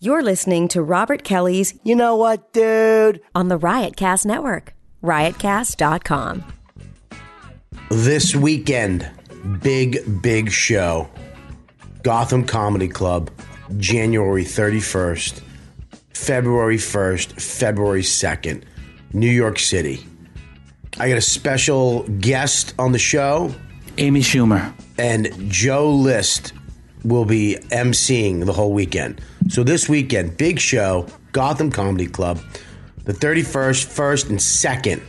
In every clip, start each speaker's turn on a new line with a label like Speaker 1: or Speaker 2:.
Speaker 1: You're listening to Robert Kelly's
Speaker 2: You know what, dude?
Speaker 1: on the Riotcast Network, riotcast.com.
Speaker 2: This weekend, big, big show. Gotham Comedy Club, January 31st, February 1st, February 2nd, New York City. I got a special guest on the show,
Speaker 3: Amy Schumer.
Speaker 2: and Joe List will be emceeing the whole weekend. So this weekend, big show, Gotham Comedy Club, the 31st, 1st, and 2nd.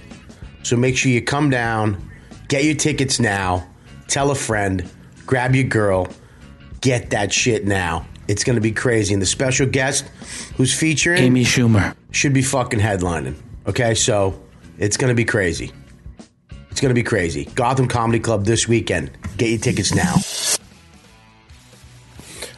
Speaker 2: So make sure you come down, get your tickets now, tell a friend, grab your girl, get that shit now. It's going to be crazy. And the special guest who's featuring
Speaker 3: Amy Schumer.
Speaker 2: should be fucking headlining. Okay, so it's going to be crazy. It's going to be crazy. Gotham Comedy Club this weekend. Get your tickets now.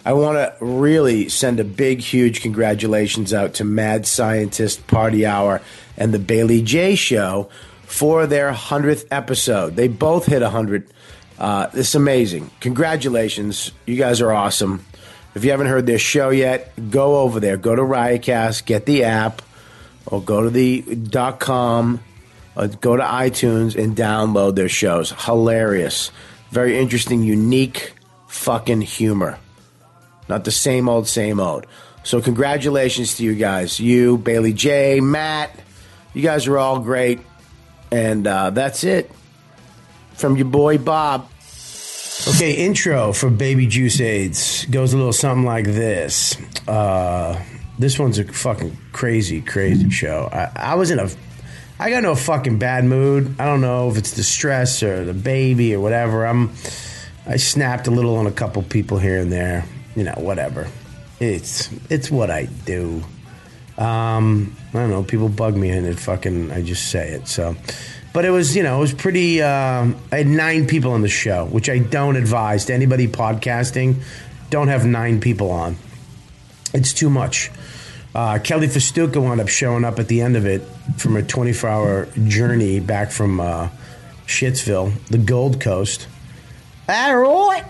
Speaker 2: I want to really send a big, huge congratulations out to Mad Scientist Party Hour and the Bailey J Show for their 100th episode. They both hit 100. Uh, this is amazing. Congratulations. You guys are awesome. If you haven't heard their show yet, go over there. Go to Riotcast, get the app, or go to the dot .com, or go to iTunes and download their shows. Hilarious. Very interesting, unique fucking humor not the same old, same old. So congratulations to you guys, you Bailey J, Matt, you guys are all great, and uh, that's it from your boy Bob. Okay, intro for Baby Juice AIDS goes a little something like this. Uh, this one's a fucking crazy, crazy show. I, I was in a, I got in a fucking bad mood. I don't know if it's the stress or the baby or whatever. I'm, I snapped a little on a couple people here and there. You know, whatever. It's it's what I do. Um, I don't know. People bug me, and it fucking I just say it. So, but it was you know it was pretty. Um, I had nine people on the show, which I don't advise to anybody podcasting. Don't have nine people on. It's too much. Uh, Kelly Festuca wound up showing up at the end of it from a 24 hour journey back from uh, Shittsville, the Gold Coast. All right.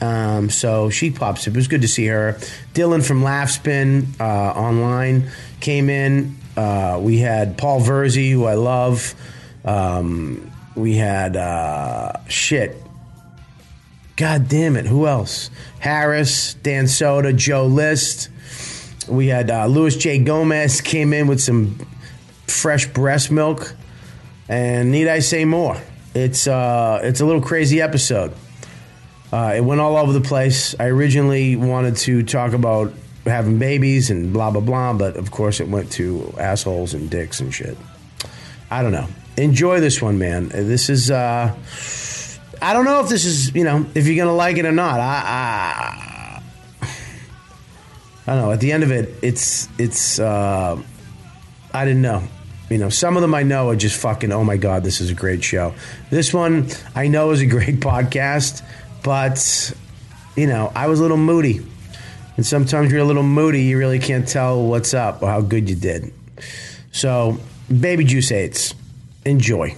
Speaker 2: Um, so she pops up. It was good to see her. Dylan from Laughspin uh, online came in. Uh, we had Paul Verzi, who I love. Um, we had uh, shit. God damn it. Who else? Harris, Dan Soda, Joe List. We had uh, Louis J. Gomez came in with some fresh breast milk. And need I say more? It's uh, it's a little crazy episode. Uh, it went all over the place. I originally wanted to talk about having babies and blah blah blah, but of course it went to assholes and dicks and shit. I don't know. Enjoy this one, man. This is. Uh, I don't know if this is you know if you're gonna like it or not. I I, I don't know. At the end of it, it's it's. Uh, I didn't know. You know, some of them I know are just fucking, oh my God, this is a great show. This one I know is a great podcast, but, you know, I was a little moody. And sometimes you're a little moody, you really can't tell what's up or how good you did. So, Baby Juice Aids, enjoy.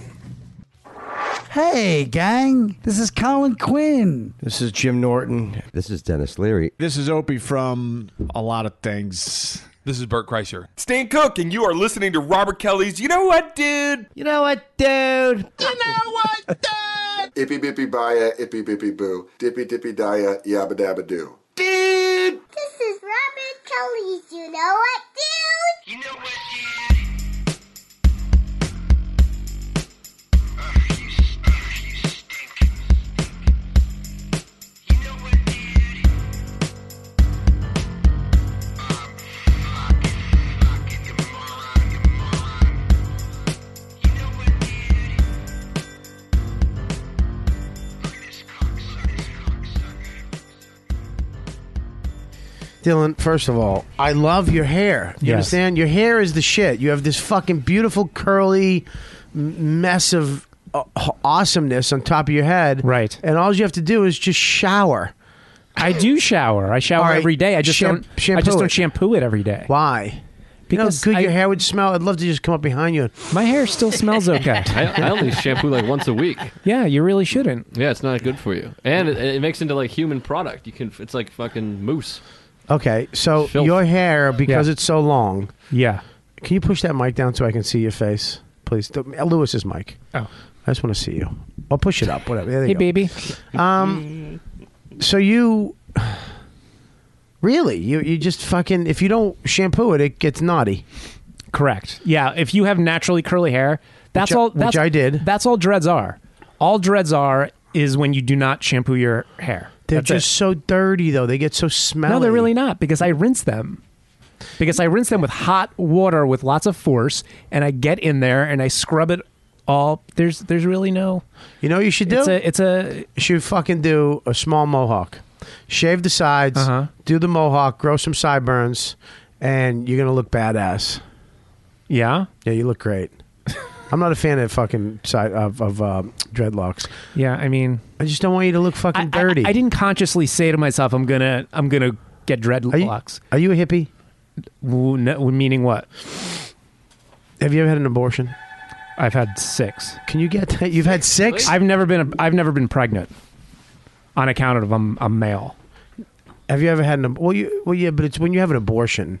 Speaker 4: Hey, gang, this is Colin Quinn.
Speaker 5: This is Jim Norton.
Speaker 6: This is Dennis Leary.
Speaker 7: This is Opie from a lot of things.
Speaker 8: This is Bert Kreischer. Stan Cook, and you are listening to Robert Kelly's You Know What, Dude?
Speaker 5: You know what, dude?
Speaker 9: Ippy bippy baya, ippy bippy boo. Dippy dippy dia, yabba dabba doo.
Speaker 10: This is Robert Kelly's You Know What Dude? You know what, dude?
Speaker 2: Dylan, first of all, I love your hair. You
Speaker 3: Yes.
Speaker 2: understand? Your hair is the shit. You have this fucking beautiful, curly m- mess of uh, awesomeness on top of your head.
Speaker 3: Right.
Speaker 2: And all you have to do is just shower.
Speaker 3: I do shower. I shower
Speaker 2: All right,
Speaker 3: every day. I just
Speaker 2: sham-
Speaker 3: don't. I just
Speaker 2: shampoo
Speaker 3: don't
Speaker 2: it.
Speaker 3: shampoo it every day.
Speaker 2: Why?
Speaker 3: Because
Speaker 2: you know how good
Speaker 3: I-
Speaker 2: your hair would smell. I'd love to just come up behind you. and-
Speaker 3: My hair still smells okay.
Speaker 11: I, I only shampoo like once a week.
Speaker 3: yeah, you really shouldn't.
Speaker 11: Yeah, it's not good for you, and it, it makes into like human product. You can, it's like fucking mousse.
Speaker 2: Okay, so
Speaker 11: Filth.
Speaker 2: your hair because
Speaker 3: Yeah.
Speaker 2: it's so long.
Speaker 3: Yeah.
Speaker 2: Can you push that mic down so I can see your face, please? The, Lewis's mic.
Speaker 3: Oh.
Speaker 2: I just want to see you. I'll push it up. Whatever. There you
Speaker 3: Hey,
Speaker 2: go.
Speaker 3: baby.
Speaker 2: So you really you you just fucking if you don't shampoo it, it gets naughty.
Speaker 3: Correct. Yeah. If you have naturally curly hair, that's
Speaker 2: Which I-
Speaker 3: all. That's,
Speaker 2: which I did.
Speaker 3: That's all dreads are. All dreads are is when you do not shampoo your hair.
Speaker 2: They're
Speaker 3: That's it.
Speaker 2: just so dirty though. They get so smelly.
Speaker 3: No, they're really not because I rinse them. Because I rinse them with hot water with lots of force, and I get in there and I scrub it all. There's there's really no.
Speaker 2: You know what you should do?
Speaker 3: It's a it's a
Speaker 2: you should fucking do a small mohawk. Shave the sides,
Speaker 3: Uh-huh.
Speaker 2: do the mohawk, grow some sideburns, and you're gonna look badass.
Speaker 3: yeah
Speaker 2: Yeah, you look great. I'm not a fan of fucking side of, of uh, dreadlocks.
Speaker 3: yeah. I mean,
Speaker 2: I just don't want you to look
Speaker 3: I,
Speaker 2: fucking
Speaker 3: I-
Speaker 2: dirty.
Speaker 3: I, didn't consciously say to myself, I'm gonna I'm gonna get
Speaker 2: Are you,
Speaker 3: dreadlocks.
Speaker 2: are you a hippie?
Speaker 3: Woo- no- meaning what?
Speaker 2: Have you ever had an abortion?
Speaker 3: I've had six.
Speaker 2: Can you get that? You've had six.
Speaker 3: I've never been a, I've never been pregnant on account of I'm a male.
Speaker 2: Have you ever had an? ab- Well, you well yeah, but it's when you have an abortion.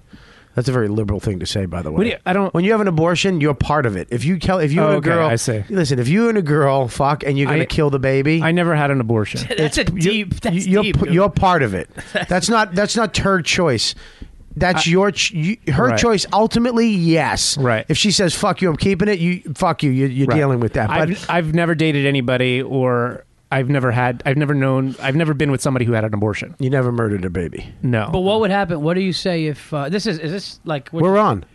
Speaker 2: That's a very liberal thing to say, by the way.
Speaker 3: What do you- I don't-
Speaker 2: When you have an abortion, you're part of it. If you tell, if you
Speaker 3: Oh,
Speaker 2: and a
Speaker 3: okay,
Speaker 2: girl,
Speaker 3: I see.
Speaker 2: Listen, if you and a girl fuck and you're gonna
Speaker 3: I-
Speaker 2: kill the baby,
Speaker 3: I never had an abortion.
Speaker 4: That's a deep. that's
Speaker 2: you're
Speaker 4: deep.
Speaker 2: p- you're part of it. That's not that's not her choice. That's your ch- you, her
Speaker 3: Right.
Speaker 2: choice. Ultimately, yes.
Speaker 3: Right.
Speaker 2: If she says "fuck you," I'm keeping it. You fuck you. you you're
Speaker 3: Right.
Speaker 2: dealing with that. But
Speaker 3: I've, I've never dated anybody, or I've never had, I've never known, I've never been with somebody who had an abortion.
Speaker 2: you never murdered a baby.
Speaker 3: No,
Speaker 4: But what would happen? What do you say if uh, this is? Is this like? What,
Speaker 2: We're on.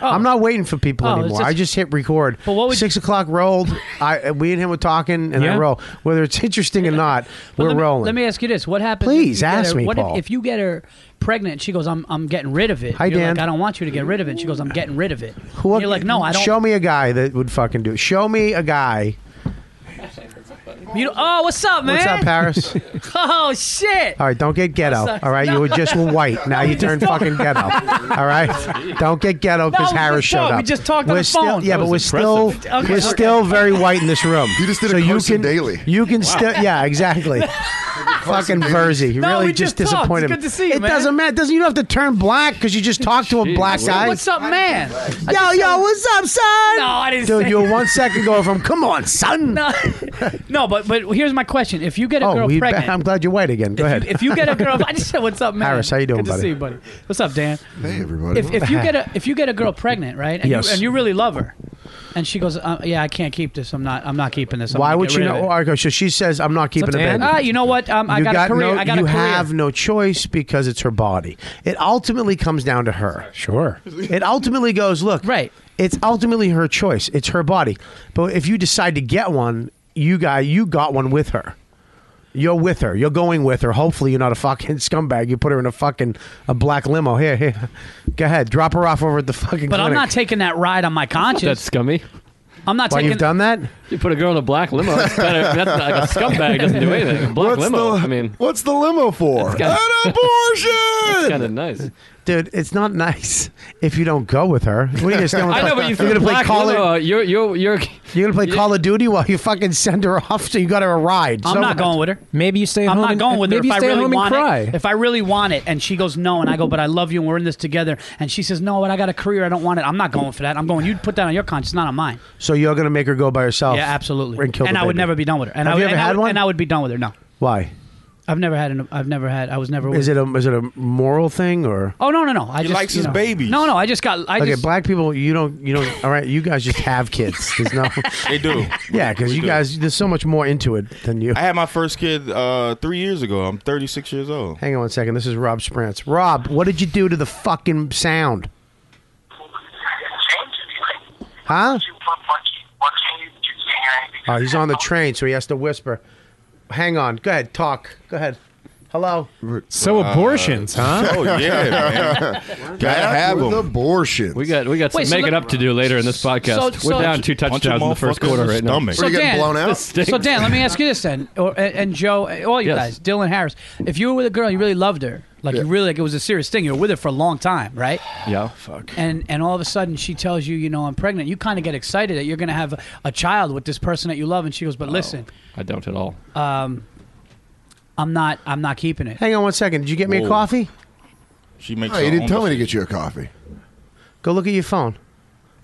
Speaker 2: I'm not waiting for people
Speaker 4: Oh, it's
Speaker 2: anymore.
Speaker 4: just-
Speaker 2: I just hit record.
Speaker 4: But what would-
Speaker 2: Six o'clock rolled. I we and him were talking, and I
Speaker 3: Yeah.
Speaker 2: roll. Whether it's interesting or not,
Speaker 4: But
Speaker 2: we're
Speaker 4: let me,
Speaker 2: rolling.
Speaker 4: Let me ask you this: What happens? if
Speaker 2: Please
Speaker 4: you get
Speaker 2: ask
Speaker 4: her-
Speaker 2: me,
Speaker 4: what
Speaker 2: Paul.
Speaker 4: If, if you get her pregnant, and she goes, "I'm I'm getting rid of it."
Speaker 2: Hi,
Speaker 4: you're
Speaker 2: Dan.
Speaker 4: Like, I don't want you to get rid of it. She goes, "I'm getting rid of it."
Speaker 2: Who-
Speaker 4: you're like, "No, I don't."
Speaker 2: Show me a guy that would fucking do it. Show me a guy.
Speaker 4: You don't- oh, what's up, man?
Speaker 2: What's up, Paris?
Speaker 4: Oh shit!
Speaker 2: All right, don't get ghetto.
Speaker 4: sorry.
Speaker 2: All right, you were just white. Now you turned fucking ghetto. All right, don't get ghetto because
Speaker 4: we
Speaker 2: Harris
Speaker 4: just
Speaker 2: showed
Speaker 4: talked-
Speaker 2: up.
Speaker 4: we just talked on
Speaker 2: We're
Speaker 4: the
Speaker 2: still,
Speaker 4: phone.
Speaker 2: Yeah,
Speaker 4: That
Speaker 2: but we're
Speaker 11: was
Speaker 2: still
Speaker 11: impressive.
Speaker 4: Okay,
Speaker 2: we're
Speaker 4: okay.
Speaker 2: still very white in this room.
Speaker 9: You just did
Speaker 2: so
Speaker 9: a
Speaker 2: you
Speaker 9: Carson
Speaker 2: can
Speaker 9: Daly.
Speaker 2: You can still yeah exactly. fucking Verzi, you
Speaker 4: No,
Speaker 2: really
Speaker 4: we
Speaker 2: just
Speaker 4: just talked.
Speaker 2: disappointed
Speaker 4: It's
Speaker 2: me.
Speaker 4: good to see you,
Speaker 2: It
Speaker 4: man.
Speaker 2: doesn't matter. Doesn't you don't have to turn black because you just talked to a
Speaker 11: Jeez,
Speaker 2: black
Speaker 11: wait.
Speaker 2: guy?
Speaker 4: What's up, man?
Speaker 2: Yo yo, what's up, son?
Speaker 4: No, I didn't.
Speaker 2: Dude,
Speaker 4: say
Speaker 2: you were one second ago from come on, son.
Speaker 4: No, no, but but here's my question: If you get a
Speaker 2: oh,
Speaker 4: girl
Speaker 2: we,
Speaker 4: pregnant,
Speaker 2: I'm glad you're white again. Go ahead.
Speaker 4: if, you, if you get a girl, I just said, "What's up, man?"
Speaker 2: Harris, how you doing,
Speaker 4: Good to
Speaker 2: buddy?
Speaker 4: see you, buddy. What's up, Dan?
Speaker 9: Hey, everybody.
Speaker 4: If, if you get a if you get a girl pregnant, right? And,
Speaker 2: Yes.
Speaker 4: you, and you really love her, and she goes, uh, "Yeah, I can't keep this. I'm not. I'm not keeping this." I'm
Speaker 2: Why
Speaker 4: gonna
Speaker 2: would
Speaker 4: get
Speaker 2: you
Speaker 4: rid of
Speaker 2: know?
Speaker 4: it."
Speaker 2: Okay, so she says, "I'm not keeping a baby."
Speaker 4: Ah, you know what? Um, I
Speaker 2: you
Speaker 4: got, a career.
Speaker 2: No,
Speaker 4: I got
Speaker 2: you
Speaker 4: a career.
Speaker 2: have no choice because it's her body. It ultimately comes down to her.
Speaker 3: sure.
Speaker 2: It ultimately goes, look,
Speaker 4: Right.
Speaker 2: It's ultimately her choice. It's her body. But if you decide to get one, you guy, you got one with her. You're with her. You're going with her. Hopefully, you're not a fucking scumbag. You put her in a fucking a black limo. Here, here. Go ahead. Drop her off over at the fucking.
Speaker 4: but I'm
Speaker 2: clinic.
Speaker 4: not taking that ride on my
Speaker 11: That's
Speaker 4: conscience.
Speaker 11: scummy.
Speaker 4: I'm not
Speaker 2: Why
Speaker 4: taking.
Speaker 2: you've done that?
Speaker 11: You put a girl in a black limo. That's, better. that's like a scumbag. Doesn't do anything. A black limo. I mean,
Speaker 12: what's the limo for?
Speaker 11: kinda-
Speaker 12: An abortion.
Speaker 11: kind of nice.
Speaker 2: Dude, it's not nice if you don't go with her. What are you gonna stand with
Speaker 11: I know,
Speaker 2: her?
Speaker 11: but you
Speaker 2: you're
Speaker 11: threw
Speaker 2: gonna play
Speaker 11: black
Speaker 2: Call
Speaker 11: limo. uh,
Speaker 2: of,
Speaker 11: You're you're you're.
Speaker 2: you're gonna play Call of Duty while you fucking send her off. So you got her a ride.
Speaker 4: I'm
Speaker 2: So-
Speaker 4: not going with her.
Speaker 3: Maybe you stay.
Speaker 4: I'm
Speaker 3: home
Speaker 4: not
Speaker 3: and-
Speaker 4: going with her
Speaker 3: maybe
Speaker 4: if I
Speaker 3: you stay at
Speaker 4: really
Speaker 3: home
Speaker 4: want
Speaker 3: and cry.
Speaker 4: it. If I really want it, and she goes no, and I go, but I love you, and we're in this together, and she says no, but I got a career, I don't want it. I'm not going for that. I'm going. You put that on your conscience, not on mine.
Speaker 2: So you're gonna make her go by herself?
Speaker 4: Yeah, absolutely.
Speaker 2: And kill the
Speaker 4: I would
Speaker 2: baby.
Speaker 4: never be done with her. And
Speaker 2: Have
Speaker 4: I would,
Speaker 2: you ever
Speaker 4: and I
Speaker 2: had
Speaker 4: would-
Speaker 2: one?
Speaker 4: And I would be done with her. No,
Speaker 2: Why?
Speaker 4: I've never had. An, I've never had. I was never.
Speaker 2: Is it a is it a moral thing or?
Speaker 4: Oh no no no! I
Speaker 13: He
Speaker 4: just,
Speaker 13: likes
Speaker 4: you
Speaker 13: his
Speaker 4: know.
Speaker 13: babies.
Speaker 4: No no! I just got. I
Speaker 2: Okay,
Speaker 4: just,
Speaker 2: black people, you don't, you don't. All right, you guys just have kids. There's no,
Speaker 6: They do.
Speaker 2: yeah, because
Speaker 6: We
Speaker 2: you
Speaker 6: do.
Speaker 2: guys, there's so much more into it than you.
Speaker 6: I had my first kid uh, three years ago. I'm 36 years old.
Speaker 2: Hang on one second. This is Rob Sprance. Rob, what did you do to the fucking sound? Huh? Oh, he's on the train, so he has to whisper. Hang on. Go ahead. Talk. Go ahead. Hello.
Speaker 3: So abortions, huh?
Speaker 6: Oh yeah, man. gotta have
Speaker 12: With
Speaker 6: them.
Speaker 12: abortion.
Speaker 11: We got we got
Speaker 4: Wait,
Speaker 11: some
Speaker 4: so
Speaker 11: making
Speaker 4: let-
Speaker 11: up to do later in this podcast.
Speaker 4: so-
Speaker 11: We're
Speaker 4: so-
Speaker 11: down two
Speaker 6: Punch a
Speaker 11: touchdowns in the first
Speaker 6: motherfucker in
Speaker 11: quarter
Speaker 6: the
Speaker 11: right now.
Speaker 6: stomach.
Speaker 4: so
Speaker 12: you getting
Speaker 4: Dan,
Speaker 12: blown out?
Speaker 4: this So Dan, let me ask you this then, or and, and Joe, all you
Speaker 11: Yes.
Speaker 4: guys, Dylan Harris. If you were with a girl, you really loved her, like you really like it was a serious thing. You were with her for a long time, right?
Speaker 11: Yeah, fuck.
Speaker 4: And and all of a sudden she tells you, you know, I'm pregnant. You kind of get excited that you're going to have a, a child with this person that you love, and she goes, but
Speaker 13: Oh.
Speaker 4: listen,
Speaker 11: I don't at all.
Speaker 4: I'm not, I'm not keeping it.
Speaker 2: Hang on one second. Did you get me a coffee?
Speaker 6: She makes.
Speaker 9: Oh,
Speaker 6: her
Speaker 9: you didn't
Speaker 6: own
Speaker 9: tell me to
Speaker 6: biscuits.
Speaker 9: get you a coffee.
Speaker 2: Go look at your phone.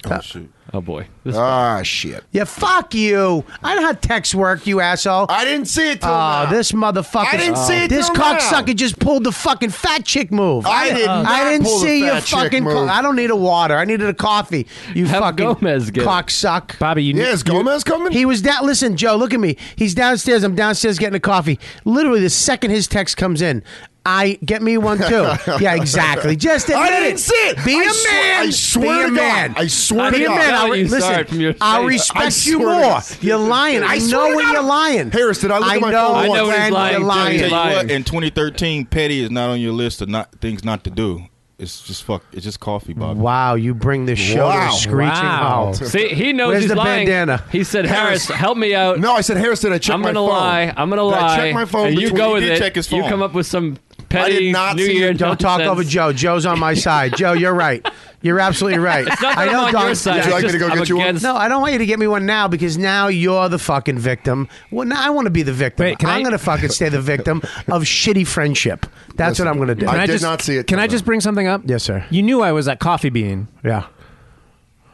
Speaker 6: Oh shoot!
Speaker 11: Oh boy!
Speaker 9: Ah shit!
Speaker 2: Yeah, fuck you. I know how texts work, you asshole. I
Speaker 9: didn't see it. Till
Speaker 2: oh, this motherfucker!
Speaker 9: I didn't see it
Speaker 2: This
Speaker 9: till
Speaker 2: cocksucker just pulled the fucking fat chick move.
Speaker 9: I did not
Speaker 2: I didn't
Speaker 9: pull the
Speaker 2: see your
Speaker 9: fat chick
Speaker 2: fucking.
Speaker 9: move.
Speaker 2: I don't need a water. I needed a coffee. You fucking
Speaker 11: Gomez get it.
Speaker 2: cocksuck, Bobby. You
Speaker 9: Yeah, is Gomez coming?
Speaker 2: He was down. Listen, Joe. Look at me. He's downstairs. I'm downstairs getting a coffee. Literally, the second his text comes in. I get me one too. Yeah, exactly. Just admit
Speaker 9: I didn't
Speaker 2: it.
Speaker 9: see it.
Speaker 2: Be
Speaker 9: I
Speaker 2: a
Speaker 9: sw-
Speaker 2: man.
Speaker 9: I swear
Speaker 2: Be a
Speaker 9: to God.
Speaker 2: man.
Speaker 9: I swear
Speaker 2: Be
Speaker 9: to
Speaker 2: a
Speaker 9: God.
Speaker 2: man. I'll re-
Speaker 11: You saw
Speaker 2: listen.
Speaker 11: it from your
Speaker 2: I'll
Speaker 11: face. I
Speaker 2: respect you
Speaker 11: swear to
Speaker 2: more.
Speaker 11: God.
Speaker 2: You're lying. I
Speaker 9: swear
Speaker 2: know
Speaker 9: to
Speaker 2: when
Speaker 9: God.
Speaker 2: you're lying.
Speaker 9: Harris, did I look
Speaker 2: I
Speaker 9: at my
Speaker 2: know-
Speaker 9: phone?
Speaker 2: I
Speaker 9: once?
Speaker 2: know he's
Speaker 11: Friend,
Speaker 2: lying,
Speaker 11: you're
Speaker 2: too.
Speaker 11: lying.
Speaker 6: Tell you
Speaker 11: Lying.
Speaker 6: what, in 2013, petty is not on your list of not things not to do. It's just fuck. It's just coffee, Bobby.
Speaker 2: Wow, you bring this show
Speaker 9: Wow.
Speaker 2: to a screeching
Speaker 11: Wow.
Speaker 2: halt.
Speaker 11: See, he knows
Speaker 2: Where's
Speaker 11: he's
Speaker 2: the
Speaker 11: lying.
Speaker 2: bandana?
Speaker 11: He said, "Harris, help me out.
Speaker 9: No, I said Harris. Did I check
Speaker 11: I'm
Speaker 9: my
Speaker 11: gonna
Speaker 9: phone?
Speaker 11: lie. I'm gonna
Speaker 9: Did
Speaker 11: lie."
Speaker 9: I check my phone.
Speaker 11: And you
Speaker 9: between-
Speaker 11: go
Speaker 9: He
Speaker 11: with
Speaker 9: did
Speaker 11: it.
Speaker 9: check his phone.
Speaker 11: You come up with some petty
Speaker 9: did not
Speaker 11: New
Speaker 9: see
Speaker 11: Year.
Speaker 9: it.
Speaker 2: Don't talk
Speaker 11: nonsense.
Speaker 2: over Joe. Joe's on my side. Joe, you're right. You're absolutely right.
Speaker 11: It's not that
Speaker 2: I
Speaker 11: I'm
Speaker 2: know
Speaker 11: on
Speaker 2: Don-
Speaker 11: your side.
Speaker 9: Would you like me
Speaker 11: It's
Speaker 9: to go
Speaker 11: just I'm
Speaker 9: get you one?
Speaker 11: against-
Speaker 2: No, I don't want you to get me one now because now you're the fucking victim. Well, now I want to be the victim.
Speaker 3: Wait, can
Speaker 2: I'm
Speaker 3: I-
Speaker 2: going to fucking stay the victim of shitty friendship. That's what I'm going to do.
Speaker 9: I
Speaker 3: I
Speaker 9: did
Speaker 3: just-
Speaker 9: not see it.
Speaker 3: Can
Speaker 9: till
Speaker 3: I
Speaker 9: then.
Speaker 3: just bring something up?
Speaker 2: yes, sir.
Speaker 3: You knew I was at Coffee Bean.
Speaker 2: Yeah.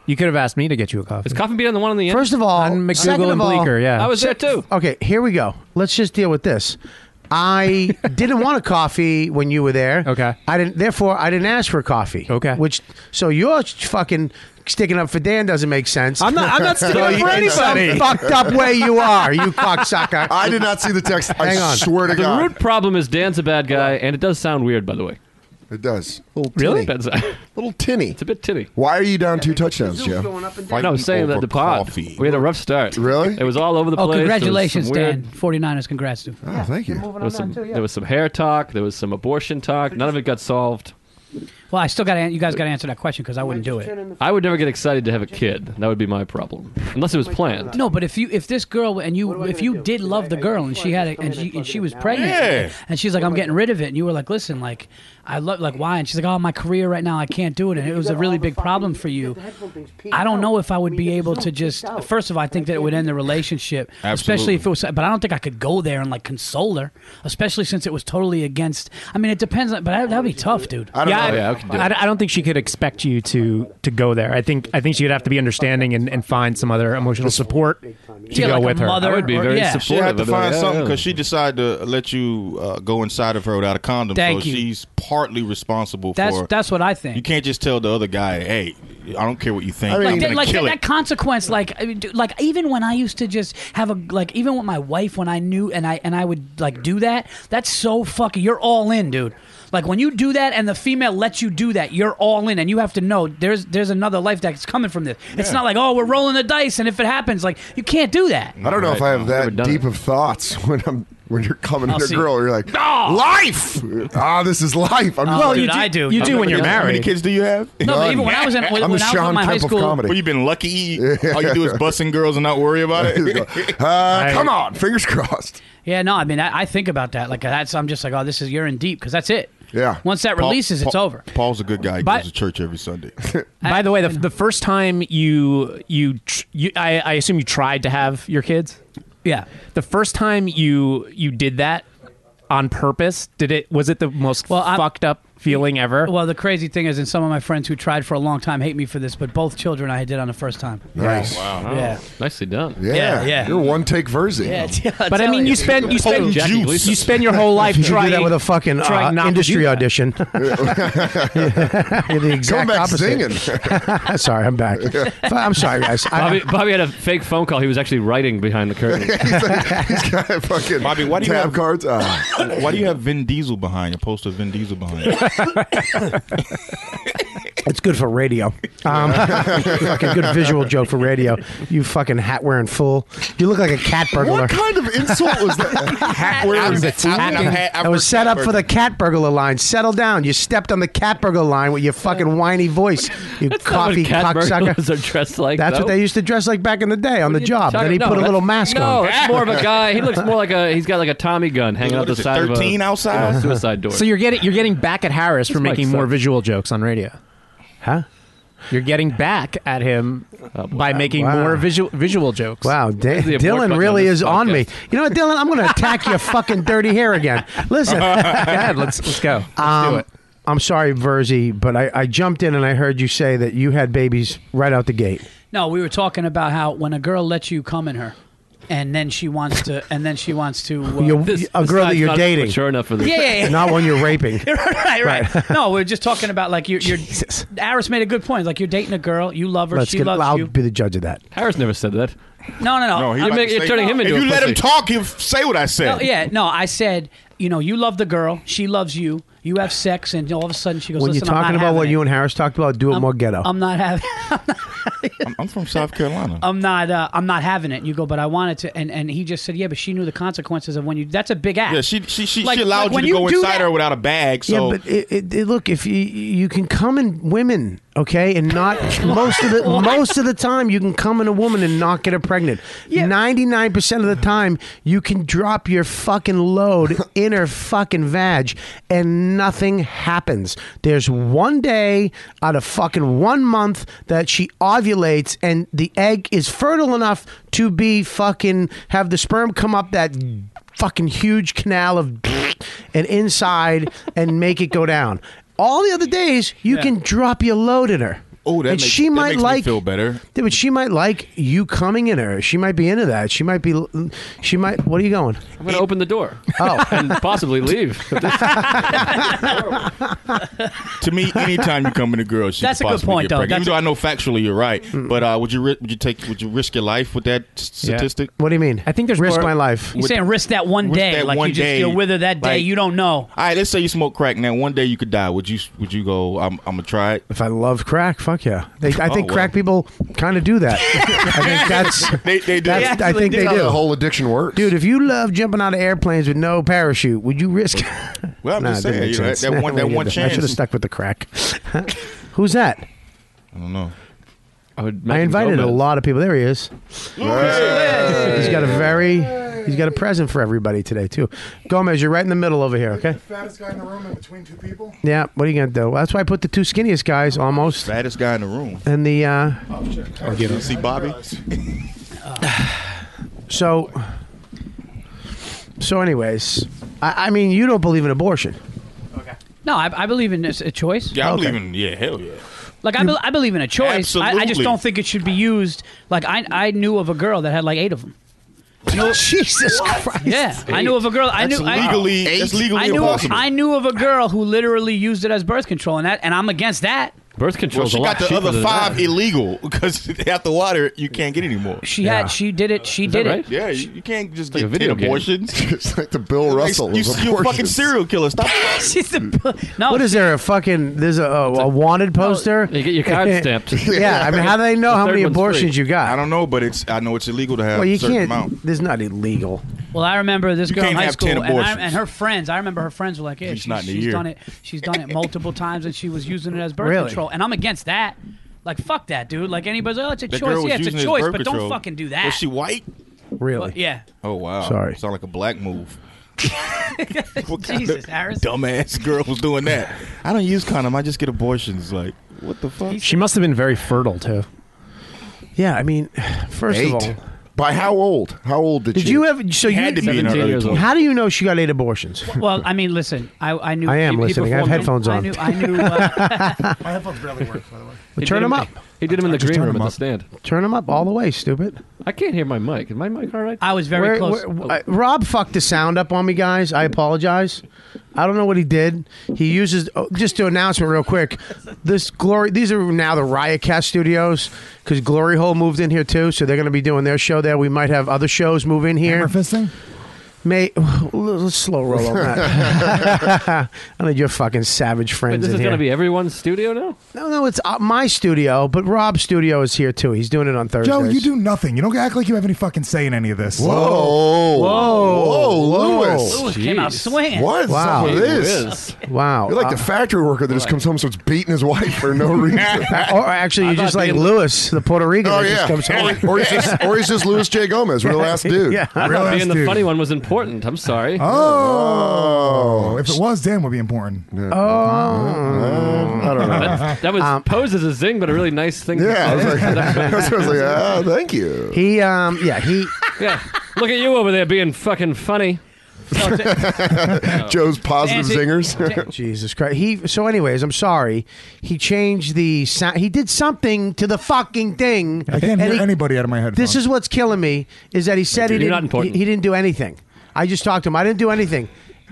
Speaker 3: You could have asked me to get you a coffee.
Speaker 11: Is Coffee Bean on the one on the end?
Speaker 2: First of all,
Speaker 4: Oh,
Speaker 3: on
Speaker 2: second
Speaker 3: McDougal
Speaker 2: of
Speaker 3: and
Speaker 2: all-
Speaker 3: Bleecker. Yeah.
Speaker 11: I was there too.
Speaker 2: Okay, here we go. Let's just deal with this. I didn't want a coffee when you were there.
Speaker 3: Okay.
Speaker 2: I didn't. Therefore, I didn't ask for a coffee.
Speaker 3: Okay.
Speaker 2: Which so your fucking sticking up for Dan doesn't make sense.
Speaker 3: I'm not. I'm not sticking
Speaker 2: So
Speaker 3: up
Speaker 2: Oh, you-
Speaker 3: for
Speaker 2: in some
Speaker 3: anybody.
Speaker 2: Fucked up way you are, you cocksucker.
Speaker 9: I did not see the text.
Speaker 2: Hang
Speaker 9: I
Speaker 2: on.
Speaker 9: swear to
Speaker 11: The
Speaker 9: God,
Speaker 11: root problem is Dan's a bad guy, and it does sound weird, by the way.
Speaker 9: it does. Little
Speaker 11: Really?
Speaker 9: tinny.
Speaker 11: That's it's
Speaker 9: Little tinny.
Speaker 11: a bit tinny.
Speaker 9: Why are you down two touchdowns, Jeff?
Speaker 11: No, I was saying that the pod.
Speaker 6: coffee.
Speaker 11: We had a rough start.
Speaker 9: Really?
Speaker 11: It was all over the
Speaker 4: Oh,
Speaker 11: place. There was some
Speaker 4: congratulations,
Speaker 11: weird-
Speaker 4: Dan. 49ers, congrats, dude.
Speaker 9: Oh, thank you.
Speaker 11: There was, some, there was some hair talk. There was some abortion talk. None of it got solved.
Speaker 4: Well, I still got to, you guys got to answer that question because I wouldn't do it.
Speaker 11: I would never get excited to have a kid. That would be my problem, unless it was planned.
Speaker 4: No, but if you, if this girl, and you, if you did love the girl and she had it, and she, and she was pregnant,
Speaker 6: Yeah.
Speaker 4: and she's like, I'm getting rid of it. And you were like, listen, like, I love, like, why? And she's like, oh, my career right now, I can't do it. And it was a really big problem for you. I don't know if I would be able to just, first of all, I think that it would end the relationship, especially
Speaker 6: Absolutely.
Speaker 4: if it was, but I don't think I could go there and, like, console her, especially since it was totally against, I mean, it depends, on, but that would be tough, dude.
Speaker 9: I don't
Speaker 3: yeah,
Speaker 9: know.
Speaker 11: yeah, I could do
Speaker 3: I, I don't think she could expect you to to go there. I think I think she'd have to be understanding and, and find some other emotional support to
Speaker 4: Yeah,
Speaker 3: go
Speaker 4: like a
Speaker 3: with her.
Speaker 4: mother-
Speaker 11: I would be
Speaker 4: or-
Speaker 11: very
Speaker 4: yeah.
Speaker 11: supportive.
Speaker 6: She had to
Speaker 11: I'd be like,
Speaker 6: find
Speaker 11: "Yeah,
Speaker 6: something
Speaker 11: yeah."
Speaker 6: because she decided to let you uh, go inside of her without a condom.
Speaker 4: Thank
Speaker 6: so
Speaker 4: you.
Speaker 6: she's partly responsible
Speaker 4: That's,
Speaker 6: for.
Speaker 4: that's what I think.
Speaker 6: you can't just tell the other guy, "Hey, I don't care what you think."
Speaker 9: I mean-
Speaker 6: I'm
Speaker 4: like, that,
Speaker 6: gonna
Speaker 4: like
Speaker 6: kill
Speaker 4: that,
Speaker 6: it.
Speaker 4: that consequence like I mean, dude, like even when i used to just have a like even with my wife when i knew and i and i would like do that that's so fucking you're all in dude like when you do that and the female lets you do that you're all in and you have to know there's there's another life that's coming from this it's not like oh we're rolling the dice and if it happens like you can't do that
Speaker 9: I don't know if I have
Speaker 11: Never
Speaker 9: that
Speaker 11: done
Speaker 9: deep
Speaker 11: it.
Speaker 9: of thoughts when I'm when you're coming
Speaker 4: I'll
Speaker 9: at a
Speaker 4: see.
Speaker 9: girl. You're like, life. ah, this is life. I'm just
Speaker 4: Well,
Speaker 9: like,
Speaker 4: you do- I do.
Speaker 3: You do when you're
Speaker 6: How many
Speaker 3: married.
Speaker 6: kids do you have?
Speaker 4: no but even when i was in when,
Speaker 9: I'm the
Speaker 4: when i was
Speaker 9: Sean
Speaker 4: in my high
Speaker 9: Kemp of
Speaker 4: school
Speaker 9: comedy.
Speaker 6: Well, you've been lucky. All you do is busting girls and not worry about it.
Speaker 9: uh, come on, fingers crossed.
Speaker 4: yeah no i mean i, I think about that like that's i'm just like oh this is you're in deep because that's it
Speaker 9: Yeah.
Speaker 4: once that
Speaker 6: Paul-
Speaker 4: releases it's
Speaker 6: Paul-
Speaker 4: over
Speaker 6: Paul's a good guy. He
Speaker 3: But-
Speaker 6: goes to church every Sunday.
Speaker 3: By the way, the, the first time you you, tr- you I, I assume you tried to have your kids.
Speaker 4: yeah
Speaker 3: The first time you you did that on purpose, did it? Was it the most
Speaker 4: Well, I'm-
Speaker 3: fucked up feeling ever?
Speaker 4: Well, the crazy thing is, and some of my friends who tried for a long time hate me for this, but both children I did on the first time.
Speaker 9: Nice.
Speaker 11: Oh,
Speaker 4: Yeah.
Speaker 11: Nicely done.
Speaker 9: Yeah.
Speaker 4: Yeah, yeah.
Speaker 9: You're one take Verzi.
Speaker 3: but I mean, you spend you spend
Speaker 11: Total Jackie Gleason.
Speaker 3: you spend your whole life
Speaker 2: You
Speaker 3: trying
Speaker 2: do that with a fucking
Speaker 3: trying
Speaker 2: uh,
Speaker 3: not to do
Speaker 2: industry
Speaker 3: that.
Speaker 2: audition. You're the exact
Speaker 9: Come back
Speaker 2: opposite.
Speaker 9: singing.
Speaker 2: sorry, I'm back. I'm sorry, guys. I-
Speaker 11: Bobby, Bobby had a fake phone call. He was actually writing behind the curtain.
Speaker 9: He's got fucking
Speaker 6: Bobby, why do you
Speaker 9: tab
Speaker 6: have-
Speaker 9: cards.
Speaker 7: Uh,
Speaker 9: Ah.
Speaker 6: Why do you have Vin Diesel behind? A poster of Vin Diesel behind. you?
Speaker 2: It's good for radio. Um, fucking good visual joke for radio. You fucking hat wearing fool. You look like a cat burglar.
Speaker 9: what kind of insult was that? Hat wearing fool?
Speaker 2: That was set up for the cat burglar line. Settle down. You stepped on the cat burglar line with your fucking whiny voice. You
Speaker 11: Not what
Speaker 2: coffee
Speaker 11: cat burglars
Speaker 2: cocksucker.
Speaker 11: are dressed like.
Speaker 2: That's what
Speaker 11: though.
Speaker 2: they used to dress like back in the day on the job.
Speaker 11: Talk-
Speaker 2: Then he
Speaker 11: no,
Speaker 2: put a little
Speaker 11: that's-
Speaker 2: mask
Speaker 11: no,
Speaker 2: on.
Speaker 11: it's more of a guy. He looks more like a. He's got like a Tommy gun hanging out
Speaker 6: What
Speaker 11: the
Speaker 6: is it,
Speaker 11: side of a
Speaker 6: 13 outside?
Speaker 11: you know, suicide door.
Speaker 3: So you're getting you're getting back at Harris for
Speaker 11: This might
Speaker 3: making more
Speaker 11: suck.
Speaker 3: visual jokes on radio.
Speaker 2: Huh?
Speaker 3: You're getting back at him
Speaker 11: Oh,
Speaker 3: by making
Speaker 2: Wow.
Speaker 3: more visual visual jokes.
Speaker 2: Wow, Da-
Speaker 11: the abort button
Speaker 2: Dylan
Speaker 11: on
Speaker 2: really
Speaker 11: this
Speaker 2: is on me.
Speaker 11: podcast?
Speaker 2: You know what, Dylan? I'm going to attack your fucking dirty hair again. Listen,
Speaker 3: Go ahead, let's let's go. Let's do
Speaker 2: Um,
Speaker 3: it.
Speaker 2: I'm sorry, Verzi, but I, I jumped in and I heard you say that you had babies right out the gate.
Speaker 4: No, we were talking about how when a girl lets you come in her, and then she wants to, and then she wants to. Uh,
Speaker 2: You're- a girl that you're dating.
Speaker 11: mature enough for this.
Speaker 4: Yeah, yeah, yeah.
Speaker 2: Not one you're raping.
Speaker 4: right, right. no, we are just talking about like you're. you're Aris made a good point. Like you're dating a girl, you love her,
Speaker 2: Let's
Speaker 4: she
Speaker 2: get,
Speaker 4: loves
Speaker 2: I'll
Speaker 4: you.
Speaker 2: be the judge of that.
Speaker 11: Harris never said that.
Speaker 4: No, no, no.
Speaker 11: No, he
Speaker 4: I'm-
Speaker 11: You're making- you're turning him
Speaker 6: If
Speaker 11: into
Speaker 6: you
Speaker 11: a
Speaker 6: let him
Speaker 11: pussy.
Speaker 6: talk, he'll say what I said.
Speaker 4: No, yeah, no. I said, you know, you love the girl, she loves you. You have sex, and all of a sudden she goes.
Speaker 2: when you're
Speaker 4: Listen,
Speaker 2: talking
Speaker 4: I'm not
Speaker 2: about what
Speaker 4: having
Speaker 2: you and Harris talked about, do it more
Speaker 4: it.
Speaker 2: ghetto.
Speaker 4: I'm not having.
Speaker 6: I'm from South
Speaker 4: Um,
Speaker 6: Carolina.
Speaker 4: I'm not. Uh, I'm not having it. And you go, but I wanted to. And and he just said, yeah, but she knew the consequences of when you. That's a big act.
Speaker 6: Yeah, she she she,
Speaker 4: Like-
Speaker 6: she allowed
Speaker 4: like when
Speaker 6: you to go
Speaker 4: do
Speaker 6: inside
Speaker 4: that-
Speaker 6: her without a bag. So
Speaker 2: yeah, but it, it, it- look, if you you can come in women, okay, and not most of the most of the time you can come in a woman and not get her pregnant. Ninety nine percent of the time you can drop your fucking load in her fucking vag and nothing happens. There's one day out of fucking one month that she ovulates and the egg is fertile enough to be fucking have the sperm come up that fucking huge canal of and inside and make it go down. All the other days, you
Speaker 6: Yeah.
Speaker 2: can drop your load in her.
Speaker 6: Oh, that
Speaker 2: and
Speaker 6: makes-
Speaker 2: she
Speaker 6: that
Speaker 2: might
Speaker 6: makes me
Speaker 2: like
Speaker 6: feel better.
Speaker 2: Yeah, but she might like you coming in her. She might be into that. She might be. She might. What are you going?
Speaker 11: I'm going to open the door.
Speaker 2: Oh.
Speaker 11: and possibly leave.
Speaker 6: to me, anytime you come in a girl, she
Speaker 4: That's
Speaker 6: could
Speaker 4: a good
Speaker 6: possibly
Speaker 4: point,
Speaker 6: get
Speaker 4: though.
Speaker 6: pregnant.
Speaker 4: That's
Speaker 6: Even though I know factually you're right, but uh, would you ri- would you take would you risk your life with that s-
Speaker 4: Yeah.
Speaker 6: statistic?
Speaker 2: What do you mean? I think there's risk
Speaker 6: more-
Speaker 2: my life.
Speaker 4: You're saying risk that one
Speaker 6: Risk
Speaker 4: day,
Speaker 6: that
Speaker 4: like
Speaker 6: one
Speaker 4: you just
Speaker 6: day,
Speaker 4: you're with her that day.
Speaker 6: like-
Speaker 4: you don't know.
Speaker 6: All right, let's say you smoke crack, and then one day you could die. Would you would you go? I'm I'm gonna try it.
Speaker 2: If I love crack, fuck yeah. They, I
Speaker 6: Oh,
Speaker 2: think
Speaker 6: well.
Speaker 2: crack people kind of do that. I think that's
Speaker 6: They- they do.
Speaker 2: That's,
Speaker 6: They
Speaker 2: I think they
Speaker 6: actually do.
Speaker 2: do.
Speaker 6: That's how the
Speaker 7: whole addiction works,
Speaker 2: dude. If you love jumping out of airplanes with no parachute, would you risk?
Speaker 6: Well, I'm
Speaker 2: Nah,
Speaker 6: just
Speaker 2: it didn't make
Speaker 6: saying, you know, that-
Speaker 2: sense.
Speaker 6: that one-
Speaker 2: Nah,
Speaker 6: that
Speaker 2: we
Speaker 6: one
Speaker 2: didn't. I should have
Speaker 6: chance.
Speaker 2: stuck with the crack. Who's that?
Speaker 6: I don't know.
Speaker 11: I, would
Speaker 2: I invited a lot of people. There he is. He's got a very. He's got a present for everybody today too. Gomez, you're right in the middle over here. Okay.
Speaker 7: Fattest guy in the room in between two people.
Speaker 2: Yeah. What are you gonna do? Well, that's why I put the two skinniest guys almost.
Speaker 6: Fattest guy in the room.
Speaker 2: And the. Uh,
Speaker 6: I'll get him. See Bobby.
Speaker 2: so. So, anyways, I, I mean, you don't believe in abortion.
Speaker 4: No, I, I believe in this, a choice.
Speaker 6: Yeah, I believe in yeah, hell yeah.
Speaker 4: Like I, bel I believe in a choice. I, I just
Speaker 6: Absolutely.
Speaker 4: don't think it should be used. Like I, I knew of a girl that had like eight of them.
Speaker 2: Jesus Christ!
Speaker 4: Yeah, I knew of a girl. I
Speaker 6: That's
Speaker 4: knew I-
Speaker 6: legally- Eight? that's legally
Speaker 4: I knew,
Speaker 6: impossible.
Speaker 4: I knew of a girl who literally used it as birth control, and that, and I'm against that.
Speaker 11: Birth
Speaker 6: Well,
Speaker 11: control's
Speaker 6: she
Speaker 11: a lot
Speaker 6: got the
Speaker 11: cheaper
Speaker 6: other
Speaker 11: than
Speaker 6: five
Speaker 11: that.
Speaker 6: illegal because after water you can't get any more.
Speaker 4: She had, she did it. She
Speaker 6: that
Speaker 4: did
Speaker 6: right?
Speaker 4: it.
Speaker 6: Yeah, you, you can't just
Speaker 11: Like a
Speaker 6: get
Speaker 11: video
Speaker 6: 10
Speaker 11: game.
Speaker 6: abortions.
Speaker 7: it's like the Bill
Speaker 6: Like,
Speaker 7: Russell.
Speaker 6: you,
Speaker 7: of
Speaker 6: you're a fucking
Speaker 7: abortions.
Speaker 6: serial killer. Stop.
Speaker 4: She's the no.
Speaker 2: What is there? A fucking there's a, a, a wanted poster.
Speaker 11: You get your card stamped.
Speaker 2: yeah, I mean, how do they know
Speaker 11: The
Speaker 2: how
Speaker 11: third
Speaker 2: many
Speaker 11: one's free.
Speaker 2: abortions you got?
Speaker 6: I don't know, but it's I know it's illegal to have
Speaker 2: Well, you
Speaker 6: a certain
Speaker 2: can't.
Speaker 6: amount.
Speaker 2: This is not illegal.
Speaker 4: Well, I remember this
Speaker 6: You
Speaker 4: girl in
Speaker 6: can't
Speaker 4: high
Speaker 6: have
Speaker 4: school,
Speaker 6: 10
Speaker 4: and, I,
Speaker 6: abortions.
Speaker 4: and her friends. I remember her friends were like, "Yeah,
Speaker 6: At least
Speaker 4: she's,
Speaker 6: not in a
Speaker 4: she's
Speaker 6: year.
Speaker 4: done it. She's done it multiple times, and she was using it as birth
Speaker 6: Really?
Speaker 4: control." And I'm against that. Like, fuck that, dude. Like anybody's, like, oh, it's a
Speaker 6: That girl
Speaker 4: choice.
Speaker 6: was
Speaker 4: Yeah, it's
Speaker 6: using it
Speaker 4: a
Speaker 6: as
Speaker 4: choice,
Speaker 6: birth
Speaker 4: but don't
Speaker 6: control.
Speaker 4: fucking do that.
Speaker 6: Was she white?
Speaker 2: Really?
Speaker 4: yeah.
Speaker 6: Oh wow.
Speaker 2: Sorry.
Speaker 6: Sound like a black move. what
Speaker 4: Jesus, Harris.
Speaker 6: dumbass girl was doing that? I don't use condom. I just get abortions. Like what the fuck?
Speaker 14: She must have been very fertile too.
Speaker 2: Yeah, I mean, first
Speaker 7: Eight.
Speaker 2: of all,
Speaker 7: By how old? How old did,
Speaker 2: did you ever? So you
Speaker 6: Had to be in her 17 early years old.
Speaker 2: How do you know she got eight abortions?
Speaker 4: Well, I mean, listen, I, I knew.
Speaker 2: I am
Speaker 4: he- he
Speaker 2: listening. I have
Speaker 4: performed-
Speaker 2: headphones
Speaker 4: I
Speaker 2: on.
Speaker 4: knew. I knew uh,
Speaker 7: My headphones barely work, by the way.
Speaker 11: He
Speaker 2: turn
Speaker 11: did
Speaker 2: them
Speaker 11: him-
Speaker 2: up.
Speaker 11: He did him in the
Speaker 2: Just
Speaker 11: green
Speaker 2: turn
Speaker 11: room
Speaker 2: them
Speaker 11: at the
Speaker 2: up.
Speaker 11: stand.
Speaker 2: Turn them up all the way, stupid.
Speaker 11: I can't hear my mic. Is my mic all right?
Speaker 4: I was very
Speaker 2: Where-
Speaker 4: close.
Speaker 2: where- I- Rob fucked the sound up on me, guys. I apologize. I don't know what he did. He uses oh, just to announcement real quick. This glory. These are now the Riotcast studios because Glory Hole moved in here too, so they're going to be doing their show there. We might have other shows move in here.
Speaker 15: Hammer fisting?
Speaker 2: May let's slow roll on that. I need your fucking savage
Speaker 11: Wait,
Speaker 2: friends
Speaker 11: this
Speaker 2: in
Speaker 11: is
Speaker 2: here.
Speaker 11: going to be everyone's studio now?
Speaker 2: no, no, it's uh, my studio, but Rob's studio is here too. He's doing it on Thursdays.
Speaker 9: Joe, you do nothing. You don't act like you have any fucking say in any of this.
Speaker 7: Whoa. Whoa, Lewis.
Speaker 4: Lewis came out swinging.
Speaker 7: What is
Speaker 2: Wow.
Speaker 7: up with
Speaker 11: Whiz.
Speaker 7: this?
Speaker 2: Wow.
Speaker 7: You're like
Speaker 2: Uh,
Speaker 7: the factory worker that just comes home and starts beating his wife for no reason.
Speaker 2: or actually, you're just
Speaker 11: thought
Speaker 2: like
Speaker 11: being-
Speaker 2: Lewis, the Puto Rican.
Speaker 7: oh,
Speaker 2: that
Speaker 7: yeah.
Speaker 2: just comes home.
Speaker 7: Or, he's just, or he's just Louis J. Gomez, real ass dude.
Speaker 2: Yeah.
Speaker 11: I
Speaker 7: Real
Speaker 11: thought
Speaker 7: ass
Speaker 11: being the
Speaker 7: dude.
Speaker 11: funny one was important. I'm sorry.
Speaker 9: Oh. If it was, Dan would be important.
Speaker 2: Oh.
Speaker 7: Uh, I don't know.
Speaker 11: That, that was
Speaker 2: Uh-huh.
Speaker 11: posed as a zing, but a really nice thing. to
Speaker 7: Yeah, I was
Speaker 11: say.
Speaker 7: like, I was like, ah, thank you.
Speaker 2: He, um, yeah, he.
Speaker 11: yeah. Look at you over there being fucking funny.
Speaker 9: Joe's positive zingers.
Speaker 2: Jesus Christ. He so anyways, I'm sorry. He changed the sound. He did something to the fucking thing.
Speaker 16: I can't
Speaker 2: and
Speaker 16: hear
Speaker 2: he-
Speaker 16: anybody out of my head.
Speaker 2: This is what's killing me is that he said he
Speaker 16: You're not
Speaker 2: didn't he,
Speaker 16: important.
Speaker 2: he didn't do anything. I just talked to him. I didn't do anything.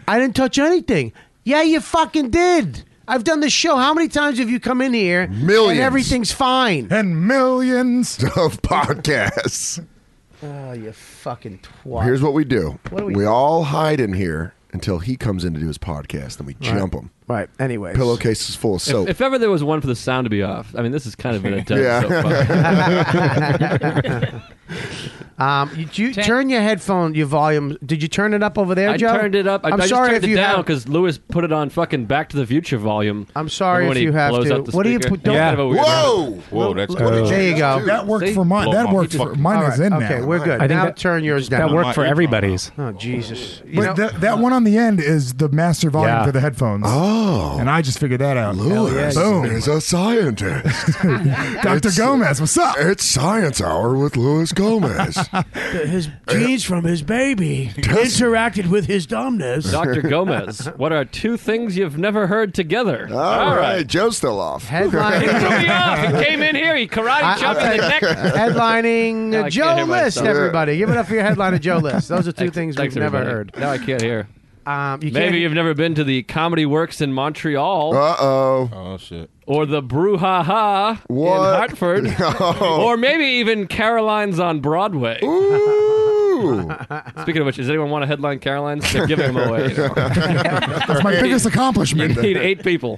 Speaker 2: I didn't touch anything. Yeah, you fucking did. I've done this show. How many times have you come in here?
Speaker 9: Millions.
Speaker 2: And everything's fine.
Speaker 16: And millions
Speaker 9: of podcasts.
Speaker 2: Oh, you fucking twat.
Speaker 9: Here's what we do.
Speaker 2: What do we
Speaker 9: we
Speaker 2: do?
Speaker 9: all hide in here until he comes in to do his podcast, and we jump him.
Speaker 2: Right. Anyway,
Speaker 9: pillowcases full of
Speaker 11: If,
Speaker 9: soap.
Speaker 11: if ever there was one for the sound to be off, I mean, this is kind of an attempt.
Speaker 9: Yeah.
Speaker 11: So far.
Speaker 2: Um, you, you turn your headphone, your volume. Did you turn it up over there,
Speaker 11: I
Speaker 2: Joe?
Speaker 11: turned it up. I,
Speaker 2: I'm
Speaker 11: I
Speaker 2: sorry
Speaker 11: just
Speaker 2: if
Speaker 11: turned
Speaker 2: you
Speaker 11: it down
Speaker 2: have.
Speaker 11: because Lewis put it on fucking Back to the Future volume.
Speaker 2: I'm sorry
Speaker 11: Remember
Speaker 2: if
Speaker 11: when he
Speaker 2: you have
Speaker 11: blows
Speaker 2: to.
Speaker 11: out the
Speaker 2: What do you
Speaker 11: speaker?
Speaker 2: put- don't-
Speaker 11: Kind of a weird
Speaker 2: Whoa!
Speaker 11: one.
Speaker 2: Whoa, that's Whoa. crazy. There you go.
Speaker 16: That worked for mine.
Speaker 11: Blow
Speaker 16: That
Speaker 11: my
Speaker 16: worked for
Speaker 11: fucking-
Speaker 16: mine.
Speaker 2: All
Speaker 16: Is
Speaker 2: right,
Speaker 16: in
Speaker 2: okay,
Speaker 16: now.
Speaker 2: we're good.
Speaker 16: I think
Speaker 2: now
Speaker 16: that-
Speaker 2: turn yours
Speaker 16: that
Speaker 2: down.
Speaker 16: worked My for earphone.
Speaker 3: everybody's.
Speaker 2: Oh Jesus! You
Speaker 16: But
Speaker 2: know-
Speaker 16: that, that one on the end is the master volume
Speaker 2: Yeah.
Speaker 16: for the headphones.
Speaker 9: Uh-huh.
Speaker 16: Oh, and I just figured that out.
Speaker 9: Lewis
Speaker 16: boom.
Speaker 9: is a scientist. Dr.
Speaker 16: Gomez, what's up?
Speaker 9: It's Science Hour with Lewis Gomez.
Speaker 17: his genes from his baby interacted with his dumbness.
Speaker 11: Dr. Gomez, what are two things you've never heard together?
Speaker 2: Uh,
Speaker 9: All right, Joe's still off.
Speaker 2: Headline.
Speaker 11: He came in here, he karate chopped me in the neck.
Speaker 2: Headlining
Speaker 11: Now I
Speaker 2: uh,
Speaker 11: can't
Speaker 2: Joe
Speaker 11: hear
Speaker 2: List,
Speaker 11: myself.
Speaker 2: everybody. Give it up for your headline of Joe List. Those are two
Speaker 11: Thanks-
Speaker 2: things
Speaker 11: thanks,
Speaker 2: we've never
Speaker 11: everybody.
Speaker 2: heard.
Speaker 11: Now I can't hear.
Speaker 2: Um, you can't-
Speaker 11: Maybe you've never been to the Comedy Works in Montreal.
Speaker 9: Uh oh.
Speaker 6: Oh shit.
Speaker 11: Or the Brouhaha
Speaker 9: What?
Speaker 11: in Hartford. Or maybe even Caroline's on Broadway. Oh.
Speaker 9: Ooh.
Speaker 11: Speaking of which, does anyone want to headline Caroline's? They're giving them away.
Speaker 16: That's my biggest accomplishment.
Speaker 11: You need eight people.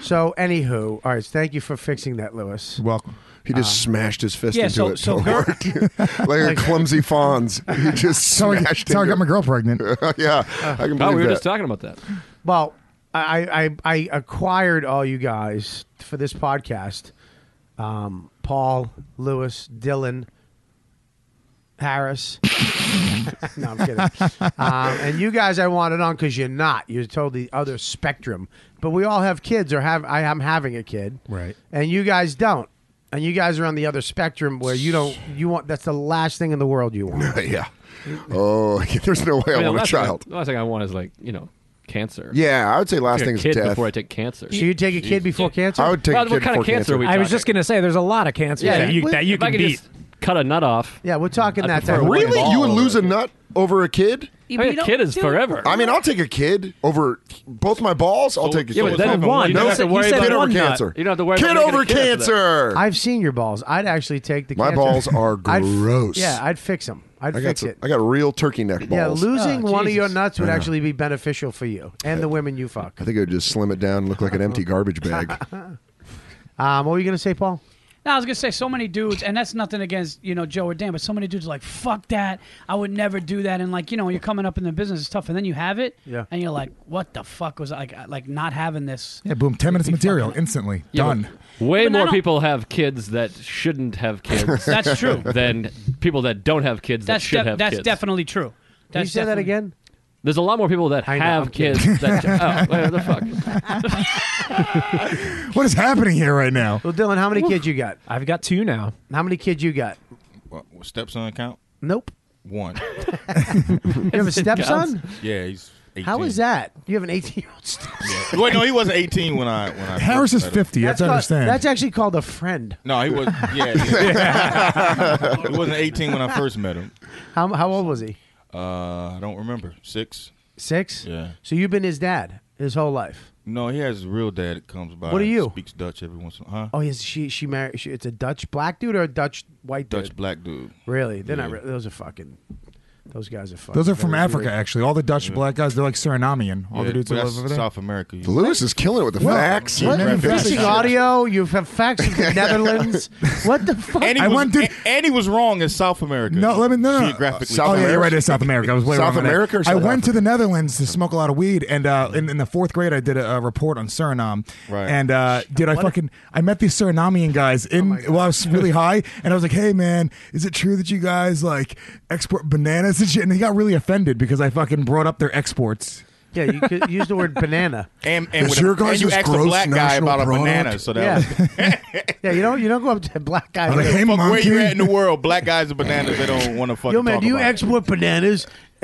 Speaker 2: So, anywho, all right. Thank you for fixing that, Lewis.
Speaker 16: Welcome.
Speaker 9: He just
Speaker 11: Uh-huh.
Speaker 9: smashed his fist
Speaker 2: Yeah,
Speaker 9: into
Speaker 2: so-
Speaker 9: it.
Speaker 2: so
Speaker 9: So like a clumsy Fonz. He just
Speaker 16: That's how I,
Speaker 9: smashed
Speaker 16: that's how I
Speaker 9: into
Speaker 16: got my
Speaker 9: it.
Speaker 16: girl pregnant.
Speaker 9: yeah, I can believe
Speaker 11: Oh, we were
Speaker 9: that.
Speaker 11: just talking about that.
Speaker 2: Well, I, I- I I acquired all you guys for this podcast. Um, Paul, Lewis, Dylan, Harris. no, I'm kidding. Um, and you guys, I wanted on because you're not. You're totally other spectrum. But we all have kids, or have I am having a kid,
Speaker 16: Right.
Speaker 2: and you guys don't. And you guys are on the other spectrum where you don't. You want that's the last thing in the world you want.
Speaker 9: yeah. Oh, there's no way I,
Speaker 11: mean, the
Speaker 9: want a
Speaker 11: last thing
Speaker 9: child.
Speaker 11: the last thing I want is like you know cancer.
Speaker 9: Yeah, I would say last
Speaker 11: Take a
Speaker 9: thing is
Speaker 11: kid
Speaker 9: death.
Speaker 11: before I take cancer.
Speaker 2: So you take a kid before cancer.
Speaker 9: I would take
Speaker 11: Well,
Speaker 9: a
Speaker 11: what
Speaker 9: kid
Speaker 11: kind of
Speaker 9: before
Speaker 11: cancer are we
Speaker 3: I was just gonna say, there's a lot of cancers
Speaker 11: Yeah,
Speaker 3: that you,
Speaker 11: yeah.
Speaker 3: that you
Speaker 11: If I
Speaker 3: can
Speaker 11: could
Speaker 3: beat.
Speaker 11: just cut a nut off.
Speaker 2: Yeah, we're talking
Speaker 11: I
Speaker 2: that
Speaker 11: prefer
Speaker 2: type of
Speaker 11: one
Speaker 2: way.
Speaker 9: Really?
Speaker 11: ball
Speaker 9: You would
Speaker 11: over
Speaker 9: lose a nut over a kid?
Speaker 11: Yeah, I mean, but a kid is dude- forever.
Speaker 9: I mean, I'll take a kid over both my balls. I'll take a
Speaker 11: yeah,
Speaker 9: kid.
Speaker 11: but then
Speaker 9: over
Speaker 11: one. You
Speaker 9: No,
Speaker 11: don't have to
Speaker 9: kid
Speaker 11: worry about
Speaker 9: over
Speaker 11: one nut.
Speaker 9: cancer.
Speaker 11: You don't have to worry
Speaker 9: Kid
Speaker 11: about making a
Speaker 9: over
Speaker 11: kid after that.
Speaker 9: cancer.
Speaker 2: I've seen your balls. I'd actually take the.
Speaker 9: My
Speaker 2: cancer.
Speaker 9: balls are
Speaker 2: I'd f-
Speaker 9: gross.
Speaker 2: yeah, I'd fix them. I'd
Speaker 9: I got
Speaker 2: fix
Speaker 9: some,
Speaker 2: it.
Speaker 9: I got real turkey neck
Speaker 2: Yeah,
Speaker 9: balls.
Speaker 2: losing
Speaker 11: Oh,
Speaker 2: one of your
Speaker 11: Jesus.
Speaker 2: nuts would
Speaker 9: Yeah.
Speaker 2: actually be beneficial for you and the women you fuck.
Speaker 9: I think I would just slim it down, and look like an empty garbage bag.
Speaker 2: Um, what were you gonna say, Paul?
Speaker 4: No, I was gonna say so many dudes, and that's nothing against you know Joe or Dan, but so many dudes are like, "Fuck that! I would never do that." And like you know, when you're coming up in the business, it's tough, and then you have it,
Speaker 16: Yeah.
Speaker 4: and you're like, "What the fuck was I, like like not having this?"
Speaker 16: Yeah, boom. Ten minutes of material instantly
Speaker 11: Yeah, but
Speaker 16: done.
Speaker 4: But
Speaker 11: Way
Speaker 4: I
Speaker 11: more
Speaker 4: don't-
Speaker 11: people have kids that shouldn't have kids.
Speaker 4: That's true.
Speaker 11: Than people that don't have kids that
Speaker 4: That's
Speaker 11: should
Speaker 4: de-
Speaker 11: have
Speaker 4: that's
Speaker 11: kids.
Speaker 4: definitely true.
Speaker 2: Can you
Speaker 4: That's
Speaker 2: say that
Speaker 4: definitely-
Speaker 2: again?
Speaker 11: There's a lot more people that
Speaker 2: know,
Speaker 11: have
Speaker 2: I'm
Speaker 11: kids.
Speaker 2: kidding.
Speaker 11: That oh, wait, what the fuck?
Speaker 16: What is happening here right now?
Speaker 2: Well, Dylan, how many
Speaker 16: Whew.
Speaker 2: kids you got?
Speaker 3: I've got two now.
Speaker 2: How many kids you got?
Speaker 6: What, what stepson count?
Speaker 2: Nope.
Speaker 6: One.
Speaker 2: You have a stepson?
Speaker 6: Yeah, he's. 18.
Speaker 2: How is that? You have an 18 year old stepson.
Speaker 6: Wait, no, he wasn't 18 when I when I.
Speaker 16: Harris
Speaker 6: first
Speaker 16: is
Speaker 6: met him.
Speaker 16: fifty. That's,
Speaker 2: called-
Speaker 16: understand.
Speaker 2: That's actually called a friend.
Speaker 6: No, he was. Yeah, yeah. he wasn't 18 when I first met him.
Speaker 2: How, how old was he?
Speaker 6: Uh, I don't remember. Six.
Speaker 2: Six?
Speaker 6: Yeah.
Speaker 2: So you've been his dad his whole life.
Speaker 6: No, he has a real dad that comes by.
Speaker 2: What are
Speaker 6: and
Speaker 2: you?
Speaker 6: Speaks Dutch every once in a while. Huh?
Speaker 2: Oh, yes. She she married. She, it's a Dutch black dude or a Dutch white dude.
Speaker 6: Dutch black dude.
Speaker 2: Really? They're not.
Speaker 6: Yeah.
Speaker 2: Re- those are fucking. Those guys are fucking.
Speaker 16: Those are from
Speaker 2: very
Speaker 16: Africa,
Speaker 2: weird.
Speaker 16: actually. All the Dutch black guys, they're like Surinamian. All
Speaker 6: Yeah,
Speaker 16: the dudes
Speaker 6: but
Speaker 16: that live
Speaker 6: that's
Speaker 16: over there.
Speaker 6: South America. You-
Speaker 9: Lewis is killing it with the
Speaker 16: Well,
Speaker 9: facts.
Speaker 16: what?
Speaker 9: Geographic
Speaker 16: Facts.
Speaker 9: shit.
Speaker 2: Missing audio. You have facts from the Netherlands. What the fuck?
Speaker 6: And he,
Speaker 16: I
Speaker 6: was,
Speaker 16: went to-
Speaker 6: and he was wrong in South America.
Speaker 16: No, let me no, no.
Speaker 6: Geographically.
Speaker 16: oh yeah, you're right. It's South America. I was way
Speaker 9: South
Speaker 16: wrong on that.
Speaker 9: America or
Speaker 16: I
Speaker 9: South
Speaker 16: went to the Netherlands to smoke a lot of weed, and uh, in, in the fourth grade, I did a, a report on Suriname.
Speaker 6: Right.
Speaker 16: And uh, did I fucking I met these Surinamian guys in well, I was really high, and I was like, "Hey man, is it true that you guys like export bananas and shit?" And they got really offended because I fucking brought up their exports.
Speaker 2: Yeah, you could use the word banana.
Speaker 6: And, and,
Speaker 9: Is
Speaker 6: with
Speaker 9: your
Speaker 6: a, and
Speaker 9: guys'
Speaker 6: you asked a
Speaker 9: gross
Speaker 6: black guy
Speaker 9: national
Speaker 6: about
Speaker 9: product?
Speaker 6: a banana, so that
Speaker 2: Yeah.
Speaker 6: was
Speaker 2: yeah, you don't you don't go up to a black guy.
Speaker 16: I was like,
Speaker 2: and go,
Speaker 16: "Hey
Speaker 6: Fuck, where
Speaker 16: monkey,
Speaker 6: you at in the world, black guys and bananas, they don't want to fucking
Speaker 2: Yo, man,
Speaker 6: talk
Speaker 2: do you
Speaker 6: about it.
Speaker 2: export bananas?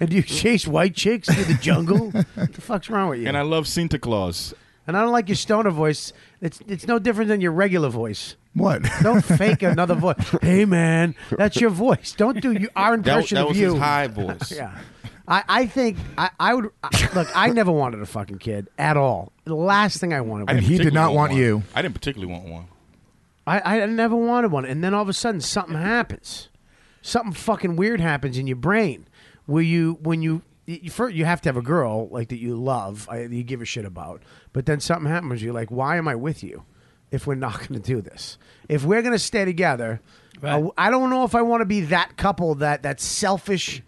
Speaker 2: and you chase white chicks through the jungle? what the fuck's wrong with you?
Speaker 6: And I love Santa Claus.
Speaker 2: And I don't like your stoner voice. It's it's no different than your regular voice.
Speaker 9: What?
Speaker 2: Don't fake another voice. Hey man, that's your voice. Don't do you, our
Speaker 6: That,
Speaker 2: impression
Speaker 6: that
Speaker 2: of
Speaker 6: was
Speaker 2: you.
Speaker 6: his high voice.
Speaker 2: yeah. I, I think I, I would I, look. I never wanted a fucking kid at all. The last thing I wanted.
Speaker 6: I
Speaker 2: was a
Speaker 6: didn't
Speaker 2: kid.
Speaker 6: particularly one. I didn't particularly want one.
Speaker 2: I, I never wanted one. And then all of a sudden, something happens. Something fucking weird happens in your brain where you, when you, you, first, you have to have a girl like that you love, I, you give a shit about. But then something happens. You're like, why am I with you if we're not going to do this? If we're going to stay together, I, I don't know if I want to be that couple that that selfish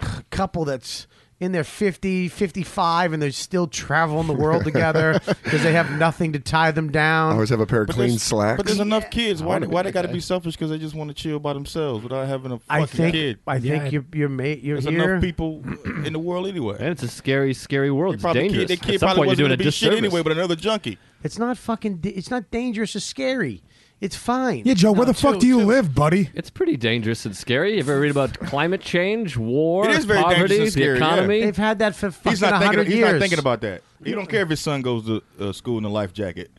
Speaker 2: couple that's in their 50, 55, and they're still traveling the world together because they have nothing to tie them down.
Speaker 7: I always have a pair of
Speaker 6: But
Speaker 7: clean
Speaker 6: there's-
Speaker 7: slacks.
Speaker 6: But there's enough kids.
Speaker 2: I
Speaker 6: Why,
Speaker 2: wanna be
Speaker 6: why they
Speaker 2: that
Speaker 6: got to
Speaker 2: guy.
Speaker 6: be selfish? Because they just want to chill by themselves without having a fucking
Speaker 2: I think
Speaker 6: kid.
Speaker 2: I think you're you're mate you're
Speaker 6: There's
Speaker 2: here.
Speaker 6: enough people in the world anyway.
Speaker 11: And it's a scary, scary world. It's
Speaker 6: Probably
Speaker 11: dangerous.
Speaker 6: Kid, that kid
Speaker 11: At some
Speaker 6: probably
Speaker 11: point,
Speaker 6: wasn't
Speaker 11: you're doing a
Speaker 6: gonna be shit
Speaker 11: disservice.
Speaker 6: anyway, but another junkie.
Speaker 2: It's not fucking. da- It's not dangerous. It's scary. It's fine.
Speaker 9: Yeah, Joe, where the fuck do you live, buddy?
Speaker 11: It's pretty dangerous and scary. You ever read about climate change, war,
Speaker 6: It is very dangerous
Speaker 11: poverty,
Speaker 6: and
Speaker 11: the
Speaker 6: scary, yeah.
Speaker 11: economy?
Speaker 2: They've had that for fucking
Speaker 6: He's not thinking.
Speaker 2: 100
Speaker 6: He's
Speaker 2: years.
Speaker 6: not thinking about that. He don't care if his son goes to uh, school in a life jacket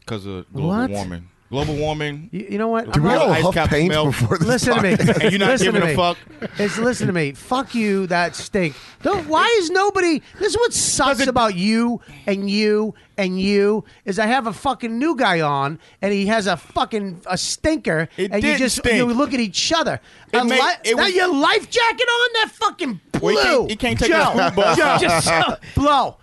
Speaker 6: because of global
Speaker 2: What?
Speaker 6: warming. Global warming.
Speaker 2: You, you know what?
Speaker 6: Do we all huff paint before this
Speaker 2: Listen to me.
Speaker 6: podcast? And you're not
Speaker 2: listen to
Speaker 6: giving a
Speaker 2: me.
Speaker 6: fuck?
Speaker 2: It's listen to me. Fuck you. That stink. Don't. Why is nobody? This is what sucks about you and you and you is I have a fucking new guy on and he has a fucking a stinker and you
Speaker 6: didn't
Speaker 2: just
Speaker 6: stink.
Speaker 2: you look at each other.
Speaker 6: It
Speaker 2: A
Speaker 6: made-
Speaker 2: li-
Speaker 6: it
Speaker 2: now
Speaker 6: was-
Speaker 2: your life jacket on that fucking blue.
Speaker 6: Well, you can't- you can't take
Speaker 2: Joe,
Speaker 6: that food ball.
Speaker 2: Joe, just blow.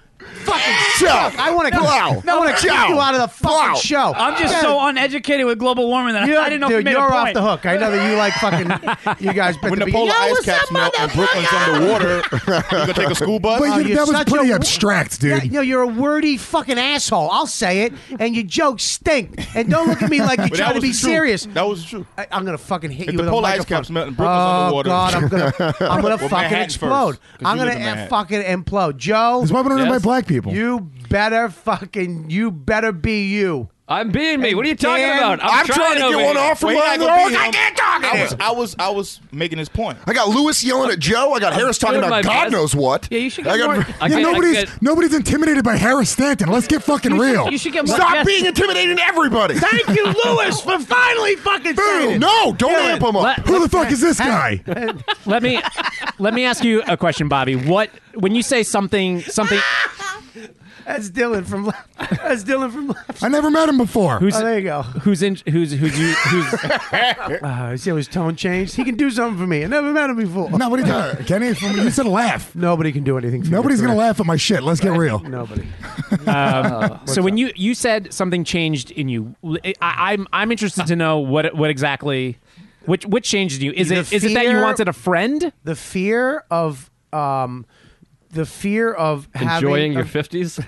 Speaker 2: Fucking suck. I want to
Speaker 4: Blow.
Speaker 2: I want to kick
Speaker 4: Blow.
Speaker 2: you out of the fucking
Speaker 4: Blow.
Speaker 2: show.
Speaker 4: I'm just
Speaker 2: Yeah.
Speaker 4: so uneducated with global warming that
Speaker 2: You're,
Speaker 4: I didn't know
Speaker 2: dude,
Speaker 4: if you made
Speaker 2: you're
Speaker 4: a
Speaker 2: off
Speaker 4: point.
Speaker 2: the hook. I know that you like fucking you guys. But
Speaker 6: When the
Speaker 2: be-
Speaker 6: polar
Speaker 2: Yo,
Speaker 6: ice
Speaker 2: what's
Speaker 6: caps
Speaker 2: up,
Speaker 6: melt and Brooklyn's underwater, you're gonna take a school bus.
Speaker 2: But you- Oh, you're that was such pretty a-
Speaker 9: abstract, dude.
Speaker 2: You know, you're a wordy fucking asshole. I'll say it. And your jokes stink. And don't look at me like you're
Speaker 6: But that
Speaker 2: trying to
Speaker 6: was
Speaker 2: be
Speaker 6: the truth.
Speaker 2: serious.
Speaker 6: That was true.
Speaker 2: I, I'm gonna fucking hit
Speaker 6: If
Speaker 2: you
Speaker 6: the
Speaker 2: with a
Speaker 6: polar ice
Speaker 2: microphone.
Speaker 6: caps melt and
Speaker 2: oh
Speaker 6: Brooklyn's underwater.
Speaker 2: god, I'm gonna, I'm gonna
Speaker 6: Well,
Speaker 2: fucking
Speaker 6: Manhattan first, 'cause
Speaker 2: explode.
Speaker 6: you
Speaker 2: I'm
Speaker 6: live
Speaker 2: gonna
Speaker 6: in
Speaker 2: em-
Speaker 6: Manhattan.
Speaker 2: fucking implode, Joe. That's
Speaker 9: why we're run by Yes. black people.
Speaker 2: You better fucking, you better be you.
Speaker 11: I'm being me. What are you
Speaker 2: And
Speaker 11: talking
Speaker 2: Dan-
Speaker 11: about? I'm,
Speaker 2: I'm trying to
Speaker 11: over
Speaker 2: get one
Speaker 11: here.
Speaker 2: off from
Speaker 11: Wait,
Speaker 2: under
Speaker 11: I go
Speaker 2: the rug.
Speaker 11: pee
Speaker 2: I
Speaker 11: on-
Speaker 2: can't talk
Speaker 6: I
Speaker 2: to
Speaker 6: was,
Speaker 2: you.
Speaker 6: I was, I was making his point.
Speaker 7: I got Lewis yelling at Joe. I got Harris talking
Speaker 6: doing
Speaker 7: about
Speaker 6: my
Speaker 7: God
Speaker 6: best.
Speaker 7: knows what.
Speaker 6: Yeah, you should
Speaker 7: I
Speaker 6: get more- I
Speaker 9: Yeah,
Speaker 6: get- I
Speaker 9: nobody's
Speaker 6: get-
Speaker 9: nobody's intimidated by Harris Stanton. Let's get fucking
Speaker 7: You should-
Speaker 9: real.
Speaker 7: you should get more Stop guests. being intimidating everybody.
Speaker 2: Thank you, Lewis, for finally fucking saying it.
Speaker 7: No, don't
Speaker 2: Dylan,
Speaker 7: amp him up.
Speaker 2: let-
Speaker 7: Who the
Speaker 2: let-
Speaker 7: fuck is this
Speaker 2: Hey,
Speaker 7: guy?
Speaker 3: let me let me ask you a question, Bobby. What when you say something something
Speaker 2: That's Dylan from. Left- That's Dylan from. Left.
Speaker 9: I never met him before.
Speaker 3: who's
Speaker 2: oh, there you go.
Speaker 3: who's in who's who's you who's
Speaker 2: Ah, you see how his tone changed? He can do something for me. I never met him before.
Speaker 9: No, what are you talking? Kenny, from, you said laugh.
Speaker 2: Nobody can do anything. For
Speaker 9: Nobody's
Speaker 2: you,
Speaker 9: gonna laugh at my shit. Let's get real.
Speaker 2: Nobody.
Speaker 3: um, so when you you said something changed in you, I, am I'm interested to know what what exactly which what changed in you. Is
Speaker 2: The
Speaker 3: it is it that you
Speaker 2: fear-
Speaker 3: wanted a friend?
Speaker 2: The fear of um, the fear of having
Speaker 11: Enjoying your
Speaker 2: of-
Speaker 11: fifties.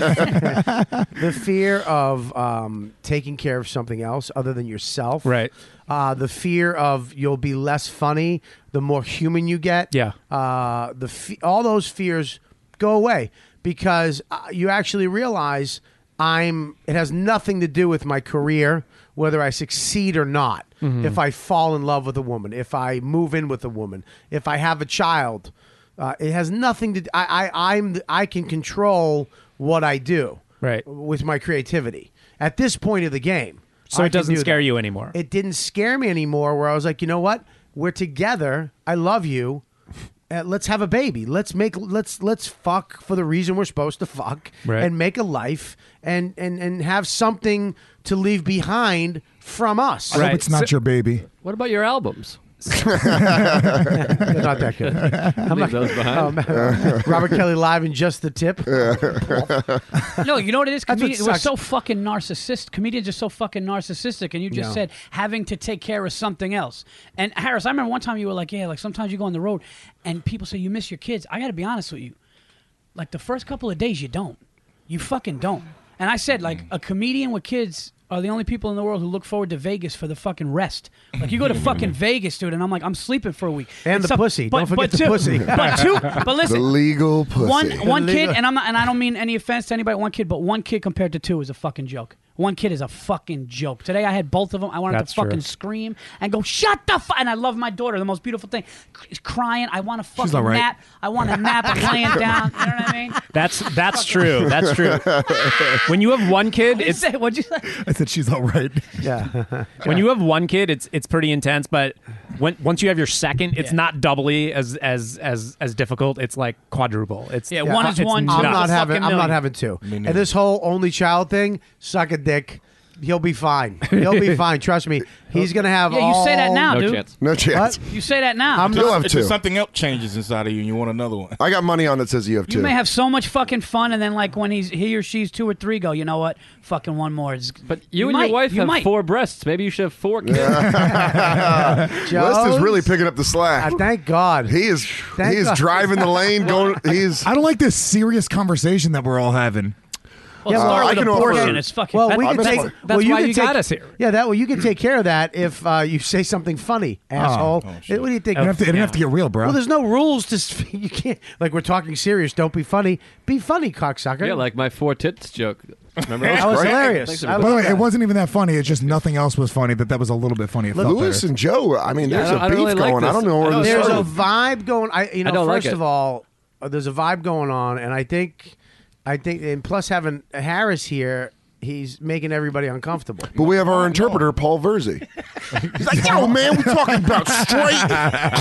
Speaker 2: the fear of um, taking care of something else other than yourself.
Speaker 3: Right.
Speaker 2: Uh, the fear of you'll be less funny the more human you get.
Speaker 3: Yeah.
Speaker 2: Uh, the fe- all those fears go away because uh, you actually realize I'm. It has nothing to do with my career whether I succeed or not.
Speaker 3: Mhm.
Speaker 2: If I fall in love with a woman, if I move in with a woman, if I have a child. Uh, it has nothing to. d- I, I I'm I can control what I do
Speaker 3: Right.
Speaker 2: with my creativity at this point of the game.
Speaker 3: So
Speaker 2: I
Speaker 3: it
Speaker 2: can
Speaker 3: doesn't
Speaker 2: do
Speaker 3: scare
Speaker 2: that.
Speaker 3: you anymore.
Speaker 2: It didn't scare me anymore. Where I was like, you know what? We're together. I love you. Uh, let's have a baby. Let's make. Let's let's fuck for the reason we're supposed to fuck,
Speaker 3: Right.
Speaker 2: and make a life, and and and have something to leave behind from us.
Speaker 9: I hope it's not your baby.
Speaker 11: What about your albums?
Speaker 2: They're not that good.
Speaker 11: Leave those behind.
Speaker 2: Um, Robert Kelly live and just the tip.
Speaker 4: No, you know what it is?
Speaker 2: That's what
Speaker 4: Comedians, we're
Speaker 2: sucks.
Speaker 4: so fucking narcissist. Comedians are so fucking narcissistic. And you just
Speaker 2: No.
Speaker 4: said having to take care of something else. And Harris, I remember one time you were like, yeah, like sometimes you go on the road and people say you miss your kids. I got to be honest with you. Like the first couple of days, you don't. You fucking don't. And I said, like,
Speaker 2: Mm-hmm.
Speaker 4: a comedian with kids are the only people in the world who look forward to Vegas for the fucking rest. Like, you go to fucking Vegas, dude, and I'm like, I'm sleeping for a week.
Speaker 2: And
Speaker 4: It's
Speaker 2: the
Speaker 4: up-
Speaker 2: pussy. Don't forget the
Speaker 4: two-
Speaker 2: pussy.
Speaker 4: But two, but listen,
Speaker 7: The legal pussy.
Speaker 4: one one
Speaker 7: The
Speaker 4: kid,
Speaker 7: legal-
Speaker 4: and I'm not, and I don't mean any offense to anybody. One kid, but one kid compared to two is a fucking joke. One kid is a fucking joke. Today I had both of them. I wanted
Speaker 3: That's
Speaker 4: to fucking
Speaker 3: true.
Speaker 4: scream and go, shut the fuck. And I love my daughter, the most beautiful thing. C- crying. I want to fucking
Speaker 3: all right.
Speaker 4: nap. I want to nap I'm laying down. You know what I mean?
Speaker 3: That's that's true. That's true. When you have one kid,
Speaker 4: What'd you
Speaker 3: it's
Speaker 4: say? What'd you say?
Speaker 9: I said she's all right.
Speaker 2: Yeah.
Speaker 3: when you have one kid, it's it's pretty intense. But when once you have your second, it's not doubly as as as as difficult. It's like quadruple. It's it's
Speaker 2: I'm
Speaker 3: nuts.
Speaker 2: not having. I'm not having two. And this whole only child thing, suck a dick. He'll be fine. He'll be fine. Trust me. He's gonna have.
Speaker 4: Yeah, you say that
Speaker 2: all-
Speaker 4: now, No dude. chance.
Speaker 7: No chance.
Speaker 4: You say that now.
Speaker 7: You'll have two.
Speaker 6: Something else changes inside of you, and you want another one.
Speaker 7: I got money on that says you have
Speaker 4: You may have so much fucking fun, and then like when he's he or she's two or three, go. You know what? Fucking one more. It's, but
Speaker 11: You, and
Speaker 4: might,
Speaker 11: your wife
Speaker 4: you
Speaker 11: have
Speaker 4: might.
Speaker 11: four breasts. Maybe you should have four kids.
Speaker 7: West is really picking up the slack.
Speaker 2: Ah, thank God.
Speaker 7: He is.
Speaker 9: Thank
Speaker 7: he is
Speaker 9: God.
Speaker 7: driving the lane. Going. He's.
Speaker 9: I don't like this serious conversation that we're all having.
Speaker 7: Yeah,
Speaker 2: Uh,
Speaker 7: well, uh, I can offer-
Speaker 2: Well, we can take. well, you can take-
Speaker 9: here.
Speaker 2: Yeah, that well, you can take care of that if uh, you say something funny, asshole.
Speaker 9: Oh,
Speaker 2: It- what do you think?
Speaker 9: It didn't have to- it didn't have to get real, bro.
Speaker 2: Well, there's no rules to. s- You can't like we're talking serious. Don't be funny. Be funny, cocksucker.
Speaker 11: Yeah, like my four tits joke. Remember
Speaker 2: That was hilarious.
Speaker 11: Thanks,
Speaker 9: By
Speaker 11: everybody.
Speaker 9: the way, it wasn't even that funny. It's just nothing else was funny. That that was a little bit funny. It felt
Speaker 7: Lewis
Speaker 9: better.
Speaker 7: and Joe. I mean,
Speaker 11: Yeah,
Speaker 7: there's
Speaker 11: I don't- I
Speaker 7: a
Speaker 11: don't
Speaker 7: beef
Speaker 11: really like
Speaker 7: going. I
Speaker 11: this. Oh,
Speaker 7: don't know
Speaker 11: I
Speaker 6: Oh,
Speaker 7: where
Speaker 11: don't-
Speaker 7: this
Speaker 2: there's a
Speaker 7: started.
Speaker 2: vibe going. I you
Speaker 11: I
Speaker 2: know,
Speaker 11: don't like
Speaker 2: first
Speaker 11: it.
Speaker 2: of all, uh, there's a vibe going on, and I think, I think, and plus having Harris here, he's making everybody uncomfortable.
Speaker 7: But we have our interpreter, Paul Verzi. He's like, yo, man, we're talking about straight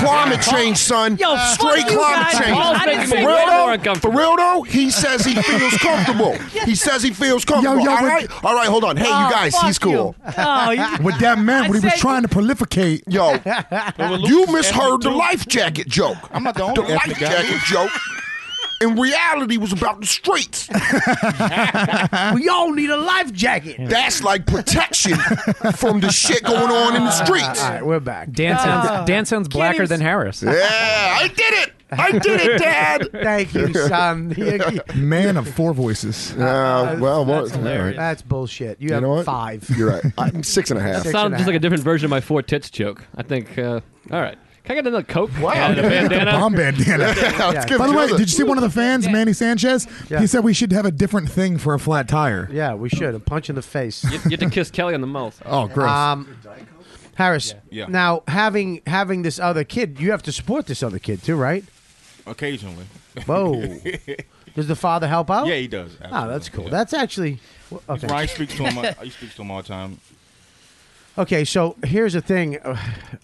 Speaker 7: climate change, son.
Speaker 10: Yo, fuck
Speaker 7: straight
Speaker 10: you
Speaker 7: climate
Speaker 10: guys.
Speaker 7: change.
Speaker 10: Paul's I didn't making
Speaker 7: for
Speaker 10: me
Speaker 7: real
Speaker 10: way more
Speaker 7: though, for real though, he says he feels comfortable. He says he feels comfortable.
Speaker 9: yo,
Speaker 7: all
Speaker 9: but-
Speaker 7: right, all right, hold on. Hey,
Speaker 9: Oh,
Speaker 7: you guys, he's
Speaker 9: fuck you.
Speaker 7: cool.
Speaker 9: Oh, you- What that meant, I what he was said- trying to prolificate.
Speaker 7: Yo,
Speaker 6: with
Speaker 7: you
Speaker 6: Lucas
Speaker 7: misheard the
Speaker 6: ethnic
Speaker 7: life jacket joke. I'm not the
Speaker 6: only
Speaker 7: The life
Speaker 6: ethnic guy.
Speaker 7: jacket joke. In reality, was about the streets.
Speaker 2: we all need a life jacket.
Speaker 7: That's like protection from the shit going on in the streets.
Speaker 2: All right, we're back.
Speaker 3: Dan sounds Dan sounds blacker
Speaker 2: even
Speaker 3: than Harris.
Speaker 7: Yeah, I did it. I did it, Dad.
Speaker 2: Thank you, son. You-
Speaker 9: Man of four voices.
Speaker 7: Uh, well, what?
Speaker 2: That's bullshit. You,
Speaker 7: You
Speaker 2: have
Speaker 7: know what?
Speaker 2: five.
Speaker 7: You're right. I'm six and a half.
Speaker 11: That sounds just like a different version of my four tits joke. I think. Uh, all right, can I get another Coke and a bandana?
Speaker 9: Bomb bandana. By the way, did you see one of the fans, Manny Sanchez? He said we should have a different thing for a flat tire.
Speaker 2: yeah, we should. A punch in the face.
Speaker 11: You, you have to kiss Kelly on the mouth.
Speaker 9: Oh, gross.
Speaker 2: Um, Harris.
Speaker 6: Yeah. Yeah.
Speaker 2: Now having having this other kid, you have to support this other kid too, right?
Speaker 6: Occasionally.
Speaker 2: Whoa. Does the father help out?
Speaker 6: Yeah, he does,
Speaker 2: Oh, that's cool. That's actually well, okay.
Speaker 6: Ryan speaks to him. uh, He speaks to him all the time.
Speaker 2: okay, so here's the thing. Uh,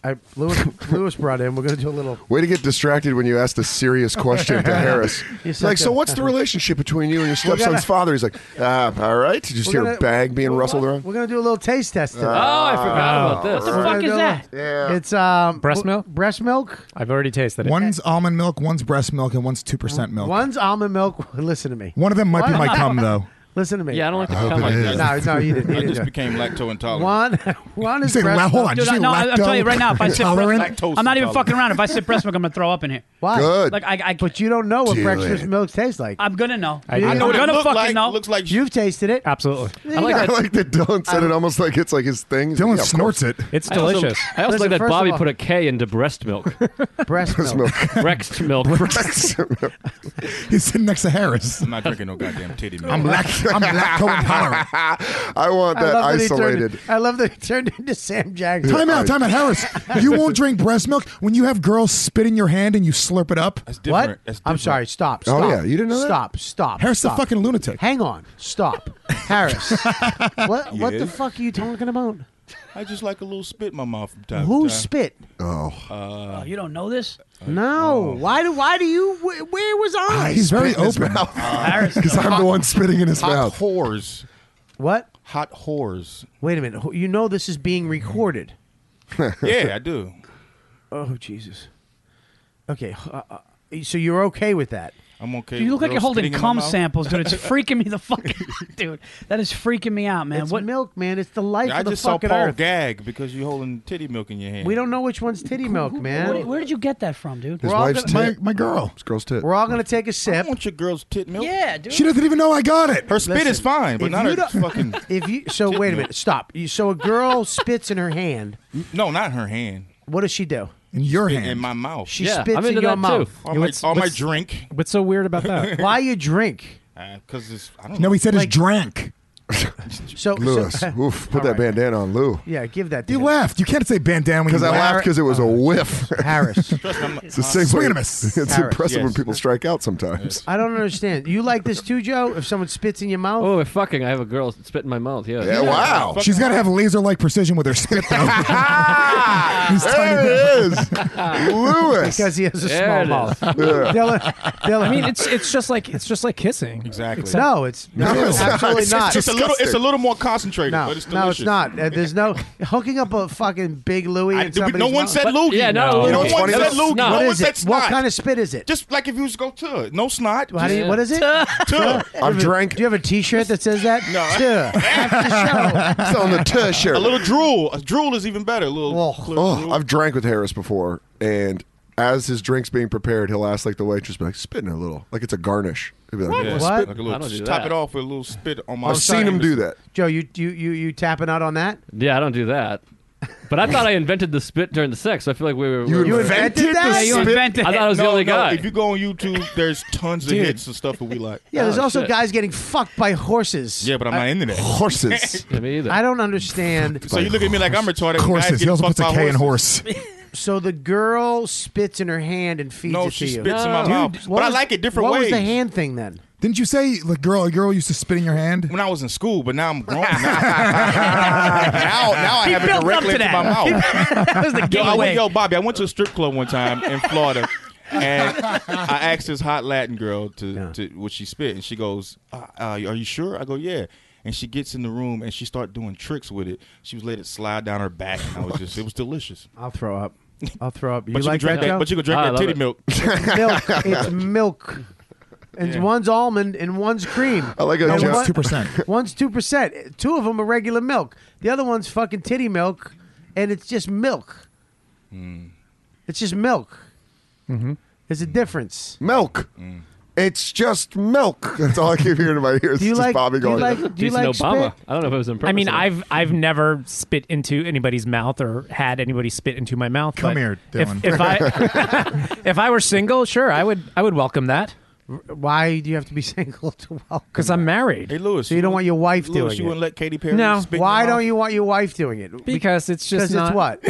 Speaker 2: I Lewis, Lewis brought in. We're gonna do a little.
Speaker 7: Way to get distracted when you asked a serious question to Harris.
Speaker 2: You're such
Speaker 7: like, so
Speaker 2: a-
Speaker 7: what's the relationship between you and your
Speaker 2: We're gonna-
Speaker 7: stepson's father? He's like, ah, all right. Did you just
Speaker 2: We're
Speaker 7: hear
Speaker 2: gonna-
Speaker 7: a bag being
Speaker 2: we're-
Speaker 7: rustled around?
Speaker 2: We're gonna do a little taste test. Today.
Speaker 7: Oh, I
Speaker 11: forgot about this. What the
Speaker 2: We're
Speaker 11: fuck
Speaker 2: gonna
Speaker 11: is
Speaker 2: do a
Speaker 11: that?
Speaker 2: little- It's um,
Speaker 3: Breast
Speaker 2: milk. Breast milk.
Speaker 3: I've already tasted it.
Speaker 9: One's almond milk, one's breast milk, and one's two percent milk.
Speaker 2: One's almond milk. Listen to me.
Speaker 9: One of them might be
Speaker 2: One-
Speaker 9: my cum, though.
Speaker 2: Listen to me.
Speaker 11: Yeah, I don't like the
Speaker 9: I hope
Speaker 11: cum
Speaker 9: it
Speaker 11: like
Speaker 9: is.
Speaker 11: that.
Speaker 2: No, no, you didn't. You
Speaker 6: I
Speaker 2: didn't.
Speaker 6: just became lacto intolerant.
Speaker 2: One, one is
Speaker 9: You say
Speaker 2: breast
Speaker 9: la- hold
Speaker 2: milk.
Speaker 9: on,
Speaker 4: Dude, I, no, I, am telling you right now, if I sip breast
Speaker 9: Intolerant?
Speaker 4: milk, I'm not even
Speaker 9: Lactose
Speaker 4: fucking around. If I sip breast milk, I'm gonna throw up in here.
Speaker 2: Why?
Speaker 7: Good.
Speaker 4: Like I, I
Speaker 2: But you don't know what
Speaker 4: Do
Speaker 2: breakfast
Speaker 4: it.
Speaker 2: milk tastes like.
Speaker 4: I'm gonna know.
Speaker 2: I do. I know
Speaker 4: am
Speaker 2: what it
Speaker 4: gonna
Speaker 2: looked
Speaker 4: fucking
Speaker 2: like.
Speaker 4: know.
Speaker 2: Looks like you've tasted it.
Speaker 3: Absolutely.
Speaker 7: I like, that. Dylan said it almost like it's like his thing. He's like,
Speaker 9: Dylan
Speaker 7: yeah, of
Speaker 9: snorts
Speaker 7: course.
Speaker 9: it.
Speaker 3: It's
Speaker 11: Um, I also-
Speaker 3: delicious.
Speaker 11: I also
Speaker 2: Listen,
Speaker 11: like that
Speaker 2: first
Speaker 11: Bobby
Speaker 2: of all-
Speaker 11: put a K into breast milk.
Speaker 2: breast milk.
Speaker 11: Breast milk.
Speaker 9: He's sitting next to Harris.
Speaker 6: I'm not drinking no goddamn titty milk.
Speaker 9: I'm lact- I'm lacto intolerant.
Speaker 7: I want that
Speaker 2: he turned-
Speaker 7: isolated.
Speaker 2: I love that he turned into Sam Jackson.
Speaker 9: Time out, time out, Harris. You won't drink breast milk when you have girls spit in your hand and you slurp it up. That's
Speaker 2: What? I'm sorry. Stop.
Speaker 9: Oh,
Speaker 2: Stop.
Speaker 9: yeah, you didn't know that?
Speaker 2: Stop. Stop.
Speaker 9: Harris the
Speaker 2: stop.
Speaker 9: fucking lunatic.
Speaker 2: Hang on. Stop. Harris. what? What
Speaker 6: Yeah.
Speaker 2: the fuck are you talking about?
Speaker 6: I just like a little spit in my mouth from time
Speaker 2: Who
Speaker 6: to time.
Speaker 2: spit?
Speaker 7: Oh.
Speaker 6: Uh,
Speaker 4: You don't know this?
Speaker 2: No. Why do? Why do you? Wh- where was I?
Speaker 9: He's very
Speaker 7: in his
Speaker 9: open.
Speaker 7: mouth.
Speaker 9: Because I'm the one spitting in his
Speaker 6: Hot
Speaker 9: mouth.
Speaker 6: whores.
Speaker 2: What?
Speaker 6: Hot whores.
Speaker 2: Wait a minute. Who- You know this is being recorded.
Speaker 6: Yeah, I do.
Speaker 2: Oh Jesus. Okay. uh, uh, so you're okay with that?
Speaker 6: I'm okay.
Speaker 4: Dude, you look
Speaker 6: with
Speaker 4: like you're
Speaker 6: girls spitting
Speaker 4: holding
Speaker 6: in my
Speaker 4: cum
Speaker 6: mouth.
Speaker 4: samples, dude. It's freaking me the fuck out, dude. That is freaking me out, man.
Speaker 2: It's
Speaker 4: what
Speaker 2: milk, man? It's the life
Speaker 6: I
Speaker 2: of the
Speaker 6: just saw
Speaker 2: fucking
Speaker 6: Paul
Speaker 2: earth.
Speaker 6: gag because you're holding titty milk in your hand.
Speaker 2: We don't know which one's titty milk, man.
Speaker 4: Where, where did you get that from, dude?
Speaker 2: We're all gonna-
Speaker 9: my girl.
Speaker 7: This girl's tit.
Speaker 2: We're all gonna take a sip.
Speaker 6: want your girl's tit milk.
Speaker 4: Yeah, dude.
Speaker 9: She doesn't even know I got it.
Speaker 6: Her spit is fine, but
Speaker 2: if
Speaker 6: not
Speaker 2: you
Speaker 6: her
Speaker 2: don't-
Speaker 6: fucking.
Speaker 2: If you so, wait a minute. Stop. You, so a girl spits in her hand.
Speaker 6: No, not her hand.
Speaker 2: What does she do?
Speaker 9: In your
Speaker 6: In
Speaker 9: hand.
Speaker 6: my mouth.
Speaker 2: She
Speaker 11: Yeah,
Speaker 2: spits
Speaker 11: I'm
Speaker 2: in
Speaker 11: into
Speaker 2: your
Speaker 11: that too.
Speaker 2: mouth.
Speaker 6: All,
Speaker 3: You know,
Speaker 6: my,
Speaker 3: what's-
Speaker 6: all my
Speaker 3: what's-
Speaker 6: drink.
Speaker 3: What's so weird about that?
Speaker 2: Why you drink?
Speaker 6: Because it's. I don't know.
Speaker 9: No, he said it's drank.
Speaker 2: So,
Speaker 7: Lewis,
Speaker 2: so-
Speaker 7: oof, put that bandana on, Lou.
Speaker 2: yeah, give that. To
Speaker 9: You laughed. You can't say bandana when
Speaker 7: Because
Speaker 9: you
Speaker 7: I laughed
Speaker 9: laugh.
Speaker 7: because it was a whiff.
Speaker 2: Harris.
Speaker 7: it's the same
Speaker 9: Swing
Speaker 7: way.
Speaker 9: and a miss.
Speaker 7: It's
Speaker 2: Harris,
Speaker 7: impressive when
Speaker 2: yes.
Speaker 7: people strike out sometimes.
Speaker 2: I don't understand. You like this too, Joe? If someone spits in your mouth?
Speaker 11: Oh, fucking! I have a girl spit in my mouth. Yeah.
Speaker 9: She's got to have laser-like precision with her spit, though.
Speaker 7: there it is. Lewis.
Speaker 2: Because he has a uh,
Speaker 11: There
Speaker 2: small
Speaker 11: it
Speaker 2: mouth.
Speaker 11: is.
Speaker 2: Dylan, Dylan.
Speaker 14: I mean, it's it's just like it's just like kissing.
Speaker 6: Exactly.
Speaker 14: Except-
Speaker 2: no, it's no,
Speaker 6: No,
Speaker 2: it's
Speaker 6: it's
Speaker 2: absolutely
Speaker 6: not.
Speaker 2: not.
Speaker 6: It's a little- it's a little more concentrated,
Speaker 2: No,
Speaker 6: but it's
Speaker 2: no, it's
Speaker 6: delicious.
Speaker 2: not. Uh, there's no hooking up a fucking big Louis.
Speaker 6: I-
Speaker 2: in
Speaker 6: no
Speaker 2: somebody's
Speaker 6: one
Speaker 2: mouth.
Speaker 6: said loogie. Yeah, no, No. loogie. No one said loogie. No
Speaker 2: What
Speaker 6: one
Speaker 2: is
Speaker 6: said
Speaker 2: it? What
Speaker 6: snot.
Speaker 2: kind of spit is it?
Speaker 6: Just like if you was go to it. No snot.
Speaker 2: How do you-
Speaker 6: just-
Speaker 2: What is it?
Speaker 6: Tuh.
Speaker 2: I'm drank. Do you have a T-shirt that says that? No.
Speaker 7: It's on the tuh shirt.
Speaker 6: A little drool. A drool is even better. A little. little
Speaker 7: Oh,
Speaker 6: drool.
Speaker 7: I've drank with Harris before, and as his drink's being prepared, he'll ask like the waitress, be like, "Spitting a little, like it's a garnish." He'll be like,
Speaker 6: Yeah,
Speaker 7: "Spit."
Speaker 2: What?
Speaker 6: Like a
Speaker 2: I
Speaker 6: little,
Speaker 2: don't do
Speaker 6: top
Speaker 2: that.
Speaker 6: it off with a little spit on my.
Speaker 7: I've seen him do that.
Speaker 2: Joe, you you you you tapping out on that?
Speaker 11: Yeah, I don't do that. But I thought I invented the spit during the sex. I feel like we were.
Speaker 7: You
Speaker 11: we were-
Speaker 7: invented that? Yeah, you
Speaker 4: invented
Speaker 11: I thought I was the
Speaker 6: No,
Speaker 11: only
Speaker 6: no,
Speaker 11: guy.
Speaker 6: If you go on YouTube, there's tons of
Speaker 11: Dude.
Speaker 6: hits and stuff that we like.
Speaker 2: Yeah, there's
Speaker 11: Oh,
Speaker 2: also
Speaker 11: shit.
Speaker 2: guys getting fucked by horses.
Speaker 6: Yeah, but I'm not into that.
Speaker 7: Horses.
Speaker 11: me either.
Speaker 2: I don't understand.
Speaker 6: So you look at me like I'm retarded. when guys
Speaker 9: Horses.
Speaker 6: get
Speaker 9: He also
Speaker 6: fucked
Speaker 9: puts a
Speaker 6: by
Speaker 9: K in
Speaker 6: horses.
Speaker 9: horse.
Speaker 2: So the girl spits in her hand and feeds
Speaker 6: No,
Speaker 2: it to
Speaker 6: she
Speaker 2: you.
Speaker 6: spits in my No. mouth.
Speaker 2: what
Speaker 6: But I like it different
Speaker 2: what was the
Speaker 6: ways.
Speaker 2: hand thing then?
Speaker 9: Didn't you say the girl? A girl used to spit in your hand.
Speaker 6: When I was in school, but now I'm grown. Now, now, now I
Speaker 4: He
Speaker 6: have it
Speaker 4: built up
Speaker 6: directly
Speaker 4: to
Speaker 6: into my
Speaker 4: that.
Speaker 6: mouth.
Speaker 4: that was the
Speaker 6: yo, I went,
Speaker 4: gateway.
Speaker 6: yo, Bobby, I went to a strip club one time in Florida, and I asked this hot Latin girl to, to what she spit, and she goes, uh, uh, "Are you sure?" I go, "Yeah." And she gets in the room and she started doing tricks with it. She was let it slide down her back, and I was just—it was delicious.
Speaker 2: I'll throw up. I'll throw up. You
Speaker 6: but you
Speaker 2: like
Speaker 6: can drink
Speaker 2: that,
Speaker 6: that,
Speaker 2: Joe?
Speaker 6: but you can drink that titty
Speaker 2: milk.
Speaker 6: milk.
Speaker 2: It's milk. And
Speaker 6: Yeah.
Speaker 2: one's almond and one's cream.
Speaker 7: I like how
Speaker 2: And
Speaker 7: Joe-
Speaker 2: one-
Speaker 9: 2%.
Speaker 2: One's two percent. Two of them are regular milk. The other one's fucking titty milk, and it's just milk.
Speaker 3: Hmm.
Speaker 2: It's just milk.
Speaker 3: Mm-hmm.
Speaker 2: There's a difference.
Speaker 7: Milk.
Speaker 2: Mm.
Speaker 7: It's just milk. That's all I keep hearing in my ears.
Speaker 2: Do you
Speaker 7: It's just
Speaker 2: like-
Speaker 7: Bobby
Speaker 2: do you
Speaker 7: going.
Speaker 2: like- do you
Speaker 11: Jason
Speaker 2: like
Speaker 11: Obama.
Speaker 2: spit?
Speaker 11: I don't know if it was in
Speaker 3: I mean,
Speaker 11: person.
Speaker 3: I've I've never spit into anybody's mouth or had anybody spit into my mouth.
Speaker 9: Come
Speaker 3: but
Speaker 9: here,
Speaker 3: if-
Speaker 9: Dylan.
Speaker 3: If, I if I were single, sure, I would I would welcome that
Speaker 2: Why do you have to be single to welcome?
Speaker 3: because I'm married.
Speaker 6: Hey, Lewis,
Speaker 2: So you don't want your wife
Speaker 6: Lewis,
Speaker 2: doing
Speaker 6: you
Speaker 2: it?
Speaker 6: wouldn't let Katy Perry.
Speaker 3: No.
Speaker 6: spit in
Speaker 2: Why
Speaker 6: your
Speaker 2: don't
Speaker 6: mouth?
Speaker 2: you want your wife doing it?
Speaker 3: Because it's just
Speaker 2: Because it's
Speaker 3: not-
Speaker 2: what?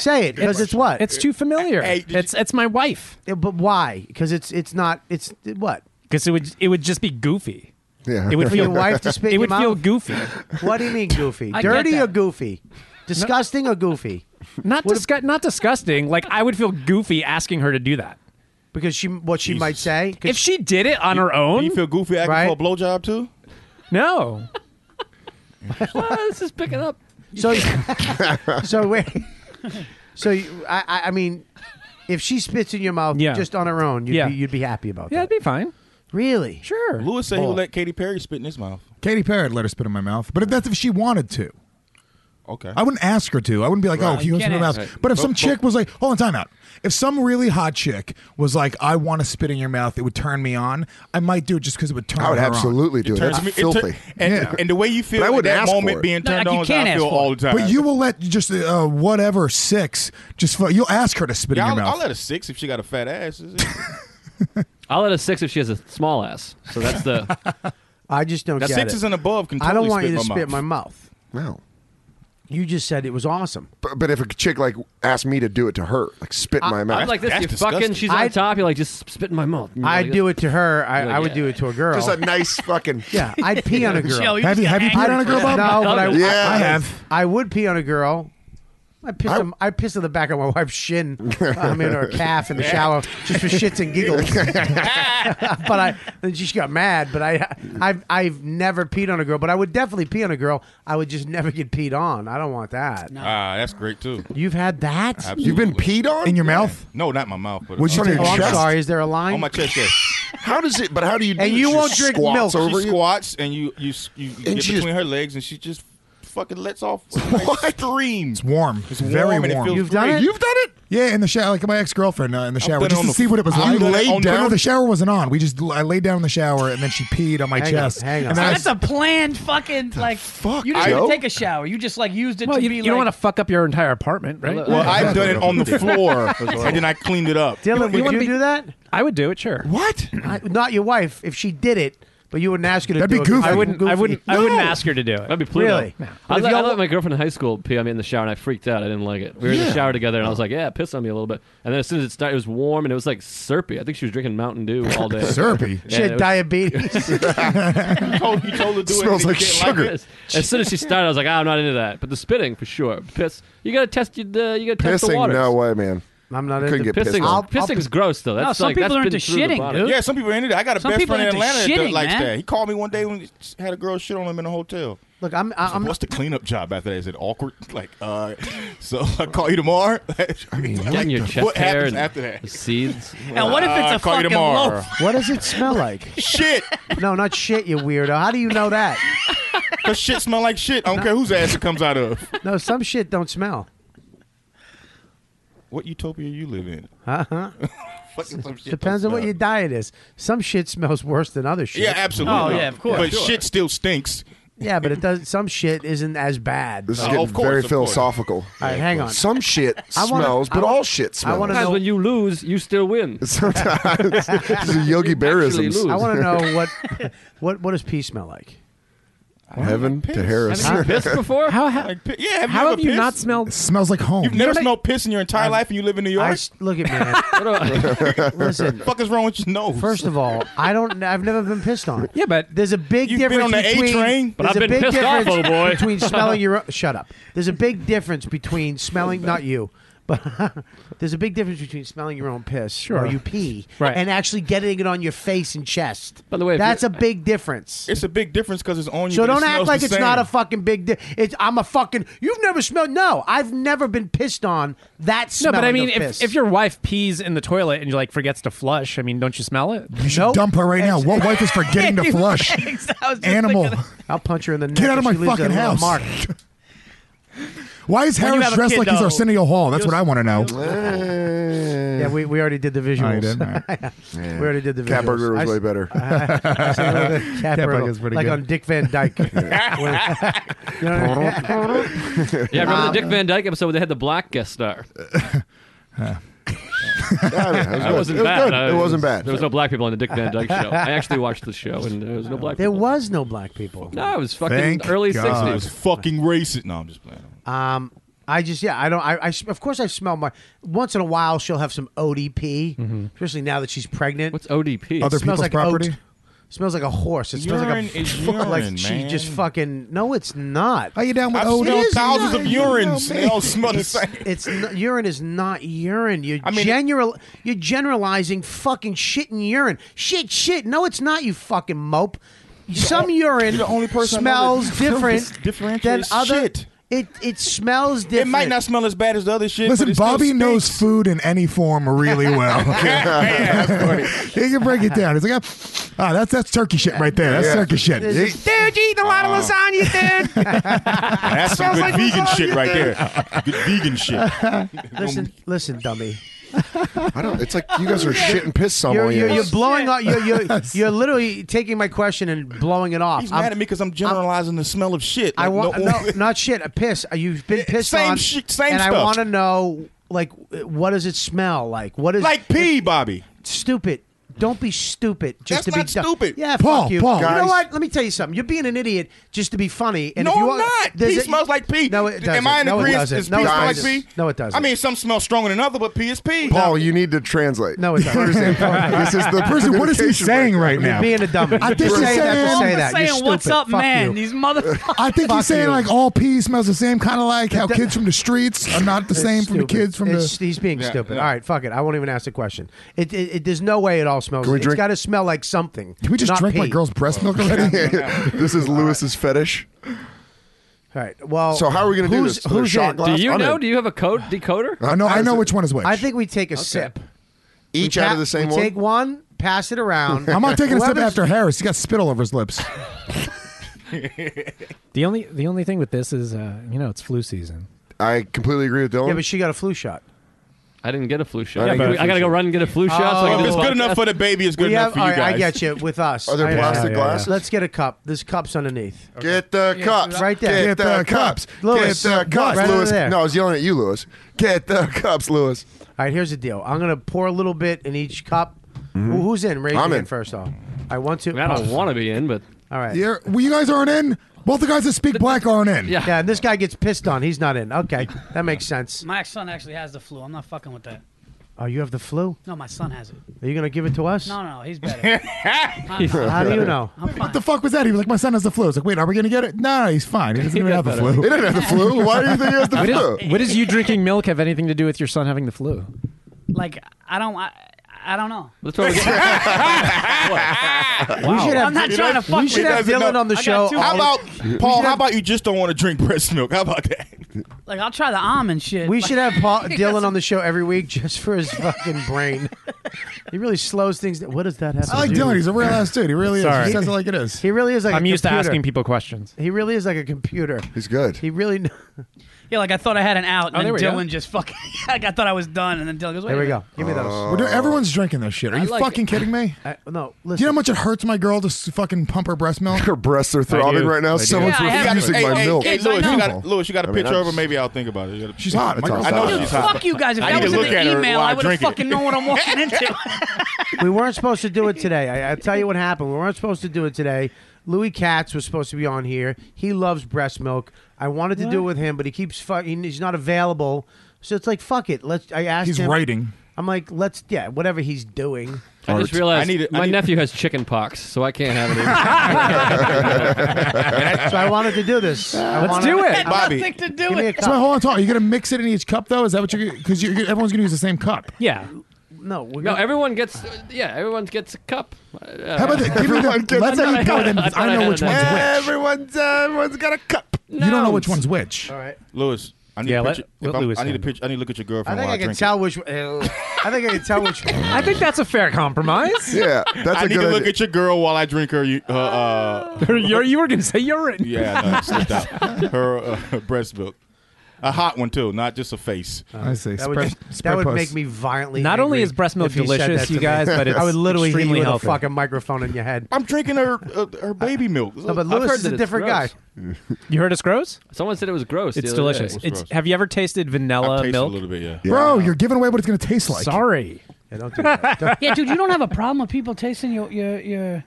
Speaker 2: Say it. Because it's what?
Speaker 3: It's too familiar.
Speaker 6: Hey, did
Speaker 3: it's it's my wife.
Speaker 2: Yeah, but why? Because it's it's not. It's what?
Speaker 3: Because it would it would just be goofy.
Speaker 7: yeah.
Speaker 3: It would
Speaker 2: For
Speaker 3: feel
Speaker 2: your wife to spit in
Speaker 3: It
Speaker 2: your
Speaker 3: would feel
Speaker 2: mouth?
Speaker 3: goofy.
Speaker 2: What do you mean goofy?
Speaker 3: I get
Speaker 2: Dirty
Speaker 3: that.
Speaker 2: or goofy? Disgusting or goofy?
Speaker 3: Not disgu- not disgusting. Like I would feel goofy asking her to do that.
Speaker 2: Because she what she might say. 'Cause
Speaker 3: If she did it on her own,
Speaker 6: Do you feel goofy acting
Speaker 2: Right.
Speaker 6: for a blowjob too?
Speaker 3: no.
Speaker 11: Oh, this is picking up.
Speaker 2: So so wait. So you, I I- I mean, if she spits in your mouth
Speaker 3: Yeah.
Speaker 2: just on her own, you'd
Speaker 3: Yeah.
Speaker 2: be, you'd be happy about
Speaker 3: Yeah,
Speaker 2: that.
Speaker 3: it'd be fine.
Speaker 2: Really?
Speaker 3: Sure.
Speaker 6: Lewis said he
Speaker 2: Ball.
Speaker 6: would let Katy Perry spit in his mouth.
Speaker 9: Katy Perry let her spit in my mouth, but if that's if she wanted to.
Speaker 6: Okay.
Speaker 9: I wouldn't ask her to. I wouldn't be like, oh,
Speaker 6: Right.
Speaker 9: can you
Speaker 4: You
Speaker 9: go spit in my
Speaker 4: can't
Speaker 9: mouth?
Speaker 6: ask.
Speaker 9: But if
Speaker 6: Right.
Speaker 9: some
Speaker 6: But-
Speaker 9: chick was like, hold on, time out. If some really hot chick was like, I want to spit in your mouth, it would turn me on. I might do it just because it would turn.
Speaker 7: I would
Speaker 9: her
Speaker 7: absolutely do it.
Speaker 6: turns
Speaker 7: That's
Speaker 6: me- tur-
Speaker 7: filthy.
Speaker 6: and,
Speaker 9: Ah, Yeah.
Speaker 6: and the way you feel
Speaker 7: But I
Speaker 6: at
Speaker 7: wouldn't
Speaker 6: that
Speaker 7: ask for
Speaker 6: moment
Speaker 7: it.
Speaker 6: being
Speaker 4: No, like,
Speaker 6: turned
Speaker 4: you
Speaker 6: on is how
Speaker 4: can't
Speaker 6: I
Speaker 4: ask
Speaker 6: feel
Speaker 4: for it.
Speaker 6: all the time.
Speaker 9: On. But you will let just uh, whatever six just fu- you'll ask her to spit
Speaker 6: Yeah,
Speaker 9: in your
Speaker 6: I'll,
Speaker 9: mouth.
Speaker 6: I'll let a six if she got a fat ass.
Speaker 11: I'll let a six if she has a small ass. So that's the.
Speaker 2: I just don't
Speaker 6: Now,
Speaker 2: get
Speaker 6: sixes
Speaker 2: it.
Speaker 6: and above can
Speaker 2: I don't
Speaker 6: totally
Speaker 2: want
Speaker 6: spit
Speaker 2: you to
Speaker 6: in my
Speaker 2: spit in
Speaker 6: mouth.
Speaker 2: my mouth.
Speaker 7: No.
Speaker 2: You just said it was awesome.
Speaker 7: But, but if a chick like asked me to do it to her, like spit in my mouth,
Speaker 11: I'm like this.
Speaker 6: That's
Speaker 11: You
Speaker 6: disgusting.
Speaker 11: fucking. She's on
Speaker 2: I'd-
Speaker 11: top. You're like just spit in my mouth. You're
Speaker 2: I'd
Speaker 11: like,
Speaker 2: do it to her. I,
Speaker 11: Like,
Speaker 2: I would
Speaker 11: yeah.
Speaker 2: do it to a girl.
Speaker 7: just a nice fucking.
Speaker 2: yeah, I'd pee on a girl.
Speaker 4: Joe, you
Speaker 9: have
Speaker 4: just
Speaker 9: you
Speaker 4: got
Speaker 9: have you
Speaker 4: angry.
Speaker 9: peed on a girl, Bob?
Speaker 2: No, but I,
Speaker 11: Yeah.
Speaker 9: I have.
Speaker 2: I would pee on a girl. I pissed,
Speaker 7: I-
Speaker 2: on, I pissed on the back of my wife's shin. I mean, her calf in the shower just for shits and giggles. but I then she got mad. But I, I've, I've never peed on a girl. But I would definitely pee on a girl. I would just never get peed on. I don't want that.
Speaker 6: Ah, that's great too.
Speaker 2: You've had that?
Speaker 6: Absolutely.
Speaker 7: You've been peed on
Speaker 9: in your mouth.
Speaker 6: No, not my mouth. But
Speaker 9: What'd you
Speaker 6: uh,
Speaker 9: do?
Speaker 2: Oh, I'm
Speaker 7: Chest?
Speaker 2: sorry. Is there a line?
Speaker 6: On my chest. Yeah.
Speaker 7: How does it? But how do you? Do
Speaker 2: And
Speaker 7: it?
Speaker 2: you
Speaker 7: She
Speaker 2: won't drink
Speaker 7: squats
Speaker 2: milk.
Speaker 7: Over
Speaker 6: she
Speaker 7: you?
Speaker 6: squats and you you you, you get
Speaker 7: she
Speaker 6: between
Speaker 7: just-
Speaker 6: her legs and she just fucking lets off like streams.
Speaker 9: It's warm.
Speaker 6: It's warm
Speaker 9: very
Speaker 6: and it
Speaker 9: warm.
Speaker 6: feels
Speaker 2: You've done
Speaker 6: great.
Speaker 2: it?
Speaker 7: You've done it.
Speaker 9: Yeah, in the shower, like my ex girlfriend uh, in the shower,
Speaker 6: done
Speaker 9: just
Speaker 6: on
Speaker 9: to
Speaker 6: the-
Speaker 9: see what it was
Speaker 6: I've
Speaker 9: like.
Speaker 6: done it
Speaker 9: But
Speaker 6: on the
Speaker 9: No,
Speaker 6: floor.
Speaker 9: the shower wasn't on. We just I laid down in the shower and then she peed on my
Speaker 2: Hang on,
Speaker 9: chest.
Speaker 2: hang on.
Speaker 9: And then I
Speaker 4: That's a planned fucking like. Fuck, you didn't
Speaker 7: Joe?
Speaker 4: even take a shower. You just like used it
Speaker 3: Well,
Speaker 4: to
Speaker 3: you,
Speaker 4: be
Speaker 3: you
Speaker 4: like.
Speaker 3: don't want to fuck up your entire apartment, right?
Speaker 11: Well,
Speaker 6: Well, I've done it on the floor and then I cleaned it up.
Speaker 2: Dylan, would you,
Speaker 3: wanna be-
Speaker 2: do that?
Speaker 3: I would do it, sure.
Speaker 6: What?
Speaker 2: I, not your wife. If she did it, But you wouldn't ask her to do it.
Speaker 3: I wouldn't. I wouldn't. I wouldn't
Speaker 2: No.
Speaker 3: ask her to do it.
Speaker 11: That'd be Pluto.
Speaker 3: Really? No.
Speaker 11: I,
Speaker 3: But if
Speaker 11: let, I
Speaker 3: y'all-
Speaker 11: let my girlfriend in high school pee on me in the shower, and I freaked out. I didn't like it. We were in
Speaker 3: Yeah.
Speaker 11: the shower together, and I was like, "Yeah, piss on me a little bit." And then as soon as it started, it was warm, and it was like syrupy. I think she was drinking Mountain Dew all day.
Speaker 2: Syrupy? She had diabetes.
Speaker 11: told, you told her to do
Speaker 2: Smells
Speaker 11: it.
Speaker 2: like sugar.
Speaker 11: as soon as she started, I was like, "Ah, "I'm not into that." But the spitting, for sure. Piss. You gotta test your. Uh, you gotta test the
Speaker 7: Pissing?
Speaker 11: waters.
Speaker 7: No
Speaker 9: uh,
Speaker 7: way, man.
Speaker 2: I'm not
Speaker 7: Couldn't get pissed
Speaker 11: pissing.
Speaker 7: on.
Speaker 11: Pissing's gross though. That's
Speaker 6: No, some
Speaker 11: like,
Speaker 6: people
Speaker 11: that's
Speaker 6: are
Speaker 11: been
Speaker 6: into
Speaker 11: through the
Speaker 6: shitting,
Speaker 11: bottom.
Speaker 6: dude. Yeah, some people are into that. I got a
Speaker 11: Some
Speaker 6: best
Speaker 11: people
Speaker 6: friend in
Speaker 11: are
Speaker 6: Atlanta
Speaker 11: into
Speaker 6: that
Speaker 11: shitting,
Speaker 6: likes
Speaker 11: man.
Speaker 6: that. He called me one day when he had a girl shit on him in a hotel.
Speaker 2: Look, I'm.
Speaker 6: I, am What's the cleanup job after that? Is it awkward? Like, uh, so I call you tomorrow. I mean,
Speaker 11: Getting your chest
Speaker 6: what
Speaker 11: hair
Speaker 6: happens
Speaker 11: and
Speaker 6: after that?
Speaker 11: the seeds.
Speaker 6: And what if
Speaker 4: Uh,
Speaker 6: it's a
Speaker 11: call you
Speaker 6: fucking
Speaker 11: tomorrow.
Speaker 6: loaf?
Speaker 2: What does it smell like?
Speaker 6: shit.
Speaker 2: No, not shit, you weirdo. How do you know that?
Speaker 6: Cause shit smell like shit. I don't care whose ass it comes out of.
Speaker 2: No, some shit don't smell.
Speaker 6: What utopia you live in?
Speaker 2: Uh huh.
Speaker 6: Fucking some shit
Speaker 2: Depends
Speaker 6: don't
Speaker 2: on what
Speaker 6: smell.
Speaker 2: your diet is. Some shit smells worse than other shit.
Speaker 6: Yeah, absolutely.
Speaker 2: Oh,
Speaker 6: But shit still stinks.
Speaker 2: Yeah, but it does. Some shit isn't as bad.
Speaker 7: This is
Speaker 2: but-
Speaker 6: Uh,
Speaker 7: getting very philosophical.
Speaker 2: All right, hang on.
Speaker 7: Some shit
Speaker 2: I wanna-
Speaker 7: smells,
Speaker 2: I
Speaker 7: but
Speaker 2: wanna-
Speaker 7: all shit
Speaker 2: I
Speaker 7: smells.
Speaker 2: wanna Sometimes know- when
Speaker 11: you lose, you still win.
Speaker 7: Sometimes. this is Yogi Bearisms.
Speaker 2: I want to know what what what does pee smell like?
Speaker 7: Heaven to Harris.
Speaker 11: before?
Speaker 2: How, how,
Speaker 6: Like, pi- yeah, have you
Speaker 2: How
Speaker 6: ever
Speaker 2: have you not
Speaker 6: pissed?
Speaker 2: smelled?
Speaker 9: It smells like home.
Speaker 6: You've never smelled piss in your entire life, and you live in New York.
Speaker 2: I s- look at me. Listen,
Speaker 6: fuck is wrong with your nose?
Speaker 2: First of all, I don't. I've never been pissed on. Yeah, but there's a big
Speaker 6: You've been
Speaker 2: difference
Speaker 6: on the A
Speaker 2: between.
Speaker 6: train? But
Speaker 2: there's
Speaker 6: I've been
Speaker 2: a big
Speaker 6: pissed off,
Speaker 2: difference
Speaker 6: little boy.
Speaker 2: between smelling your. own- Shut up. There's a big difference between smelling not you, but there's a big difference between smelling your own piss
Speaker 11: Sure.
Speaker 2: or you pee
Speaker 11: Right.
Speaker 2: and actually getting it on your face and chest. By
Speaker 11: the way, if
Speaker 2: that's
Speaker 11: you-
Speaker 2: a big difference.
Speaker 6: It's a big difference because it's on you.
Speaker 2: So
Speaker 6: but it
Speaker 2: don't act
Speaker 6: smells
Speaker 2: like
Speaker 6: the
Speaker 2: it's not
Speaker 6: same.
Speaker 2: a fucking big. Di- it's I'm a fucking. You've never smelled. No, I've never been pissed on. That
Speaker 3: No,
Speaker 2: smell.
Speaker 3: but I mean, if,
Speaker 2: piss.
Speaker 3: if your wife pees in the toilet and you like forgets to flush, I mean, don't you smell it?
Speaker 9: You should dump her right now. What wife is forgetting to flush? Animal.
Speaker 2: I'll punch her in the neck.
Speaker 9: Get out of
Speaker 2: if
Speaker 9: my
Speaker 2: she leaves a
Speaker 9: fucking
Speaker 2: little
Speaker 9: house.
Speaker 2: Mark.
Speaker 9: Why is
Speaker 2: When you
Speaker 9: Harris
Speaker 2: have a
Speaker 9: dressed
Speaker 2: kid,
Speaker 9: like he's
Speaker 2: though,
Speaker 9: Arsenio Hall? That's
Speaker 2: you'll-
Speaker 9: what I want to know.
Speaker 2: yeah, we, we already did the
Speaker 9: Oh, you
Speaker 2: visuals.
Speaker 9: did? All
Speaker 2: we already did the visuals.
Speaker 7: Cat Burglar was
Speaker 2: I s-
Speaker 7: way better.
Speaker 2: I said it with
Speaker 7: Cat
Speaker 2: a Cat
Speaker 7: Burglar's
Speaker 2: Burglar's
Speaker 7: pretty
Speaker 2: like
Speaker 7: good.
Speaker 2: on Dick Van Dyke. You know what I mean?
Speaker 11: Yeah, remember
Speaker 2: Um,
Speaker 11: the Dick Van Dyke episode where they had the black guest star?
Speaker 7: yeah, it was
Speaker 11: That
Speaker 7: good.
Speaker 11: wasn't
Speaker 7: It was
Speaker 11: bad.
Speaker 7: good.
Speaker 11: I
Speaker 7: It wasn't bad.
Speaker 11: There was no black people on the Dick Van Dyke show. I actually watched the show, and there was no black.
Speaker 2: There was no black people.
Speaker 11: No, it was fucking early
Speaker 6: It was
Speaker 11: sixties.
Speaker 6: fucking racist. No, I'm just playing.
Speaker 2: Um, I just yeah, I don't. I, I s- of course I smell my. Once in a while, she'll have some ODP, especially now that she's pregnant. What's
Speaker 11: ODP?
Speaker 9: Other people's property?
Speaker 2: Smells like a horse. It smells
Speaker 6: Urine
Speaker 2: like a
Speaker 6: is
Speaker 2: like
Speaker 6: urine,
Speaker 2: she just
Speaker 6: man.
Speaker 2: fucking. No, it's not.
Speaker 9: Are you down
Speaker 6: with I've odor? smelled thousands of urines. They all smell the same.
Speaker 2: It's n- urine is not urine. You're
Speaker 6: mean-
Speaker 2: general. You're generalizing fucking shit and urine. Shit, shit. No, it's not. You fucking mope. Some urine
Speaker 6: you're the only person I know
Speaker 2: smells
Speaker 6: that different-
Speaker 2: different than
Speaker 6: differentiates
Speaker 2: other.
Speaker 6: shit.
Speaker 2: It it smells different.
Speaker 6: It might not smell as bad as the other shit. but
Speaker 9: Listen,
Speaker 6: it still
Speaker 9: Bobby
Speaker 6: stinks.
Speaker 9: knows food in any form really well. he can break it down. He's like, ah, that's that's turkey shit right there. That's
Speaker 6: Yeah.
Speaker 9: turkey shit.
Speaker 6: This is-
Speaker 2: Dude, you eat a lot
Speaker 6: Uh.
Speaker 2: of lasagna, dude.
Speaker 6: That's
Speaker 2: Smells
Speaker 6: some good
Speaker 2: like
Speaker 6: vegan
Speaker 2: lasagna,
Speaker 6: shit right
Speaker 2: dude.
Speaker 6: there. Good vegan shit.
Speaker 2: listen, listen, dummy.
Speaker 7: I don't. It's like you guys are shit and piss some
Speaker 2: You're,
Speaker 7: on you.
Speaker 2: you're, you're blowing off. You're, you're, you're literally taking my question and blowing it off.
Speaker 6: He's mad at me because I'm generalizing the smell of shit.
Speaker 2: I
Speaker 6: Like,
Speaker 2: want
Speaker 6: no-
Speaker 2: no, not shit. A piss. Uh, You've been pissed
Speaker 6: same
Speaker 2: on.
Speaker 6: shit- same
Speaker 2: and I
Speaker 6: stuff.
Speaker 2: want to know, like, uh, what does it smell like? What is
Speaker 6: Like pee, Bobby?
Speaker 2: Stupid. Don't be stupid. Just
Speaker 6: That's
Speaker 2: to be
Speaker 6: not
Speaker 2: dumb.
Speaker 6: stupid.
Speaker 2: Yeah,
Speaker 6: Paul,
Speaker 2: fuck you.
Speaker 6: Paul.
Speaker 2: you know
Speaker 6: Guys.
Speaker 2: what? Let me tell you something. You're being an idiot just to be funny. And
Speaker 6: no,
Speaker 2: if you
Speaker 6: I'm
Speaker 2: are,
Speaker 6: not.
Speaker 2: there's
Speaker 6: Pee
Speaker 2: a-
Speaker 6: smells like pee.
Speaker 2: No, it
Speaker 6: Am
Speaker 2: doesn't.
Speaker 6: I in
Speaker 2: No, it
Speaker 6: agreement?
Speaker 2: doesn't.
Speaker 6: Is
Speaker 2: No,
Speaker 6: pee
Speaker 2: it
Speaker 6: smell like
Speaker 2: doesn't.
Speaker 6: pee?
Speaker 2: No, it doesn't.
Speaker 6: I mean, some smell stronger than other, but pee is pee.
Speaker 7: Paul, you need to translate.
Speaker 2: No, it doesn't.
Speaker 7: Person, this is the
Speaker 9: Person, what is he
Speaker 7: communication
Speaker 9: saying
Speaker 7: breakdown.
Speaker 9: right now?
Speaker 2: being a dummy.
Speaker 9: I think
Speaker 2: Just
Speaker 9: he's
Speaker 2: say that to
Speaker 9: saying,
Speaker 2: say that. You're
Speaker 4: saying, "What's
Speaker 2: stupid.
Speaker 4: up,
Speaker 2: Fuck
Speaker 4: man?
Speaker 2: you."
Speaker 4: These motherfuckers."
Speaker 9: I think
Speaker 2: Fuck
Speaker 9: he's saying
Speaker 2: you.
Speaker 9: like all pee smells the same, kind of like how kids from the streets are not the
Speaker 2: It's
Speaker 9: same from the
Speaker 2: stupid.
Speaker 9: kids from
Speaker 2: It's-
Speaker 9: the.
Speaker 2: He's being
Speaker 9: Yeah,
Speaker 2: stupid.
Speaker 9: yeah.
Speaker 2: All right, fuck it. I won't even ask the question. It, it, it there's no way it all smells.
Speaker 7: Can we
Speaker 2: it's
Speaker 7: drink-
Speaker 2: got to smell like something.
Speaker 9: Can we just
Speaker 2: not
Speaker 9: drink my
Speaker 2: pee.
Speaker 9: girl's breast milk already?
Speaker 7: this is Lewis's fetish.
Speaker 2: All right. Well,
Speaker 7: So how are we gonna do
Speaker 2: who's-
Speaker 7: this? With a
Speaker 2: Who's
Speaker 7: shot
Speaker 2: in?
Speaker 7: glass? Do you I'm know? in.
Speaker 11: Do you have a code
Speaker 7: Uh,
Speaker 11: decoder?
Speaker 9: I know. I know which one is which.
Speaker 2: I think we take a sip.
Speaker 7: Each
Speaker 2: We
Speaker 7: out
Speaker 2: pa-
Speaker 7: of the same
Speaker 2: we
Speaker 7: one.
Speaker 2: Take one, pass it around.
Speaker 9: I'm not taking a sip
Speaker 2: Whoever's-
Speaker 9: after Harris. He got spit all over his lips.
Speaker 3: The only the only thing with this is, uh, you know, it's flu season.
Speaker 7: I completely agree with Dylan.
Speaker 2: Yeah, but she got a flu shot.
Speaker 11: I didn't get a flu
Speaker 7: I
Speaker 11: shot.
Speaker 7: didn't get a flu
Speaker 11: I gotta go
Speaker 7: shot.
Speaker 11: run and get a flu shot. so I
Speaker 2: Oh.
Speaker 11: can do
Speaker 2: If it's
Speaker 11: the
Speaker 6: good enough
Speaker 11: podcast.
Speaker 6: for the baby, it's good
Speaker 2: We
Speaker 6: enough
Speaker 2: have-
Speaker 6: for you
Speaker 2: all right, I
Speaker 6: guys.
Speaker 2: get you. With us,
Speaker 7: Are there
Speaker 2: I-
Speaker 7: plastic glasses?
Speaker 2: Let's get a cup. There's cups underneath.
Speaker 7: Get the cups.
Speaker 2: Right there.
Speaker 7: Get, the, cups.
Speaker 2: Lewis,
Speaker 7: Get the cups,
Speaker 2: right
Speaker 7: Lewis.
Speaker 2: over there.
Speaker 7: No, I was yelling at you, Lewis. Get the cups, Lewis.
Speaker 2: All right, here's the deal. I'm gonna pour a little bit in each cup. Who- Who's in? Raise
Speaker 7: Mm-hmm. I'm
Speaker 2: your
Speaker 7: in.
Speaker 2: hand first off. I want to.
Speaker 11: I don't want to be in, but
Speaker 2: all right.
Speaker 9: Yeah, well, you guys aren't in. Both the guys that speak black aren't in.
Speaker 2: Yeah. and this guy gets pissed on. He's not in. Okay, that makes sense.
Speaker 4: My son actually has the flu. I'm not fucking with that.
Speaker 2: Oh, you have the flu?
Speaker 4: No, my son has it.
Speaker 2: Are you gonna give it to us?
Speaker 4: No, no, no he's better. I'm fine.
Speaker 2: How do you know?
Speaker 9: What the fuck was that? He was like, my son has the flu. I was like, wait, are we going to get it? No, he's fine. He doesn't even have the flu.
Speaker 7: He didn't have the flu. Why do you think he has the
Speaker 3: What is-
Speaker 7: flu?
Speaker 3: what does you drinking milk have anything to do with your son having the flu?
Speaker 4: Like I don't. I, I don't know.
Speaker 3: That's what we Wow.
Speaker 2: should have-
Speaker 4: Oh, I'm not
Speaker 2: you
Speaker 4: trying
Speaker 2: know,
Speaker 4: to fuck
Speaker 2: we
Speaker 4: with
Speaker 2: should have
Speaker 4: you.
Speaker 2: Dylan on the
Speaker 4: I got
Speaker 2: show.
Speaker 4: two
Speaker 6: How about
Speaker 4: kids.
Speaker 6: Paul? How about you just don't want to drink breast milk? How about that?
Speaker 4: Like I'll try the almond shit.
Speaker 2: We
Speaker 4: Like-
Speaker 2: should have Paul,
Speaker 4: Because-
Speaker 2: Dylan on the show every week just for his fucking brain. he really slows things. Down. What does that have?
Speaker 9: I like
Speaker 2: to do?
Speaker 9: Dylan. He's a real ass dude. He really is. He says it like it is.
Speaker 2: He really is like.
Speaker 3: I'm
Speaker 2: a
Speaker 3: used to
Speaker 2: computer.
Speaker 3: asking people questions.
Speaker 2: He really is like a computer.
Speaker 7: He's good.
Speaker 2: He really. kn-
Speaker 4: Yeah, like I thought I had an out,
Speaker 2: Oh,
Speaker 4: and
Speaker 2: there
Speaker 4: then
Speaker 2: we go.
Speaker 4: Dylan just fucking. like I thought I was done, and then Dylan goes. Wait
Speaker 2: There
Speaker 4: a
Speaker 2: we
Speaker 4: minute.
Speaker 2: go. Give me those.
Speaker 4: Uh,
Speaker 9: We're doing, everyone's drinking this shit. Are
Speaker 4: I
Speaker 9: you
Speaker 4: like
Speaker 9: fucking
Speaker 4: it.
Speaker 9: kidding me?
Speaker 2: I, no,
Speaker 9: Do
Speaker 2: listen.
Speaker 9: you know how much it hurts my girl to s- fucking pump her breast milk?
Speaker 7: Her breasts are throbbing right now. Someone's
Speaker 9: Yeah, I have-
Speaker 7: refusing
Speaker 9: Hey,
Speaker 7: my
Speaker 9: hey,
Speaker 7: milk.
Speaker 9: hey,
Speaker 6: Louis, you got,
Speaker 7: People.
Speaker 6: Louis, you got a
Speaker 7: I mean,
Speaker 6: picture
Speaker 7: I'm
Speaker 6: of her? Maybe I'll think about it. You got a-
Speaker 9: She's hot.
Speaker 6: I
Speaker 9: My girl's
Speaker 6: know
Speaker 9: hot.
Speaker 6: she's
Speaker 9: Dude,
Speaker 6: hot.
Speaker 4: Fuck you guys! If
Speaker 6: I
Speaker 4: that
Speaker 6: need
Speaker 4: was
Speaker 6: to
Speaker 4: in
Speaker 6: look at
Speaker 4: the
Speaker 6: her
Speaker 4: email,
Speaker 6: while
Speaker 4: I
Speaker 6: I
Speaker 4: would have
Speaker 6: drink it.
Speaker 4: fucking known what I'm walking into.
Speaker 2: we weren't supposed to do it today. I, I tell you what happened. We weren't supposed to do it today. Louis Katz was supposed to be on here. He loves breast milk. I wanted to do it with him, but he keeps fucking. He's not available. So it's like fuck it. Let's. I asked
Speaker 9: He's
Speaker 2: him.
Speaker 9: writing.
Speaker 2: I'm like, let's. Yeah, whatever he's doing.
Speaker 11: I just realized
Speaker 6: I need it- I
Speaker 11: my
Speaker 6: need-
Speaker 11: nephew has chicken pox, so I can't have it. Either.
Speaker 2: so I wanted to do this. I
Speaker 3: Let's
Speaker 2: wanted-
Speaker 3: do it.
Speaker 4: Nothing to do
Speaker 2: Give me a
Speaker 4: with.
Speaker 9: So wait,
Speaker 2: cup.
Speaker 9: hold on, talk. Are you gonna mix it in each cup though? Is that what you're? Because you're, everyone's gonna use the same cup.
Speaker 3: Yeah.
Speaker 2: No, we're
Speaker 11: No,
Speaker 2: gonna-
Speaker 11: everyone gets. Yeah, everyone gets a cup. Uh,
Speaker 9: How about that? Give me the. Let's
Speaker 11: I
Speaker 9: not
Speaker 11: thought
Speaker 9: go
Speaker 11: I
Speaker 9: with them.
Speaker 11: had- I
Speaker 9: because
Speaker 11: thought
Speaker 9: I
Speaker 11: I
Speaker 9: know
Speaker 11: had
Speaker 9: which
Speaker 11: it.
Speaker 9: one's which.
Speaker 7: Everyone's,
Speaker 6: uh,
Speaker 7: everyone's got a cup.
Speaker 9: You don't know
Speaker 11: No.
Speaker 9: which one's which.
Speaker 2: all right.
Speaker 6: Louis, I need
Speaker 3: Yeah,
Speaker 6: a
Speaker 3: let-
Speaker 6: picture. if
Speaker 3: let
Speaker 6: I'm-
Speaker 3: Louis
Speaker 6: I need a
Speaker 3: handle
Speaker 6: picture. I need to look at your
Speaker 2: I
Speaker 6: girlfriend
Speaker 2: think
Speaker 6: while I
Speaker 2: I can
Speaker 6: drink
Speaker 2: tell which. uh, I think I can tell which.
Speaker 3: I think that's a fair compromise.
Speaker 7: Yeah,
Speaker 6: it.
Speaker 7: that's
Speaker 6: I
Speaker 7: a
Speaker 6: need
Speaker 7: good
Speaker 6: to look
Speaker 7: idea.
Speaker 6: at your girl while I drink her. you- her, uh,
Speaker 3: You're- you were going to say urine.
Speaker 6: yeah, no, it slipped out. Her uh, breast milk. A hot one too, not just a face.
Speaker 9: I see.
Speaker 2: That
Speaker 9: Spread,
Speaker 2: would,
Speaker 9: spread
Speaker 2: that would
Speaker 9: posts.
Speaker 2: make me violently.
Speaker 3: Not only
Speaker 2: angry
Speaker 3: is breast milk
Speaker 2: if he said
Speaker 3: delicious,
Speaker 2: that to
Speaker 3: you
Speaker 2: me.
Speaker 3: guys, but it's
Speaker 2: I would literally hit you
Speaker 3: extremely
Speaker 2: with
Speaker 3: healthy.
Speaker 2: a fucking microphone in your head.
Speaker 6: I'm drinking her uh, her baby milk.
Speaker 2: No, but
Speaker 11: I've
Speaker 2: Lewis
Speaker 11: heard
Speaker 2: is
Speaker 11: that
Speaker 2: a
Speaker 11: it's
Speaker 2: different guy.
Speaker 11: gross.
Speaker 3: You heard us gross?
Speaker 11: Someone said it was gross. the
Speaker 3: It's
Speaker 11: other
Speaker 3: delicious.
Speaker 11: day.
Speaker 6: It's
Speaker 3: It's
Speaker 6: gross.
Speaker 3: have you ever tasted vanilla
Speaker 6: I've tasted a
Speaker 3: milk?
Speaker 6: little bit, yeah.
Speaker 9: Bro, you're giving away what it's gonna taste like.
Speaker 3: Sorry.
Speaker 2: Yeah, don't do that. Don't-
Speaker 4: Yeah, dude, you don't have a problem with people tasting your your your.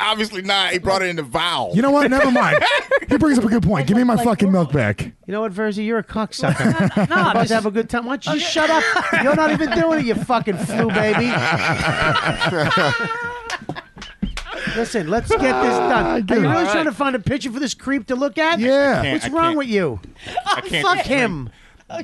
Speaker 6: Obviously not. He brought it in the vial.
Speaker 9: You know what? Never mind. He brings up a good point. Give me my fucking milk back.
Speaker 2: you know what, Verzi? You're a cocksucker.
Speaker 4: No, I'm
Speaker 2: Let's
Speaker 4: just-
Speaker 2: have a good time. Why don't you just shut up? You're not even doing it, you fucking flu baby. Listen, let's get this done. Are you really trying to find a picture for this creep to look at?
Speaker 9: Yeah. I can't,
Speaker 2: What's
Speaker 6: I
Speaker 2: wrong
Speaker 6: can't.
Speaker 2: with you?
Speaker 6: I can't
Speaker 2: Fuck
Speaker 6: drink-
Speaker 2: him.
Speaker 9: All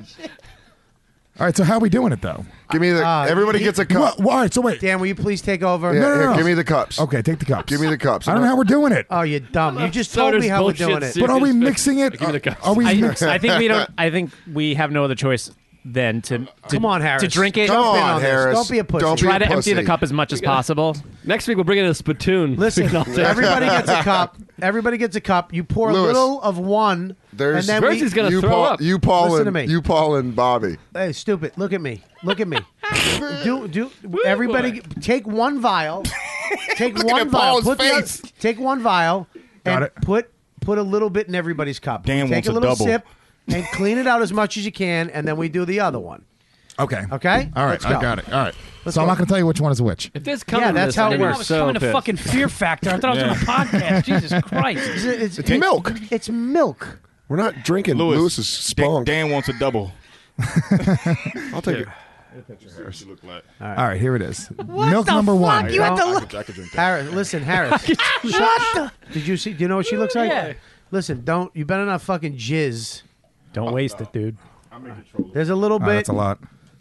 Speaker 9: right. So how are we doing it though?
Speaker 7: Give me the.
Speaker 2: Ah,
Speaker 7: everybody
Speaker 2: he-
Speaker 7: gets a
Speaker 9: What,
Speaker 7: cup.
Speaker 9: what- all right. So wait.
Speaker 2: Dan, will you please take over?
Speaker 7: Yeah,
Speaker 9: no, no,
Speaker 7: here,
Speaker 9: no.
Speaker 7: Give me the cups.
Speaker 9: Okay. Take the cups.
Speaker 7: Give me the cups.
Speaker 9: I don't know how we're doing it.
Speaker 2: Oh, you dumb. You just told
Speaker 11: Soda's
Speaker 2: me how we're
Speaker 11: bullshit
Speaker 2: doing it.
Speaker 11: soup.
Speaker 9: But are we
Speaker 11: Just-
Speaker 9: mixing it?
Speaker 11: Give me the cups.
Speaker 9: Are we
Speaker 3: I,
Speaker 9: mixing?
Speaker 3: I think we don't. I think we have no other choice than to, to
Speaker 2: Come on, Harris.
Speaker 3: to drink it.
Speaker 7: Come
Speaker 2: Jump in
Speaker 7: on,
Speaker 2: on this.
Speaker 7: Harris.
Speaker 2: Don't be a pussy.
Speaker 7: Don't be
Speaker 3: Try
Speaker 7: a
Speaker 3: to
Speaker 7: pussy.
Speaker 3: empty the cup as much as possible.
Speaker 11: Next week we'll bring in a spittoon.
Speaker 2: Listen,
Speaker 11: I'll take-
Speaker 2: everybody gets a cup. Everybody gets a cup. You pour a
Speaker 7: Louis,
Speaker 2: little of one,
Speaker 7: There's
Speaker 2: and then we,
Speaker 11: Verzi's gonna
Speaker 7: you,
Speaker 11: throw
Speaker 7: Paul,
Speaker 11: up.
Speaker 7: you, Paul,
Speaker 2: Listen
Speaker 7: and
Speaker 2: to me.
Speaker 7: you, Paul, and Bobby.
Speaker 2: Hey, stupid! Look at me! Look at me! do do everybody take one vial? Take
Speaker 7: at
Speaker 2: one vial.
Speaker 7: Paul's
Speaker 2: Put the
Speaker 7: face.
Speaker 2: oth- take one vial
Speaker 9: Got
Speaker 2: and
Speaker 9: it.
Speaker 2: put put a little bit in everybody's cup.
Speaker 6: Dan
Speaker 2: take
Speaker 6: wants
Speaker 2: a
Speaker 6: a
Speaker 2: little
Speaker 6: double.
Speaker 2: sip and clean it out as much as you can, and then we do the other one.
Speaker 9: Okay.
Speaker 2: Okay?
Speaker 9: All right.
Speaker 2: Let's
Speaker 9: I
Speaker 2: go.
Speaker 9: got it. All right.
Speaker 2: Let's
Speaker 9: so I'm
Speaker 2: go.
Speaker 9: not gonna tell you which one is which.
Speaker 11: if there's coming,
Speaker 2: Yeah, that's how it
Speaker 4: Oh, I
Speaker 2: works.
Speaker 4: was coming to fucking Fear Factor. I thought I was on a podcast. Jesus Christ!
Speaker 2: It's,
Speaker 7: It's milk.
Speaker 2: It's milk.
Speaker 7: We're not drinking
Speaker 6: Louis,
Speaker 7: Lewis's
Speaker 6: Dan,
Speaker 7: spunk.
Speaker 6: Dan wants a double.
Speaker 7: I'll take it.
Speaker 9: All right. Here it is. milk number one.
Speaker 2: You have to
Speaker 6: I could, I could drink that.
Speaker 2: Harris, listen, Harris. Shut the- Did you see? Do you know what she looks like? Listen, don't. You better not fucking jizz.
Speaker 3: Don't waste it, dude.
Speaker 2: There's a little
Speaker 9: Oh,
Speaker 2: bit.
Speaker 9: that's a lot.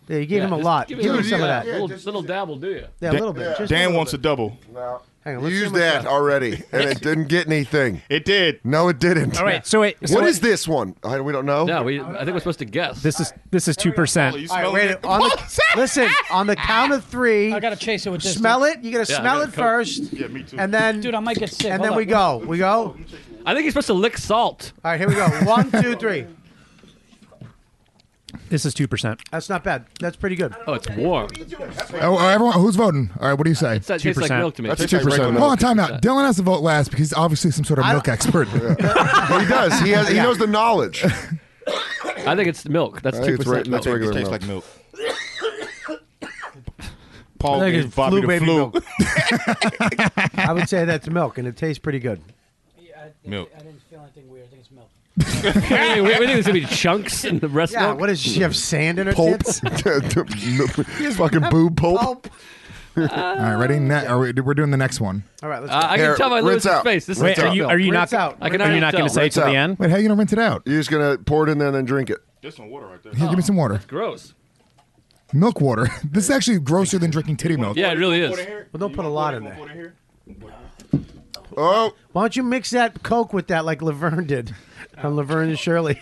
Speaker 2: Yeah, you gave him a
Speaker 11: just
Speaker 2: lot. Give
Speaker 11: Give,
Speaker 2: him
Speaker 11: it a
Speaker 2: some
Speaker 11: little-
Speaker 2: of that.
Speaker 11: Little, little dabble, do you?
Speaker 2: Yeah, a
Speaker 6: Dan-
Speaker 2: little bit. just a
Speaker 6: Dan
Speaker 2: little
Speaker 6: wants a
Speaker 2: bit.
Speaker 6: double.
Speaker 2: Hang on,
Speaker 7: You
Speaker 2: let's see
Speaker 7: used
Speaker 2: how much
Speaker 7: that already, and it didn't get anything.
Speaker 6: It did.
Speaker 7: No, it didn't.
Speaker 3: All right. So wait. So
Speaker 7: What
Speaker 3: wait,
Speaker 7: is this one? I, we don't know.
Speaker 11: No, we. I think we're supposed to guess.
Speaker 3: This is this is two
Speaker 6: Are you
Speaker 3: percent.
Speaker 2: All right,
Speaker 6: smelling
Speaker 2: wait.
Speaker 6: it?
Speaker 2: On the, listen, on the count of three,
Speaker 4: I gotta chase it with this.
Speaker 2: smell it. You gotta
Speaker 11: Yeah, I
Speaker 2: smell it
Speaker 11: got a Coke.
Speaker 2: first.
Speaker 6: Yeah, me too.
Speaker 2: And then,
Speaker 4: dude. I might get sick.
Speaker 2: and
Speaker 4: Hold
Speaker 2: then
Speaker 4: up.
Speaker 2: we go. We go. All
Speaker 11: I think you're supposed to lick salt.
Speaker 2: right, here we go. One, two, three.
Speaker 3: This is two percent.
Speaker 2: That's not bad. That's pretty good.
Speaker 11: Oh, it's warm.
Speaker 9: Oh, everyone, who's voting? All right. What do you say?
Speaker 11: It's that tastes like
Speaker 3: 2%.
Speaker 11: milk to me.
Speaker 7: That's two percent.
Speaker 9: Hold on, time out. Dylan has to vote last because he's obviously some sort of
Speaker 2: I
Speaker 9: milk
Speaker 2: don't-
Speaker 9: expert.
Speaker 7: He does. He has. He
Speaker 2: Yeah.
Speaker 7: knows the knowledge.
Speaker 11: I think it's milk. That's
Speaker 7: I think
Speaker 11: two
Speaker 7: it's right-
Speaker 11: percent.
Speaker 7: that's
Speaker 11: milk.
Speaker 7: regular
Speaker 6: It tastes
Speaker 7: milk.
Speaker 6: like milk. Paul
Speaker 2: I think
Speaker 6: gave
Speaker 2: it's
Speaker 6: Bobby the flu.
Speaker 2: milk. I would say that's milk, and it tastes pretty good.
Speaker 6: Milk.
Speaker 11: we, we think there's gonna be chunks in the breast
Speaker 2: Yeah,
Speaker 11: milk.
Speaker 2: what does she have? Sand in her
Speaker 11: Pulp?
Speaker 2: tits?
Speaker 9: fucking boob pulp.
Speaker 16: All right, ready? Ne- are we, we're doing the next one.
Speaker 2: All right, let's
Speaker 11: Uh,
Speaker 2: go.
Speaker 11: I can tell by Lewis's face, this is
Speaker 16: Wait,
Speaker 11: milk.
Speaker 16: are you- are you
Speaker 11: Rinse
Speaker 16: not-
Speaker 11: out. I can
Speaker 16: are you
Speaker 11: already
Speaker 16: not
Speaker 11: tell.
Speaker 16: gonna say
Speaker 9: Rinse
Speaker 16: till the
Speaker 9: out.
Speaker 16: Wait, how are you gonna rinse it out?
Speaker 9: You're just gonna pour it in there and then drink it.
Speaker 6: Just some water right there.
Speaker 16: Here, give me some water.
Speaker 11: Gross.
Speaker 16: Milk water. This is actually grosser than drinking titty milk.
Speaker 11: Yeah, it really is.
Speaker 2: Well, don't put a lot in there.
Speaker 9: Oh,
Speaker 2: why don't you mix that Coke with that like Laverne did on Laverne and Shirley?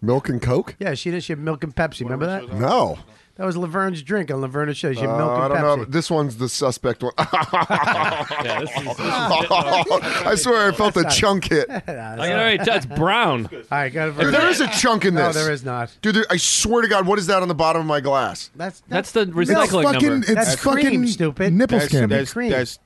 Speaker 9: Milk and Coke?
Speaker 2: Yeah, she did. She had milk and Pepsi. Remember that?
Speaker 9: No.
Speaker 2: That was Laverne's drink on Laverne and Shirley. She had
Speaker 9: Uh,
Speaker 2: milk
Speaker 9: I
Speaker 2: and
Speaker 9: don't
Speaker 2: Pepsi.
Speaker 9: know. This one's the suspect one.
Speaker 11: Yeah, this is, this is
Speaker 9: I swear I felt a chunk hit.
Speaker 11: I can already tell it's brown. All
Speaker 2: right, got
Speaker 9: Dude, there is a chunk in
Speaker 2: No,
Speaker 9: this.
Speaker 2: there is not.
Speaker 9: Dude, there, I swear to God, what is that on the bottom of my glass?
Speaker 2: That's
Speaker 11: That's the
Speaker 9: That's
Speaker 11: recycling
Speaker 9: fucking-
Speaker 11: number.
Speaker 9: it's That's fucking cream,
Speaker 2: stupid.
Speaker 9: nipple skin.
Speaker 6: That's,
Speaker 9: Cream.
Speaker 6: that's,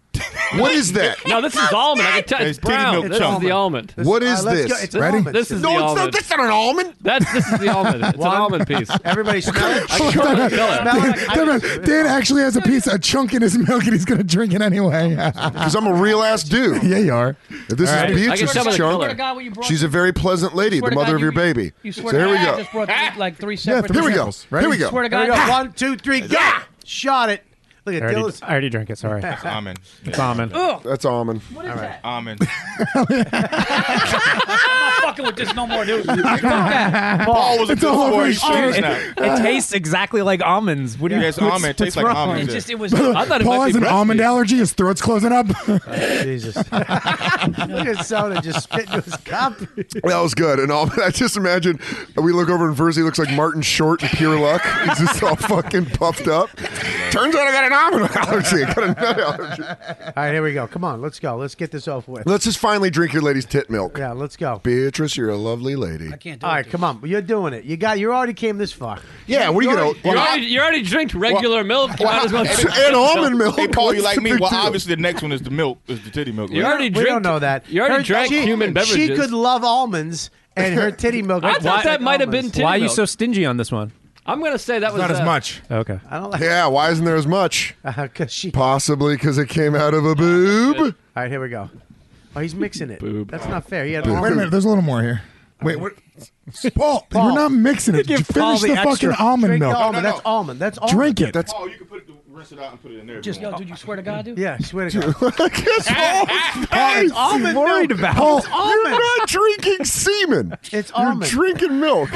Speaker 9: what is that?
Speaker 11: No, this is almond. I can tell
Speaker 6: It's
Speaker 11: it's
Speaker 6: titty
Speaker 11: brown.
Speaker 6: milk
Speaker 11: This is
Speaker 6: chunk.
Speaker 11: the almond.
Speaker 9: What is
Speaker 2: let's
Speaker 9: this?
Speaker 2: go. It's an Ready? almond.
Speaker 11: This is
Speaker 9: no,
Speaker 11: the
Speaker 9: it's
Speaker 11: almond.
Speaker 9: not. That's not an almond.
Speaker 11: That's this is the almond. It's
Speaker 2: One.
Speaker 11: an almond piece.
Speaker 2: Everybody smell it.
Speaker 11: I can totally smell it.
Speaker 16: Dan, Dan actually has a piece, a chunk in his milk, and he's gonna drink it anyway.
Speaker 9: Because I'm a real ass dude.
Speaker 16: yeah, you are.
Speaker 9: If this
Speaker 16: All right.
Speaker 9: is
Speaker 16: I can
Speaker 9: Beatrice
Speaker 16: tell by the color. I swear
Speaker 9: Chunk,
Speaker 4: to God, what you brought-
Speaker 9: she's a very pleasant lady,
Speaker 4: Swear
Speaker 9: the
Speaker 4: to
Speaker 9: mother
Speaker 4: God,
Speaker 9: of your
Speaker 4: you-
Speaker 9: baby.
Speaker 4: You
Speaker 9: So
Speaker 4: swear to
Speaker 9: here we
Speaker 4: God, I
Speaker 9: go.
Speaker 4: just brought three- like three separate
Speaker 9: here we go.
Speaker 4: examples.
Speaker 9: Here we go.
Speaker 4: Swear to
Speaker 2: Here
Speaker 4: God.
Speaker 2: we go. One, two, three, go. Shot it. Look at
Speaker 3: I already,
Speaker 2: Dylan's.
Speaker 3: I already drank it. Sorry.
Speaker 6: It's almond.
Speaker 3: It's almond.
Speaker 9: That's almond.
Speaker 4: What is that?
Speaker 6: Almond.
Speaker 4: I'm not fucking with this no more, dude. Fuck that.
Speaker 6: Paul was a good boy. He's changed now.
Speaker 3: It, it tastes exactly like almonds. What do you?
Speaker 6: Yeah, it's
Speaker 3: what's-
Speaker 6: almond. It tastes
Speaker 3: what's
Speaker 6: like
Speaker 3: wrong?
Speaker 6: almonds.
Speaker 4: It just it was.
Speaker 16: Paul
Speaker 4: I thought it might
Speaker 16: has
Speaker 4: be
Speaker 16: an
Speaker 4: breast
Speaker 16: almond
Speaker 4: meat.
Speaker 16: allergy. His throat's closing up.
Speaker 2: Jesus. Look at soda just spit into his cup.
Speaker 9: That was good. And all I just imagine we look over and Verzi looks like Martin Short in pure luck. He's just all fucking puffed up. Turns out I got an almond allergy. I got a nut allergy.
Speaker 2: All right, here we go. Come on, let's go. Let's get this over with.
Speaker 9: Let's just finally drink your lady's tit milk.
Speaker 2: yeah, let's go.
Speaker 9: Beatrice, you're a lovely lady.
Speaker 2: All right, come on. You're doing it. You got. You already came this far.
Speaker 9: Yeah, what are you going to.
Speaker 11: You already, you already drink regular milk. You might as well drink
Speaker 9: And almond milk.
Speaker 6: Hey, Paul, you like
Speaker 9: What's the
Speaker 6: me?
Speaker 9: big
Speaker 6: Well,
Speaker 9: deal?
Speaker 6: obviously the next one is the milk, is the titty milk.
Speaker 11: You
Speaker 6: right?
Speaker 11: already
Speaker 2: We
Speaker 11: drink.
Speaker 2: don't know that.
Speaker 11: You already
Speaker 2: Her-
Speaker 11: drank
Speaker 2: she-
Speaker 11: human beverages.
Speaker 2: She could love almonds, and her titty milk.
Speaker 11: I thought
Speaker 2: tastes
Speaker 11: that
Speaker 2: like
Speaker 11: might have been
Speaker 2: almonds.
Speaker 11: titty
Speaker 3: Why are you
Speaker 11: milk.
Speaker 3: so stingy on this one?
Speaker 11: I'm gonna say that was
Speaker 16: Not as
Speaker 11: uh,
Speaker 16: much.
Speaker 3: Okay.
Speaker 2: I don't like.
Speaker 9: Yeah, why isn't there as much?
Speaker 2: Because she. All
Speaker 9: Possibly because it came out of a boob.
Speaker 2: right, here we go. Oh, he's mixing it.
Speaker 11: Boob.
Speaker 2: That's not fair. He had
Speaker 16: Wait a
Speaker 2: almonds.
Speaker 16: minute. There's a little more here. Wait, what? Paul, we're not mixing it.
Speaker 2: Give
Speaker 16: Finish
Speaker 2: Paul
Speaker 16: the,
Speaker 2: extra.
Speaker 16: fucking almond
Speaker 2: Drink the
Speaker 16: milk.
Speaker 2: almond.
Speaker 6: No, no,
Speaker 2: That's almond. That's almond.
Speaker 16: Drink it.
Speaker 9: That's
Speaker 6: Paul, Oh, you can put it, rinse it out and put it in there. if
Speaker 4: Just
Speaker 6: you
Speaker 4: yo,
Speaker 6: want.
Speaker 4: dude, you swear to God, dude.
Speaker 2: Yeah, swear to God.
Speaker 9: Guys,
Speaker 2: almond
Speaker 9: worried
Speaker 2: milk.
Speaker 9: about.
Speaker 2: Paul,
Speaker 9: You're
Speaker 2: almond.
Speaker 9: not drinking semen.
Speaker 2: It's
Speaker 9: You're
Speaker 2: almond.
Speaker 9: drinking milk.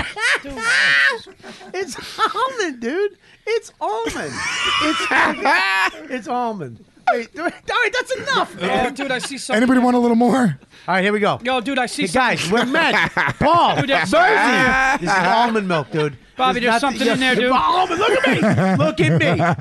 Speaker 2: It's almond, dude. It's almond. It's it's almond. Wait, wait, wait, that's enough,
Speaker 4: Oh,
Speaker 2: man.
Speaker 4: dude, I see something.
Speaker 16: Anybody want a little more?
Speaker 2: All right, here we go.
Speaker 4: Yo, dude, I see
Speaker 2: Hey, guys,
Speaker 4: something.
Speaker 2: we're men. Paul,
Speaker 4: Dude, that's-
Speaker 2: Bernie. This is almond milk, dude.
Speaker 4: Bobby,
Speaker 2: There's
Speaker 4: there's
Speaker 2: nothing-
Speaker 4: something in there, dude.
Speaker 2: Almond, look at me. Look at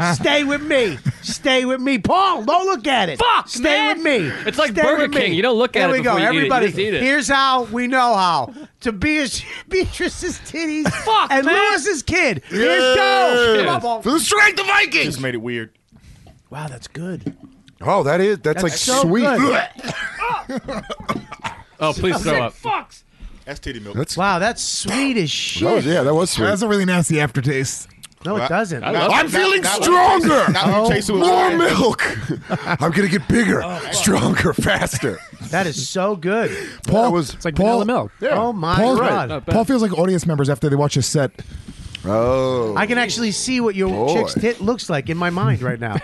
Speaker 2: me. Stay with me. Stay with me. Paul, don't look at it.
Speaker 4: Fuck,
Speaker 2: Stay
Speaker 4: man.
Speaker 2: with me.
Speaker 11: It's like
Speaker 2: Stay
Speaker 11: Burger
Speaker 2: with me.
Speaker 11: King. You don't look at
Speaker 2: There
Speaker 11: it
Speaker 2: we go.
Speaker 11: before you eat it. You
Speaker 2: Everybody,
Speaker 11: just eat it.
Speaker 2: here's how we know how. To Beatrice, Beatrice's titties
Speaker 4: Fuck,
Speaker 2: and
Speaker 4: man.
Speaker 2: Lewis's kid. Here's go.
Speaker 9: Yes.
Speaker 2: Come on, Paul.
Speaker 9: For the strength of Vikings.
Speaker 6: Just made it weird.
Speaker 2: Wow, that's good.
Speaker 9: Oh, that is. That's, like
Speaker 2: so
Speaker 9: sweet.
Speaker 2: good.
Speaker 11: Oh, please throw up.
Speaker 4: Fucks.
Speaker 6: That's titty milk.
Speaker 9: That's.
Speaker 2: Wow, that's sweet as shit.
Speaker 9: That was, Oh, yeah, that was sweet.
Speaker 16: That's a really nasty aftertaste.
Speaker 2: No, it doesn't.
Speaker 11: I love
Speaker 9: I'm
Speaker 11: it.
Speaker 9: feeling
Speaker 6: not-
Speaker 9: stronger.
Speaker 6: Now you chase it with
Speaker 9: Oh, More
Speaker 6: wine.
Speaker 9: milk. I'm gonna get bigger,
Speaker 2: Oh,
Speaker 9: stronger, faster.
Speaker 2: That is so good.
Speaker 16: Paul
Speaker 9: That was-
Speaker 16: it's
Speaker 3: like vanilla milk.
Speaker 2: Oh my
Speaker 16: Paul's
Speaker 2: god.
Speaker 11: Not bad.
Speaker 16: Paul feels like audience members after they watch his set.
Speaker 9: Oh,
Speaker 2: I can actually see what your
Speaker 9: Boy.
Speaker 2: chick's tit looks like in my mind right now.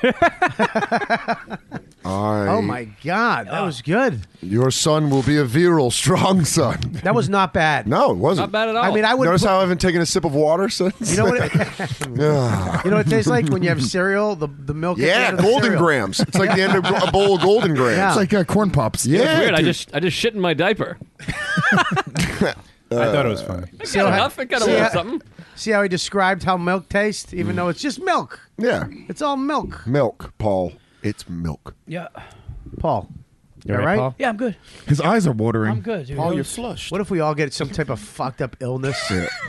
Speaker 9: I,
Speaker 2: oh my god, that was good.
Speaker 9: Your son will be a virile, strong son.
Speaker 2: That was not bad.
Speaker 9: No, it wasn't.
Speaker 11: Not bad at all.
Speaker 2: I mean, I would.
Speaker 9: Notice
Speaker 2: put-
Speaker 9: how I haven't taken a sip of water since.
Speaker 2: you know what? It, you know what it tastes like when you have cereal. The the milk. at the
Speaker 9: yeah,
Speaker 2: end of the
Speaker 9: golden
Speaker 2: cereal.
Speaker 9: grams. It's like the end of a bowl of golden grams.
Speaker 2: Yeah.
Speaker 16: It's like uh, corn pops.
Speaker 9: Yeah,
Speaker 11: It's weird. I
Speaker 9: dude.
Speaker 11: just I just shit in my diaper.
Speaker 3: I thought it was funny.
Speaker 11: I got enough. I got a
Speaker 2: so
Speaker 11: little
Speaker 2: ha-
Speaker 11: something.
Speaker 2: See how he described how milk tastes,
Speaker 9: Mm.
Speaker 2: even though it's just milk.
Speaker 9: yeah.
Speaker 2: It's all milk.
Speaker 9: Milk, Paul. It's milk.
Speaker 4: Yeah.
Speaker 2: Paul, you all
Speaker 3: right,
Speaker 2: right?
Speaker 3: Paul?
Speaker 4: Yeah, I'm good.
Speaker 16: His eyes are watering.
Speaker 4: I'm good, dude.
Speaker 6: Paul, you're flushed.
Speaker 2: What if we all get some type of fucked up illness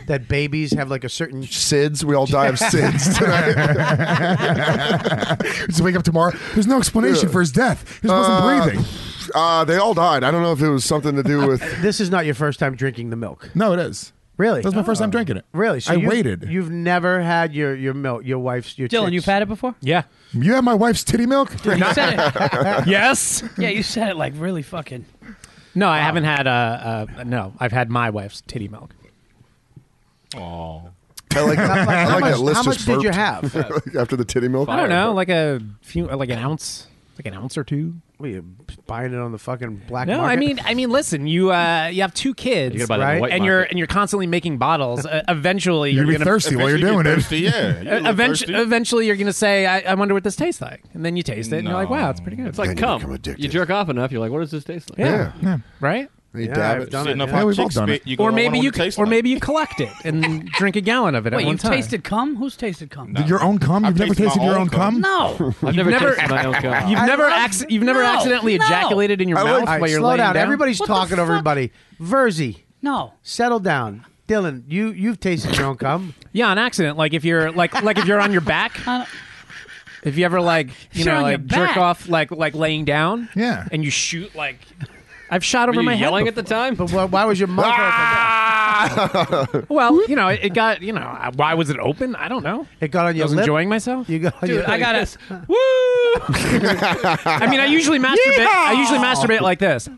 Speaker 2: that babies have like a certain
Speaker 9: SIDS. We all die of SIDS tonight.
Speaker 16: Just wake up tomorrow. There's no explanation for his death. He just wasn't breathing.
Speaker 7: uh,
Speaker 9: Uh, they all died. I don't know if it was something to do with.
Speaker 2: This is not your first time drinking the milk.
Speaker 16: No, it is.
Speaker 2: Really?
Speaker 9: That was my first time drinking it.
Speaker 2: Really?
Speaker 9: I
Speaker 2: you-
Speaker 9: waited.
Speaker 2: You've never had your your milk, your wife's your.
Speaker 4: Dylan,
Speaker 2: chick's-
Speaker 4: you've had it before?
Speaker 9: Yeah. You had my wife's titty milk?
Speaker 4: You said it.
Speaker 3: yes.
Speaker 4: Yeah, you said it like really fucking.
Speaker 3: No, I haven't had uh, uh no. I've had my wife's titty milk.
Speaker 6: Oh.
Speaker 7: I like,
Speaker 3: How much-
Speaker 7: I
Speaker 3: how
Speaker 7: like
Speaker 3: much-
Speaker 7: that list
Speaker 3: how
Speaker 7: just
Speaker 3: much did you
Speaker 7: burped.
Speaker 3: have?
Speaker 7: After the titty milk?
Speaker 3: I don't know, like a few, like an ounce, like an ounce or two.
Speaker 2: What, you buying it on the fucking black
Speaker 3: No,
Speaker 2: market?
Speaker 3: I mean, I mean, listen, you uh, you have two kids,
Speaker 2: You gotta buy that in the white
Speaker 3: and you're
Speaker 2: market.
Speaker 3: and you're constantly making bottles. Uh, eventually,
Speaker 2: You're gonna
Speaker 3: you're,
Speaker 2: be
Speaker 3: gonna,
Speaker 2: thirsty while you're Eventually you're doing it. thirsty, yeah. You're a
Speaker 3: Uh,
Speaker 2: little
Speaker 3: event-
Speaker 2: thirsty.
Speaker 3: eventually, you're gonna say, I, "I wonder what this tastes like," and then you taste it, and you're like, "Wow, it's pretty good."
Speaker 11: It's like cum. You jerk off enough, you're like, what does this taste like?
Speaker 3: Yeah. right?
Speaker 11: You Yeah, dab I've it. done it, yeah. Yeah, we've all done it. You go,
Speaker 3: or
Speaker 11: "I wonder
Speaker 3: maybe
Speaker 11: what
Speaker 3: you
Speaker 11: it tastes
Speaker 3: or
Speaker 11: like."
Speaker 3: maybe you collect it and drink a gallon of it
Speaker 4: Wait,
Speaker 3: at one
Speaker 4: you've
Speaker 3: time.
Speaker 4: tasted cum? Who's tasted cum?
Speaker 9: Your own cum? You've never tasted your own cum?
Speaker 4: No.
Speaker 3: I've never tasted my own cum. You've
Speaker 2: I
Speaker 3: never
Speaker 2: love-
Speaker 3: acc- you've never
Speaker 2: No,
Speaker 3: accidentally
Speaker 2: no.
Speaker 3: ejaculated in your mouth
Speaker 2: All right,
Speaker 3: while you're
Speaker 2: slow
Speaker 3: laying
Speaker 2: down.
Speaker 3: down.
Speaker 2: Everybody's talking over everybody. Verzi.
Speaker 4: No.
Speaker 2: Settle down. Dylan, you you've tasted your own cum.
Speaker 3: Yeah, on accident. Like if you're like like if you're on your back. If you ever like you
Speaker 2: You're
Speaker 3: know
Speaker 2: on your
Speaker 3: like jerk
Speaker 2: back.
Speaker 3: off like like laying down. Yeah. And you shoot like I've shot over
Speaker 2: Were you
Speaker 3: my
Speaker 2: yelling
Speaker 3: head
Speaker 2: at the
Speaker 3: time.
Speaker 2: But why, why was your mouth
Speaker 3: Ah! open? well, you know, it, it got you know I- why was it open? I don't know.
Speaker 2: It got on
Speaker 3: I
Speaker 2: your
Speaker 3: was
Speaker 2: lip?
Speaker 3: enjoying myself.
Speaker 2: You got on
Speaker 3: Dude,
Speaker 2: your
Speaker 3: I got
Speaker 2: lip.
Speaker 3: to Woo! I mean, I usually masturbate. I usually masturbate like this.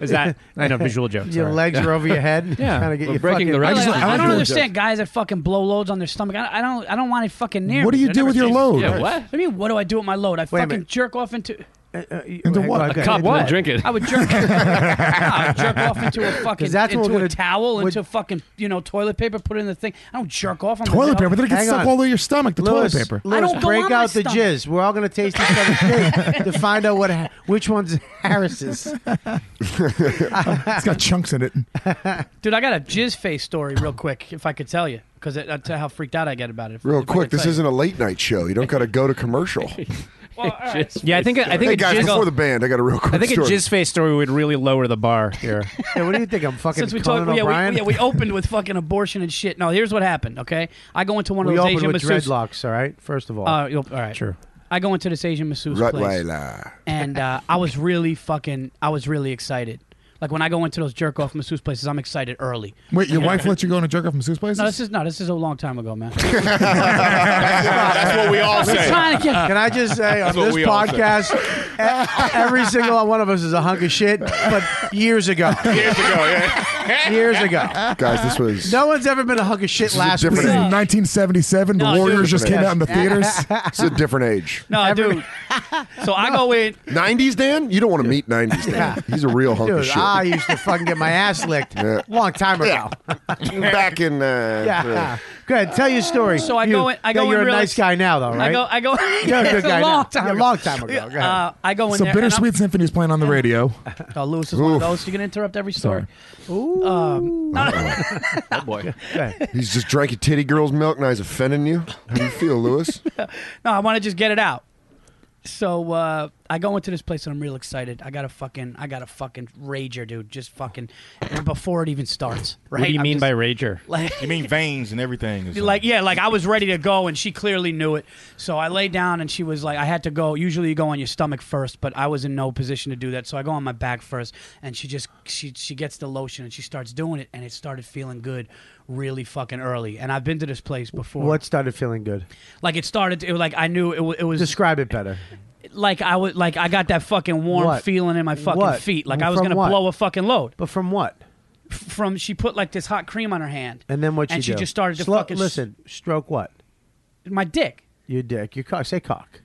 Speaker 3: Is that I know visual jokes?
Speaker 2: Your legs are over your head.
Speaker 3: yeah,
Speaker 2: Trying to get We're your breaking fucking- the
Speaker 4: I,
Speaker 2: record.
Speaker 4: don't-
Speaker 2: I just-
Speaker 4: I
Speaker 2: I
Speaker 4: don't
Speaker 2: like-
Speaker 4: understand guys that fucking blow loads on their stomach. I, I don't. I don't want it fucking near.
Speaker 9: What do
Speaker 4: me.
Speaker 9: you
Speaker 4: I
Speaker 9: do
Speaker 4: never
Speaker 9: with your
Speaker 4: tasted-
Speaker 9: load? Yeah, what?
Speaker 4: I mean, what do I do with my load? I
Speaker 2: a
Speaker 4: fucking
Speaker 2: minute.
Speaker 4: jerk off into.
Speaker 2: Uh, Into what?
Speaker 4: A cup, what? Drink it. I would jerk- I jerk off into a
Speaker 2: 'Cause
Speaker 4: fucking
Speaker 2: that's what
Speaker 4: into
Speaker 2: we're gonna-
Speaker 4: a towel,
Speaker 2: what-
Speaker 4: into fucking you know toilet paper. Put it in the thing. I don't jerk off. On
Speaker 9: Toilet
Speaker 4: myself.
Speaker 9: paper? Then it gets stuck all over your stomach, the
Speaker 2: Lewis,
Speaker 9: toilet paper.
Speaker 2: Lewis,
Speaker 4: I don't go
Speaker 2: break
Speaker 4: on my
Speaker 2: out the
Speaker 4: stomach.
Speaker 2: jizz. We're all going to taste each other's jizz to find out what ha- which one's Harris's.
Speaker 9: it's got chunks in it.
Speaker 4: Dude, I got a jizz face story real quick, if I could tell you, because that's how freaked out I get about it.
Speaker 7: Real
Speaker 4: If I
Speaker 7: quick,
Speaker 4: could
Speaker 7: this
Speaker 4: tell you.
Speaker 7: isn't a late night show. You don't got to go to commercial.
Speaker 3: Yeah, I think I think
Speaker 7: hey
Speaker 3: a
Speaker 7: guys,
Speaker 3: jizz-
Speaker 7: before the band, I got a real quick
Speaker 3: I think
Speaker 7: story.
Speaker 3: a jizz face story would really lower the bar here.
Speaker 2: yeah, what do you think? I'm fucking
Speaker 4: Since we
Speaker 2: Conan
Speaker 4: talked, yeah,
Speaker 2: O'Brien?
Speaker 4: we, yeah, we opened with fucking abortion and shit. No, here's what happened. Okay, I go into one of
Speaker 2: We
Speaker 4: those
Speaker 2: opened
Speaker 4: Asian
Speaker 2: with
Speaker 4: masseuse.
Speaker 2: dreadlocks, all right? First of all.
Speaker 4: Uh, you'll- all right.
Speaker 2: Sure.
Speaker 4: I go into this Asian masseuse place,
Speaker 7: Rottweiler.
Speaker 4: and uh, I was really fucking, I was really excited. Like when I go into those jerk off masseuse places, I'm excited early.
Speaker 9: Wait, your
Speaker 4: You know?
Speaker 9: wife lets you go in a jerk off masseuse place?
Speaker 4: No, this is no, this is a long time ago, man.
Speaker 9: That's what we all
Speaker 4: We're
Speaker 9: say.
Speaker 4: trying to get-
Speaker 2: Can I just say on
Speaker 4: That's what
Speaker 2: this
Speaker 4: we all say.
Speaker 2: podcast, e- every single one of us is a hunk of shit, but years ago. Years ago, yeah. Years ago.
Speaker 7: Guys, this was.
Speaker 2: No one's ever been a hunk of shit last
Speaker 9: This
Speaker 2: week.
Speaker 9: is in 1977.
Speaker 2: No,
Speaker 9: the
Speaker 2: dude.
Speaker 9: Warriors just came out in the theaters.
Speaker 7: it's a different age.
Speaker 4: No, dude. So I go in.
Speaker 7: 90s Dan? You don't want to meet 90s Dan.
Speaker 2: Yeah.
Speaker 7: He's a real hunk
Speaker 2: Dude,
Speaker 7: of shit.
Speaker 2: I used to fucking get my ass licked
Speaker 7: Yeah.
Speaker 2: long time ago.
Speaker 7: Back in. Uh,
Speaker 2: Yeah. Go ahead, tell your story.
Speaker 4: So I
Speaker 2: You-
Speaker 4: go in- I
Speaker 2: that
Speaker 4: go in
Speaker 2: You're a
Speaker 4: real-
Speaker 2: nice guy now, though, right?
Speaker 4: I go. I go.
Speaker 2: You're a good
Speaker 4: It's
Speaker 2: guy
Speaker 4: a
Speaker 2: now.
Speaker 4: long time.
Speaker 2: Yeah,
Speaker 4: ago.
Speaker 2: long time ago. Go ahead.
Speaker 4: Uh, I go in
Speaker 9: so
Speaker 4: there. and I'm-
Speaker 9: Bittersweet Symphony's playing on the radio.
Speaker 4: Oh, Lewis is one of
Speaker 9: Oof.
Speaker 4: those. You're gonna interrupt every story.
Speaker 2: Ooh.
Speaker 4: Um,
Speaker 7: oh boy. He's just drinking titty girl's milk. Now he's offending you. How do you feel, Lewis?
Speaker 4: no, I want to just get it out. So uh, I go into this place and I'm real excited. I got a fucking, I got a fucking rager, dude. Just fucking before it even starts. Right?
Speaker 6: What do you
Speaker 4: I'm
Speaker 6: mean
Speaker 4: just-
Speaker 6: by
Speaker 3: rager?
Speaker 4: Like-
Speaker 6: you mean veins and everything. is-
Speaker 4: Like yeah, like I was ready to go, and she clearly knew it. So I lay down, and she was like, "I had to go." Usually, you go on your stomach first, but I was in no position to do that, so I go on my back first. And she just she she gets the lotion, and she starts doing it, and it started feeling good, really fucking early. And I've been to this place before.
Speaker 2: What started feeling good?
Speaker 4: Like it started. It was like I knew it, wa- it was
Speaker 2: Describe it better.
Speaker 4: like I was like I got that fucking warm
Speaker 2: What?
Speaker 4: feeling in my fucking
Speaker 2: What?
Speaker 4: feet. Like I was
Speaker 2: From
Speaker 4: gonna
Speaker 2: what?
Speaker 4: blow a fucking load.
Speaker 2: But from what?
Speaker 4: From she put like this hot cream on her hand,
Speaker 2: And then what you
Speaker 4: and she
Speaker 2: do?
Speaker 4: just started to
Speaker 2: Slow-
Speaker 4: fucking s-
Speaker 2: Listen, stroke what?
Speaker 4: my dick.
Speaker 2: Your dick. Your cock. Say cock.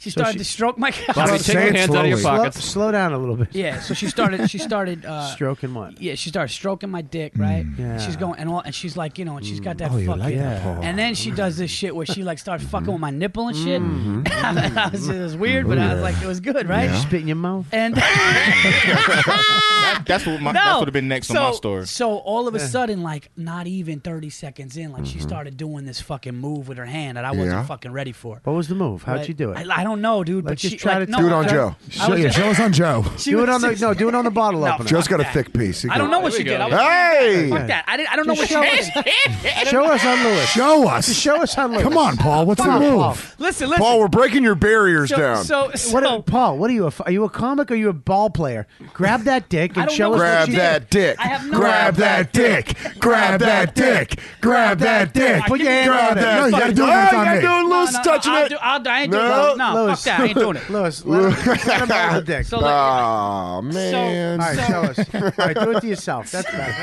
Speaker 4: She
Speaker 2: So
Speaker 4: started
Speaker 2: she-
Speaker 4: to stroke my.
Speaker 2: Slow- say it slowly. Slow-
Speaker 4: Slow-
Speaker 2: Slow, down a little bit.
Speaker 4: Yeah, so she started. She started uh,
Speaker 2: Stroking what?
Speaker 4: Yeah, she started stroking my dick, right?
Speaker 2: Yeah.
Speaker 4: She's going and all, and she's like, you know, and she's got that
Speaker 2: Oh, Mm-hmm. you
Speaker 4: fucking.
Speaker 2: like that part.
Speaker 4: And then she does this shit where she like started fucking with my nipple and shit.
Speaker 2: Mm-hmm.
Speaker 4: I was, it was weird, but I was like, it was good, right?
Speaker 6: Yeah.
Speaker 2: Spit in your mouth.
Speaker 4: And
Speaker 6: That- that's what my,
Speaker 4: no.
Speaker 6: that's what have been next
Speaker 4: so,
Speaker 6: on my story.
Speaker 4: So all of a
Speaker 6: Yeah.
Speaker 4: sudden, like not even thirty seconds in, like she started doing this fucking move with her hand that I wasn't
Speaker 2: Mm-hmm. Yeah.
Speaker 4: fucking ready for.
Speaker 2: What was the move? How'd How'd you do it?
Speaker 4: I, I don't know, dude. But
Speaker 2: Let's just
Speaker 4: she-
Speaker 2: try
Speaker 4: like,
Speaker 2: to
Speaker 4: no,
Speaker 2: do it on
Speaker 4: I-
Speaker 2: Joe.
Speaker 4: I
Speaker 2: Show-
Speaker 4: was
Speaker 2: yeah,
Speaker 4: just-
Speaker 2: show us on Joe.
Speaker 4: She
Speaker 2: Do it
Speaker 4: was-
Speaker 2: on the- no, do it on the bottle
Speaker 4: No,
Speaker 2: opener.
Speaker 4: fuck that. I don't know what she did. I was-
Speaker 2: Hey!
Speaker 4: fuck that. I didn't. I don't know what
Speaker 2: Just
Speaker 4: she
Speaker 2: show
Speaker 4: did.
Speaker 2: Show us on Lewis.
Speaker 9: Show us.
Speaker 2: Just show us on Lewis.
Speaker 9: Come on, Paul. What's
Speaker 2: Come
Speaker 9: the
Speaker 2: on,
Speaker 9: move?
Speaker 2: Paul.
Speaker 4: Listen,
Speaker 2: listen.
Speaker 7: Paul, we're breaking your barriers down.
Speaker 2: what are- Paul, what are you? A, f- are you a comic or are you a ball player? Grab that dick and show us. what
Speaker 7: grab
Speaker 2: you
Speaker 7: that dick.
Speaker 2: did.
Speaker 9: Grab that dick. Grab that dick. Grab that dick.
Speaker 2: Put your hand
Speaker 9: Grab
Speaker 2: on it.
Speaker 9: that. No, you gotta do it
Speaker 2: Fuck.
Speaker 9: when it's
Speaker 2: Oh, you
Speaker 9: on
Speaker 2: gotta
Speaker 9: me.
Speaker 2: do it, Lou.
Speaker 4: No, no,
Speaker 2: touching
Speaker 4: I'll
Speaker 2: it.
Speaker 4: Do, I'll, I ain't doing it. No,
Speaker 2: Lewis.
Speaker 4: fuck that. I ain't doing it.
Speaker 2: Lewis, let him, let him have the dick.
Speaker 4: So, like-
Speaker 7: Aw,
Speaker 2: All
Speaker 7: man.
Speaker 2: right, show us. All right, do it to yourself. That's better.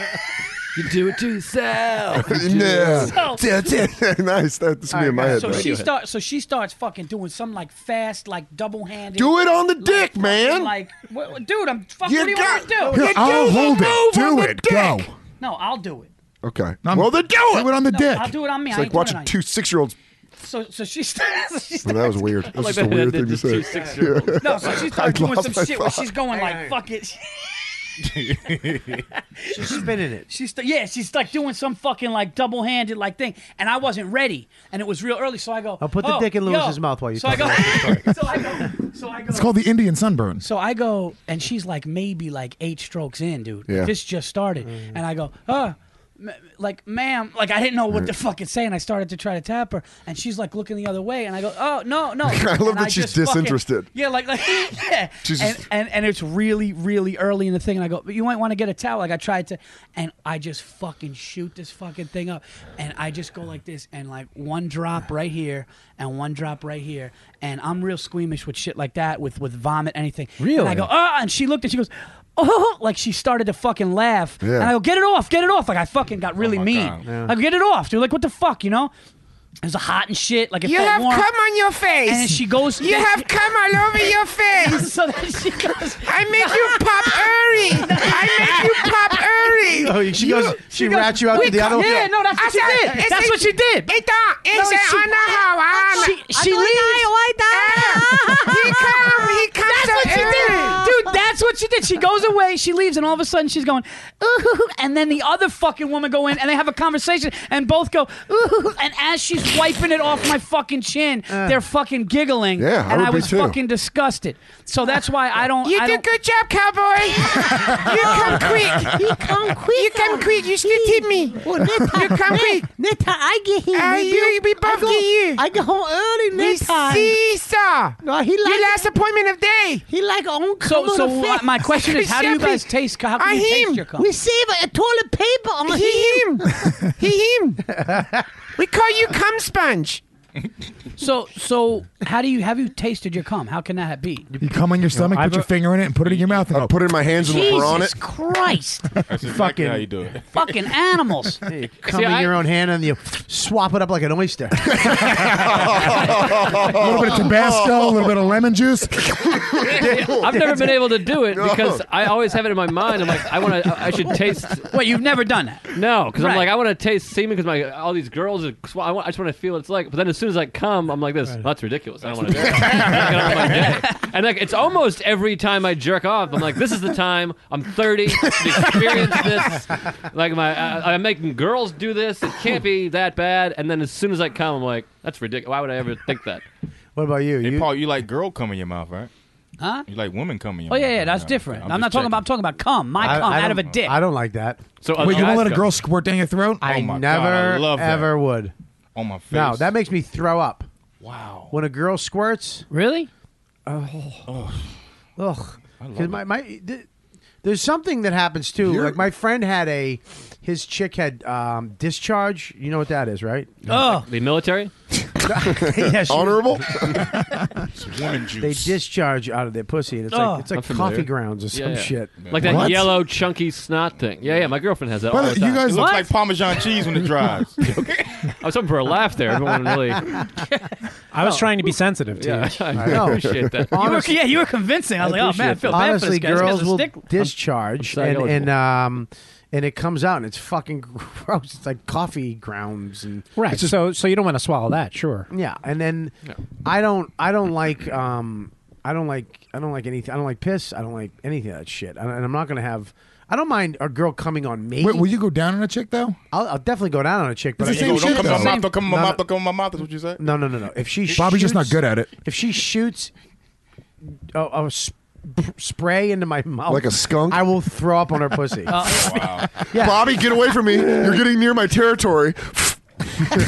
Speaker 7: You do it to yourself.
Speaker 4: So-
Speaker 7: yeah. That's it. nice. That's me in my head.
Speaker 4: So
Speaker 7: though.
Speaker 4: she starts. So she starts fucking doing some like fast, like double handed.
Speaker 7: Do it on the dick, man.
Speaker 4: Like, what, what- dude, I'm fucking.
Speaker 7: You
Speaker 4: What do you want me
Speaker 7: got-
Speaker 4: to do?
Speaker 7: Here, I'll hold it.
Speaker 9: Do it. Go.
Speaker 4: No, I'll do it.
Speaker 7: Okay. well, then do it.
Speaker 9: Do it on the
Speaker 4: No,
Speaker 9: dick.
Speaker 4: I'll do it on me.
Speaker 7: It's
Speaker 4: I
Speaker 7: like
Speaker 4: ain't doing it
Speaker 7: watching
Speaker 4: on you.
Speaker 7: two six-year-olds.
Speaker 4: So, so she starts. so she
Speaker 7: Well, that was weird. That was just a weird thing to say. Yeah.
Speaker 4: No, so she
Speaker 7: I
Speaker 4: starts doing
Speaker 7: lost
Speaker 4: some
Speaker 7: my
Speaker 4: shit where
Speaker 7: thought.
Speaker 4: she's going like, "Fuck it." she's
Speaker 2: spinning it.
Speaker 4: She's st- yeah, she's like doing some fucking like double handed like thing, and I wasn't ready, and it was real early, so I go.
Speaker 2: I'll put the
Speaker 4: "Oh,
Speaker 2: dick in
Speaker 4: yo."
Speaker 2: Lewis's mouth while you
Speaker 4: So
Speaker 2: talk.
Speaker 4: I go.
Speaker 2: about this story.
Speaker 9: It's called the Indian sunburn.
Speaker 4: So I go, and she's like maybe like eight strokes in, dude.
Speaker 9: Yeah.
Speaker 4: This just started, and I go, huh. ma- Like, ma'am, like I didn't know what to fucking say, and I started to try to tap her, and she's like looking the other way, and I go, "Oh no, no!"
Speaker 7: I love
Speaker 4: And
Speaker 7: that she's
Speaker 4: just fucking-
Speaker 7: disinterested.
Speaker 4: yeah, like, like yeah.
Speaker 7: She's
Speaker 4: and,
Speaker 7: just-
Speaker 4: and and it's really, really early in the thing, and I go, "But you might want to get a towel." Like I tried to, and I just fucking shoot this fucking thing up, and I just go like this, and like one drop right here, and one drop right here, and I'm real squeamish with shit like that, with with vomit, anything. And I
Speaker 2: Really?
Speaker 4: go, ah, and she looked and she goes, oh, like she started to fucking laugh.
Speaker 2: Yeah.
Speaker 4: And I go, get it off, get it off. Like I fucking got really mean.
Speaker 2: Oh God. Yeah.
Speaker 4: I go, get it off, dude. Like what the fuck, you know? It was hot and shit. Like it
Speaker 5: You
Speaker 4: felt
Speaker 5: have
Speaker 4: warm.
Speaker 5: cum on your face.
Speaker 4: And she goes,
Speaker 5: You have cum all over your face.
Speaker 4: so then she goes,
Speaker 5: I make you pop earring. I make you pop earring.
Speaker 2: Oh, she goes. She, rats you out to
Speaker 5: "We
Speaker 2: the other
Speaker 5: come-
Speaker 2: one.
Speaker 5: yeah, no, that's what she
Speaker 2: I
Speaker 5: did.
Speaker 2: said-
Speaker 5: It's
Speaker 2: That's
Speaker 5: a-
Speaker 2: what she did.
Speaker 5: It's a, it's
Speaker 2: No,
Speaker 5: a,
Speaker 2: she-
Speaker 5: on a Hawana.
Speaker 2: She- she
Speaker 5: leaves. he come, he comes
Speaker 4: Oh, That's
Speaker 5: so
Speaker 4: what she
Speaker 5: early.
Speaker 4: did, dude. That's what she did. She goes away, she leaves, and all of a sudden she's going, ooh, and then the other fucking woman go in and they have a conversation, and both go, ooh, and as she's wiping it off my fucking chin,
Speaker 2: Uh.
Speaker 4: they're fucking giggling,
Speaker 7: Yeah, I
Speaker 4: and
Speaker 7: would
Speaker 4: I
Speaker 7: be
Speaker 4: was
Speaker 7: too.
Speaker 4: fucking disgusted. So that's why I don't.
Speaker 5: You
Speaker 4: I
Speaker 5: do
Speaker 4: don't,
Speaker 5: good job, cowboy. you come quick. You come quick. You come quick. You still hit me. You come quick.
Speaker 18: Neta, I get him.
Speaker 5: Ah,
Speaker 18: baby.
Speaker 5: you- we both
Speaker 18: I go,
Speaker 5: get you.
Speaker 18: I go home early
Speaker 5: We
Speaker 18: next time.
Speaker 5: seesaw.
Speaker 18: No, he like
Speaker 5: Your last appointment of day.
Speaker 18: He like on
Speaker 4: So, so what, my question is, how do you guys taste? How can you taste your cum?
Speaker 18: We save a toilet paper on
Speaker 5: He
Speaker 18: him.
Speaker 5: He him. we call you cum sponge.
Speaker 4: So, so how do you have you tasted your cum? How can that be?
Speaker 9: You come on your stomach, put your finger in it, and put it in your mouth. And I
Speaker 7: put it in my hands
Speaker 4: Jesus Christ!
Speaker 6: That's exactly
Speaker 9: Fucking-
Speaker 6: how you do it.
Speaker 4: fucking animals.
Speaker 2: Come in your own hand and you swap it up like an oyster.
Speaker 9: a little bit of Tabasco, a little bit of lemon juice.
Speaker 11: I've never been able to do it
Speaker 9: No.
Speaker 11: because I always have it in my mind. I'm like, I want to. I should taste.
Speaker 4: Wait, you've never done that?
Speaker 11: No, because
Speaker 4: Right.
Speaker 11: I'm like, I want to taste semen because my all these girls. Are, sw- I, want, I just want to feel what it's like. But then as soon as I come, I'm like this. "Well, that's ridiculous. I don't want to do it. Get off my dick. and like, it's almost every time I jerk off, I'm like, this is the time. I'm 30. should Experience this. Like my, I, I'm making girls do this. It can't be that bad. And then as soon as I come, I'm like, that's ridiculous. Why would I ever think that?
Speaker 2: What about you?
Speaker 6: Hey, Paul, you like girl cum in your mouth, right?
Speaker 4: Huh?
Speaker 6: You like women cum in your
Speaker 4: Oh
Speaker 6: mouth.
Speaker 4: yeah, yeah, that's different. I'm, not talking about. I'm talking about cum. My cum out of a dick.
Speaker 2: I don't like that.
Speaker 11: So
Speaker 9: Wait, you won't let a girl squirt down your throat?
Speaker 2: I
Speaker 9: oh my
Speaker 2: never
Speaker 9: God, I love that.
Speaker 2: ever would.
Speaker 6: On my face.
Speaker 2: No, that makes me throw up.
Speaker 6: Wow.
Speaker 2: When a girl squirts,
Speaker 4: really?
Speaker 2: Oh, ugh.
Speaker 6: I love
Speaker 2: 'Cause my, my th- there's something that happens too. like my friend had a, his chick had um, discharge. You know what that is, right?
Speaker 4: Oh,
Speaker 11: the military.
Speaker 2: Yeah, she-
Speaker 7: Honorable?
Speaker 6: woman
Speaker 2: They discharge out of their pussy, and it's
Speaker 11: Oh.
Speaker 2: like it's like
Speaker 11: I'm familiar.
Speaker 2: coffee grounds or some
Speaker 11: Yeah, yeah.
Speaker 2: shit.
Speaker 11: Like that
Speaker 2: What?
Speaker 11: yellow chunky snot thing. Yeah, yeah. My girlfriend has that. Oh, all
Speaker 6: Brother,
Speaker 11: the time.
Speaker 6: you guys look like Parmesan cheese when it dries.
Speaker 11: I was hoping for a laugh there. Everyone really.
Speaker 3: I
Speaker 9: Oh.
Speaker 3: was trying to be sensitive to
Speaker 11: Yeah,
Speaker 3: you.
Speaker 11: I I appreciate that.
Speaker 4: You were, yeah, you were convincing. I was like, oh man, I feel bad for
Speaker 2: Honestly,
Speaker 4: this guy. This
Speaker 2: girls
Speaker 4: guy's a
Speaker 2: will
Speaker 4: stick-
Speaker 2: discharge,
Speaker 11: I'm
Speaker 2: and,
Speaker 11: sorry,
Speaker 2: and um, and it comes out, and it's fucking gross. It's like coffee grounds, and
Speaker 3: Right. So, so you don't want to swallow that, sure.
Speaker 2: yeah, and then I don't, I don't like, um, I don't like I don't like anything. I don't like piss. I don't like anything of that shit. And and I'm not gonna have. I don't mind a girl coming on me.
Speaker 9: Wait, will you go down on a chick though?
Speaker 2: I'll, I'll definitely go down on a chick. But
Speaker 6: It's
Speaker 2: I-
Speaker 6: the same shit, though. Don't come in my
Speaker 2: No, no.
Speaker 6: mouth, don't come in my mouth, is what you say?
Speaker 2: No, no, no, no. If she
Speaker 9: Bobby's just not
Speaker 2: shoots-
Speaker 9: good at it.
Speaker 2: If she shoots a, a sp- spray into my mouth
Speaker 7: Like a skunk?
Speaker 2: I will throw up on her pussy.
Speaker 11: Uh,
Speaker 7: wow.
Speaker 2: Yeah.
Speaker 7: Bobby, get away from me. You're getting near my territory.
Speaker 9: And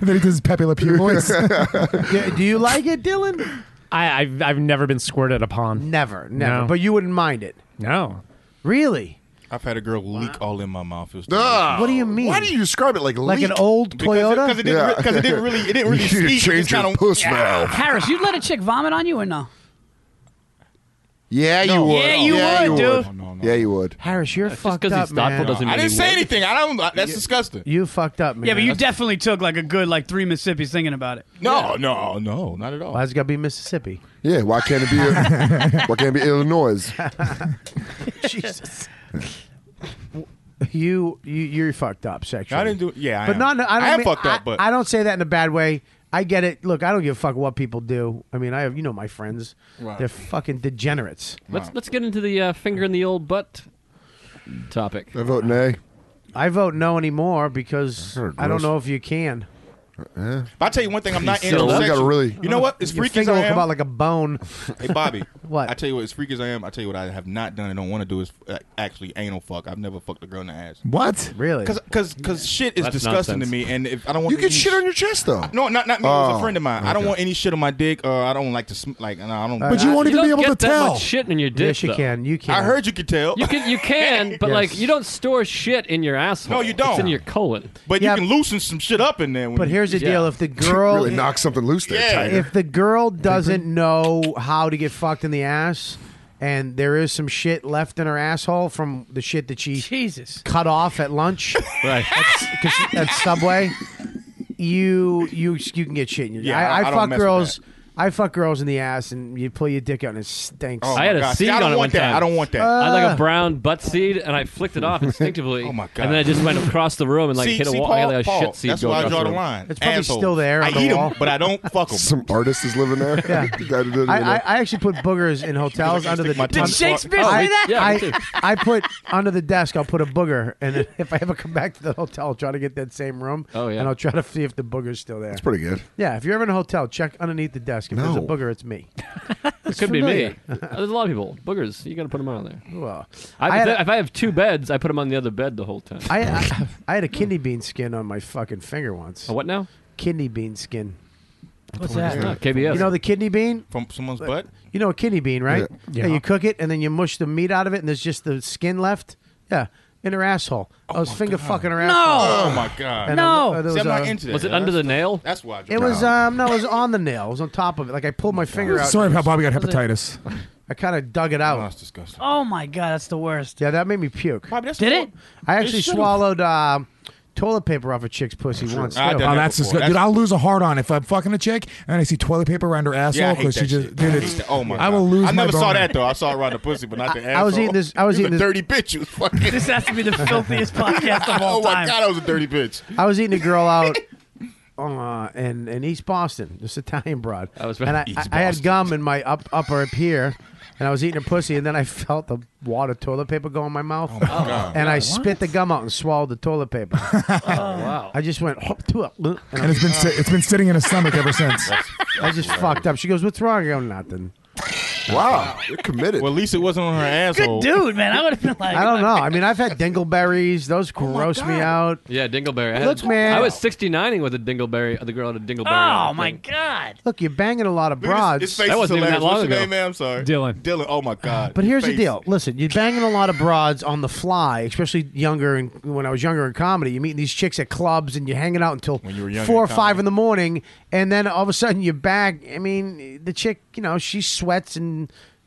Speaker 9: then he does his Pepe Le Pew voice.
Speaker 2: Do- do you like it, Dylan?
Speaker 3: I, I've I've never been squirted upon.
Speaker 2: Never, never. But you wouldn't mind it.
Speaker 3: No.
Speaker 2: Really?
Speaker 6: I've had a girl leak all in my mouth. It was
Speaker 7: Ugh.
Speaker 2: What do you mean?
Speaker 7: Ah. Why do you describe it like
Speaker 2: Like
Speaker 7: leak?
Speaker 2: an old Toyota?
Speaker 6: Because it, 'cause it didn't,
Speaker 7: Yeah.
Speaker 6: re- 'cause it didn't really, it didn't really
Speaker 7: You should
Speaker 6: speak.
Speaker 7: change your puss valve.
Speaker 4: Harris, you let a chick vomit on you or no?
Speaker 7: Yeah, you
Speaker 4: No.
Speaker 7: would.
Speaker 4: Yeah, you would, dude.
Speaker 7: Yeah, you would.
Speaker 2: Harris, you're fucked
Speaker 11: 'cause
Speaker 2: up,
Speaker 11: he's thoughtful
Speaker 2: man.
Speaker 11: doesn't mean I didn't he say would.
Speaker 6: anything. I don't. That's disgusting.
Speaker 2: You fucked up, man.
Speaker 4: Yeah, but you definitely took like a good like three Mississippi's thinking about it.
Speaker 6: No, no, no, not at all.
Speaker 2: Why's it got to be Mississippi?
Speaker 7: Yeah, why can't it be? why can't it be Illinois?
Speaker 2: Jesus. you you you're fucked up sexually.
Speaker 6: I didn't do- yeah, I
Speaker 2: but
Speaker 6: am.
Speaker 2: not. I, don't
Speaker 6: I am
Speaker 2: mean-
Speaker 6: fucked up,
Speaker 2: I-
Speaker 6: but-
Speaker 2: I don't say that in a bad way. I get it. Look, I don't give a fuck what people do. I mean, I have you know my friends.
Speaker 11: Right.
Speaker 2: They're fucking degenerates.
Speaker 11: Let's let's get into the uh, finger in the old butt topic.
Speaker 7: I vote nay.
Speaker 2: I vote no anymore because
Speaker 7: heard
Speaker 2: I don't
Speaker 7: gross.
Speaker 2: know if you can.
Speaker 7: Yeah.
Speaker 6: But I tell you one thing, I'm not
Speaker 7: So
Speaker 6: into
Speaker 7: we gotta
Speaker 6: sex.
Speaker 7: really-
Speaker 6: You know what? As
Speaker 2: Your
Speaker 6: freaky as
Speaker 2: finger
Speaker 6: I
Speaker 2: will
Speaker 6: am,
Speaker 2: come out like a bone.
Speaker 6: hey Bobby,
Speaker 2: What?
Speaker 6: I tell you what, as freaky as I am, I tell you what I have not done and don't want to do is uh, actually anal fuck. I've never fucked a girl in the ass.
Speaker 9: What?
Speaker 2: Really?
Speaker 6: Because because shit is
Speaker 11: That's
Speaker 6: disgusting
Speaker 11: nonsense.
Speaker 6: to me, and if I don't want
Speaker 7: You
Speaker 6: to
Speaker 7: get
Speaker 6: use-
Speaker 7: shit on your chest though.
Speaker 6: No, not not me. it was
Speaker 7: Oh,
Speaker 6: a friend of mine. I don't
Speaker 7: okay.
Speaker 6: want any shit on my dick, or I don't like to sm- like. No, I don't.
Speaker 9: But you
Speaker 6: I-
Speaker 9: wanted to
Speaker 11: don't
Speaker 9: be able
Speaker 11: get
Speaker 9: to
Speaker 11: that
Speaker 9: tell.
Speaker 11: much shit in your dick.
Speaker 2: yes, you
Speaker 11: though.
Speaker 2: can. You can.
Speaker 6: I heard you could tell,
Speaker 11: You can, you can, but like
Speaker 2: Yes.
Speaker 11: you don't store shit in your asshole.
Speaker 6: No, you
Speaker 11: It's in
Speaker 6: don't.
Speaker 11: your colon.
Speaker 6: but
Speaker 2: Yeah.
Speaker 6: you can loosen some shit up in there. When
Speaker 2: But
Speaker 6: you-
Speaker 2: here's the
Speaker 11: Yeah.
Speaker 2: deal: if the girl
Speaker 7: really knock something loose there,
Speaker 6: Yeah.
Speaker 7: Tiger.
Speaker 2: if the girl doesn't know how to get fucked in the ass and there is some shit left in her asshole from the shit that she
Speaker 4: Jesus.
Speaker 2: cut off at lunch
Speaker 11: Right.
Speaker 2: cause at Subway, you you you can get shit in your
Speaker 6: Yeah,
Speaker 2: I,
Speaker 6: I-
Speaker 2: I,
Speaker 6: I don't
Speaker 2: fuck
Speaker 6: mess with
Speaker 2: girls. I fuck girls in the ass and you pull your dick out and it stinks.
Speaker 6: Oh
Speaker 11: I had
Speaker 6: my
Speaker 11: a
Speaker 6: God. See,
Speaker 11: seed
Speaker 6: I
Speaker 11: on
Speaker 6: don't
Speaker 11: it
Speaker 6: want
Speaker 11: one
Speaker 6: that.
Speaker 11: time.
Speaker 6: I don't want that.
Speaker 11: I had
Speaker 9: Uh.
Speaker 11: like a brown butt seed, and I flicked it off instinctively.
Speaker 6: Oh, my God.
Speaker 11: And then I just went across the room and like
Speaker 6: see,
Speaker 11: hit a
Speaker 6: see,
Speaker 11: wall.
Speaker 6: Paul,
Speaker 11: I had like a
Speaker 6: Paul,
Speaker 11: shit seed
Speaker 6: That's
Speaker 11: going
Speaker 6: where I
Speaker 11: across
Speaker 6: draw
Speaker 11: the
Speaker 6: the
Speaker 11: room.
Speaker 6: line.
Speaker 2: It's probably
Speaker 6: Assholes.
Speaker 2: still there
Speaker 6: I
Speaker 2: on the
Speaker 6: eat 'em,
Speaker 2: wall.
Speaker 6: but I don't fuck them.
Speaker 7: Some artist is living there.
Speaker 2: Yeah.
Speaker 7: Got it in
Speaker 2: I,
Speaker 7: there.
Speaker 2: I, I actually put boogers in hotels
Speaker 6: Because I
Speaker 2: under the
Speaker 6: stick my
Speaker 2: under-
Speaker 6: dick-
Speaker 4: Did Shakespeare
Speaker 2: I,
Speaker 4: say that?
Speaker 11: Yeah, me too.
Speaker 2: I, I put under the desk. I'll put a booger, and then if I ever come back to the hotel, I'll try to get that same room.
Speaker 11: Oh, yeah.
Speaker 2: and I'll try to see if the booger's still there.
Speaker 7: That's pretty good.
Speaker 2: yeah, if you're ever in a hotel, check underneath the desk. If there's a
Speaker 7: No.
Speaker 2: booger, it's me.
Speaker 11: It could
Speaker 2: familiar.
Speaker 11: be me. There's a lot of people. Boogers. You got to put them on there.
Speaker 2: Well,
Speaker 11: I,
Speaker 2: I
Speaker 11: if,
Speaker 2: had
Speaker 11: I-
Speaker 2: a-
Speaker 11: if I have two beds, I put them on the other bed the whole time.
Speaker 2: I, I I had a kidney bean skin on my fucking finger once.
Speaker 11: A what now?
Speaker 2: Kidney bean skin.
Speaker 4: What's that?
Speaker 11: Oh, KBS.
Speaker 2: You know the kidney bean.
Speaker 6: from someone's butt.
Speaker 2: You know a kidney bean, right?
Speaker 3: Yeah.
Speaker 2: you cook it and then you mush the meat out of it, and there's just the skin left. Yeah, in her asshole. I was finger fucking her asshole.
Speaker 6: Oh my god.
Speaker 2: And
Speaker 4: No.
Speaker 2: I- uh, there
Speaker 6: See,
Speaker 2: was
Speaker 6: I'm not
Speaker 2: a-
Speaker 6: into that.
Speaker 11: was it under the nail?
Speaker 6: That's why. I draw
Speaker 2: It
Speaker 6: the
Speaker 2: was
Speaker 6: line.
Speaker 2: um no, it was on the nail. It was on top of it. Like I pulled my finger out.
Speaker 9: Sorry about Bobby got hepatitis.
Speaker 2: I kind of dug it
Speaker 6: Oh,
Speaker 2: out.
Speaker 6: that's disgusting.
Speaker 4: Oh my god, that's the worst.
Speaker 2: Yeah, that made me puke.
Speaker 6: Bobby, that's
Speaker 4: Did
Speaker 6: the
Speaker 4: it?
Speaker 6: one-
Speaker 2: I actually
Speaker 6: should've-
Speaker 2: swallowed uh, toilet paper off a chick's pussy once.
Speaker 6: I
Speaker 2: too.
Speaker 6: done
Speaker 9: Oh,
Speaker 6: that
Speaker 9: that's
Speaker 6: before.
Speaker 9: disgusting. Dude, I'll lose a hard on if I'm fucking a chick and I see toilet paper around her
Speaker 6: Yeah, I
Speaker 9: asshole
Speaker 6: hate
Speaker 9: because she
Speaker 6: that
Speaker 9: just
Speaker 6: shit.
Speaker 9: dude.
Speaker 6: I hate
Speaker 9: It's,
Speaker 6: that. Oh my god.
Speaker 9: I will lose.
Speaker 6: I
Speaker 9: my
Speaker 6: never saw
Speaker 9: boner.
Speaker 6: that though. I saw it around the pussy, but not the
Speaker 2: I- I was
Speaker 6: asshole.
Speaker 2: eating this- I was
Speaker 6: You're
Speaker 2: eating
Speaker 6: a
Speaker 2: this-
Speaker 6: dirty bitch. You was fucking.
Speaker 4: This has to be the filthiest podcast of all
Speaker 6: oh my
Speaker 4: time.
Speaker 6: god, I was a dirty bitch.
Speaker 2: I was eating a girl out uh, in in East Boston, this Italian broad.
Speaker 11: I was-
Speaker 2: and I,
Speaker 6: East
Speaker 2: I, I had
Speaker 6: Boston.
Speaker 2: gum in my up upper up here, and I was eating a pussy, and then I felt the wad of toilet paper go in Oh, my mouth,
Speaker 6: God.
Speaker 2: and I spit the gum out and swallowed the toilet paper.
Speaker 11: wow.
Speaker 2: I just went hop to it, and I
Speaker 9: And it's been si- it's been sitting in his stomach ever since.
Speaker 2: I just fucked up. She goes, "What's wrong?" I go, "Nothing."
Speaker 7: Wow, you're committed.
Speaker 6: Well, at least it wasn't on her asshole.
Speaker 2: Oh.
Speaker 4: Good dude, man. I would have been like,
Speaker 2: I don't know. I mean, I've had dingleberries. Those gross me out.
Speaker 11: Yeah, dingleberry. I, had,
Speaker 2: Look, man.
Speaker 11: I was 69ing with a dingleberry, the girl had a dingleberry.
Speaker 4: oh my god.
Speaker 2: Look, you're banging a lot of
Speaker 6: Look at
Speaker 2: broads.
Speaker 6: this- His face
Speaker 11: That
Speaker 6: is
Speaker 11: wasn't even that
Speaker 6: hilarious. What's
Speaker 11: long
Speaker 6: your
Speaker 11: ago.
Speaker 6: name, man? I'm sorry.
Speaker 3: Dylan.
Speaker 6: Dylan. Oh my god.
Speaker 2: But here's the
Speaker 6: Face.
Speaker 2: deal. Listen, you're banging a lot of broads on the fly, especially younger. And when I was younger in comedy, you're meeting these chicks at clubs and you're hanging out until
Speaker 6: When you were younger
Speaker 2: four or
Speaker 6: in
Speaker 2: five
Speaker 6: comedy.
Speaker 2: in the morning, and then all of a sudden you're back. I mean, the chick, you know, she sweats and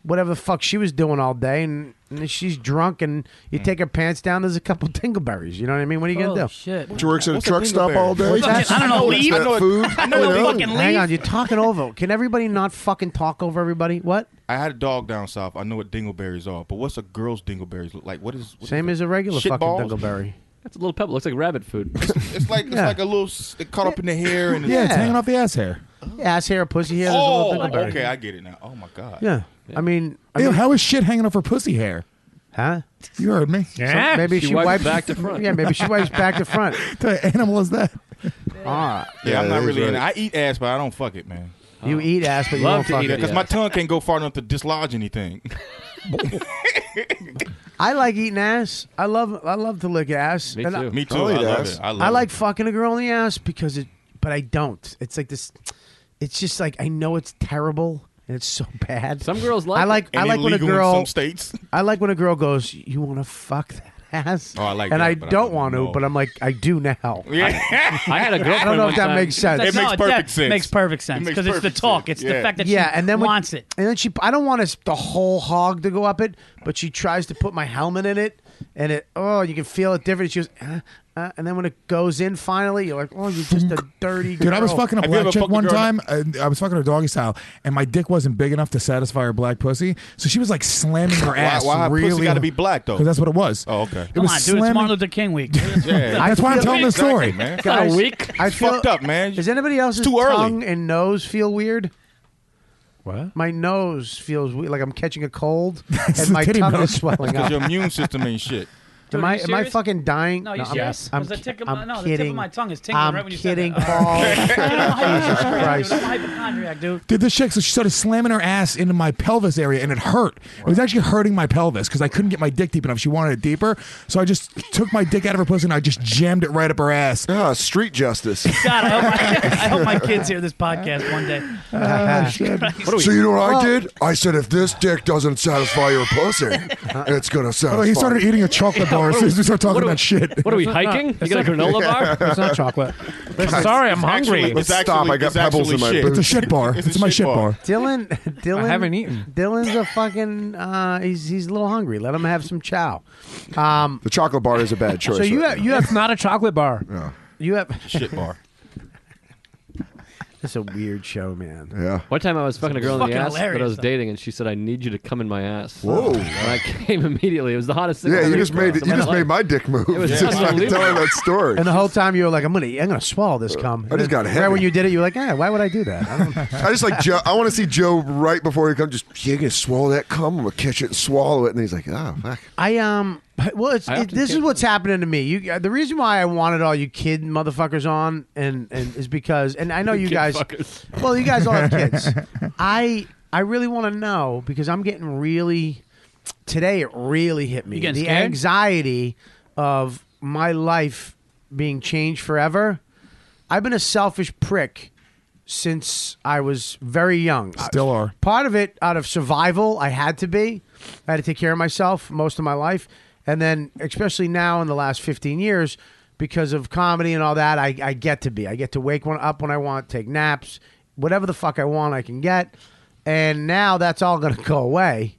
Speaker 2: whatever the fuck she was doing all day, and, and she's drunk, and you take her pants down. There's a couple dingleberries. You know what I mean? What are you gonna do?
Speaker 4: Oh shit.
Speaker 7: She works at a
Speaker 6: What's
Speaker 7: truck
Speaker 6: a
Speaker 7: stop
Speaker 6: dingleberry?
Speaker 7: all day.
Speaker 2: What's that?
Speaker 4: I don't know,
Speaker 7: It's
Speaker 4: leave?
Speaker 7: that food. I
Speaker 4: know, fucking
Speaker 2: Oh, Hang
Speaker 4: Leave?
Speaker 2: on, you're talking over. Can everybody not fucking talk over everybody? What?
Speaker 6: I had a dog down south. I know what dingleberries are, but what's a girl's dingleberries look like? What is what is
Speaker 2: Same
Speaker 6: it?
Speaker 2: as a regular
Speaker 6: Shit
Speaker 2: fucking
Speaker 6: balls?
Speaker 2: dingleberry.
Speaker 11: That's a little pebble. Looks like rabbit food.
Speaker 6: It's like it's
Speaker 2: Yeah.
Speaker 6: like a little s- it caught up in the hair and
Speaker 9: Yeah, it's
Speaker 2: Yeah.
Speaker 9: hanging off the ass hair.
Speaker 2: Ass hair, pussy hair. there's a whole
Speaker 6: Oh,
Speaker 2: thing about it.
Speaker 6: okay, I get it now. Oh my god.
Speaker 2: Yeah. I mean, I
Speaker 9: Ew,
Speaker 2: mean
Speaker 9: how is shit hanging off her pussy hair?
Speaker 2: Huh?
Speaker 9: You heard me.
Speaker 2: So
Speaker 3: Ah,
Speaker 2: maybe she, wipes Yeah, maybe she wipes back to front.
Speaker 9: the animal is that?
Speaker 2: Ah,
Speaker 6: Yeah, I'm not really in it. I eat ass, but I don't fuck it, man.
Speaker 2: You eat ass, but you
Speaker 6: Love
Speaker 2: don't fuck
Speaker 6: to eat
Speaker 2: it.
Speaker 6: because my tongue can't go far enough to dislodge anything.
Speaker 2: I like eating ass. I love I love to lick ass.
Speaker 6: Me
Speaker 2: And I,
Speaker 6: too. Me too. I'll I eat love ass. it. I love
Speaker 2: like fucking a girl in the ass because it, but I don't. It's like this. It's just like I know it's terrible and it's so bad.
Speaker 11: Some girls like
Speaker 2: I
Speaker 11: it.
Speaker 2: like I
Speaker 11: And
Speaker 2: like when a
Speaker 11: illegal in
Speaker 2: girl
Speaker 11: some states.
Speaker 2: I like when a girl goes, "You want to fuck that ass?"
Speaker 11: Oh, I like
Speaker 2: And
Speaker 11: that,
Speaker 2: I
Speaker 11: but I
Speaker 2: don't
Speaker 11: don't
Speaker 2: want to,
Speaker 11: know.
Speaker 2: but I'm like, I do now.
Speaker 11: I had a girlfriend.
Speaker 2: I don't know
Speaker 11: one
Speaker 2: if that
Speaker 11: time-
Speaker 2: makes sense.
Speaker 4: It No, makes it perfect does- sense. makes perfect sense,
Speaker 11: It makes
Speaker 4: 'cause it's the
Speaker 11: perfect
Speaker 4: talk.
Speaker 11: sense.
Speaker 4: It's the fact that
Speaker 2: yeah,
Speaker 4: she
Speaker 2: and then
Speaker 4: wants
Speaker 2: it, and then she. I don't want us the whole hog to go up it, but she tries to put my helmet in it, and it. Oh, you can feel it different. She goes, uh, uh, and then when it goes in, finally, you're like, oh, you're just a dirty.
Speaker 9: Dude, I was
Speaker 2: girl.
Speaker 9: fucking a black chick one time. I, I was fucking her doggy style, and my dick wasn't big enough to satisfy her black pussy, so she was like slamming her
Speaker 6: Why-
Speaker 9: ass.
Speaker 6: why her pussy
Speaker 9: really
Speaker 6: gotta be black, though?
Speaker 9: Because that's what it was.
Speaker 6: Oh, okay.
Speaker 9: It
Speaker 4: Come
Speaker 9: was
Speaker 4: on, dude. It's
Speaker 9: slamming-
Speaker 4: Martin Luther King week.
Speaker 9: That's why I'm telling the story.
Speaker 6: man.
Speaker 4: It's not a
Speaker 2: Guys,
Speaker 4: week.
Speaker 2: I
Speaker 6: It's
Speaker 2: feel,
Speaker 6: fucked up, man.
Speaker 2: Does anybody else's
Speaker 6: too early.
Speaker 2: tongue and nose feel weird?
Speaker 9: What?
Speaker 2: My nose feels we- like I'm catching a cold,
Speaker 6: It's
Speaker 2: and
Speaker 6: the
Speaker 2: my
Speaker 6: titty
Speaker 2: tongue
Speaker 6: nose.
Speaker 2: is swelling
Speaker 6: Because
Speaker 2: up.
Speaker 6: your immune system ain't shit.
Speaker 2: Am I, am I fucking dying?
Speaker 4: No, you
Speaker 2: I'm,
Speaker 4: serious?
Speaker 2: I'm,
Speaker 4: 'Cause the tip of
Speaker 2: I'm
Speaker 4: my- no, the tip of
Speaker 2: kidding.
Speaker 4: my tongue is tingling
Speaker 2: I'm
Speaker 4: right when you said
Speaker 2: kidding,
Speaker 4: that.
Speaker 2: Paul. Jesus
Speaker 4: Dude,
Speaker 2: Christ.
Speaker 4: I'm a hypochondriac, dude.
Speaker 9: Dude, this chick, so she started slamming her ass into my pelvis area, and it hurt. It was actually hurting my pelvis because I couldn't get my dick deep enough. She wanted it deeper, so I just took my dick out of her pussy and I just jammed it right up her ass.
Speaker 6: Ah, street justice.
Speaker 4: God, I hope my, I hope my kids hear this podcast one day.
Speaker 19: so you know what I did? I said, if this dick doesn't satisfy your pussy, it's gonna satisfy.
Speaker 9: Oh, he started eating a chocolate bar as soon as we started talking about shit.
Speaker 11: What are we hiking? you got a granola bar?
Speaker 9: It's not chocolate.
Speaker 11: Listen, sorry, I'm hungry.
Speaker 6: It's Stop, I got pebbles in my
Speaker 9: It's a shit bar. It's, my shit bar.
Speaker 2: Dylan, Dylan,
Speaker 9: I haven't
Speaker 2: eaten. Dylan's a fucking. Uh, he's he's a little hungry. Let him have some chow. Um,
Speaker 19: the chocolate bar is a bad choice.
Speaker 2: so you
Speaker 19: right
Speaker 2: have
Speaker 19: now.
Speaker 2: you have not a chocolate bar.
Speaker 19: No.
Speaker 2: You have
Speaker 6: shit bar.
Speaker 2: It's a weird show, man.
Speaker 19: Yeah.
Speaker 11: One time I was fucking a girl in the
Speaker 2: Fucking
Speaker 11: ass that I
Speaker 2: hilarious,
Speaker 11: was
Speaker 2: though.
Speaker 11: dating, and she said, "I need you to come in my ass."
Speaker 19: Whoa.
Speaker 11: And I came immediately. It was the hottest thing.
Speaker 19: Yeah,
Speaker 11: I've
Speaker 19: you
Speaker 11: ever
Speaker 19: just made it,
Speaker 11: experienced in
Speaker 19: you
Speaker 11: my
Speaker 19: just
Speaker 11: life.
Speaker 19: made my dick move.
Speaker 11: It was
Speaker 19: Just like
Speaker 11: unbelievable.
Speaker 19: telling that story.
Speaker 2: And the whole time you were like, I'm gonna I'm gonna swallow this cum. I
Speaker 19: Uh, just got
Speaker 2: Right
Speaker 19: heavy.
Speaker 2: when you did it, you were like, eh, why would I do that? I don't
Speaker 19: I just like Joe. I want to see Joe right before he comes. Just you're gonna swallow that cum. I'm gonna catch it and swallow it. And he's like, oh fuck.
Speaker 2: I um well it's
Speaker 19: I
Speaker 2: it,
Speaker 19: often
Speaker 2: this is
Speaker 19: can't-
Speaker 2: what's happening to me. You uh, the reason why I wanted all you kid motherfuckers on and and is because and I know you
Speaker 20: Kid
Speaker 2: guys
Speaker 20: fuckers.
Speaker 2: well you guys all have kids. I I really want to know because I'm getting really today it really hit me
Speaker 4: You getting
Speaker 2: the
Speaker 4: scared?
Speaker 2: anxiety of my life being changed forever. I've been a selfish prick since I was very young.
Speaker 9: Still are.
Speaker 2: Part of it out of survival, I had to be. I had to take care of myself most of my life. And then, especially now in the last 15 years, because of comedy and all that, I, I get to be. I get to wake one up when I want, take naps, whatever the fuck I want, I can get. And now that's all going to go away.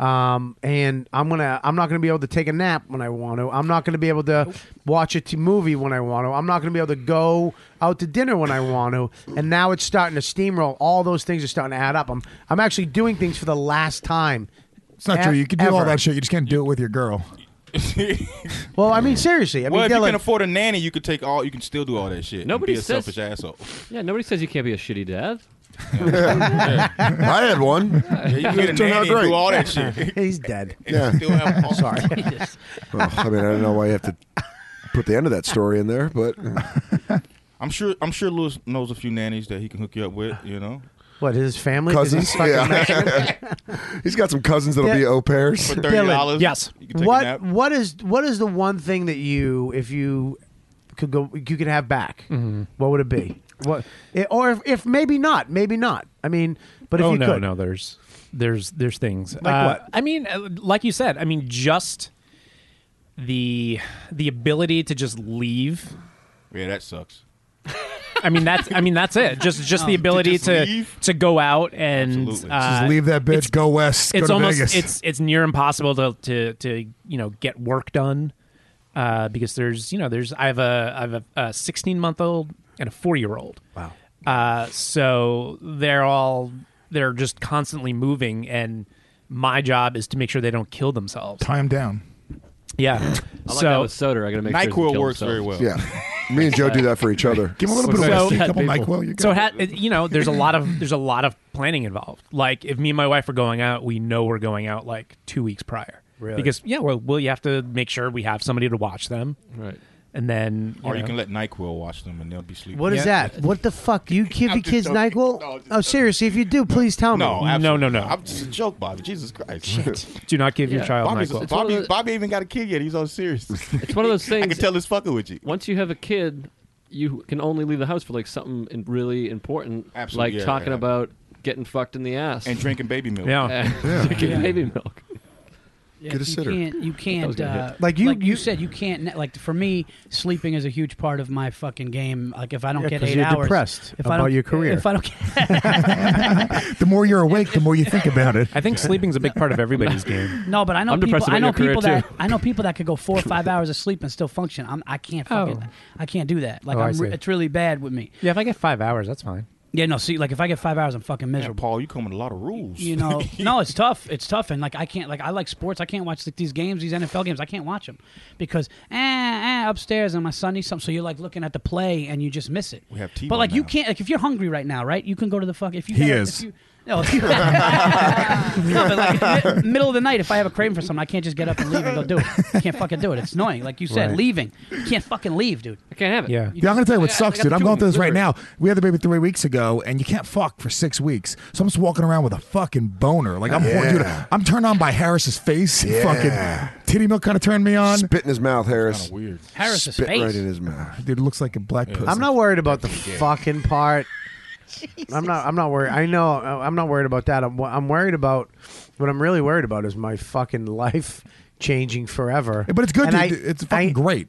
Speaker 2: Um, and I'm gonna, I'm not gonna be able to take a nap when I want to. I'm not gonna be able to watch a t- movie when I want to. I'm not gonna be able to go out to dinner when I want to. And now it's starting to steamroll. All those things are starting to add up. I'm, I'm actually doing things for the last time.
Speaker 9: It's not
Speaker 2: e-
Speaker 9: true. You can do all
Speaker 2: ever.
Speaker 9: that shit. You just can't do it with your girl.
Speaker 2: Well, I mean, seriously. I mean,
Speaker 6: well, if you
Speaker 2: Dylan-
Speaker 6: can afford a nanny, you can take all. You can still do all that shit. and
Speaker 11: Nobody
Speaker 6: be a
Speaker 11: says-
Speaker 6: selfish asshole.
Speaker 11: Yeah, nobody says you can't be a shitty dad.
Speaker 19: I had one.
Speaker 6: you get a
Speaker 19: It turned out
Speaker 6: nanny and
Speaker 19: great.
Speaker 6: do all that shit.
Speaker 2: He's dead.
Speaker 19: Yeah.
Speaker 2: Sorry.
Speaker 19: Well, I mean, I don't know why you have to put the end of that story in there, but
Speaker 6: I'm sure. I'm sure Lewis knows a few nannies that he can hook you up with. You know.
Speaker 2: What his family? Is
Speaker 19: cousins.
Speaker 2: he fucking
Speaker 19: Yeah.
Speaker 2: Mexican?
Speaker 19: he's got some cousins that'll be au pairs.
Speaker 2: Dylan,
Speaker 6: you can take a
Speaker 2: What
Speaker 6: nap.
Speaker 2: what is what is the one thing that you if you could go you could have back?
Speaker 9: Mm-hmm.
Speaker 2: What would it be? What i- or if, if maybe not, maybe not. I mean, but if
Speaker 3: oh
Speaker 2: you
Speaker 3: no,
Speaker 2: could,
Speaker 3: no, there's there's there's things
Speaker 2: Like
Speaker 3: Uh,
Speaker 2: what?
Speaker 3: I mean, uh, like you said, I mean, just the the ability to just leave.
Speaker 6: Yeah, that sucks.
Speaker 3: I mean, that's I mean that's it. Just just
Speaker 6: Oh.
Speaker 3: the
Speaker 6: To
Speaker 3: ability
Speaker 6: just
Speaker 3: to
Speaker 6: leave?
Speaker 3: to go out and
Speaker 6: Absolutely.
Speaker 3: uh,
Speaker 9: just leave that bitch. Go west. Go
Speaker 3: it's
Speaker 9: to
Speaker 3: almost
Speaker 9: Vegas.
Speaker 3: it's it's near impossible to to to you know get work done uh, because there's you know there's I have a I have a 16 month old and a four year old. Wow. Uh, so they're all they're just constantly moving, and my job is to make sure they don't kill themselves.
Speaker 9: Tie him down.
Speaker 3: Yeah.
Speaker 11: I like
Speaker 3: so
Speaker 11: that with soda. I gotta make sure it doesn't
Speaker 3: NyQuil
Speaker 11: kill
Speaker 3: works
Speaker 11: themselves.
Speaker 3: very well.
Speaker 19: Yeah. Me and Joe do that for each other.
Speaker 9: Give him a little bit of whiskey, a couple NyQuil. You
Speaker 3: so it had, it, you know, there's a lot of there's a lot of planning involved. Like if me and my wife are going out, we know we're going out like two weeks prior.
Speaker 11: Really?
Speaker 3: Because yeah, well, well, you have to make sure we have somebody to watch them.
Speaker 11: Right.
Speaker 3: And then,
Speaker 6: Or you
Speaker 3: know.
Speaker 6: can let NyQuil watch them and they'll be sleeping.
Speaker 2: What is that? What the fuck? You give your
Speaker 6: I'm just
Speaker 2: kids
Speaker 6: joking.
Speaker 2: NyQuil? oh, seriously, if you do, please tell me.
Speaker 6: No, absolutely.
Speaker 3: no, no.
Speaker 6: not. I'm just a joke, Bobby. Jesus Christ.
Speaker 3: Do not give your child
Speaker 6: Bobby's,
Speaker 3: NyQuil.
Speaker 6: Bobby, Bobby even got a kid yet. He's all serious.
Speaker 11: It's one of those things.
Speaker 6: I can tell this fucking with you.
Speaker 11: Once you have a kid, you can only leave the house for like something in- really important,
Speaker 6: Absolutely,
Speaker 11: like
Speaker 6: yeah,
Speaker 11: talking
Speaker 6: yeah.
Speaker 11: about getting fucked in the ass
Speaker 6: And drinking baby milk.
Speaker 11: Yeah,
Speaker 6: Yeah.
Speaker 11: drinking
Speaker 6: Yeah.
Speaker 11: baby milk.
Speaker 4: Yeah,
Speaker 11: Get a
Speaker 4: you
Speaker 11: sitter.
Speaker 4: Can't, you
Speaker 11: That was
Speaker 4: can't.
Speaker 11: gonna
Speaker 4: Uh,
Speaker 11: hit.
Speaker 4: like you, like you said, you can't. Like for me, sleeping is a huge part of my fucking game. Like if I don't
Speaker 2: Yeah,
Speaker 4: get
Speaker 2: 'cause
Speaker 4: 8
Speaker 2: you're
Speaker 4: hours,
Speaker 2: depressed
Speaker 4: if I
Speaker 2: about
Speaker 4: don't,
Speaker 2: your career.
Speaker 4: if I don't get
Speaker 9: the more you're awake, the more you think about it.
Speaker 3: I think sleeping's a big part of everybody's game.
Speaker 4: No, but I know
Speaker 3: I'm
Speaker 4: people.
Speaker 3: depressed
Speaker 4: I
Speaker 3: about
Speaker 4: know
Speaker 3: your career,
Speaker 4: people that
Speaker 3: too.
Speaker 4: I know people that could go four or five hours of sleep and still function. I'm, I can't fucking. I can't do that. Like
Speaker 3: Oh, I
Speaker 4: I'm, re-
Speaker 3: see.
Speaker 4: it's really bad with me.
Speaker 3: Yeah, if I get five hours, that's fine.
Speaker 4: Yeah, no. See, like if I get five hours, I'm fucking miserable.
Speaker 6: Paul, you come with a lot of rules.
Speaker 4: You know, no, it's tough. It's tough, and like I can't. Like I like sports. I can't watch like these games, these NFL games. I can't watch them because eh, eh, upstairs and my son needs something. So you're like looking at the play and you just miss it.
Speaker 6: We have T.
Speaker 4: But like you can't. Like if you're hungry right now, right? You can go to the fuck. If you
Speaker 9: He
Speaker 4: gotta-
Speaker 9: is.
Speaker 4: If you, no, if you- No, but like mid- middle of the night, if I have a craving for something, I can't just get up and leave and go do it. I can't fucking do it. It's annoying. Like you said,
Speaker 9: Right.
Speaker 4: leaving. You can't fucking leave, dude.
Speaker 11: I can't have it.
Speaker 9: Yeah. I'm gonna tell you what
Speaker 4: I- I
Speaker 9: sucks,
Speaker 4: got
Speaker 9: dude. I'm
Speaker 4: two
Speaker 9: going through this right
Speaker 4: literally.
Speaker 9: now. We had the baby three weeks ago, and you can't fuck for six weeks. So I'm just walking around with a fucking boner. Like I'm,
Speaker 19: Yeah.
Speaker 9: dude, I'm turned on by Harris's face. and
Speaker 19: Yeah.
Speaker 9: Fucking titty milk kind of turned me on.
Speaker 19: Spit in his mouth, Harris.
Speaker 6: weird.
Speaker 4: Harris's
Speaker 19: Spit
Speaker 4: face.
Speaker 19: right in his mouth.
Speaker 9: Dude, it looks like a black pussy.
Speaker 2: I'm not worried about the
Speaker 9: Perfect.
Speaker 2: fucking part. I'm not. I'm not worried. I know. I- I'm not worried about that. I'm. I'm worried about. What I'm really worried about is my fucking life changing forever.
Speaker 9: But it's good,
Speaker 2: And
Speaker 9: dude.
Speaker 2: I-
Speaker 9: it's fucking great.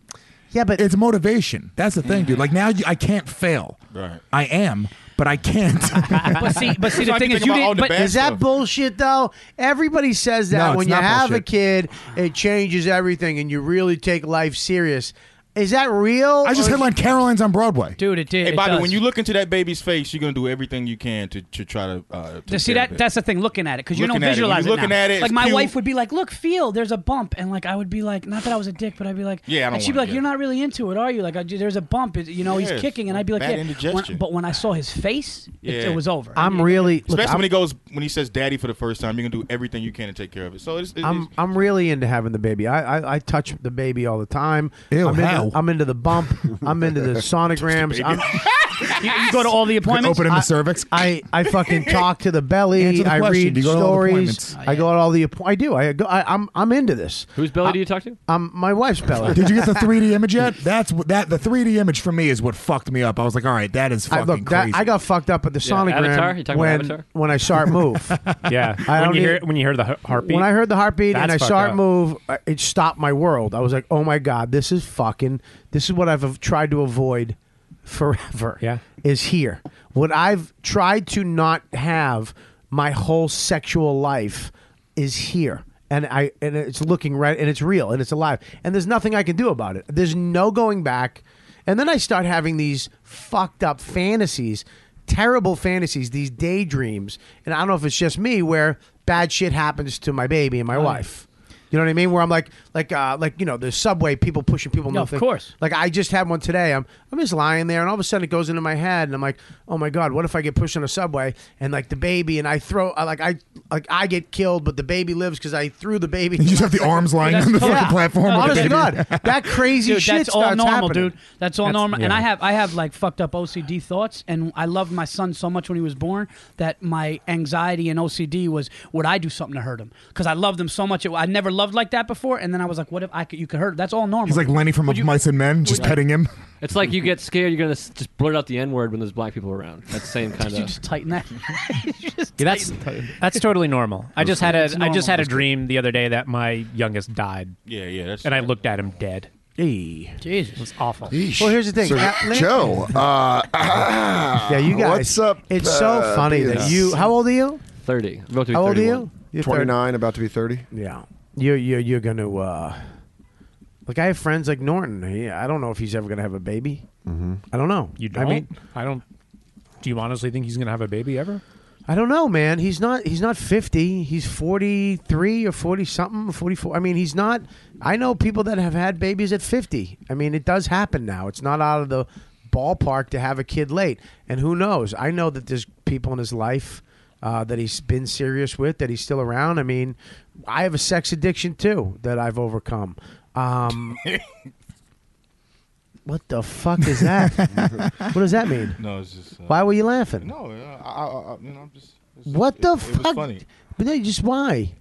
Speaker 2: Yeah, but
Speaker 9: it's motivation. That's the thing, dude. Like now, you, I can't fail.
Speaker 6: Right.
Speaker 9: I am, but I can't.
Speaker 4: but see, but see, the thing is, you didn't. But
Speaker 2: is that bullshit though? Everybody says that
Speaker 9: No, it's
Speaker 2: when you
Speaker 9: not
Speaker 2: have a
Speaker 9: bullshit.
Speaker 2: kid, it changes everything, and you really take life serious. Is that real?
Speaker 9: I just
Speaker 2: or-
Speaker 9: headlined Caroline's on Broadway.
Speaker 4: Dude, it did.
Speaker 6: Hey,
Speaker 4: it
Speaker 6: Bobby,
Speaker 4: does.
Speaker 6: when you look into that baby's face, you're going to do everything you can to, to try to. Uh,
Speaker 4: To
Speaker 6: take
Speaker 4: see
Speaker 6: care of
Speaker 4: that
Speaker 6: it.
Speaker 4: that's the thing looking at it because you
Speaker 6: Looking
Speaker 4: don't
Speaker 6: at it.
Speaker 4: visualize
Speaker 6: You're
Speaker 4: it
Speaker 6: looking
Speaker 4: now.
Speaker 6: at it,
Speaker 4: like
Speaker 6: it's
Speaker 4: my
Speaker 6: cute.
Speaker 4: wife would be like look feel there's a bump and like I would be like not that I was a dick but I'd be like
Speaker 6: Yeah, I don't
Speaker 4: and she'd be
Speaker 6: wanna
Speaker 4: like you're not really into it are you like I, there's a bump it- you know
Speaker 6: Yeah,
Speaker 4: he's kicking and I'd be like
Speaker 6: bad
Speaker 4: yeah
Speaker 6: indigestion.
Speaker 4: when, but when I saw his face it,
Speaker 6: Yeah.
Speaker 4: it was over
Speaker 2: I'm really. look,
Speaker 6: Especially
Speaker 2: I'm-
Speaker 6: when he goes when he says "daddy" for the first time, you're gonna do everything you can to take care of it. So it's, it's,
Speaker 2: I'm I'm really into having the baby. I I, I touch the baby all the time.
Speaker 9: Ew,
Speaker 2: I'm,
Speaker 9: how?
Speaker 2: Into, I'm into the bump. I'm into the sonograms. I'm,
Speaker 4: you, you go to all the appointments
Speaker 9: Open in the
Speaker 2: I-
Speaker 9: cervix.
Speaker 2: I I fucking talk to the belly.
Speaker 9: Answer the
Speaker 2: I
Speaker 9: question.
Speaker 2: read
Speaker 9: Do you go to all the
Speaker 2: stories.
Speaker 9: appointments?
Speaker 2: I go to all the appointments. I do. I go. I, I'm I'm into this.
Speaker 11: Whose belly do you talk to?
Speaker 2: I'm my wife's belly.
Speaker 9: Did you get the 3D image yet? That's what that the 3D image for me is what fucked me up. I was like, all right, that is
Speaker 2: I,
Speaker 9: fucking
Speaker 2: look, that,
Speaker 9: crazy.
Speaker 2: I got fucked up at the
Speaker 9: Yeah,
Speaker 2: sonogram
Speaker 9: Avatar? You talking about
Speaker 2: when
Speaker 9: Avatar?
Speaker 2: when I saw it move.
Speaker 3: Yeah,
Speaker 2: I
Speaker 3: when
Speaker 2: don't
Speaker 3: you hear
Speaker 2: even-
Speaker 3: when you hear the har- heartbeat.
Speaker 2: When I heard the heartbeat and
Speaker 3: That's
Speaker 2: I
Speaker 3: fucked
Speaker 2: saw it
Speaker 3: up.
Speaker 2: move, I- it stopped my world. I was like, "Oh my god, this is fucking. This is what I've av- tried to avoid forever. Yeah, is here. What I've tried to not have my whole sexual life is here." And I and it's looking right and it's real and it's alive and there's nothing I can do about it. There's no going back. And then I start having these fucked up fantasies, terrible fantasies, these daydreams. And I don't know if it's just me where bad shit happens to my baby and my wife. You know what I mean? Where I'm like, like, uh, like you know, the subway people pushing people.
Speaker 4: Yeah,
Speaker 2: No,
Speaker 4: of course.
Speaker 2: Like I just had one today. I'm, I'm just lying there, and all of a sudden it goes into my head, and I'm like, oh my god, what if I get pushed on a subway and like the baby and I throw, I, like I, like I get killed, but the baby lives because I threw the baby.
Speaker 9: You just have the arms lying on the fucking platform with the
Speaker 2: Honest to
Speaker 9: baby.
Speaker 2: God, that crazy
Speaker 4: dude,
Speaker 2: shit
Speaker 4: that's all
Speaker 2: starts
Speaker 4: normal,
Speaker 2: happening.
Speaker 4: dude. That's all normal. And
Speaker 2: yeah.
Speaker 4: I have I have like fucked up OCD thoughts, and I loved my son so much when he was born that my anxiety and OCD was would I do something to hurt him? Because I loved him so much, it, I never loved like that before. And then I was like, what if I could? You could hurt. Him? That's all normal.
Speaker 9: He's like Lenny from Mice and Men, just
Speaker 11: would-
Speaker 9: petting him.
Speaker 11: It's like you get scared. You're gonna s- just blurt out the n word when there's black people around. That same kind
Speaker 4: Did you
Speaker 11: of.
Speaker 4: just tighten that?
Speaker 3: Yeah, that's that's totally normal. I just had
Speaker 4: It's
Speaker 3: a I
Speaker 4: normal.
Speaker 3: just had a
Speaker 4: That's good.
Speaker 3: dream the other day that my youngest died.
Speaker 6: Yeah, yeah. That's,
Speaker 3: and I looked at him dead.
Speaker 4: Jesus,
Speaker 3: it was awful.
Speaker 2: Well, here's the thing,
Speaker 19: So,
Speaker 2: At- let-
Speaker 19: Joe. Uh, yeah,
Speaker 2: Yeah, you guys.
Speaker 19: What's up? uh,
Speaker 2: It's
Speaker 7: uh,
Speaker 2: so funny that you. How old are you?
Speaker 11: Thirty. About to be
Speaker 2: How old are
Speaker 11: 31.
Speaker 2: you? You're thirty.
Speaker 19: Twenty nine, about to be thirty.
Speaker 2: Yeah. You're you're you're gonna. Uh, like I have friends like Norton. He, I don't know if he's ever gonna have a
Speaker 19: Mm-hmm.
Speaker 2: baby. I don't know.
Speaker 3: You
Speaker 2: I
Speaker 3: don't.
Speaker 2: mean,
Speaker 3: I don't. Do you honestly think he's gonna have a baby ever?
Speaker 2: I don't know, man. He's not. He's not fifty. He's forty three or forty something, forty four. I mean, he's not. I know people that have had babies at fifty. I mean, it does happen now. It's not out of the ballpark to have a kid late. And who knows? I know that there's people in his life uh, that he's been serious with, that he's still around. I mean, I have a sex addiction too that I've overcome. Um, what the fuck is that? what does that mean?
Speaker 6: No, it's just. uh,
Speaker 2: Why were you laughing?
Speaker 6: No, uh, I, I, I, you know, I'm just. it's just-
Speaker 2: What
Speaker 6: it-
Speaker 2: the
Speaker 6: it was
Speaker 2: fuck?
Speaker 6: funny.
Speaker 2: But no, just why?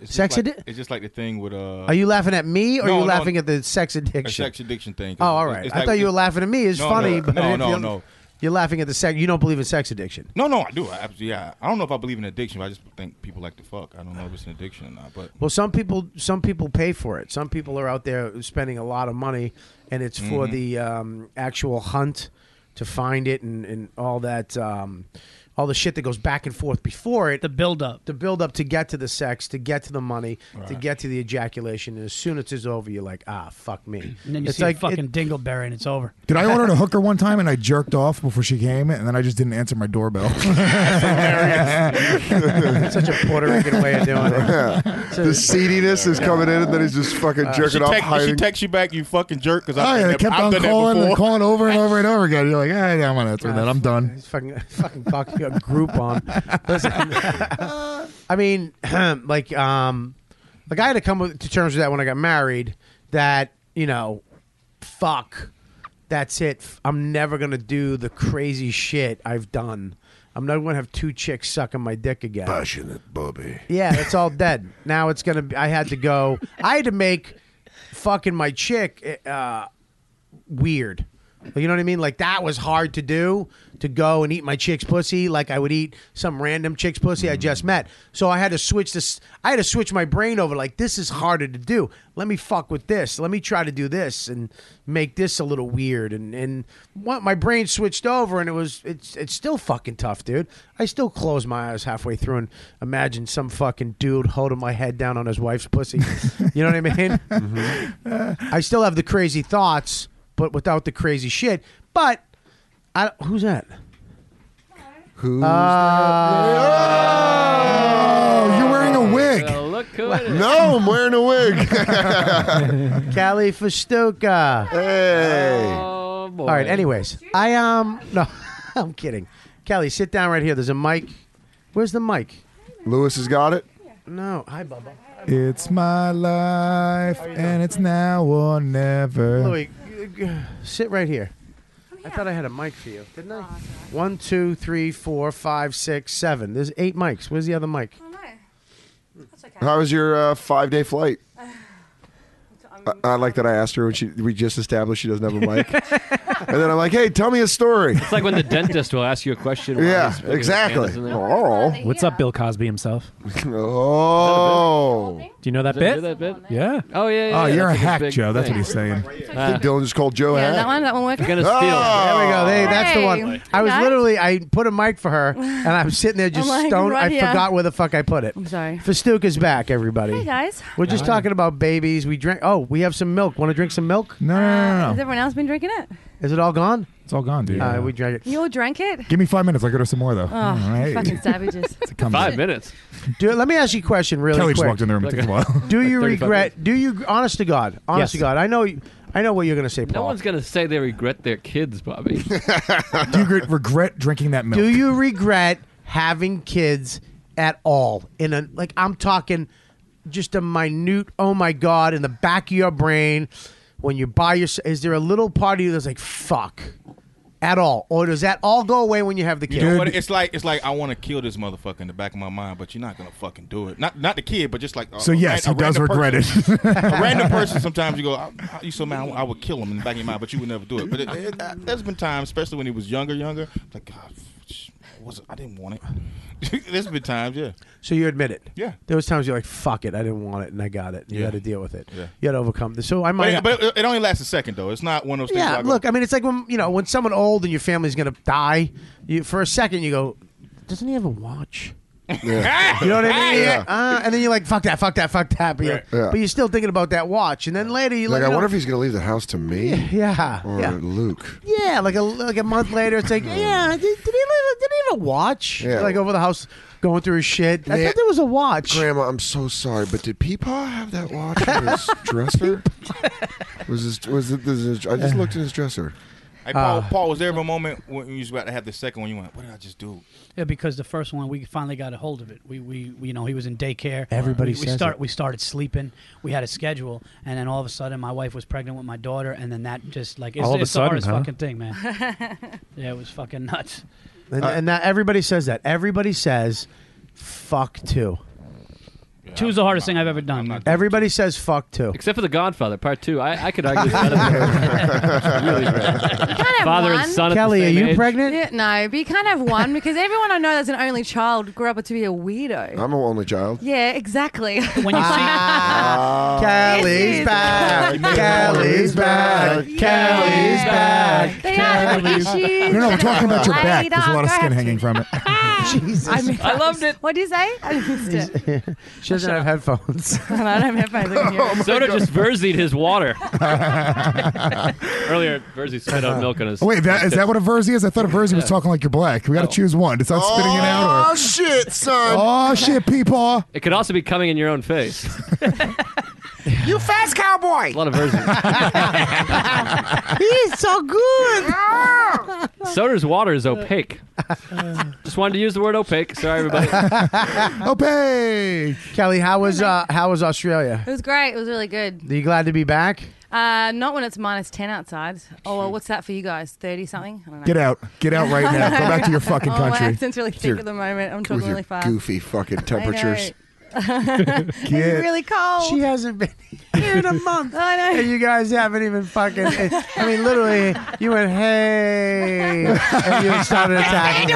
Speaker 6: It's
Speaker 2: sex
Speaker 6: just like,
Speaker 2: addic-
Speaker 6: It's just like the thing with. Uh,
Speaker 2: Are you laughing at me or
Speaker 6: No,
Speaker 2: are you
Speaker 6: no,
Speaker 2: laughing at the sex addiction?
Speaker 6: A sex addiction thing.
Speaker 2: Oh, all right.
Speaker 6: It's
Speaker 2: I
Speaker 6: like-
Speaker 2: thought you were
Speaker 6: it's-
Speaker 2: laughing at me. It's
Speaker 6: No,
Speaker 2: funny,
Speaker 6: no,
Speaker 2: but
Speaker 6: no,
Speaker 2: if
Speaker 6: no,
Speaker 2: you're,
Speaker 6: no.
Speaker 2: you're laughing at the sex. You don't believe in sex addiction.
Speaker 6: No, no, I do. I, abs- yeah, I don't know if I believe in addiction. But I just think people like to fuck. I don't know if it's an addiction or not, but
Speaker 2: Well, some people some people pay for it. Some people are out there spending a lot of money, and it's for
Speaker 6: Mhm.
Speaker 2: the um, actual hunt to find it and, and all that um, all the shit that goes back and forth before it. The
Speaker 4: build up,
Speaker 2: the build up to get to the sex, to get to the money, to
Speaker 4: Right.
Speaker 2: get to the ejaculation. And as soon as it's over, you're like, ah, fuck me.
Speaker 4: And then you
Speaker 2: it's
Speaker 4: see
Speaker 2: like
Speaker 4: a fucking dingleberry and it's over.
Speaker 9: Did I order a hooker one time and I jerked off before she came and then I just didn't answer my doorbell?
Speaker 2: That's such a Puerto Rican way of doing it.
Speaker 7: the seediness is coming in, and then he's just fucking
Speaker 6: Uh,
Speaker 7: jerking
Speaker 6: she
Speaker 7: off,
Speaker 6: text- if she
Speaker 7: hiding.
Speaker 6: texts you back, you fucking jerk. Because
Speaker 9: Oh,
Speaker 6: I've,
Speaker 9: yeah,
Speaker 6: done
Speaker 9: they
Speaker 6: that-
Speaker 9: kept
Speaker 6: I've
Speaker 9: on
Speaker 6: done
Speaker 9: calling
Speaker 6: that
Speaker 9: and
Speaker 6: before.
Speaker 9: calling over and over and over again. You're like, yeah, yeah, I'm gonna answer that. I'm done.
Speaker 2: He's fucking fucking talking a group on. Listen, I mean, like, um, like I had to come with- to terms with that when I got married. That you know, fuck, that's it. F- I'm never gonna do the crazy shit I've done. I'm never gonna have two chicks sucking my dick again.
Speaker 19: Passionate Bobby.
Speaker 2: Yeah, it's all dead. Now it's gonna. Be, I had to go. I had to make fucking my chick uh, weird. You know what I mean? Like that was hard to do to go and eat my chick's pussy like I would eat some random chick's pussy I just met. So I had to switch this. I had to switch my brain over. Like this is harder to do. Let me fuck with this. Let me try to do this and make this a little weird. And and what my brain switched over and it was it's it's still fucking tough, dude. I still close my eyes halfway through and imagine some fucking dude holding my head down on his wife's pussy. you know what I mean? I still have the crazy thoughts, but without the crazy shit. But I, who's that?
Speaker 7: Who's
Speaker 9: Oh, you're wearing
Speaker 2: Uh,
Speaker 9: a wig.
Speaker 11: look who it is.
Speaker 7: No, I'm wearing a wig.
Speaker 2: Callie Festuca.
Speaker 7: Hey.
Speaker 11: oh,
Speaker 2: All right. Anyways, I um no, I'm kidding. Callie, sit down right here. There's a mic. Where's the mic?
Speaker 7: Lewis has got it.
Speaker 2: No. Hi, Bubba.
Speaker 9: It's my life and it's now or never.
Speaker 2: Louis, g- g- sit right here.
Speaker 1: Oh,
Speaker 2: I thought I had a mic for you, didn't I? One, two, three, four, five, six, seven. There's eight mics. Where's the other mic?
Speaker 1: Oh,
Speaker 7: How was your uh, five day flight? I, I like that I asked her when she we just established she doesn't have a mic, and then I'm like, "Hey, tell me a story."
Speaker 11: It's like when the dentist will ask you a question. while
Speaker 7: Yeah,
Speaker 11: he's sticking his
Speaker 7: exactly.
Speaker 11: hand in there.
Speaker 3: What's up, Bill Cosby himself?
Speaker 7: Oh.
Speaker 3: Do you know that
Speaker 11: Is that-
Speaker 3: bit?
Speaker 11: is that bit?
Speaker 3: Yeah.
Speaker 11: Oh yeah. yeah
Speaker 9: Oh,
Speaker 11: yeah,
Speaker 9: you're a
Speaker 11: that's like
Speaker 9: hack,
Speaker 11: big
Speaker 9: Joe. That's
Speaker 11: thing.
Speaker 9: what he's saying.
Speaker 7: I think Dylan just called Joe a
Speaker 1: Yeah,
Speaker 7: hack.
Speaker 1: that one, that one worked.
Speaker 9: Oh,
Speaker 11: Gonna
Speaker 2: Oh, There we go. They, that's the
Speaker 1: Hey.
Speaker 2: one. I was
Speaker 1: Guys.
Speaker 2: literally, I put a mic for her, and I'm sitting there just
Speaker 1: I'm like,
Speaker 2: stoned.
Speaker 1: right
Speaker 2: I
Speaker 1: here.
Speaker 2: forgot where the fuck I put it. I'm
Speaker 1: sorry.
Speaker 2: Festuca's back, everybody.
Speaker 1: Hey guys.
Speaker 2: We're just talking about babies. We drink. Oh, we have some milk. Want to drink some milk?
Speaker 9: No, no,
Speaker 1: Has everyone else been drinking it?
Speaker 2: Is it all gone?
Speaker 9: It's all gone, dude.
Speaker 2: we drank it.
Speaker 1: You all drank it?
Speaker 9: Give me five minutes. I'll get her some more, though.
Speaker 1: Oh,
Speaker 3: Ah,
Speaker 9: all right.
Speaker 1: fucking savages.
Speaker 11: Five minutes.
Speaker 2: Dude, let me ask you a question really
Speaker 9: Kelly
Speaker 2: quick.
Speaker 9: just walked in the room. It took a while.
Speaker 2: Do you
Speaker 11: 35
Speaker 2: regret? Do you? Honest to God. Honest to
Speaker 11: Yes.
Speaker 2: God. I know. I know what you're going to say,
Speaker 11: No
Speaker 2: Paul.
Speaker 11: one's gonna say they regret their kids, Bobby.
Speaker 9: Do you gr- regret drinking that milk?
Speaker 2: Do you regret having kids at all? In a like, I'm talking just a minute. Oh my god! In the back of your brain, when you're by yourself, is there a little part of you that's like fuck at all, or does that all go away when you have the
Speaker 6: You
Speaker 2: kid?
Speaker 6: know what? It's like it's like I want to kill this motherfucker in the back of my mind, but you're not gonna fucking do it. Not not the kid, but just like a-
Speaker 9: So
Speaker 6: a
Speaker 9: yes,
Speaker 6: ran-
Speaker 9: he
Speaker 6: a
Speaker 9: does
Speaker 6: random
Speaker 9: regret
Speaker 6: person.
Speaker 9: it.
Speaker 6: a random person. Sometimes you go, I, I, you so mad, I would kill him in the back of your mind, but you would never do it. But it, it, uh, there's been times, especially when he was younger, younger, like God, sh- was it? I didn't want it. there's been times, yeah.
Speaker 2: So you admit it?
Speaker 6: Yeah.
Speaker 2: There was times you're like, "Fuck it, I didn't want it, and I got it." And You
Speaker 6: Yeah.
Speaker 2: had to deal with it.
Speaker 6: Yeah.
Speaker 2: You had to overcome this. So I
Speaker 6: But
Speaker 2: might.
Speaker 6: it, but it- it only lasts a second though. It's not one of those things.
Speaker 2: yeah,
Speaker 6: where I go,
Speaker 2: look, I mean, it's like when you know when someone old in your family's gonna die. You for a second you go, doesn't he have a watch? You know what I mean?
Speaker 7: Yeah.
Speaker 2: Uh, and then you're like, fuck that, fuck that, fuck that. But, you're,
Speaker 7: Yeah.
Speaker 2: but you're still thinking about that watch. And then later you're
Speaker 7: Like,
Speaker 2: like,
Speaker 7: I
Speaker 2: you know,
Speaker 7: wonder if he's gonna leave the house to me
Speaker 2: Yeah,
Speaker 7: or
Speaker 2: yeah.
Speaker 7: Luke.
Speaker 2: yeah, like a like a month later, it's like, yeah, did, did he leave? did he have a watch?
Speaker 19: Yeah.
Speaker 2: Like over the house, going through his shit. I thought there was a watch.
Speaker 19: Grandma, I'm so sorry, but did Peepaw have that watch in his dresser? was this was it? this- I just looked in his dresser.
Speaker 6: Hey, Paul,
Speaker 19: Uh,
Speaker 6: Paul, was there ever a moment when you was about to have the second one? You went, "What did I just do?"
Speaker 4: Yeah, because the first one we finally got a hold of it. We, we, we you know, he was in daycare.
Speaker 2: Everybody
Speaker 4: we, we
Speaker 2: says
Speaker 4: start
Speaker 2: it.
Speaker 4: we started sleeping. We had a schedule, and then all of a sudden, my wife was pregnant with my daughter, and then that just like it's,
Speaker 2: All of a
Speaker 4: it's
Speaker 2: sudden,
Speaker 4: the hardest
Speaker 2: huh?
Speaker 4: fucking thing, man. yeah, it was fucking nuts.
Speaker 9: Uh,
Speaker 2: And, and that everybody says that. Everybody says, "Fuck two.
Speaker 4: Two's the hardest thing I've ever done.
Speaker 2: Everybody says, "Fuck two.
Speaker 11: Except for The Godfather Part Two, I, I could argue. that it's really bad. Father and son. at the
Speaker 2: Kelly, are
Speaker 11: same
Speaker 2: you
Speaker 11: age.
Speaker 2: pregnant?
Speaker 1: Yeah, no, but you can't have one because everyone I know that's an only child grew up to be a weirdo.
Speaker 19: I'm an only child.
Speaker 1: yeah, exactly.
Speaker 4: When you see
Speaker 2: Ah. Kelly's back. Kelly's back. Kelly's back.
Speaker 1: They are the
Speaker 9: No,
Speaker 1: issues.
Speaker 9: no, we're talking about your back.
Speaker 1: Laid
Speaker 9: There's a lot of
Speaker 1: up,
Speaker 9: skin
Speaker 1: I
Speaker 9: hanging from it.
Speaker 1: Jesus. I, loved it. What do you say? I missed it.
Speaker 2: she doesn't have headphones.
Speaker 1: And I don't have my living here.
Speaker 11: Soda just verzied his water. Earlier, Verzi spit out milk on his.
Speaker 9: Oh, wait, that, is that what a Verzi is? I thought a Verzi was talking like you're black. We got to choose one. It's not spitting it out. Or...
Speaker 19: Oh, shit, son!
Speaker 9: Oh shit, people!
Speaker 11: It could also be coming in your own face.
Speaker 5: You fast cowboy.
Speaker 11: A lot of Verzi.
Speaker 5: He's so good.
Speaker 11: Soda's water is opaque. Just wanted to use the word opaque. Sorry, everybody.
Speaker 2: Obey. Kelly, how was uh, how was Australia?
Speaker 1: It was great. It was really good.
Speaker 2: Are you glad to be back?
Speaker 1: Uh, not when it's minus 10 outside. Oh, well, what's that for you guys? 30 something? I don't know.
Speaker 9: Get out. Get out right now. Go back to your fucking
Speaker 1: oh,
Speaker 9: country.
Speaker 1: My accent's really
Speaker 19: With
Speaker 1: thick
Speaker 19: your-
Speaker 1: at the moment. I'm
Speaker 19: with
Speaker 1: talking
Speaker 19: your
Speaker 1: really fast.
Speaker 19: Goofy fucking temperatures.
Speaker 1: it's
Speaker 2: Get-
Speaker 1: really cold.
Speaker 2: She hasn't been Oh. here in a month. I know. And you guys haven't even fucking. I mean, literally, you went, hey. And you started attacking.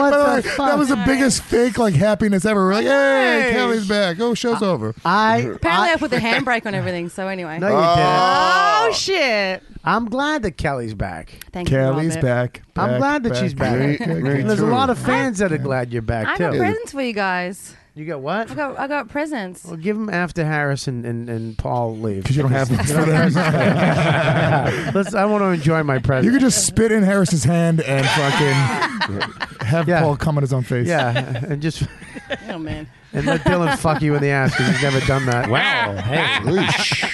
Speaker 2: What
Speaker 9: By the
Speaker 2: the
Speaker 9: way,
Speaker 2: fuck?
Speaker 9: That was the biggest fake like happiness ever. We're like, hey,
Speaker 2: Nice.
Speaker 9: Kelly's back. Oh, show's over.
Speaker 2: I
Speaker 1: Apparently, I, put the handbrake on everything. So anyway.
Speaker 2: No, you didn't.
Speaker 1: Oh, shit.
Speaker 2: I'm glad that Kelly's back.
Speaker 1: Thank you, Kelly's Robert. back,
Speaker 2: I'm
Speaker 1: back,
Speaker 2: glad that
Speaker 1: back.
Speaker 2: she's back.
Speaker 1: Me- me
Speaker 2: and there's a
Speaker 1: too.
Speaker 2: lot of fans that are glad you're back
Speaker 1: I
Speaker 2: too.
Speaker 1: got presents for you guys.
Speaker 2: You got what?
Speaker 1: I got, I got presents.
Speaker 2: Well, give them after Harris and, and, and Paul leave. Because
Speaker 9: you don't have them.
Speaker 2: Let's, I want to enjoy my present.
Speaker 9: You could just spit in Harris's hand and fucking have Paul come on his own face.
Speaker 2: Yeah, and just
Speaker 1: Oh, man.
Speaker 2: and let Dylan fuck you in the ass because he's never done that.
Speaker 3: Wow,
Speaker 2: hey.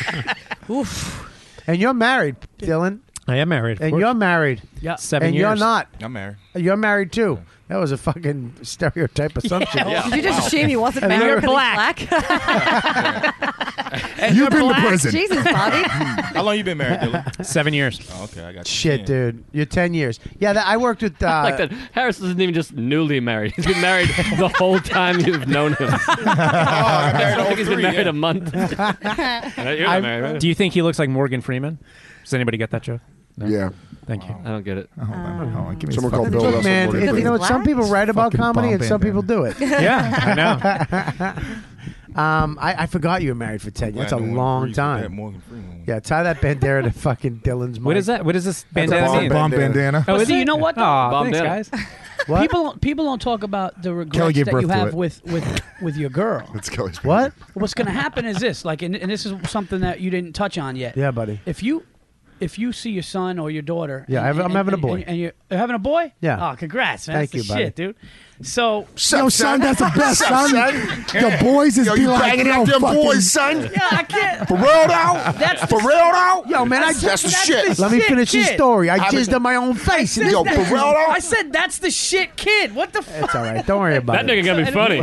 Speaker 2: Oof. And you're married, Dylan.
Speaker 3: I am married.
Speaker 2: And you're married.
Speaker 3: Yeah. Seven
Speaker 2: and you're
Speaker 3: years.
Speaker 2: not.
Speaker 6: I'm married.
Speaker 2: You're married too. That was a fucking stereotype assumption.
Speaker 6: Yeah.
Speaker 1: Did you just
Speaker 2: Wow.
Speaker 1: assume he wasn't
Speaker 2: And
Speaker 1: married?
Speaker 2: you're
Speaker 1: 'cause he's
Speaker 2: black.
Speaker 1: You've been to black. prison. Jesus, Bobby.
Speaker 6: How long you been married, Dylan?
Speaker 3: Seven years.
Speaker 6: Oh, okay, I got you.
Speaker 2: Shit, dude. You're 10 years. Yeah, that, I worked with. Uh,
Speaker 11: like that. Harris isn't even just newly married. He's been married the whole time you've known him.
Speaker 4: Oh,
Speaker 11: I don't think he's been married a month. You're not married, right?
Speaker 3: Do you think he looks like Morgan Freeman? Does anybody get that joke? No?
Speaker 19: Yeah.
Speaker 3: Thank you.
Speaker 11: I don't get it.
Speaker 3: Uh-huh.
Speaker 9: give
Speaker 19: Someone called Bill
Speaker 2: Look,
Speaker 19: Russell.
Speaker 2: man,
Speaker 19: Morgan
Speaker 2: it- you
Speaker 19: Freeman.
Speaker 2: know, what, some people write about
Speaker 19: Fucking
Speaker 2: comedy
Speaker 19: bomb
Speaker 2: and some
Speaker 19: band,
Speaker 2: people do it.
Speaker 3: Yeah,
Speaker 2: I know. um, I, I forgot you were married for 10 years. That's a
Speaker 6: Glad no one
Speaker 2: long
Speaker 6: agrees with that
Speaker 2: time.
Speaker 6: Morgan Freeman.
Speaker 2: Yeah, tie that bandana to fucking Dylan's mic.
Speaker 3: What is that? What is this bandana? mean?
Speaker 4: Oh, is it? you know what?
Speaker 2: Ah.
Speaker 3: Aw, thanks, guys. What?
Speaker 4: People people don't talk about the regrets
Speaker 3: Kelly gave
Speaker 4: that
Speaker 3: birth
Speaker 4: you
Speaker 3: to
Speaker 4: have
Speaker 3: it.
Speaker 4: with with with your girl.
Speaker 19: That's Kelly's.
Speaker 2: What?
Speaker 4: What's going to happen is this, like, and, and this is something that you didn't touch on yet.
Speaker 2: Yeah, buddy.
Speaker 4: If you if you see your son or your daughter,
Speaker 2: Yeah,
Speaker 4: and-
Speaker 2: I've- I'm
Speaker 4: and-
Speaker 2: having a
Speaker 4: and-
Speaker 2: boy.
Speaker 4: and, and you're, you're having a boy.
Speaker 2: Yeah.
Speaker 4: Oh, congrats, man!
Speaker 2: Thank
Speaker 4: That's
Speaker 2: you,
Speaker 4: the shit, dude. So,
Speaker 9: Yo, son, that's the best, son. The boys is
Speaker 4: Yo,
Speaker 9: be
Speaker 4: you
Speaker 9: like,
Speaker 4: banging
Speaker 9: yo,
Speaker 4: out them
Speaker 9: fucking-
Speaker 4: boys, son? Yeah, I can't- For real, though? That's- For real, though?
Speaker 2: Yo, man, I
Speaker 4: That's-
Speaker 2: just.
Speaker 4: that's the shit.
Speaker 2: Let me finish the
Speaker 4: Shit.
Speaker 2: story. I
Speaker 4: I
Speaker 2: jizzed
Speaker 4: mean-
Speaker 2: on my own face. and this bitch is-
Speaker 4: I said that's the shit, kid. What the fuck?
Speaker 2: It's all right. Don't worry about
Speaker 11: That
Speaker 2: it.
Speaker 11: nigga gonna be funny.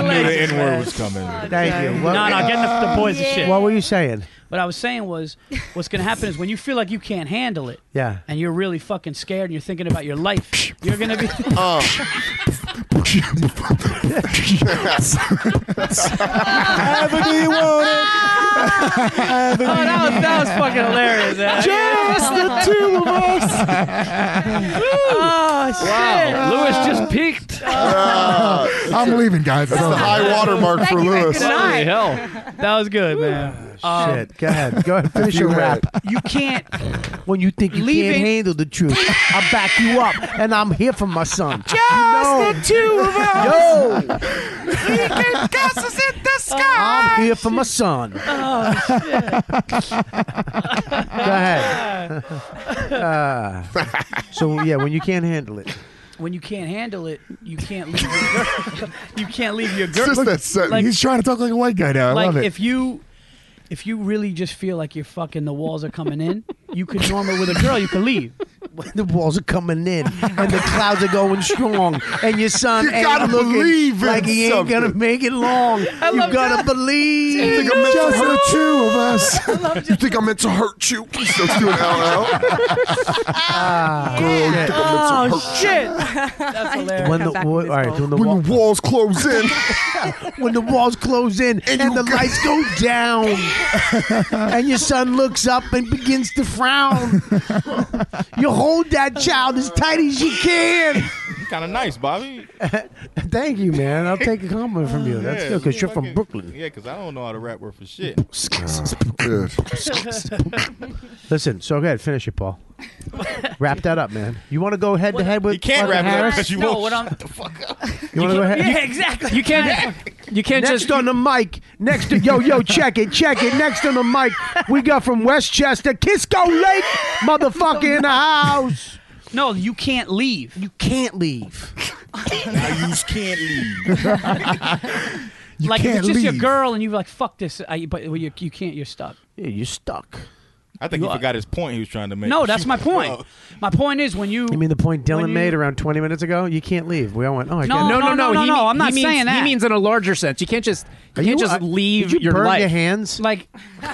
Speaker 6: I knew the
Speaker 2: Congratulations,
Speaker 6: N word
Speaker 2: man.
Speaker 6: was coming.
Speaker 2: Thank you.
Speaker 4: No, no, getting the- the boys is shit.
Speaker 2: What were you saying?
Speaker 4: What I was saying was, what's going to happen is when you feel like you can't handle it,
Speaker 2: Yeah.
Speaker 4: and you're really fucking scared, and you're thinking about your life, you're going to be.
Speaker 5: Ebony wanted. Ebony
Speaker 4: Oh, that was, that was fucking hilarious. man.
Speaker 5: Just the two of
Speaker 4: us. oh, shit.
Speaker 11: Wow, Lewis just peaked.
Speaker 9: I'm leaving, guys.
Speaker 11: That's the high water mark Thank for you, Lewis. good night. Holy hell.
Speaker 4: That was good, man. Um,
Speaker 2: Shit. Go ahead. Go ahead. Finish your rap.
Speaker 4: You can't.
Speaker 2: When you think you
Speaker 4: Leaving-
Speaker 2: can't handle the truth, I back you up, and I'm here for my son. Just
Speaker 5: the two of us.
Speaker 2: Yo,
Speaker 5: We can cuss us in the sky.
Speaker 2: I'm here for my son.
Speaker 4: Uh,
Speaker 5: Oh,
Speaker 2: Go ahead. Uh, so yeah, when you can't handle it,
Speaker 4: When you can't handle it, you can't leave. Your girl. you can't leave your girl. Like-
Speaker 9: He's trying to talk like a white guy now. I
Speaker 4: like
Speaker 9: love it.
Speaker 4: if you if you really just feel like you're fucking the walls are coming in, you could normal with a girl, you can leave.
Speaker 2: the walls are coming in and the clouds are going strong, and your son
Speaker 5: You
Speaker 2: ain't
Speaker 5: gotta
Speaker 2: looking
Speaker 5: believe in
Speaker 2: like he ain't gonna
Speaker 5: something.
Speaker 2: make it long.
Speaker 5: I
Speaker 2: you
Speaker 5: love
Speaker 2: gotta
Speaker 5: that.
Speaker 2: believe.
Speaker 5: You think I'm meant to Just hurt the
Speaker 2: two of us.
Speaker 7: You think I'm meant to hurt you? Let's do an LL. Girl, you think
Speaker 4: Oh,
Speaker 7: I'm meant to hurt you?
Speaker 5: That's hilarious.
Speaker 2: When the, wa- all right, when the,
Speaker 7: When
Speaker 2: wa-
Speaker 7: the walls close in,
Speaker 2: when the walls close in and, the lights go down, and your son looks up and begins to frown, you hold that child as tight as you can.
Speaker 6: kind of nice, Bobby.
Speaker 2: Thank you, man. I'll take a compliment from you. That's
Speaker 6: Yeah,
Speaker 2: good because you're from
Speaker 6: fucking-
Speaker 2: Brooklyn.
Speaker 6: Yeah, because I don't know how to rap word for shit.
Speaker 2: Listen, so go ahead, finish it, Paul. Wrap that up, man. You want to go head to head with?
Speaker 11: You can't
Speaker 2: Marvin
Speaker 11: wrap it up
Speaker 2: Harris?
Speaker 11: 'cause you No, won't. what I'm-
Speaker 2: you want to go ahead?
Speaker 11: exactly. You can't.
Speaker 2: You can't next just on the mic. Next to yo yo, check it, check it. Next on the mic, we got from Westchester, Kisco Lake, motherfucker in the house.
Speaker 4: No, you can't leave.
Speaker 2: You can't leave.
Speaker 6: now you can't
Speaker 4: leave. like if
Speaker 6: can't
Speaker 4: it's just your
Speaker 6: leave.
Speaker 4: girl and you're like, fuck this, I, but you, you can't. You're stuck.
Speaker 2: Yeah, you're stuck.
Speaker 6: I think
Speaker 4: You
Speaker 6: he
Speaker 4: are-
Speaker 6: forgot his point he was trying to make.
Speaker 4: No, that's my point. My point is when you.
Speaker 2: You mean the point Dylan
Speaker 4: When you-
Speaker 2: made around 20 minutes ago? You can't leave. We all went. Oh, I
Speaker 4: No,
Speaker 2: can't.
Speaker 4: no, no, no,
Speaker 3: he
Speaker 4: no,
Speaker 3: mean-
Speaker 4: I'm not
Speaker 3: he means,
Speaker 4: saying
Speaker 3: He
Speaker 4: that.
Speaker 3: means in a larger sense. You can't just you
Speaker 2: you,
Speaker 3: can't just
Speaker 2: uh,
Speaker 3: leave
Speaker 2: did you
Speaker 3: your
Speaker 2: burn
Speaker 3: life.
Speaker 2: your hands?
Speaker 4: Like,
Speaker 2: I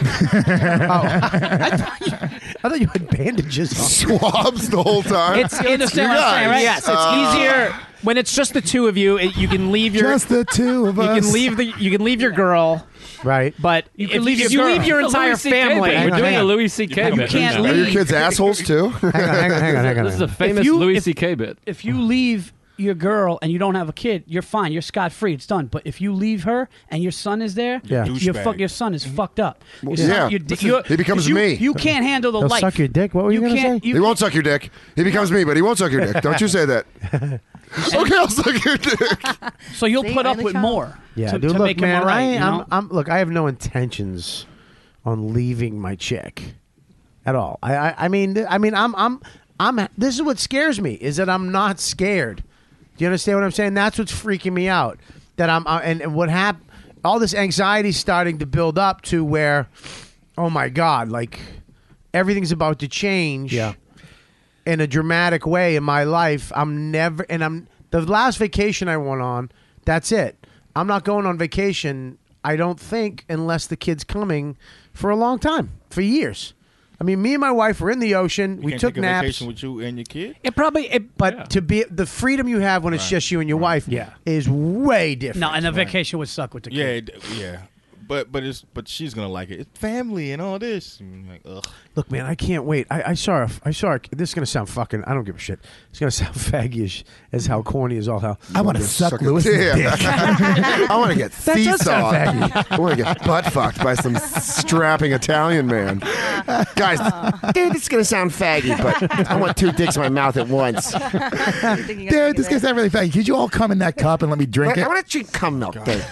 Speaker 2: thought you had bandages on.
Speaker 7: Swabs the whole time.
Speaker 3: It's you understand what I'm saying, right? Yes, it's easier when it's just the two of you. It, you can leave your
Speaker 9: Just the two of
Speaker 3: you
Speaker 9: us.
Speaker 3: can leave the you can leave your girl.
Speaker 2: Right,
Speaker 3: but
Speaker 4: You
Speaker 3: if
Speaker 4: can leave
Speaker 3: you,
Speaker 4: your girl.
Speaker 3: leave your
Speaker 4: The
Speaker 3: entire
Speaker 4: Louis C.K.
Speaker 3: family,
Speaker 4: bit. We're doing a Louis C.K.
Speaker 3: You
Speaker 4: bit.
Speaker 3: can't
Speaker 7: Are your
Speaker 3: leave.
Speaker 7: kids assholes too?
Speaker 2: hang on, hang on, hang on, hang on.
Speaker 11: This is a famous Louis C.K. bit.
Speaker 4: If you leave your girl and you don't have a kid, you're fine. You're scot free. It's done. But if you leave her and your son is there,
Speaker 2: Yeah.
Speaker 4: your
Speaker 2: Douchebag.
Speaker 4: fuck your son is fucked up. Your
Speaker 7: Well,
Speaker 4: son-
Speaker 7: yeah.
Speaker 4: your di-
Speaker 7: Listen,
Speaker 4: your-
Speaker 7: he becomes
Speaker 4: you-
Speaker 7: me.
Speaker 4: You can't handle the
Speaker 2: He'll
Speaker 4: life.
Speaker 2: suck your dick. What were you,
Speaker 4: You
Speaker 2: gonna
Speaker 4: can't-
Speaker 2: say?
Speaker 7: he won't suck your dick. He becomes me, but he won't suck your dick. Don't you say that. okay, I'll suck your dick.
Speaker 4: So you'll
Speaker 1: See,
Speaker 4: put up
Speaker 1: only
Speaker 4: with
Speaker 1: child.
Speaker 4: more.
Speaker 2: Yeah,
Speaker 4: to,
Speaker 2: dude.
Speaker 4: to
Speaker 2: look,
Speaker 4: make him
Speaker 2: man.
Speaker 4: all right,
Speaker 2: I,
Speaker 4: you
Speaker 2: I'm,
Speaker 4: know?
Speaker 2: I'm. Look, I have no intentions on leaving my chick at all. I. I, I mean. th- I mean. I'm. I'm. I'm. This is what scares me. Is that I'm not scared. Do you understand what I'm saying? That's what's freaking me out. That I'm. I, and, and what happened? All this anxiety starting to build up to where, oh my god, like everything's about to change. Yeah in a dramatic way in my life. I'm never, and I'm the last vacation I went on. That's it. I'm not going on vacation. I don't think unless the kid's coming for a long time, for years. I mean, me and my wife were in the ocean. we
Speaker 6: Can't
Speaker 2: took
Speaker 6: take a
Speaker 2: naps.
Speaker 6: vacation with you and your kid.
Speaker 2: It probably, it, but to be the freedom you have when it's just you and your wife,
Speaker 6: Yeah.
Speaker 2: is way different.
Speaker 4: No, and the vacation would suck with the
Speaker 6: Yeah,
Speaker 4: kid.
Speaker 6: it, yeah. But but it's but she's gonna like it. It's family and all this. And you're like, ugh.
Speaker 2: Look, man, I can't wait. I, I saw. A, I saw. A, this is gonna sound fucking. I don't give a shit. It's gonna sound faggy as, as how corny as all hell.
Speaker 9: I wanna suck Lewis's dick.
Speaker 7: I want to get
Speaker 2: That does sound
Speaker 7: seesawed. I want to get butt fucked by some strapping Italian man. Guys, dude, this is gonna sound faggy, but I want two dicks in my mouth at once.
Speaker 9: Dude, this guy's not really fake. Could you all come in that cup and let me drink
Speaker 7: I
Speaker 9: it?
Speaker 7: want to drink cum milk, dude.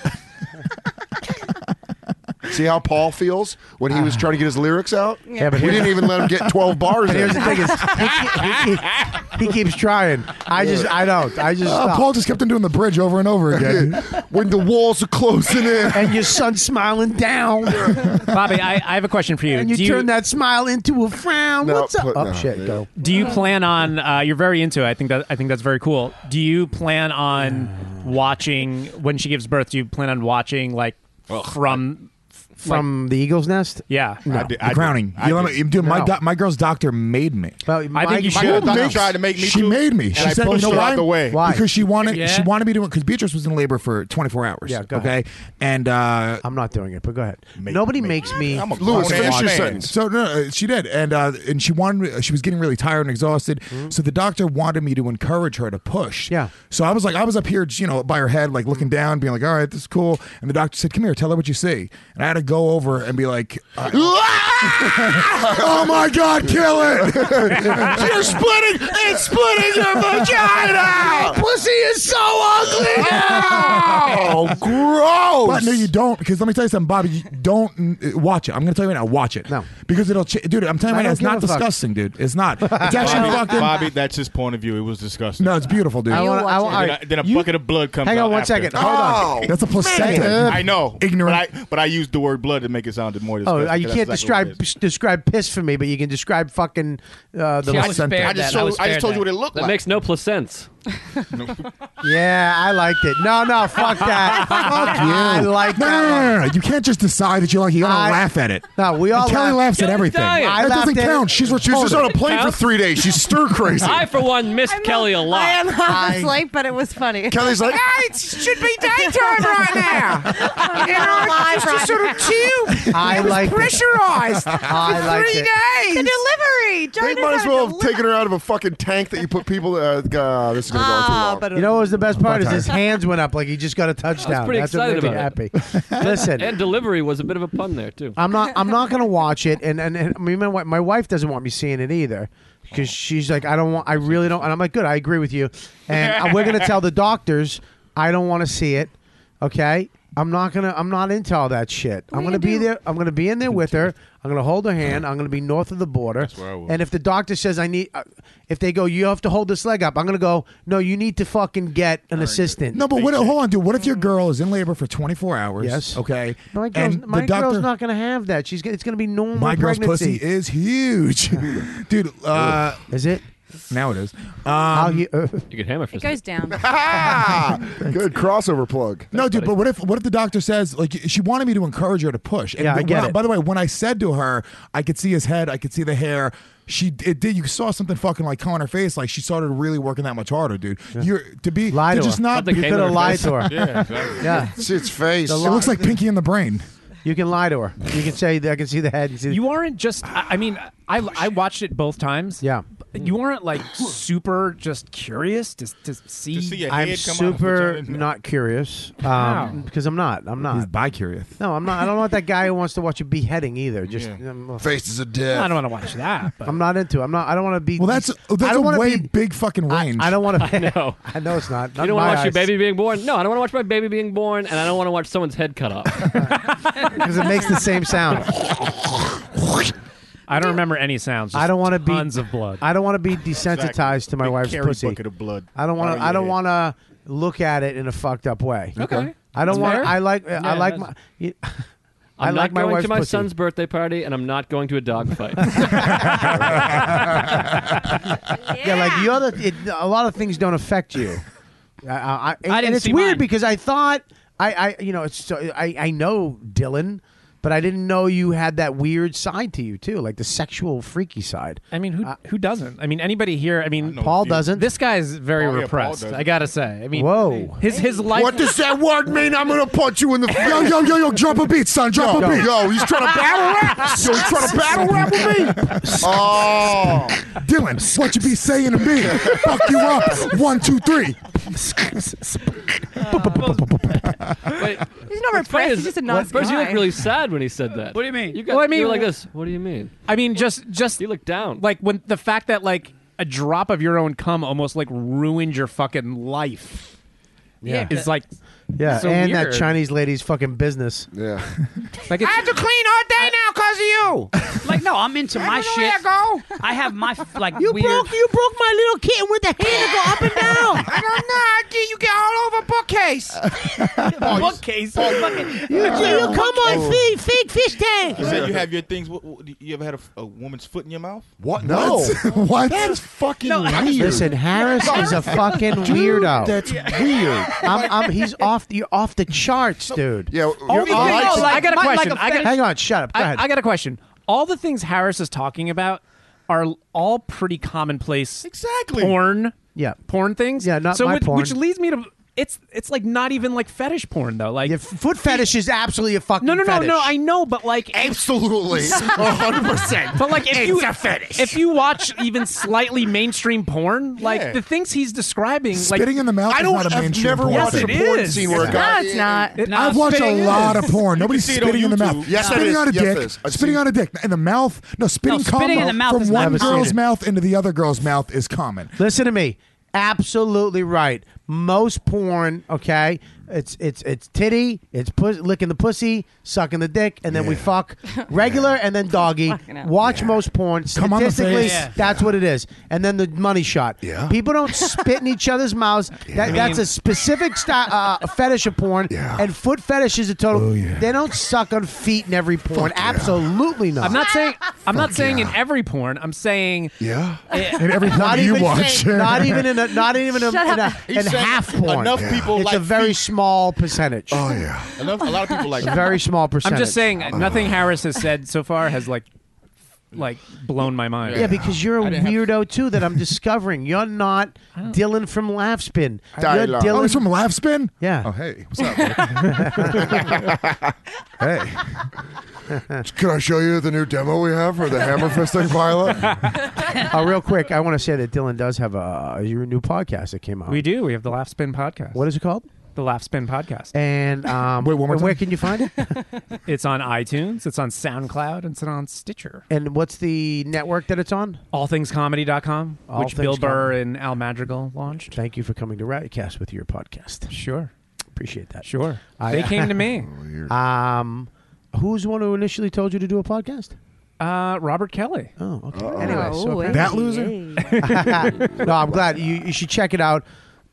Speaker 7: See how Paul feels when he was trying to get his lyrics out?
Speaker 2: Yeah, but
Speaker 7: we
Speaker 2: here-
Speaker 7: didn't even let him get 12 bars
Speaker 2: But
Speaker 7: in.
Speaker 2: here's the thing: is he, he- he keeps trying. I just, I don't. I just.
Speaker 9: Uh,
Speaker 2: stop.
Speaker 9: Paul just kept on doing the bridge over and over again.
Speaker 7: when the walls are closing in,
Speaker 2: and your son's smiling down,
Speaker 3: Bobby, I, I have a question for you.
Speaker 2: and you
Speaker 3: Do
Speaker 2: turn that smile into a frown.
Speaker 3: No,
Speaker 2: What's up?
Speaker 3: put-
Speaker 2: oh
Speaker 3: no,
Speaker 2: shit, go.
Speaker 3: Do you plan on? Uh, you're very into it. I think that I think that's very cool. Do you plan on watching when she gives birth? Do you plan on watching like from
Speaker 2: From the eagle's nest?
Speaker 3: Yeah,
Speaker 9: No, the crowning. You know, you do- my
Speaker 3: No.
Speaker 9: doc- my girl's doctor made me.
Speaker 2: I think you should.
Speaker 9: doctor
Speaker 6: tried to make me
Speaker 9: She
Speaker 6: too,
Speaker 9: made me.
Speaker 6: and
Speaker 9: she
Speaker 6: I
Speaker 9: said,
Speaker 6: pushed
Speaker 9: you know
Speaker 6: her out
Speaker 9: why?
Speaker 6: the way. Why?
Speaker 9: Because she wanted
Speaker 6: Yeah.
Speaker 9: she wanted me to because Beatrice was in labor for 24 hours.
Speaker 2: Yeah, go
Speaker 9: okay. And uh,
Speaker 2: I'm not doing it, but go ahead. Nobody makes me.
Speaker 9: I'm a
Speaker 2: Lewis,
Speaker 9: grown
Speaker 2: finish
Speaker 9: ass
Speaker 2: your
Speaker 9: man.
Speaker 2: sentence.
Speaker 9: So no, no, she did, and uh, and she wanted. She was getting really tired and exhausted,
Speaker 6: Mm-hmm.
Speaker 9: so the doctor wanted me to encourage her to push. Yeah. So I was like, I was up here, you know, by her head, like looking down, being like, "All right, this is cool." And the doctor said, "Come here, tell her what you see." And I had a go over and be like, uh, "Oh my God, kill it!
Speaker 5: You're splitting. It's splitting your vagina.
Speaker 2: Pussy is so ugly.
Speaker 9: Oh, gross! But no, you don't. Because let me tell you something, Bobby. You don't mm, watch it. I'm gonna tell you right now. Watch it. No, because it'll, ch- dude. I'm telling you
Speaker 6: I
Speaker 9: right now,
Speaker 6: don't
Speaker 9: it's not
Speaker 6: give a fuck.
Speaker 9: disgusting, dude. It's not. It's actually
Speaker 6: Bobby,
Speaker 9: fucking.
Speaker 6: Bobby, that's his point of view. It was disgusting.
Speaker 9: No, it's beautiful, dude.
Speaker 6: I wanna- I
Speaker 9: want.
Speaker 6: wanna- And then, I- then a bucket of blood comes.
Speaker 9: Hang on
Speaker 6: out
Speaker 9: one
Speaker 6: after.
Speaker 9: second. Hold on.
Speaker 2: Oh,
Speaker 9: That's a placenta.
Speaker 6: Man. I know.
Speaker 9: Ignorant.
Speaker 6: But I, but I used the word blood to make it sound more.
Speaker 2: Oh,
Speaker 6: Disgusting.
Speaker 2: uh, you
Speaker 6: That's
Speaker 2: can't
Speaker 6: exactly what it
Speaker 2: describe describe piss for me, but you can describe fucking uh, the.
Speaker 11: See, I was spared I just that. I told- was I just spared told you that. what it looked That like. makes
Speaker 2: no placents. yeah, I liked it. No, no, fuck that. Fuck
Speaker 9: you.
Speaker 2: I like
Speaker 9: no, no,
Speaker 2: that.
Speaker 9: no, no, no. You can't just decide that you like. You gotta
Speaker 2: I-
Speaker 9: laugh at it.
Speaker 2: No, we
Speaker 9: And
Speaker 2: all
Speaker 9: Kelly
Speaker 2: laugh-
Speaker 9: laughs at
Speaker 2: Kelly's
Speaker 9: everything.
Speaker 2: dying. I
Speaker 9: That doesn't
Speaker 2: laughed at
Speaker 9: count.
Speaker 2: it.
Speaker 9: She's retarded.
Speaker 2: She's just on a plane for
Speaker 11: three
Speaker 9: days. She's stir crazy.
Speaker 11: I, for one, miss Kelly a lot.
Speaker 1: I am half
Speaker 11: I-
Speaker 1: asleep, but it was funny.
Speaker 11: Kelly's like,
Speaker 1: ah,
Speaker 5: it should be daytime right now. You know, it's just a sort of tube.
Speaker 2: I
Speaker 5: it was
Speaker 2: liked it.
Speaker 5: pressurized
Speaker 2: I
Speaker 5: for
Speaker 2: liked
Speaker 5: three days.
Speaker 2: it.
Speaker 1: The delivery.
Speaker 19: They might as well have taken her out of a fucking tank that you put people. Uh, God, this is gonna go on too long.
Speaker 2: You know what was the best part is his
Speaker 19: tired.
Speaker 2: hands went up like he just got a touchdown.
Speaker 11: pretty
Speaker 2: That's
Speaker 11: excited
Speaker 2: what made
Speaker 11: about
Speaker 2: me happy. Listen,
Speaker 11: and delivery was a bit of a pun there too.
Speaker 2: I'm not. I'm not going to watch it. And and, and I mean, my, wi- my wife doesn't want me seeing it either because she's like, I don't want. I really don't. And I'm like, good. I agree with you. And we're going to tell the doctors I don't want to see it. Okay. I'm not gonna. I'm not into all that shit. I'm gonna be there. I'm gonna be in there with her. I'm gonna hold her hand. I'm gonna be north of the border. That's
Speaker 6: where I was.
Speaker 2: And if the doctor says I need, uh, if they go, you have to hold this leg up. I'm gonna go. No, you need to fucking get an assistant.
Speaker 9: No, but what? Hold on, dude. What if your girl is in labor for 24 hours?
Speaker 2: Yes.
Speaker 9: Okay.
Speaker 2: My girl's,
Speaker 9: and
Speaker 2: my
Speaker 9: the doctor,
Speaker 2: girl's not going to have that. She's gonna, it's going to be normal.
Speaker 9: my girl's
Speaker 2: pregnancy.
Speaker 9: pussy is huge, dude. Uh,
Speaker 2: is it?
Speaker 9: Now it is.
Speaker 2: Um,
Speaker 11: Mm-hmm. you could hammer
Speaker 1: It goes down.
Speaker 9: Good crossover plug. No, dude, but what if what if the doctor says like she wanted me to encourage her to push?
Speaker 2: Yeah, I
Speaker 9: when
Speaker 2: get it.
Speaker 9: By the way, when I said to her, I could see his head, I could see the hair. She it did. You saw something fucking like come on her face, like she started really working that much harder, dude. You're to be
Speaker 2: Lie
Speaker 9: to
Speaker 2: to
Speaker 9: just
Speaker 2: her.
Speaker 9: not.
Speaker 2: Something You came coulda to her lied face. to her.
Speaker 9: yeah,
Speaker 2: Yeah.
Speaker 9: it's its face. It looks like Pinky in the Brain.
Speaker 2: You can lie to her. You can say that I can see the head. You, see
Speaker 3: you aren't just. I, I mean, I I watched it both times.
Speaker 2: Yeah.
Speaker 3: You aren't like super just curious to to see.
Speaker 2: I'm super not curious um,
Speaker 3: How?
Speaker 2: because I'm not. I'm not. He's
Speaker 9: bi curious.
Speaker 2: No, I'm not. I don't want that guy who wants to watch a beheading either. Just um, ugh.
Speaker 9: Faces of death. I don't wanna watch
Speaker 3: that.
Speaker 2: I'm not into. it. I'm not. I don't want to be.
Speaker 9: Well, that's
Speaker 2: I
Speaker 9: that's a
Speaker 2: don't wanna
Speaker 9: way
Speaker 2: be-
Speaker 9: big fucking range.
Speaker 2: I don't want to.
Speaker 11: I know.
Speaker 2: I know it's not.
Speaker 11: You don't want to watch your baby being born? No, I don't want to watch my baby being born, and I don't want to watch someone's head cut off.
Speaker 2: because it makes the same sound.
Speaker 3: I don't remember any sounds.
Speaker 2: I don't want to be
Speaker 3: tons of blood.
Speaker 2: I don't want to be desensitized to my
Speaker 3: Big
Speaker 2: wife's
Speaker 3: carry
Speaker 2: pussy.
Speaker 3: bucket of Oh, blood.
Speaker 2: I don't want
Speaker 3: Right
Speaker 2: to.
Speaker 3: on
Speaker 2: I
Speaker 3: your
Speaker 2: don't
Speaker 3: head.
Speaker 2: want to look at it in a fucked up way.
Speaker 11: Okay.
Speaker 2: I don't
Speaker 11: That's
Speaker 2: want.
Speaker 11: fair.
Speaker 2: I like. I
Speaker 11: Yeah,
Speaker 2: like my.
Speaker 11: that's-
Speaker 2: you- i
Speaker 11: I'm
Speaker 2: like
Speaker 11: not
Speaker 2: my
Speaker 11: going
Speaker 2: wife's
Speaker 11: to my
Speaker 2: pussy.
Speaker 11: son's birthday party, and I'm not going to a dog fight.
Speaker 2: yeah. like you're the. It, a lot of things don't affect you. I, I, I, and,
Speaker 11: didn't
Speaker 2: it's
Speaker 11: see
Speaker 2: weird
Speaker 11: mine.
Speaker 2: because I thought I, I you know, it's so, I, I know Dylan, but I didn't know you had that weird side to you too, like the sexual freaky side.
Speaker 3: I mean, who who doesn't? I mean, anybody here? I mean,
Speaker 2: Paul doesn't.
Speaker 3: Oh, This guy's very
Speaker 2: Paul- yeah, Paul
Speaker 3: repressed.
Speaker 2: doesn't.
Speaker 3: I gotta say. I mean,
Speaker 2: Whoa.
Speaker 3: His his life.
Speaker 19: What does that word mean? I'm gonna punch you in the face.
Speaker 9: Yo, yo, yo, yo! Drop a beat, son. Drop
Speaker 19: Yo,
Speaker 9: a beat.
Speaker 19: yo, he's trying to battle rap? Yo, he's trying to battle rap with me?
Speaker 9: Oh, Dylan, what you be saying to me? Fuck you up. One, two, three.
Speaker 1: He's not repressed. He's just a nice
Speaker 11: First, you
Speaker 1: guy.
Speaker 11: look really sad when he said that.
Speaker 3: What do you mean?
Speaker 11: You got,
Speaker 3: Well, I mean-
Speaker 11: you were like this. What do you mean?
Speaker 3: I mean, just just
Speaker 11: you look down.
Speaker 3: Like when the fact that like a drop of your own cum almost like ruined your fucking life.
Speaker 2: Yeah.
Speaker 3: is like
Speaker 2: Yeah,
Speaker 3: so
Speaker 2: and that
Speaker 3: weird.
Speaker 2: Chinese lady's fucking business.
Speaker 19: Yeah.
Speaker 3: Like it's,
Speaker 5: I have to clean all day now because of you.
Speaker 4: Like no, I'm into my
Speaker 5: know where
Speaker 4: shit. I have my f- like
Speaker 5: You
Speaker 4: weird.
Speaker 5: broke-
Speaker 4: you broke my little kitten with the hand to go up and down.
Speaker 5: I don't know. I get, you get all over bookcase.
Speaker 4: bookcase. fucking-
Speaker 5: you
Speaker 6: you come on
Speaker 5: bookcase.
Speaker 6: feet,
Speaker 5: fake fish tank.
Speaker 6: You said you have your things. What, what, you ever had a, a woman's foot in your mouth?
Speaker 9: What?
Speaker 3: Oh.
Speaker 9: No. what? That's fucking
Speaker 6: weird.
Speaker 2: Listen, Harris is a fucking
Speaker 6: Dude,
Speaker 2: weirdo.
Speaker 6: that's
Speaker 2: weird. I'm, I'm, he's off. You're off the charts, dude.
Speaker 19: Yeah.
Speaker 3: All the things- no, like- I got a
Speaker 2: my-
Speaker 3: question.
Speaker 2: like
Speaker 3: I got-
Speaker 2: hang on. Shut up. Go
Speaker 3: I,
Speaker 2: ahead.
Speaker 3: I got a question. All the things Harris is talking about are all pretty commonplace. Exactly. Porn.
Speaker 2: Yeah.
Speaker 3: Porn things.
Speaker 2: Yeah. Not
Speaker 3: so
Speaker 2: my
Speaker 3: which,
Speaker 2: porn.
Speaker 3: which leads me to it's it's like not even like fetish porn though. Like
Speaker 2: foot fetish is absolutely a fucking
Speaker 3: no, no, no,
Speaker 2: fetish.
Speaker 3: no. I know, but like
Speaker 2: Absolutely. 100%.
Speaker 3: But like, if
Speaker 2: It's
Speaker 3: you
Speaker 2: a fetish.
Speaker 3: if you watch even slightly mainstream porn, like
Speaker 2: Yeah.
Speaker 3: the things he's describing, like
Speaker 9: Spitting in the mouth is not a mainstream porn.
Speaker 3: Yes, it is.
Speaker 9: I've watched a lot of porn. Nobody's
Speaker 3: see it on
Speaker 9: spitting in the
Speaker 3: YouTube.
Speaker 9: mouth.
Speaker 3: Yes, it
Speaker 9: spitting
Speaker 3: is.
Speaker 9: on a
Speaker 3: Yes, it
Speaker 9: dick.
Speaker 3: is. I've
Speaker 9: Spitting
Speaker 3: seen
Speaker 9: on a dick in the mouth. No, spitting,
Speaker 3: spitting
Speaker 9: combo
Speaker 3: in the mouth
Speaker 9: from
Speaker 3: is
Speaker 9: one
Speaker 3: not-
Speaker 9: girl's
Speaker 2: Never seen it.
Speaker 9: mouth into the other girl's mouth is common.
Speaker 2: Listen to me. Absolutely right. Most porn, okay, it's it's it's titty, it's pus- licking the pussy, sucking the dick, and then we fuck regular and then doggy. Watch most porn.
Speaker 9: Come on the
Speaker 2: Statistically,
Speaker 9: face. Yeah.
Speaker 2: that's what it is. And then the money shot. Yeah. People don't spit in each other's mouths. That,
Speaker 9: I
Speaker 2: that's
Speaker 9: mean-
Speaker 2: a specific sti- uh, fetish of porn. Yeah. And foot fetish is a total.
Speaker 9: Oh,
Speaker 2: They don't suck on feet in every porn. Absolutely not.
Speaker 3: I'm not saying I'm not saying in every porn. I'm saying
Speaker 9: yeah,
Speaker 2: In every porn Not you even watch. saying- not even in a- not even in a- in a- in
Speaker 6: He's saying
Speaker 2: half porn.
Speaker 6: Enough
Speaker 2: Yeah.
Speaker 6: people
Speaker 2: It's
Speaker 6: like
Speaker 2: a very small percentage. Oh
Speaker 9: yeah,
Speaker 6: enough, a lot of people like
Speaker 2: A very small percentage.
Speaker 3: I'm just saying
Speaker 2: Uh,
Speaker 3: nothing Harris has said so far has like like blown my mind.
Speaker 2: Yeah, because you're a weirdo too that I'm discovering. You're not Dylan from Laughspin. You're
Speaker 9: Dylan. Oh, he's from Laughspin.
Speaker 2: Yeah.
Speaker 9: Oh hey, what's up? hey.
Speaker 19: Can I show you the new demo we have for the hammer fisting pilot?
Speaker 2: uh, real quick, I want to say that Dylan does have a your new podcast that came out.
Speaker 3: We do. We have the Laugh Spin podcast.
Speaker 2: What is it called?
Speaker 3: The Laugh Spin podcast.
Speaker 2: And um,
Speaker 3: Wait, one more
Speaker 2: and where
Speaker 3: time.
Speaker 2: can you find it?
Speaker 3: It's on iTunes. It's on SoundCloud. and It's on Stitcher.
Speaker 2: and what's the network that it's on?
Speaker 3: AllThingsComedy.com,
Speaker 2: All
Speaker 3: which
Speaker 2: Things
Speaker 3: Bill Burr
Speaker 2: Comedy.
Speaker 3: and Al Madrigal launched.
Speaker 2: Thank you for coming to Riotcast with your podcast.
Speaker 3: Sure.
Speaker 2: Appreciate that.
Speaker 3: Sure. They came to me.
Speaker 2: um, who's the one who initially told you to do a podcast?
Speaker 3: Uh, Robert Kelly.
Speaker 2: Oh, okay.
Speaker 3: Oh.
Speaker 2: anyway, so
Speaker 3: Oh,
Speaker 2: apparently-
Speaker 3: That loser? hey.
Speaker 2: no, I'm glad you, you should check it out.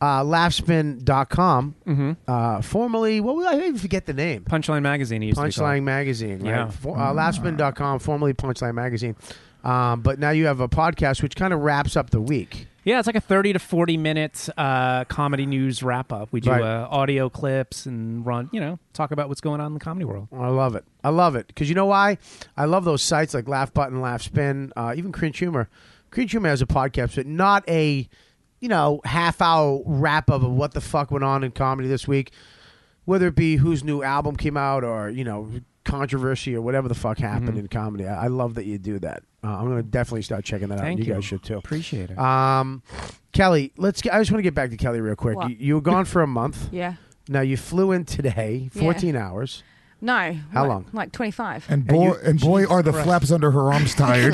Speaker 2: Uh, laughspin.com. Uh, formerly, what well, I even forget the name.
Speaker 3: Mm-hmm. Punchline Magazine. He used to be called.
Speaker 2: Punchline Magazine. Right?
Speaker 3: Yeah.
Speaker 2: For, uh, laughspin.com, formerly Punchline Magazine. Um, but now you have a podcast which kind of wraps up the week.
Speaker 3: Yeah, it's like a 30 to 40 minute uh, comedy news wrap up. We do
Speaker 2: Right.
Speaker 3: uh, audio clips and run, you know, talk about what's going on in the comedy world.
Speaker 2: I love it. I love it because you know why? I love those sites like Laugh Button, Laugh Spin, uh, even Cringe Humor. Cringe Humor has a podcast, but not a you know half hour wrap up of what the fuck went on in comedy this week, whether it be whose new album came out or you know controversy or whatever the fuck happened
Speaker 3: Mm-hmm.
Speaker 2: in comedy. I, I love that you do that. Uh, I'm gonna definitely start checking that out.
Speaker 3: Thank
Speaker 2: Uh, you,
Speaker 3: you.
Speaker 2: guys should too.
Speaker 3: Appreciate it.
Speaker 2: Um, Kelly, let's. Get, I just want to get back to Kelly real quick.
Speaker 1: What?
Speaker 2: You, you were gone for a month.
Speaker 1: Yeah.
Speaker 2: Now you flew in today, 14 hours.
Speaker 1: No.
Speaker 2: How
Speaker 1: like-
Speaker 2: long?
Speaker 1: Like 25.
Speaker 9: And boy,
Speaker 2: you-
Speaker 9: and boy, are the
Speaker 2: Christ.
Speaker 9: flaps under her arms tired?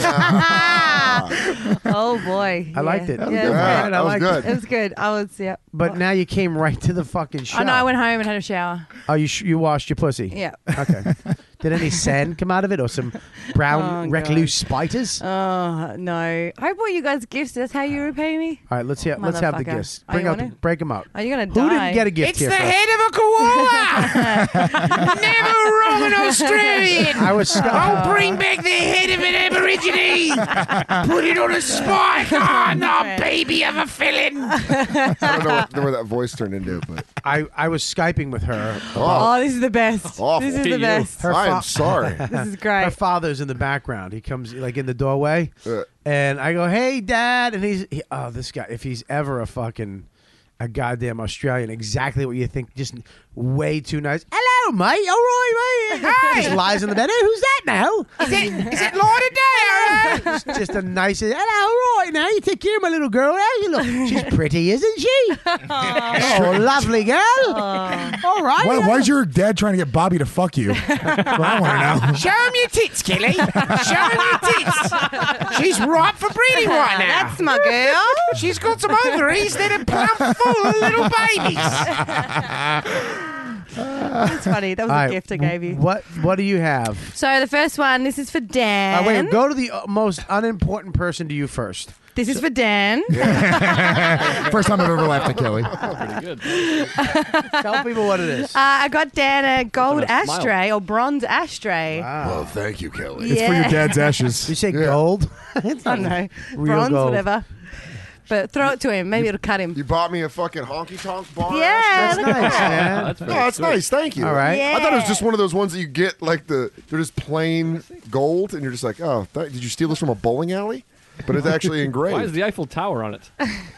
Speaker 1: oh, boy.
Speaker 2: I liked it.
Speaker 1: Yeah,
Speaker 2: That
Speaker 1: it was good.
Speaker 2: was good. Yeah, that was good.
Speaker 1: It was good. I was, yeah.
Speaker 2: But now you came right to the fucking show.
Speaker 1: I know Oh, I went home and had a shower.
Speaker 2: Oh, you sh- you washed your pussy.
Speaker 1: Yeah.
Speaker 2: Okay. Did any sand come out of it, or some
Speaker 1: Oh,
Speaker 2: brown recluse spiders?
Speaker 1: Oh, no. I bought you guys gifts. That's how you repay me?
Speaker 2: All right, let's hear. Let's have the
Speaker 1: Motherfucker.
Speaker 2: gifts.
Speaker 1: Are
Speaker 2: Bring
Speaker 1: you
Speaker 2: out, the,
Speaker 1: on it?
Speaker 2: break them out.
Speaker 1: Are you going to
Speaker 2: Who
Speaker 1: die?
Speaker 2: didn't get a gift
Speaker 1: It's
Speaker 2: here
Speaker 1: the
Speaker 2: for us?
Speaker 1: head
Speaker 5: of a koala. Never wrong an Australian.
Speaker 2: I was stuck.
Speaker 5: Oh, bring back the head of an Aborigine. Put it on a spike on the baby of a felon.
Speaker 19: I don't know what, where that voice turned into, but
Speaker 2: I, I was skyping with her.
Speaker 1: Oh, this is the best.
Speaker 19: Awful.
Speaker 1: This is the best.
Speaker 2: Her fa-
Speaker 1: This is great.
Speaker 2: Her father's in the background. He comes like in the doorway, and I go, "Hey, Dad!" And he's, he, "Oh, this guy. If he's ever a fucking a goddamn Australian, exactly what you think. Just way too nice. Hello, mate. All right, mate.
Speaker 5: Hi.
Speaker 2: Just lies in the bed. Hey, who's that now?
Speaker 5: Is it, is it Lord of Day?
Speaker 2: It's just a nice. Hello, all right. Now you take care of my little girl. How you look? She's pretty, isn't she? oh, lovely girl. All right.
Speaker 9: Why, why's your dad trying to get Bobby to fuck you? That's what I want to know.
Speaker 5: Show him your tits, Kelly. Show him your tits. She's ripe for breeding right now.
Speaker 1: That's my girl.
Speaker 5: She's got some ovaries that are plump full of little babies.
Speaker 1: That's funny. That was
Speaker 2: All
Speaker 1: a
Speaker 2: right,
Speaker 1: gift I gave you.
Speaker 2: What What do you have?
Speaker 1: So the first one, this is for Dan.
Speaker 2: Uh, wait, go to the uh, most unimportant person to you first.
Speaker 1: This is for Dan.
Speaker 9: First time I've ever laughed at Kelly.
Speaker 2: Tell people what it is.
Speaker 1: Uh, I got Dan a gold
Speaker 2: Put on a smile.
Speaker 1: ashtray or bronze ashtray.
Speaker 19: Well, thank you, Kelly.
Speaker 1: It's for your Yeah. dad's
Speaker 9: ashes.
Speaker 2: You say gold? it's
Speaker 1: I don't know.
Speaker 2: Real
Speaker 1: Bronze,
Speaker 2: gold.
Speaker 1: whatever. But throw it to him. Maybe it'll cut him.
Speaker 19: You bought me a fucking honky tonk bar.
Speaker 1: Yeah,
Speaker 19: ass?
Speaker 1: look at That's that. nice,
Speaker 2: man.
Speaker 19: no, that's nice. Thank you.
Speaker 2: All right.
Speaker 19: I thought it was just one of those ones that you get like the they're just plain gold, and you're just like, oh, th- did you steal this from a bowling alley? But it's actually engraved.
Speaker 11: Why is the Eiffel Tower on it?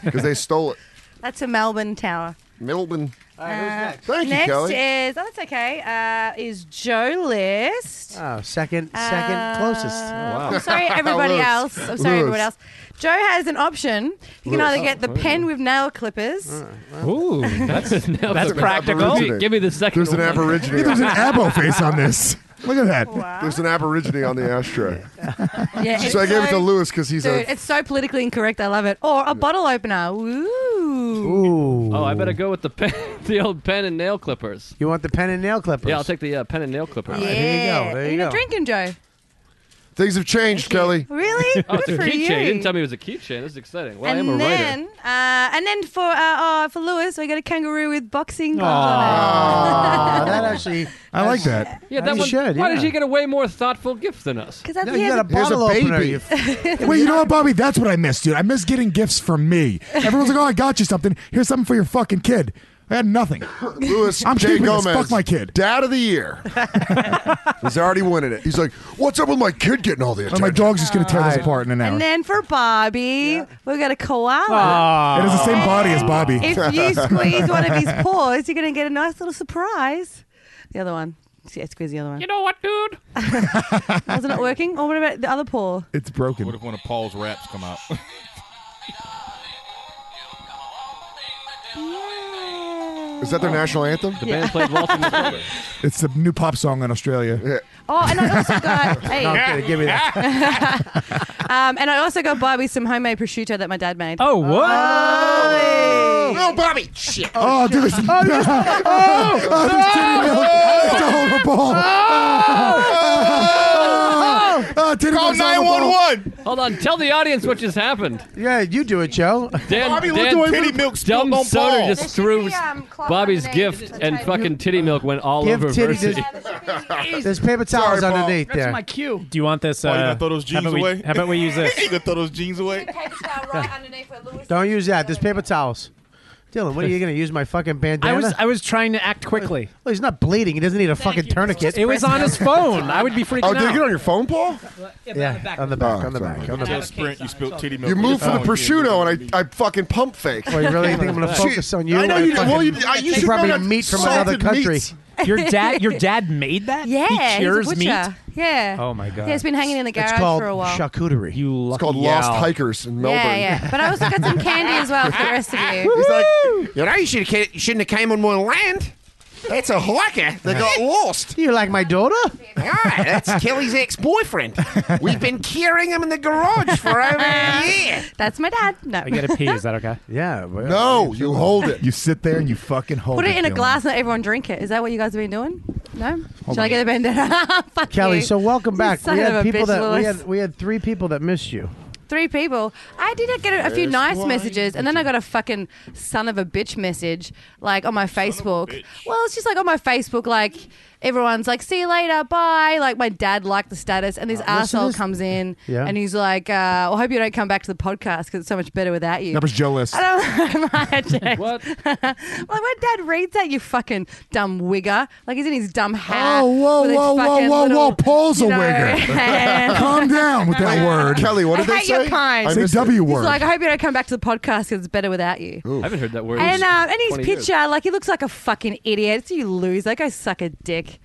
Speaker 19: Because they stole it.
Speaker 1: That's a Melbourne tower.
Speaker 19: Melbourne.
Speaker 21: All
Speaker 11: right, who's next?
Speaker 1: Thank you,
Speaker 11: next
Speaker 1: Kelly.
Speaker 11: is oh, that's okay. Uh, is Joe List.
Speaker 2: Oh, second, second
Speaker 11: Uh,
Speaker 2: closest. Oh, wow.
Speaker 11: I'm sorry, everybody
Speaker 2: Lewis.
Speaker 11: else. I'm sorry, everyone
Speaker 2: Lewis.
Speaker 11: else. Joe has an option. He can
Speaker 2: Lewis.
Speaker 11: either get the pen with nail clippers.
Speaker 4: Ooh, that's
Speaker 9: that's practical.
Speaker 4: Give, give me the second.
Speaker 9: There's an
Speaker 4: one.
Speaker 9: aborigine. There's an abo face on this. Look at that.
Speaker 1: There's an aborigine on the ashtray.
Speaker 11: Yeah,
Speaker 1: so I
Speaker 11: it's
Speaker 1: gave it
Speaker 11: so-
Speaker 1: to Lewis because he's
Speaker 11: Dude,
Speaker 1: a.
Speaker 11: it's so politically incorrect. I love it. Or a bottle opener. Ooh.
Speaker 2: Ooh.
Speaker 4: Oh, I better go with the pen, the old pen and nail clippers.
Speaker 2: You want the pen and nail clippers?
Speaker 4: Yeah, I'll take the uh, pen and nail clippers.
Speaker 11: Yeah. You're drinking, Joe.
Speaker 1: Things have changed, Kelly.
Speaker 11: Really?
Speaker 4: Oh, it's a
Speaker 11: Good for
Speaker 4: keychain. You
Speaker 11: you.
Speaker 4: didn't tell me it was a keychain. This is exciting. Well, I am a
Speaker 11: and
Speaker 4: writer.
Speaker 11: then, uh, and then for uh, uh, for Lewis, we got a kangaroo with boxing gloves
Speaker 2: Aw,
Speaker 11: on
Speaker 2: that actually.
Speaker 9: I like that.
Speaker 4: Yeah, that
Speaker 2: You
Speaker 4: one.
Speaker 2: should,
Speaker 4: why
Speaker 2: yeah.
Speaker 4: did you get a way more thoughtful gift than us?
Speaker 11: Because that's
Speaker 2: No, he you has got a a- bottle
Speaker 9: There's a
Speaker 2: opener,
Speaker 9: baby.
Speaker 2: you
Speaker 9: Wait, you know what, Bobby? That's what I miss, dude. I miss getting gifts from me. Everyone's like, "Oh, I got you something. Here's something for your fucking kid." I had nothing.
Speaker 1: Lewis
Speaker 9: I'm
Speaker 1: J.
Speaker 9: keeping this.
Speaker 1: Gomez.
Speaker 9: Fuck my kid.
Speaker 1: Dad of the year. he's already winning it. He's like, what's up with my kid getting all the
Speaker 2: Oh,
Speaker 9: And
Speaker 1: attention?
Speaker 9: my dog's just gonna tear this apart in an
Speaker 11: And
Speaker 9: hour.
Speaker 11: then for Bobby, we got a koala.
Speaker 9: Aw. It has the same body as Bobby.
Speaker 11: If you squeeze one of his paws, you're going to get a nice little surprise. The other one. Yeah, squeeze the other one.
Speaker 4: You know what, dude?
Speaker 11: Wasn't it working? Or what about the other paw?
Speaker 9: It's broken.
Speaker 6: What if one of Paul's raps come out?
Speaker 1: Is that their national anthem?
Speaker 11: The band Yeah. played
Speaker 4: Waltz in the Silver.
Speaker 9: It's a new pop song in Australia.
Speaker 11: Oh, and I also got. hey.
Speaker 9: No, I'm kidding. Give me
Speaker 11: um, and I also got Bobby some homemade prosciutto that my dad made.
Speaker 3: Oh, what?
Speaker 11: Oh,
Speaker 1: Bobby! Shit.
Speaker 9: Oh, dude, this, oh, there's, oh, oh, there's titty milk. It's all over the ball. Ah! Oh, oh, oh, titty milk's all over the ball.
Speaker 11: Uh,
Speaker 4: Hold on. Tell the audience what just happened.
Speaker 2: Yeah, you do it, Joe.
Speaker 4: Dan,
Speaker 2: Bobby, look
Speaker 4: Dan,
Speaker 2: away from the-
Speaker 4: dumb
Speaker 2: spilled on
Speaker 4: soda
Speaker 2: Paul. There
Speaker 4: just
Speaker 2: should
Speaker 4: threw
Speaker 2: be, um, cloth
Speaker 4: Bobby's
Speaker 2: underneath.
Speaker 4: gift, and fucking titty milk went all
Speaker 2: Give
Speaker 4: over
Speaker 2: titty
Speaker 4: Versi.
Speaker 2: There's paper towels
Speaker 4: Sorry, Paul.
Speaker 2: underneath
Speaker 4: That's
Speaker 2: there.
Speaker 4: my cue.
Speaker 3: Do you want this?
Speaker 6: Paul, you
Speaker 3: uh,
Speaker 6: gonna throw those
Speaker 3: how
Speaker 6: jeans
Speaker 3: about we-
Speaker 6: away?
Speaker 3: how about we use this?
Speaker 6: you gonna throw those jeans away?
Speaker 2: Don't use that. There's paper towels. Dylan, what are you going to use my fucking bandana?
Speaker 3: I was I was trying to act quickly.
Speaker 2: Well, he's not bleeding. He doesn't need a fucking tourniquet.
Speaker 3: It was on his phone. I would be freaking
Speaker 1: Oh,
Speaker 3: out.
Speaker 1: did you get on your phone, Paul?
Speaker 2: Yeah, on the back,
Speaker 1: Ah,
Speaker 2: on the back, on the
Speaker 6: Tell
Speaker 2: back.
Speaker 6: Sprint, you spilled titty milk.
Speaker 1: You
Speaker 6: on
Speaker 1: moved
Speaker 6: your
Speaker 1: from the
Speaker 6: phone.
Speaker 1: prosciutto, and I, I fucking pump fake.
Speaker 2: Well, you really think I'm going to
Speaker 1: Shit.
Speaker 2: focus on you?
Speaker 1: I know
Speaker 2: when
Speaker 1: you.
Speaker 2: fucking-
Speaker 1: Well, you, I, you
Speaker 2: It's
Speaker 1: should know
Speaker 2: probably
Speaker 1: that
Speaker 2: meat from another
Speaker 1: salted
Speaker 2: country.
Speaker 1: meats.
Speaker 3: Your dad, your dad made that.
Speaker 11: Yeah, he's
Speaker 3: he
Speaker 11: a
Speaker 3: cures meat.
Speaker 9: uh,
Speaker 11: butcher. Yeah.
Speaker 3: Oh my god.
Speaker 11: Yeah, it's been hanging in the garage for a while.
Speaker 2: charcuterie.
Speaker 3: You lucky
Speaker 1: It's called
Speaker 3: yow.
Speaker 1: Lost Hikers in Melbourne.
Speaker 11: Yeah, yeah. But I also got some candy as well for the rest of you.
Speaker 16: He's like, you know, you, should have, you shouldn't have came on my land. That's a hiker that got lost.
Speaker 2: Do you like my daughter?
Speaker 16: Aye, that's Kelly's ex-boyfriend. We've been carrying him in the garage for over a year.
Speaker 11: That's my dad. No.
Speaker 3: I get a pee. Is that okay?
Speaker 2: yeah. Well,
Speaker 1: No, you hold it.
Speaker 9: You sit there and you fucking hold
Speaker 11: Put it in a
Speaker 9: Dylan.
Speaker 11: glass and let everyone drink it. Is that what you guys have been doing? No?
Speaker 9: Hold
Speaker 11: Should I
Speaker 9: on.
Speaker 11: get a bandana? Fuck
Speaker 2: Kelly,
Speaker 11: you.
Speaker 2: so welcome back.
Speaker 11: Son
Speaker 2: we
Speaker 11: of
Speaker 2: had
Speaker 11: a
Speaker 2: people
Speaker 11: bitch,
Speaker 2: that we
Speaker 11: Lewis.
Speaker 2: had we had three people that missed you.
Speaker 11: Three people. I did get a, a few
Speaker 2: Yes,
Speaker 11: nice
Speaker 2: why?
Speaker 11: messages, and then I got a fucking son of a bitch message, like on my Facebook. Well, it's just like on my Facebook, like everyone's like, "See you later, bye." Like my dad liked the status, and this
Speaker 9: Uh,
Speaker 2: listen to
Speaker 11: asshole
Speaker 2: this.
Speaker 11: comes in,
Speaker 2: Yeah.
Speaker 11: and he's like, uh, "Well, hope you don't come back to the podcast because it's so much better without you."
Speaker 9: That was Joe List.
Speaker 11: I don't imagine. what? like my dad reads that, you fucking dumb wigger. Like he's in his dumb hat.
Speaker 9: Oh, whoa,
Speaker 11: with his
Speaker 9: whoa, whoa,
Speaker 11: fucking
Speaker 9: whoa,
Speaker 11: little,
Speaker 9: whoa! Paul's a
Speaker 11: you know,
Speaker 9: wigger.
Speaker 11: and-
Speaker 9: Calm down with that word,
Speaker 1: Kelly.
Speaker 11: I hate your kind.
Speaker 9: Say W
Speaker 11: He's
Speaker 9: word.
Speaker 11: like, I hope you don't come back to the podcast because it's better without you.
Speaker 4: I haven't heard that word. in
Speaker 11: And um, and his
Speaker 4: 20 years.
Speaker 11: picture, like he looks like a fucking idiot. It's you lose. Like I suck a dick.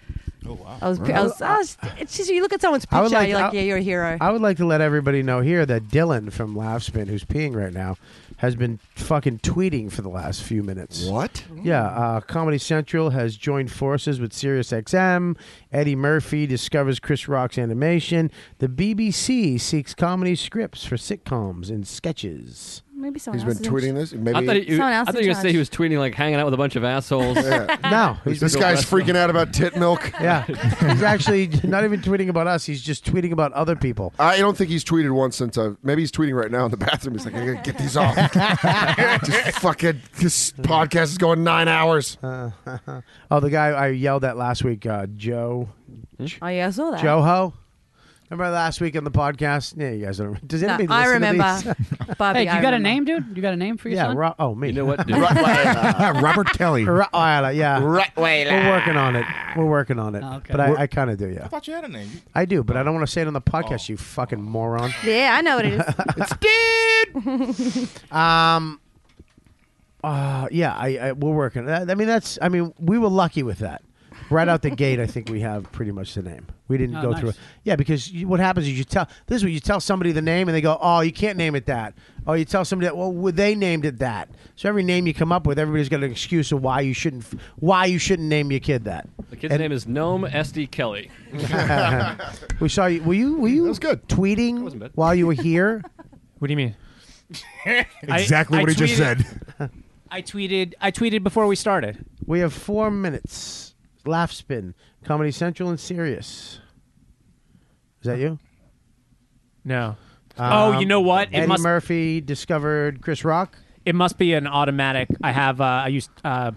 Speaker 11: Oh wow. I was, I was, I was it's just you look at someone's
Speaker 2: I
Speaker 11: picture,
Speaker 2: would like
Speaker 11: you're
Speaker 2: to-
Speaker 11: like, yeah, you're a hero.
Speaker 2: I would like to let everybody know here that Dylan from Laughspin, who's peeing right now, has been fucking tweeting for the last few minutes.
Speaker 1: What?
Speaker 2: Yeah, uh, Comedy Central has joined forces with SiriusXM. Eddie Murphy discovers Chris Rock's animation. The BBC seeks comedy scripts for sitcoms and sketches.
Speaker 11: Maybe someone
Speaker 1: He's
Speaker 11: else
Speaker 1: been
Speaker 11: is in-
Speaker 1: tweeting this. Maybe
Speaker 4: I thought, you,
Speaker 11: Someone
Speaker 4: I
Speaker 11: else
Speaker 4: thought
Speaker 11: in
Speaker 4: you were going to say
Speaker 11: charge.
Speaker 4: he was tweeting like hanging out with a bunch of assholes.
Speaker 1: Yeah.
Speaker 11: Ah.
Speaker 2: No, he's
Speaker 1: this
Speaker 2: been
Speaker 1: guy's
Speaker 2: arrested.
Speaker 1: freaking out about tit milk.
Speaker 2: Yeah, he's actually not even tweeting about us. He's just tweeting about other people.
Speaker 1: I don't think he's tweeted once since I've. Maybe he's tweeting right now in the bathroom. He's like, I gotta get these off. just fucking. This podcast is going nine hours.
Speaker 2: Oh, the guy I yelled at last week, uh, Joe.
Speaker 11: Oh yeah, I saw that.
Speaker 2: Joe Ho. Remember last week on the podcast? Yeah, you guys don't remember. Does
Speaker 11: No,
Speaker 2: anybody
Speaker 11: I
Speaker 2: listen
Speaker 11: remember.
Speaker 2: to these?
Speaker 11: Bobby,
Speaker 4: Hey, you
Speaker 11: I
Speaker 4: got a
Speaker 11: remember.
Speaker 4: name, dude? You got a name for your
Speaker 2: yeah,
Speaker 4: son?
Speaker 2: Ro- oh, me. You know
Speaker 4: what, dude?
Speaker 9: Robert Kelly.
Speaker 2: Rottweiler, yeah.
Speaker 4: Rottweiler.
Speaker 2: We're working on it. We're working on it.
Speaker 4: Okay.
Speaker 2: But I,
Speaker 4: We're-
Speaker 2: I kind of do,
Speaker 6: I
Speaker 2: yeah.
Speaker 6: thought you had a name.
Speaker 2: I do, but I don't want to say it on the podcast, you fucking moron.
Speaker 11: Yeah, I know what it is.
Speaker 2: Um, Uh, yeah, I, I we're working. I, I mean, that's. I mean, we were lucky with that. Right out the gate, I think we have pretty much the name. We didn't
Speaker 11: Oh,
Speaker 2: go
Speaker 11: nice.
Speaker 2: through it. Yeah, because you, what happens is you tell this is what you tell somebody the name, and they go, "Oh, you can't name it that." Oh, you tell somebody that. Well, would they named it that. So every name you come up with, everybody's got an excuse of why you shouldn't f- why you shouldn't name your kid that.
Speaker 11: The kid's name is Gnome SD Kelly.
Speaker 2: we saw you. Were you were you good. tweeting while you were here?
Speaker 3: What do you mean?
Speaker 9: Exactly what he just
Speaker 3: said. I tweeted. I tweeted before we started.
Speaker 2: We have four minutes. Laugh spin, Comedy Central, and Sirius. Is that you?
Speaker 3: No. oh,
Speaker 2: Um,
Speaker 3: you know what?
Speaker 2: Eddie Murphy discovered Chris Rock.
Speaker 3: It must be an automatic. I have. Uh, I used. Uh,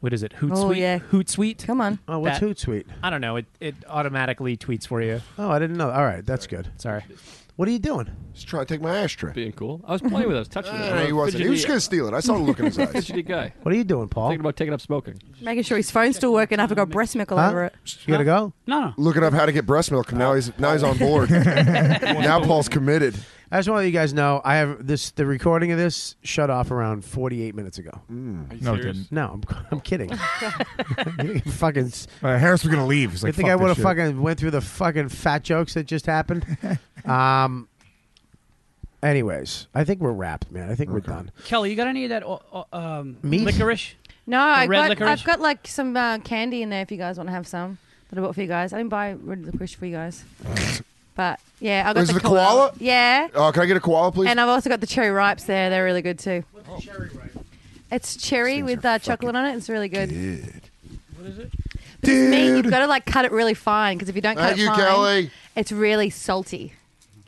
Speaker 3: what is it? Hootsuite.
Speaker 2: Oh, yeah.
Speaker 3: Hootsuite. Come
Speaker 1: on.
Speaker 2: Oh, what's Hootsuite?
Speaker 3: I don't know. It it automatically tweets for you.
Speaker 2: Oh, I didn't know. All right, that's good.
Speaker 3: Sorry.
Speaker 2: What are you doing?
Speaker 19: Just trying to take my ashtray.
Speaker 11: Being cool. I was playing with it. I was touching it.
Speaker 19: Nah, he wasn't. He was just gonna steal it. I saw the look in his eyes.
Speaker 11: Fidgety guy.
Speaker 2: What are you doing, Paul?
Speaker 11: Thinking about taking up smoking.
Speaker 1: Making sure his phone's still working. I've got breast milk all over it.
Speaker 2: You gotta go.
Speaker 11: No, no.
Speaker 19: Looking up how to get breast milk. Now he's now he's on board. now Paul's committed.
Speaker 2: I just want to let you guys know I have this. The recording of this shut off around 48 minutes ago.
Speaker 9: Mm. you No, it serious? didn't.
Speaker 2: No, I'm, I'm kidding. You fucking. s-
Speaker 9: Uh, Harris was gonna leave. He's
Speaker 2: I
Speaker 9: like,
Speaker 2: think
Speaker 9: "Fuck
Speaker 2: I
Speaker 9: this
Speaker 2: would have
Speaker 9: shit."
Speaker 2: fucking went through the fucking fat jokes that just happened. um. Anyways, I think we're wrapped, man. I think we're done.
Speaker 4: Kelly, you got any of that uh, uh, um,
Speaker 2: Meat?
Speaker 4: licorice?
Speaker 1: No,
Speaker 4: The
Speaker 1: I
Speaker 4: red
Speaker 1: got,
Speaker 4: licorice?
Speaker 1: I've got like some uh, candy in there if you guys want to have some that I bought for you guys. I didn't buy red licorice for you guys. but yeah, I got
Speaker 19: Is
Speaker 1: the
Speaker 19: it a koala?
Speaker 1: Yeah.
Speaker 19: Oh, can I get a koala, please?
Speaker 1: And I've also got the cherry ripes there. They're really good too. It's cherry with uh, chocolate on it. It's really good. But it's meat. You've got to like cut it really fine because if you don't cut
Speaker 19: Thank
Speaker 1: it
Speaker 19: you,
Speaker 1: fine,
Speaker 19: Kelly.
Speaker 1: it's really salty.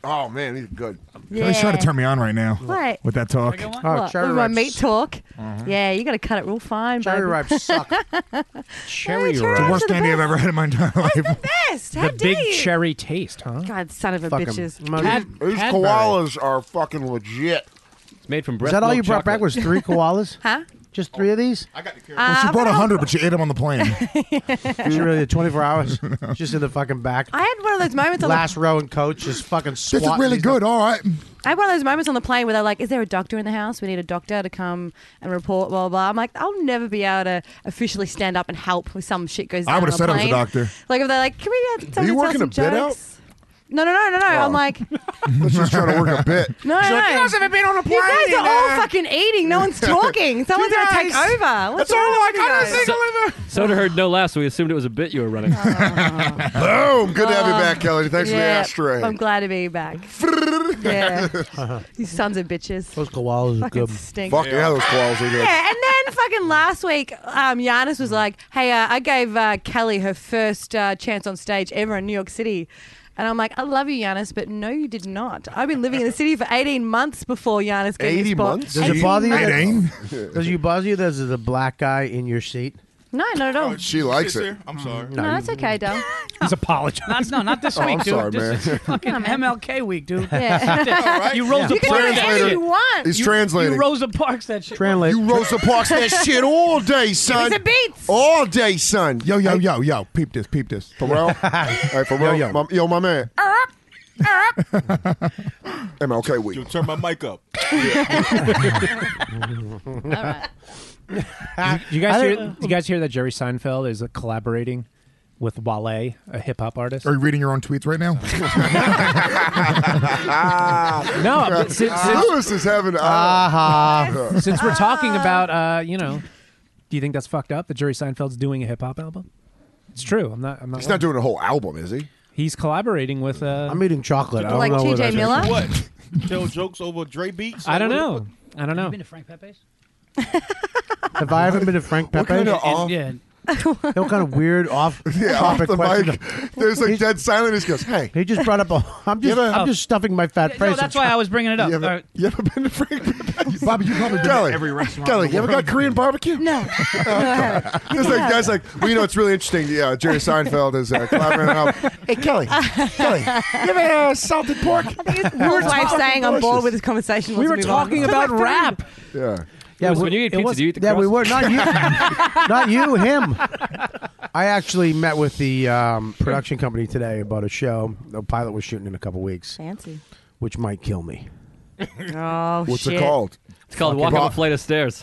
Speaker 19: Oh man, he's good.
Speaker 1: Yeah.
Speaker 9: He's trying to turn me on right now.
Speaker 1: What?
Speaker 9: With that talk.
Speaker 2: Oh,
Speaker 1: What? with my meat talk.
Speaker 9: Mhm.
Speaker 1: Yeah, you got to cut it real fine.
Speaker 9: Cherry
Speaker 1: baby.
Speaker 9: ripes suck.
Speaker 1: cherry
Speaker 9: It's the worst candy I've ever had in my entire life.
Speaker 1: Best. How
Speaker 3: the
Speaker 1: dare
Speaker 3: big
Speaker 1: you?
Speaker 3: cherry taste, huh?
Speaker 1: God, son of a
Speaker 3: Fuck 'em.
Speaker 1: bitches.
Speaker 3: Cad-
Speaker 19: These
Speaker 3: Cadbury.
Speaker 19: koalas are fucking legit.
Speaker 11: It's made from
Speaker 2: Is that all you brought back was three koalas?
Speaker 1: huh?
Speaker 2: Just three of these?
Speaker 19: I got the
Speaker 1: Uh, Well, she
Speaker 9: brought a hundred, but she ate them on the plane.
Speaker 2: She really did 24 hours. Just in the fucking back.
Speaker 1: I had one of those moments on
Speaker 2: Last
Speaker 1: the,
Speaker 2: row and coach just fucking
Speaker 9: This
Speaker 2: swatting.
Speaker 9: is really
Speaker 2: these-
Speaker 9: good. All right.
Speaker 1: I had one of those moments on the plane where they're like, "Is there a doctor in the house? We need a doctor to come and report." Blah blah. blah. I'm like, I'll never be able to officially stand up and help if some shit goes.
Speaker 9: I
Speaker 1: down
Speaker 9: would've
Speaker 1: on
Speaker 9: said I was a
Speaker 1: plane.
Speaker 9: doctor.
Speaker 1: Like if they're like, "Can we have
Speaker 9: you
Speaker 1: someone tell
Speaker 9: working
Speaker 1: some
Speaker 9: a bit out?
Speaker 1: jokes?" No, no, no, no, no. I'm like, no,
Speaker 19: Let's just try to work a bit.
Speaker 1: no,
Speaker 16: She's
Speaker 1: no.
Speaker 16: like, "You guys haven't been on a
Speaker 1: You
Speaker 16: plane
Speaker 1: guys are
Speaker 16: in,
Speaker 1: all
Speaker 16: uh,
Speaker 1: fucking eating. No one's talking. Someone's gonna take
Speaker 16: guys.
Speaker 1: over. What's
Speaker 16: That's all
Speaker 1: wrong
Speaker 16: like,
Speaker 1: with you
Speaker 16: I'm a
Speaker 1: guys?
Speaker 16: single
Speaker 11: Soda heard no laugh, so we assumed it was a bit you were running.
Speaker 19: Boom! Good to have you back, Kelly. Thanks for the
Speaker 1: Yeah,
Speaker 19: ashtray.
Speaker 1: I'm glad to be back. yeah. These sons of bitches.
Speaker 2: Those koalas
Speaker 1: Fucking stink.
Speaker 19: Fuck yeah, those koalas are good.
Speaker 1: Yeah, and then fucking last week, um, Giannis was like, "Hey, uh, I gave uh, Kelly her first uh, chance on stage ever in New York City." And I'm like, I love you, Giannis, but no, you did not. I've been living in the city for 18 months before Giannis gave me a spot.
Speaker 2: Does it bother you?
Speaker 1: months?
Speaker 2: That, does you bother you that there's a black guy in your seat?
Speaker 1: No, not at all.
Speaker 19: She likes it.
Speaker 6: I'm sorry.
Speaker 1: No, that's okay, Dom.
Speaker 2: He's apologizing.
Speaker 4: Not, no, not this
Speaker 2: Oh, I'm
Speaker 4: week, dude.
Speaker 2: sorry,
Speaker 4: this
Speaker 2: man.
Speaker 4: is fucking MLK week, dude.
Speaker 19: Yeah. All right.
Speaker 4: You rose
Speaker 19: Yeah.
Speaker 4: the
Speaker 19: You can do
Speaker 4: parks.
Speaker 19: anything
Speaker 4: that
Speaker 19: you
Speaker 4: shit.
Speaker 19: want. He's
Speaker 4: You-
Speaker 19: translating.
Speaker 4: You Rosa Parks that shit.
Speaker 19: You Rosa Parks that shit all day, son.
Speaker 4: some beats.
Speaker 19: All day, son. Yo,
Speaker 9: yo, yo, yo. Peep this, peep this.
Speaker 19: Pharrell. hey, Pharrell.
Speaker 9: Yo, yo.
Speaker 19: My, yo, my man. MLK week.
Speaker 6: You turn my mic up.
Speaker 3: Do you guys
Speaker 6: I
Speaker 3: hear?
Speaker 6: don't-
Speaker 3: Do you guys hear that Jerry Seinfeld is uh, collaborating with Wale, a hip hop artist?
Speaker 9: Are you reading your own tweets right now?
Speaker 3: No, but since,
Speaker 7: Uh,
Speaker 3: since-
Speaker 19: Lewis is having.
Speaker 11: Ah,
Speaker 3: Uh-huh. since we're talking about, uh, you know, do you think that's fucked up that Jerry Seinfeld's doing a hip hop album? It's true. I'm not. I'm not.
Speaker 19: He's not doing a whole album, is he?
Speaker 3: He's collaborating with. Uh,
Speaker 2: I'm eating chocolate.
Speaker 3: I Like don't know TJ what Miller?
Speaker 6: What? Tell jokes over Dre beats?
Speaker 3: I don't know. I don't
Speaker 4: You
Speaker 3: know.
Speaker 4: been to Frank Pepe's?
Speaker 2: Have I ever been to Frank Pepe?
Speaker 4: What kind of
Speaker 2: Oh.
Speaker 4: off- Yeah.
Speaker 2: What kind of weird off
Speaker 19: Yeah, off
Speaker 2: topic
Speaker 19: the
Speaker 2: question?
Speaker 19: mic. There's like dead silence. He just goes, "Hey."
Speaker 2: He just brought up a. I'm just.
Speaker 19: You ever-
Speaker 2: I'm just stuffing my fat face.
Speaker 4: No, that's why I was bringing it up.
Speaker 2: You haven't-
Speaker 4: All right.
Speaker 19: You ever been to Frank Pepe's? Bobby, you probably
Speaker 9: been to
Speaker 19: Kelly,
Speaker 9: every restaurant
Speaker 19: Kelly,
Speaker 9: in the
Speaker 19: you ever got
Speaker 9: world.
Speaker 19: Korean barbecue?
Speaker 1: No.
Speaker 19: That's like that's like well, you know, it's really interesting. Yeah, Jerry Seinfeld is uh, collaborating. on- Hey, Kelly, Kelly, you ever had uh, salted pork?
Speaker 1: We were wife
Speaker 19: talking
Speaker 1: saying I'm
Speaker 19: delicious.
Speaker 1: bored with this conversation.
Speaker 2: We
Speaker 1: Let's
Speaker 2: were
Speaker 1: move on.
Speaker 2: talking about rap.
Speaker 19: Yeah.
Speaker 2: Yeah,
Speaker 11: Lewis,
Speaker 2: we-
Speaker 11: when you eat
Speaker 2: it
Speaker 11: pizza,
Speaker 2: was-
Speaker 11: do you eat the
Speaker 2: Yeah, we were
Speaker 11: crust?
Speaker 2: not you, not you, him. I actually met with the um, production company today about a show. The pilot was shooting in a couple weeks,
Speaker 1: Fancy.
Speaker 2: which might kill me.
Speaker 1: Oh,
Speaker 7: What's it called?
Speaker 11: It's called
Speaker 7: Fucking
Speaker 11: Walk Up
Speaker 7: Bob-
Speaker 11: a Flight of Stairs.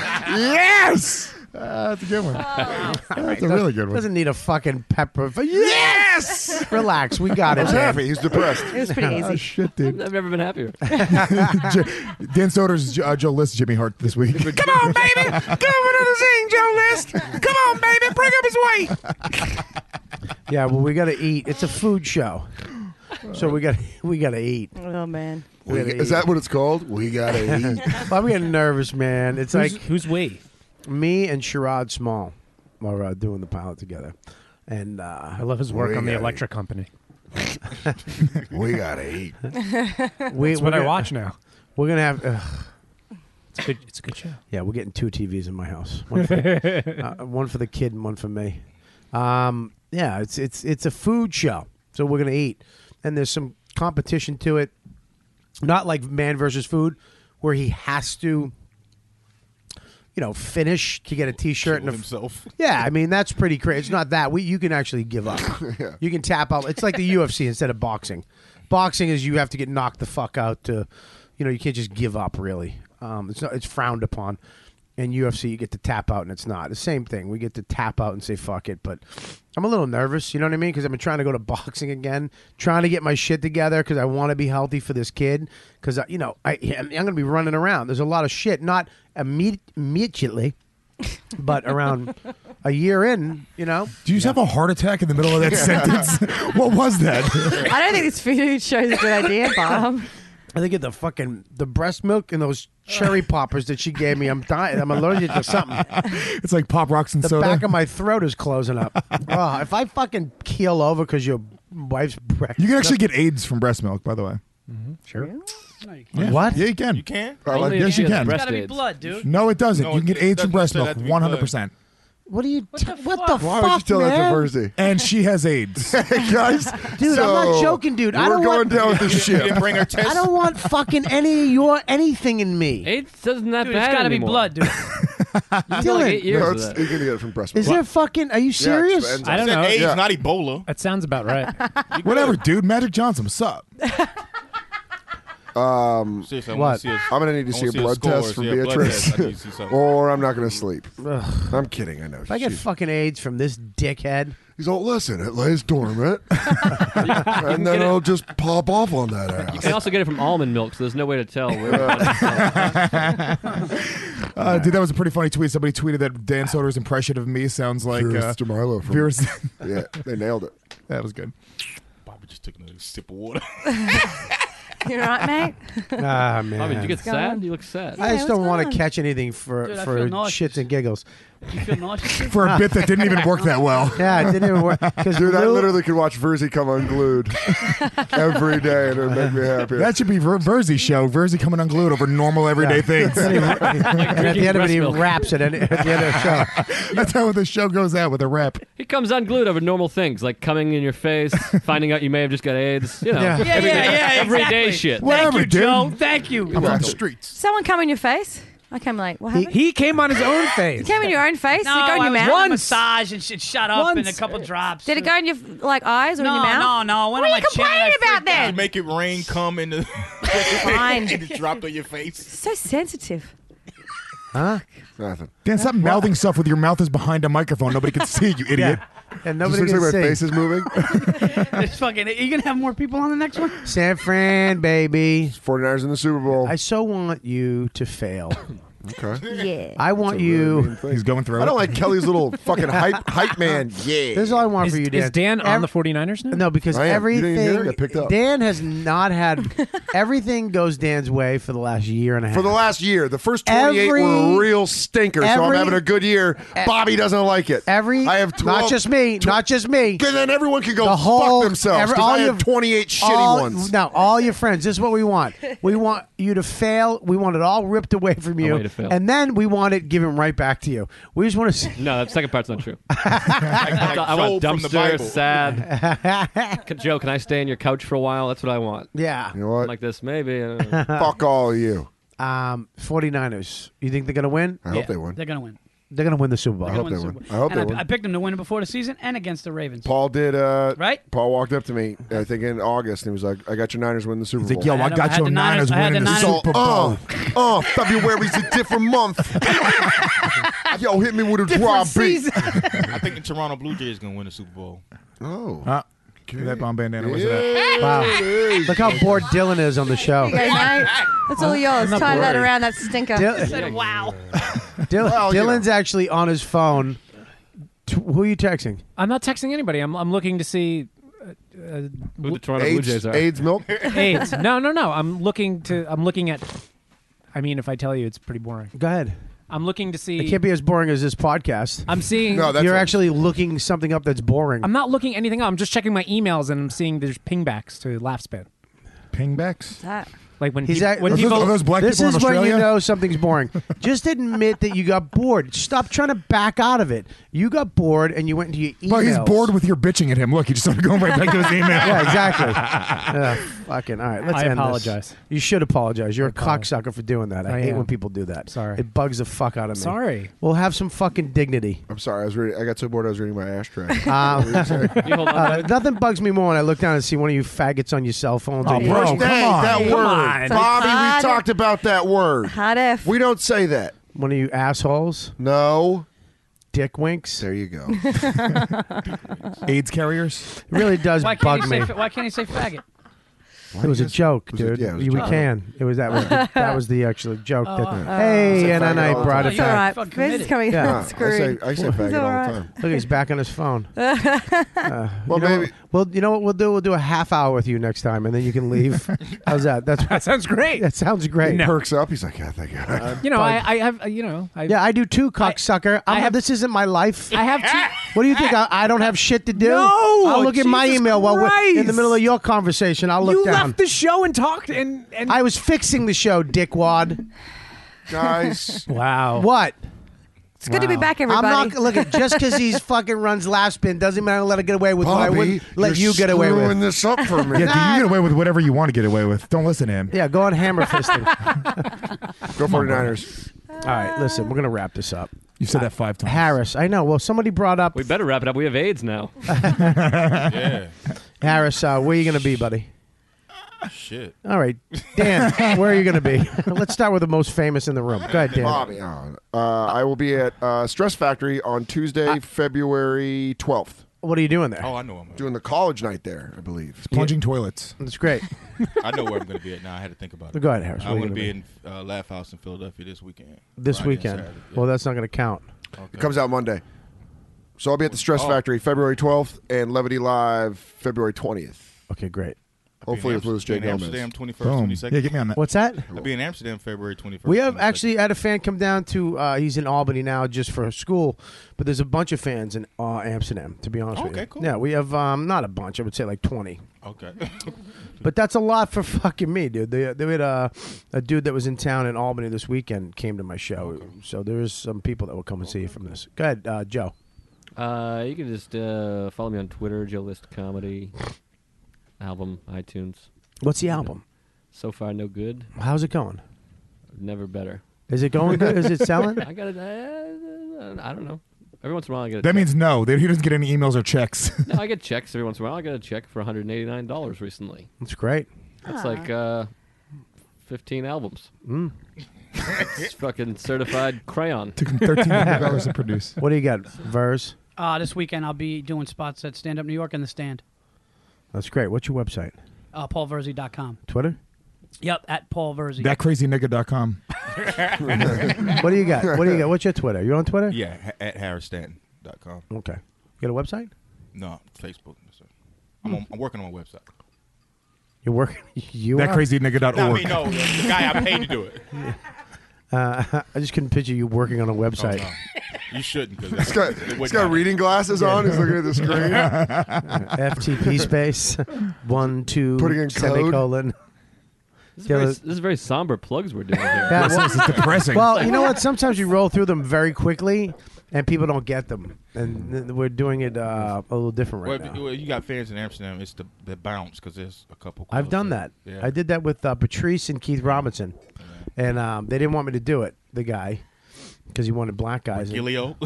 Speaker 7: yes!
Speaker 2: that's a good one.
Speaker 7: That's a really good one.
Speaker 2: Doesn't need a fucking pepper. For- yes! Relax, we got it.
Speaker 9: I'm
Speaker 2: Dan.
Speaker 9: happy, he's depressed. It was pretty easy. Oh, shit, dude.
Speaker 11: I've never been happier.
Speaker 9: Dan Soder's uh, Joe List Jimmy Hart this week.
Speaker 16: Come on, baby. Come over to the Zing Joe list. Come on, baby. Bring up his weight.
Speaker 2: Yeah, well, we got to eat. It's a food show, so we got we got to eat.
Speaker 1: Oh man.
Speaker 2: We gotta
Speaker 7: is
Speaker 2: eat.
Speaker 7: that what it's called? We gotta eat.
Speaker 2: I'm getting nervous, man. It's
Speaker 7: Who's-
Speaker 2: like who's we? Me and Sherrod Small are uh, doing the pilot together, and uh, I
Speaker 3: love his work on the electric company.
Speaker 7: we gotta eat.
Speaker 3: That's what I watch now.
Speaker 2: We're gonna have. ugh.
Speaker 3: It's a good, it's a good show.
Speaker 2: Yeah, we're getting two TVs in my house. One for, uh, one for the kid and one for me. Um, yeah, it's it's it's a food show, so we're gonna eat, and there's some competition to it. Not like Man versus Food, where he has to, you know, finish to get a T-shirt and a,
Speaker 6: himself.
Speaker 2: Yeah, I mean that's pretty crazy. It's not that we you can actually give up. You can tap out. It's like the UFC instead of boxing. Boxing is you have to get knocked the fuck out to, you know, you can't just give up really. Um, it's not it's frowned upon. In UFC, you get to tap out, and it's not the same thing. We get to tap out and say fuck it, but I'm a little nervous. You know what I mean? Because I've been trying to go to boxing again, trying to get my shit together because I want to be healthy for this kid. Because you know, I I'm going to be running around. There's a lot of shit, not immediate, immediately, but around a year in, you know.
Speaker 9: Do you just have a heart attack in the middle of that sentence? What was that?
Speaker 1: I don't think this food show is a good idea, Bob.
Speaker 2: I think of the fucking the breast milk and those cherry poppers that she gave me. I'm dying. I'm allergic to something.
Speaker 9: It's like pop rocks and
Speaker 2: The
Speaker 9: soda.
Speaker 2: back of my throat is closing up. oh, if I fucking keel over because your wife's breast,
Speaker 9: you can actually get AIDS from breast milk, by the way.
Speaker 2: sure.
Speaker 9: Yeah.
Speaker 2: What?
Speaker 9: Yeah, you can.
Speaker 6: You can?
Speaker 9: Uh, like, yes, you can.
Speaker 4: blood, dude.
Speaker 9: No, it doesn't.
Speaker 6: No,
Speaker 9: you can get AIDS from
Speaker 6: that's
Speaker 9: breast
Speaker 6: what I
Speaker 9: milk,
Speaker 6: said,
Speaker 9: one hundred percent.
Speaker 2: What do you? What the, fuck?
Speaker 9: Why would you tell that to
Speaker 2: man?
Speaker 9: Verzi? And she has AIDS,
Speaker 7: guys.
Speaker 2: Dude, I'm not joking, dude. I don't want, I don't want fucking any of your anything in me.
Speaker 11: It's doesn't that
Speaker 2: Dude, it's
Speaker 11: bad.
Speaker 2: gotta be
Speaker 11: anymore.
Speaker 2: blood,
Speaker 11: dude.
Speaker 2: Dylan.
Speaker 11: like eight years
Speaker 7: No,
Speaker 11: of
Speaker 7: it's,
Speaker 11: that.
Speaker 7: you can get it from breast milk.
Speaker 2: Is there fucking? Are you serious?
Speaker 3: I don't know.
Speaker 6: Ebola.
Speaker 3: That sounds about right.
Speaker 9: Whatever, dude. Magic Johnson, what's up?
Speaker 7: Um,
Speaker 6: Seriously, I wanna What? see a-
Speaker 7: I'm gonna need to
Speaker 6: I
Speaker 7: see a
Speaker 6: wanna see a
Speaker 7: blood
Speaker 6: score,
Speaker 7: test from
Speaker 6: see a blood
Speaker 7: Beatrice,
Speaker 6: test. I need to see something.
Speaker 7: or I'm not gonna sleep.
Speaker 2: Ugh.
Speaker 7: I'm kidding. I know.
Speaker 2: If I get fucking AIDS from this dickhead,
Speaker 7: he's all listen. It lays dormant,
Speaker 11: can
Speaker 7: and
Speaker 11: get
Speaker 7: then
Speaker 11: it-
Speaker 7: I'll just pop off on that ass.
Speaker 11: You can also get it from almond milk, so there's no way to tell. Where
Speaker 9: Uh, dude, that was a pretty funny tweet. Somebody tweeted that Dan Soder's impression of me sounds like
Speaker 7: Vera
Speaker 9: uh,
Speaker 7: Stamilo from-
Speaker 9: Vera-
Speaker 7: yeah, they nailed it.
Speaker 9: that was good.
Speaker 6: Bobby just took another sip of water.
Speaker 1: You're right, mate.
Speaker 2: ah man,
Speaker 11: Bobby, did you get
Speaker 1: What's going
Speaker 11: sad?
Speaker 1: on?
Speaker 11: You look sad.
Speaker 2: I
Speaker 1: what's
Speaker 2: just don't want
Speaker 1: going
Speaker 2: to
Speaker 1: on?
Speaker 2: catch anything for
Speaker 11: Dude, I
Speaker 2: for
Speaker 11: feel nauseous.
Speaker 2: shits and giggles.
Speaker 11: You feel nauseous?
Speaker 9: For a bit that didn't even work that well.
Speaker 2: Yeah, it didn't even work. Because
Speaker 7: Dude, I literally could watch Verzi come unglued every day, and it would make me happy.
Speaker 9: That should be Ver- Verzi's show. Verzi coming unglued over normal everyday things.
Speaker 2: and at the end of it, he raps it. At at the end of the show,
Speaker 9: That's how the show goes out with a rap.
Speaker 11: He comes unglued over normal things like coming in your face, finding out you may have just got AIDS. You know,
Speaker 9: Yeah. Yeah,
Speaker 11: everyday-
Speaker 9: yeah, yeah,
Speaker 11: everyday
Speaker 9: exactly.
Speaker 11: shit.
Speaker 9: Whatever, dude.
Speaker 4: Thank you.
Speaker 9: I'm on the streets.
Speaker 1: Someone come in your face? I came late. What happened?
Speaker 3: He came on his own
Speaker 1: You
Speaker 3: face.
Speaker 1: came in your own face?
Speaker 4: No,
Speaker 1: Did it go in
Speaker 4: I
Speaker 1: your
Speaker 4: was
Speaker 1: mouth?
Speaker 4: having a massage and shit. Shut up and a
Speaker 1: Once.
Speaker 4: couple drops.
Speaker 1: Did it go in your like eyes or in
Speaker 4: No,
Speaker 1: your mouth?
Speaker 4: no, no. It
Speaker 1: What
Speaker 4: went
Speaker 1: are
Speaker 4: on
Speaker 1: you
Speaker 4: my chin and I
Speaker 1: complaining about
Speaker 4: freaked out.
Speaker 1: then?
Speaker 6: You make it rain come in the
Speaker 1: Fine.
Speaker 6: and it dropped on your face.
Speaker 1: So sensitive.
Speaker 2: Huh?
Speaker 7: Nothing.
Speaker 9: Dan, stop mouthing stuff with your mouth is behind a microphone. Nobody can see you, idiot.
Speaker 2: and
Speaker 9: Just
Speaker 2: nobody
Speaker 9: looks
Speaker 2: can
Speaker 9: like my
Speaker 2: see.
Speaker 9: face is
Speaker 7: moving.
Speaker 4: It's fucking. Are you gonna have more people on the next one?
Speaker 2: San Fran, baby.
Speaker 7: 49ers in the Super Bowl.
Speaker 2: I so want you to fail.
Speaker 7: Okay.
Speaker 1: Yeah.
Speaker 2: I want you.
Speaker 9: He's going through.
Speaker 7: I don't like Kelly's little fucking hype hype man. Yeah.
Speaker 2: This is all I want
Speaker 3: Is-
Speaker 2: for you, Dan.
Speaker 3: is Dan on
Speaker 2: Ev-
Speaker 3: the 49ers now?
Speaker 2: No, because
Speaker 7: I am. You didn't
Speaker 2: everything
Speaker 7: even hear it? I picked up.
Speaker 2: Dan has not had everything goes Dan's way for the last year and a half.
Speaker 7: For the last year, the first 28
Speaker 2: Every-
Speaker 7: were real stinkers, so I'm
Speaker 2: every- e
Speaker 7: having a good year. Bobby doesn't like it.
Speaker 2: Every
Speaker 7: I have 12,
Speaker 2: not just me, not just me.
Speaker 7: Because then everyone can go
Speaker 2: the whole,
Speaker 7: fuck themselves.
Speaker 2: every-
Speaker 7: Because
Speaker 2: all
Speaker 7: I
Speaker 2: your-
Speaker 7: have 28 shitty
Speaker 2: all-
Speaker 7: ones.
Speaker 2: No, all your friends. This is what we want. We want you to fail. We want it all ripped away from
Speaker 11: I
Speaker 2: you,
Speaker 11: want you to fail.
Speaker 2: and then we want it given right back to you. We just want to see.
Speaker 11: No, that second part's not true. I want
Speaker 2: Job from the
Speaker 11: dumpster
Speaker 2: Bible.
Speaker 11: sad. C- Joe, can I stay on your couch for a while? That's what I want.
Speaker 2: Yeah.
Speaker 7: You know what?
Speaker 11: Like this, maybe. I don't know.
Speaker 7: fuck all you.
Speaker 2: Um, 49ers. You think they're gonna win?
Speaker 7: I hope they win.
Speaker 4: They're gonna win.
Speaker 2: They're going to win the Super Bowl.
Speaker 4: They're gonna win the Super Bowl. And I, I picked them to win it before the season and against the Ravens.
Speaker 19: Paul did. Uh,
Speaker 4: Right?
Speaker 19: Paul walked up to me, I think in August, and he was like, "I got your Niners winning the Super Bowl."
Speaker 9: like, "Yo, I I had got them- I your had the Niners Niners- I had winning the the Niners- Super
Speaker 19: Oh, oh, February's a different month. Yo, hit me with a dry beat.
Speaker 6: I think the Toronto Blue Jays going to win the Super Bowl.
Speaker 19: Oh.
Speaker 9: Uh, give me that bomb bandana. What's
Speaker 19: that?
Speaker 2: Wow. Look how bored Dylan is on the show.
Speaker 1: Here you go, mate. That's all yours.
Speaker 2: not
Speaker 1: Tie that
Speaker 2: worried.
Speaker 1: around that stinker.
Speaker 2: Dil-
Speaker 1: wow.
Speaker 2: Dylan,
Speaker 1: Well, you
Speaker 2: Dylan's actually on his phone. T- who are you texting?
Speaker 3: I'm not texting anybody. I'm, I'm looking to see uh, uh,
Speaker 11: Who the
Speaker 3: wh-
Speaker 11: Toronto Blue Jays are.
Speaker 3: AIDS. No, no, no. I'm looking to. I'm looking at. I mean, if I tell you, it's pretty boring.
Speaker 2: Go ahead.
Speaker 3: I'm looking to see.
Speaker 2: It can't be as boring as this podcast.
Speaker 3: I'm seeing-
Speaker 9: Oh,
Speaker 3: No, that's
Speaker 2: you're
Speaker 3: a-
Speaker 2: actually looking something up that's boring.
Speaker 3: I'm not looking anything up. I'm just checking my emails and I'm seeing there's pingbacks to Laughspin.
Speaker 9: Pingbacks.
Speaker 3: Like when
Speaker 2: He's
Speaker 3: peop-
Speaker 2: act-
Speaker 3: when people
Speaker 2: this is when you know something's boring. Just admit that you got bored. Stop trying to back out of it. You got bored and you went into your emails.
Speaker 9: But he's bored with your bitching at him. Look, he just started going right back to his email.
Speaker 2: yeah, exactly. Ugh, fucking. All right, let's
Speaker 3: I
Speaker 2: end this.
Speaker 3: apologize.
Speaker 2: You should apologize. You're a cocksucker for doing that. I,
Speaker 3: I
Speaker 2: hate
Speaker 3: am.
Speaker 2: when people do that.
Speaker 3: Sorry.
Speaker 2: It bugs the fuck out of me.
Speaker 3: Sorry.
Speaker 2: We'll have some fucking dignity.
Speaker 19: I'm sorry. I was reading, I got so bored. I was reading my ashtray.
Speaker 2: Um,
Speaker 19: What were you saying?
Speaker 2: uh, nothing bugs me more when I look down and see one of you faggots on your cell phones.
Speaker 19: Oh,
Speaker 2: or your-
Speaker 19: bro, come on. That word. Bobby, we talked about that word.
Speaker 1: Hot F.
Speaker 19: We don't say that.
Speaker 2: One of you assholes.
Speaker 19: No.
Speaker 2: Dick winks. There
Speaker 19: you go.
Speaker 9: AIDS carriers.
Speaker 2: It really does
Speaker 4: Why can't,
Speaker 2: bug
Speaker 4: he
Speaker 2: me.
Speaker 4: say, fa- why can't he say faggot?
Speaker 2: It was a joke, dude.
Speaker 19: yeah, it was a
Speaker 2: we
Speaker 19: joke. Oh.
Speaker 2: can. It was that was the, that was the actual joke.
Speaker 4: Oh,
Speaker 2: that,
Speaker 4: uh,
Speaker 2: hey,
Speaker 19: It's
Speaker 2: and
Speaker 19: a
Speaker 2: then I
Speaker 19: faggot
Speaker 2: brought
Speaker 19: all the time.
Speaker 2: it back.
Speaker 19: It's all right. Fucking Vince is coming
Speaker 2: Yeah.
Speaker 19: out screwed. I say- I say faggot all the time.
Speaker 2: Look, he's back on his phone. well,
Speaker 19: Well,
Speaker 2: you know,
Speaker 19: maybe-
Speaker 2: well, you know what we'll do? We'll do a half hour with you next time, and then you can leave. How's that? That's that
Speaker 3: sounds great.
Speaker 2: That sounds great.
Speaker 19: He perks up. He's like, yeah, thank God.
Speaker 3: You know, I, I have. uh, You know, I,
Speaker 2: yeah, I do too, cocksucker. I, have. This isn't my life. I have. Two, what do you think? I, I don't have shit to do.
Speaker 3: Eh. No!
Speaker 2: I'll look at my
Speaker 3: Jesus
Speaker 2: email while we're in the
Speaker 3: Christ!
Speaker 2: middle of your conversation. I'll look
Speaker 3: You
Speaker 2: down.
Speaker 3: left the show and talked and and
Speaker 2: I was fixing the show, dickwad.
Speaker 19: Guys.
Speaker 3: wow.
Speaker 2: What?
Speaker 3: It's good to be Wow. back, everybody.
Speaker 2: I'm not look at just because he's fucking runs last spin doesn't mean I let him get away with what I
Speaker 19: Bobby,
Speaker 2: would let
Speaker 19: you're
Speaker 2: you get away with.
Speaker 19: screwing this up for me.
Speaker 9: Yeah, dude, you get away with whatever you want to get away with. Don't listen to him.
Speaker 2: Yeah, go on hammer fisting.
Speaker 19: Go 49ers.
Speaker 2: All right, listen, we're gonna wrap this up.
Speaker 9: You said that five times.
Speaker 2: Harris, I know. Well, somebody brought up
Speaker 11: We better wrap it up. We have AIDS now.
Speaker 2: yeah. Harris. Uh, where you gonna be, buddy?
Speaker 6: Shit.
Speaker 2: All right, Dan, where are you gonna be? Let's start with the most famous in the room. Go ahead, Dan.
Speaker 19: Bobby, uh, I will be at uh, Stress Factory on Tuesday, February 12th.
Speaker 2: What are you doing there?
Speaker 6: Oh, I know him.
Speaker 19: Doing the college night there, I believe. It's
Speaker 9: plunging toilets.
Speaker 2: That's great.
Speaker 6: I know where I'm going to be at now. I had to think about it.
Speaker 2: Go ahead, Harris. Where
Speaker 6: I'm
Speaker 2: you
Speaker 6: going to
Speaker 2: gonna
Speaker 6: be in uh, Laugh House in Philadelphia this weekend.
Speaker 2: This
Speaker 6: Friday and
Speaker 2: weekend.
Speaker 6: Saturday.
Speaker 2: Well, that's not gonna count.
Speaker 19: It comes out Monday. So I'll be at the
Speaker 6: Oh,
Speaker 19: Stress Factory February 12th and Levity Live February 20th.
Speaker 2: Okay, great.
Speaker 19: Hopefully with Louis J.
Speaker 6: Be in
Speaker 19: Gomez.
Speaker 6: Amsterdam, 21st,
Speaker 2: Boom.
Speaker 6: 22nd.
Speaker 2: Yeah, get me on that. What's that?
Speaker 6: I'll be in Amsterdam February 21st.
Speaker 2: We have actually had a fan come down to. Uh, he's in Albany now, just for school, but there's a bunch of fans in uh, Amsterdam. To be honest with you,
Speaker 6: Okay, cool.
Speaker 2: yeah, we have um, not a bunch. I would say like twenty,
Speaker 6: Okay.
Speaker 2: but that's a lot for fucking me, dude. They, they had a, a dude that was in town in Albany this weekend came to my show, so there is some people that will come and see you from this. Go ahead, uh, Joe.
Speaker 11: Uh, you can just uh, follow me on Twitter, Joe List Comedy, album, iTunes.
Speaker 2: What's the album?
Speaker 11: So far, no good.
Speaker 2: How's it going?
Speaker 11: Never better.
Speaker 2: Is it going good? Is it selling?
Speaker 11: I got it. Uh, I don't know. Every once in a while, I get. A
Speaker 9: That
Speaker 11: check.
Speaker 9: means no. That He doesn't get any emails or checks.
Speaker 11: no. I get checks every once in a while. I got a check for 189 dollars recently.
Speaker 2: That's great.
Speaker 11: That's like uh, 15 albums.
Speaker 9: Hmm.
Speaker 2: Mm.
Speaker 11: it's fucking certified crayon.
Speaker 9: Took him $1,300 to produce.
Speaker 2: What do you got, Vers?
Speaker 4: Uh, this weekend I'll be doing spots at Stand Up New York and the Stand.
Speaker 2: That's great. What's your website?
Speaker 4: Uh, PaulVerzi.com.
Speaker 2: Twitter?
Speaker 4: Yep, at Paul Verzi.
Speaker 9: Thatcrazynigga.com.
Speaker 2: what do you got? What do you got? What's your Twitter? You on Twitter?
Speaker 6: Yeah, ha- at harrisstanton.com.
Speaker 2: Okay. You got a website?
Speaker 6: No, Facebook. Sir. I'm, on, I'm working on my website.
Speaker 2: You're working. You
Speaker 9: That
Speaker 2: are?
Speaker 9: crazy nigga dot
Speaker 6: No, I
Speaker 9: org.
Speaker 6: mean, no, the the guy I paid to do it.
Speaker 2: Uh, I just couldn't picture you working on a website.
Speaker 6: You shouldn't. Cause
Speaker 19: He's
Speaker 6: that-
Speaker 19: got,
Speaker 6: it
Speaker 19: he's
Speaker 6: wouldn't
Speaker 19: got
Speaker 6: happen.
Speaker 19: reading glasses on. He's looking at the screen.
Speaker 2: FTP space one two
Speaker 19: Putting in code.
Speaker 2: semicolon.
Speaker 11: This is, very,
Speaker 2: Dylan-
Speaker 11: this is very somber plugs we're doing here.
Speaker 2: Yeah, well- Well, you know what? Sometimes you roll through them very quickly, and people don't get them. And th- we're doing it uh, a little different right
Speaker 6: well,
Speaker 2: now.
Speaker 6: well, you got fans in Amsterdam. It's the, the bounce because there's a couple.
Speaker 2: I've done that.
Speaker 6: Yeah.
Speaker 2: I did that with uh, Patrice and Keith Robinson, and um, they didn't want me to do it. The guy, because he wanted black guys.
Speaker 6: Gilio.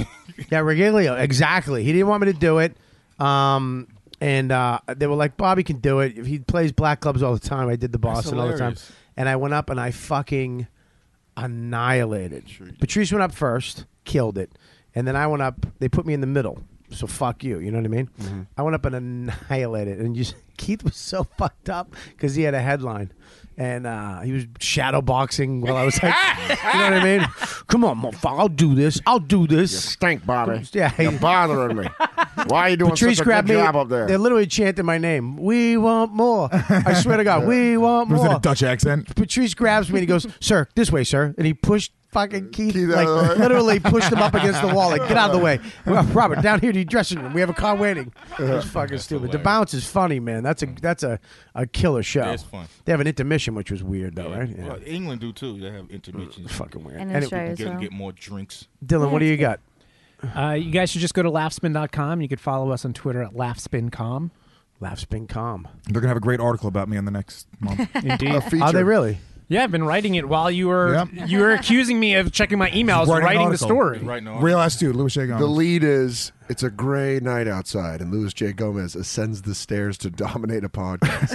Speaker 2: yeah, Regalio. Exactly. He didn't want me to do it. Um, and uh, they were like, Bobby can do it. If he plays black clubs all the time, I did the Boston all the time.
Speaker 6: hilarious.
Speaker 2: And I went up and I fucking annihilated. Patrice went up first, killed it. And then I went up, they put me in the middle. So fuck you, you know what I mean? I went up and annihilated. And just, Keith was so fucked up because he had a headline. And uh, he was shadow boxing while I was like, you know what I mean? Come on, motherfucker, I'll do this. I'll do this. You
Speaker 19: stink, Bobby.
Speaker 2: Yeah,
Speaker 19: You're bothering me. Why are you doing
Speaker 2: Patrice
Speaker 19: such a
Speaker 2: grabbed
Speaker 19: good
Speaker 2: me.
Speaker 19: job up there?
Speaker 2: They literally chanted my name. We want more. I swear to God, we want more.
Speaker 9: Was it a Dutch accent?
Speaker 2: Patrice grabs me and he goes, "Sir, this way, sir." And he pushed fucking Keith,
Speaker 9: out
Speaker 2: like
Speaker 9: of the way.
Speaker 2: literally pushed him up against the wall, like get out of the way, Well, Robert, down here to your dressing room. We have a car waiting. It's fucking stupid. The bounce is funny, man. That's a that's a, a killer show.
Speaker 6: Yeah, it's fun.
Speaker 2: They have an intermission, which was weird though, right? Yeah.
Speaker 6: Well, England do too. They have intermissions.
Speaker 2: Fucking weird.
Speaker 14: And Australia as
Speaker 6: get,
Speaker 14: well.
Speaker 6: get more drinks.
Speaker 2: Dylan, what do you got?
Speaker 14: Uh, you guys should just go to laughspin.com. You could follow us on Twitter at laughspin.com.
Speaker 2: Laughspin.com.
Speaker 9: They're gonna have a great article about me in the next month.
Speaker 14: Indeed.
Speaker 9: A feature. Are they really?
Speaker 14: Yeah, I've been writing it while you were
Speaker 9: Yep.
Speaker 14: you were accusing me of checking my emails,
Speaker 9: Writing
Speaker 14: writing,
Speaker 9: an
Speaker 14: the
Speaker 9: article.
Speaker 14: story.
Speaker 9: Real ass dude, Louis J. Gomez.
Speaker 19: The lead is it's a gray night outside, and Louis J. Gomez ascends the stairs to dominate a podcast.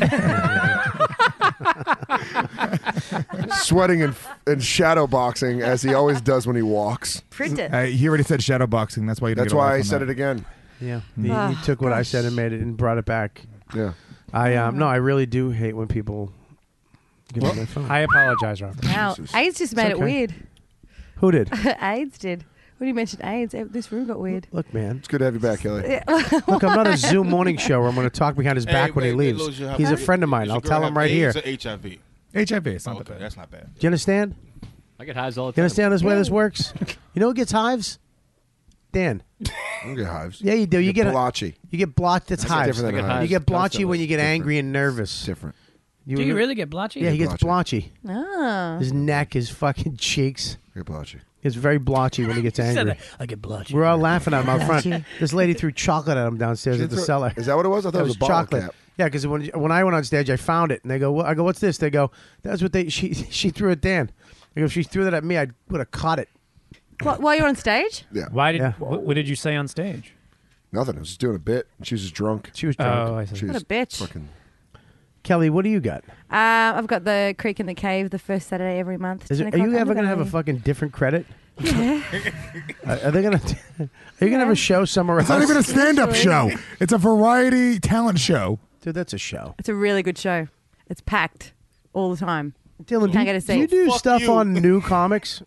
Speaker 19: Sweating and, and shadow boxing as he always does when he walks.
Speaker 1: Print it.
Speaker 9: Uh, he already said shadow boxing. That's why you. didn't
Speaker 19: That's
Speaker 9: get a
Speaker 19: why
Speaker 9: like
Speaker 19: I
Speaker 9: on
Speaker 19: said
Speaker 9: that.
Speaker 19: it again.
Speaker 2: Yeah, you,
Speaker 9: Mm.
Speaker 2: you
Speaker 9: Ah,
Speaker 2: took what I said and made it and brought it back.
Speaker 19: Yeah,
Speaker 2: I
Speaker 4: Mm-hmm.
Speaker 2: um, no, I really do hate when people give me my phone.
Speaker 14: I apologize, Robert.
Speaker 1: Wow. AIDS just made
Speaker 2: It's
Speaker 1: it
Speaker 2: okay.
Speaker 1: weird.
Speaker 2: Who did?
Speaker 1: AIDS did. When you mentioned AIDS, eh, this room got weird.
Speaker 2: Look, man,
Speaker 19: it's good to have you back, Kelly.
Speaker 2: Look, I'm not a Zoom morning show where I'm going to talk behind his
Speaker 6: Hey,
Speaker 2: back when
Speaker 6: wait,
Speaker 2: he
Speaker 6: wait,
Speaker 2: leaves.
Speaker 6: Lose, you have-
Speaker 2: He's a friend of mine. I'll
Speaker 6: Does your
Speaker 2: tell
Speaker 6: girl
Speaker 2: him
Speaker 6: have
Speaker 2: right here.
Speaker 6: AIDS
Speaker 2: Do
Speaker 6: Or HIV.
Speaker 9: HIV. It's not
Speaker 6: okay,
Speaker 9: that bad.
Speaker 6: That's not bad.
Speaker 2: you understand?
Speaker 11: I get hives all the
Speaker 2: You
Speaker 11: time.
Speaker 2: understand this way this works? You know who gets hives? Dan.
Speaker 19: I don't get hives.
Speaker 2: Yeah, you do. You get
Speaker 19: blotchy.
Speaker 2: You get blotchy. That's
Speaker 19: That's
Speaker 2: hives.
Speaker 19: different than hives.
Speaker 2: You get blotchy when you get
Speaker 19: Different.
Speaker 2: angry and nervous.
Speaker 19: Different.
Speaker 4: Do you really Oh. get blotchy?
Speaker 2: Yeah, he gets blotchy.
Speaker 1: Ah.
Speaker 2: His neck, his fucking cheeks.
Speaker 19: You're blotchy.
Speaker 2: It's very blotchy when he gets
Speaker 4: said
Speaker 2: angry.
Speaker 4: that. I get blotchy.
Speaker 2: We're all laughing at him out front.
Speaker 4: Blotchy.
Speaker 2: This lady threw chocolate at him downstairs
Speaker 19: She
Speaker 2: at the
Speaker 19: threw-
Speaker 2: cellar.
Speaker 19: is that what it was? I thought
Speaker 2: That
Speaker 19: it was a bottle
Speaker 2: chocolate.
Speaker 19: cap.
Speaker 2: Yeah, because when when I went on stage, I found it, and they go, well, I go, what's this? They go, that's what they she she threw at Dan. I go, if she threw that at me, I would have caught it.
Speaker 1: What, while you're on stage?
Speaker 19: Yeah.
Speaker 14: Why did what, what did you say on stage?
Speaker 19: Nothing. I was just doing a bit. and She was just drunk. She was
Speaker 14: drunk. Oh, I see.
Speaker 19: She
Speaker 1: What
Speaker 19: was
Speaker 1: a bitch.
Speaker 19: Fucking
Speaker 2: Kelly, what do you got?
Speaker 1: Um, I've got the Creek in the Cave the first Saturday every month.
Speaker 2: Is
Speaker 1: 10
Speaker 2: it, are you
Speaker 1: o'clock
Speaker 2: ever gonna have a
Speaker 1: underbelly.
Speaker 2: fucking different credit?
Speaker 1: Yeah.
Speaker 2: Uh, are they gonna? Are you gonna have a show somewhere
Speaker 9: It's
Speaker 2: else?
Speaker 9: not even a stand-up show. It's a variety talent show.
Speaker 2: Dude, that's a show.
Speaker 1: It's a really good show. It's packed all the time.
Speaker 2: Dylan,
Speaker 1: Can't get a seat.
Speaker 2: Do you do stuff on new comics?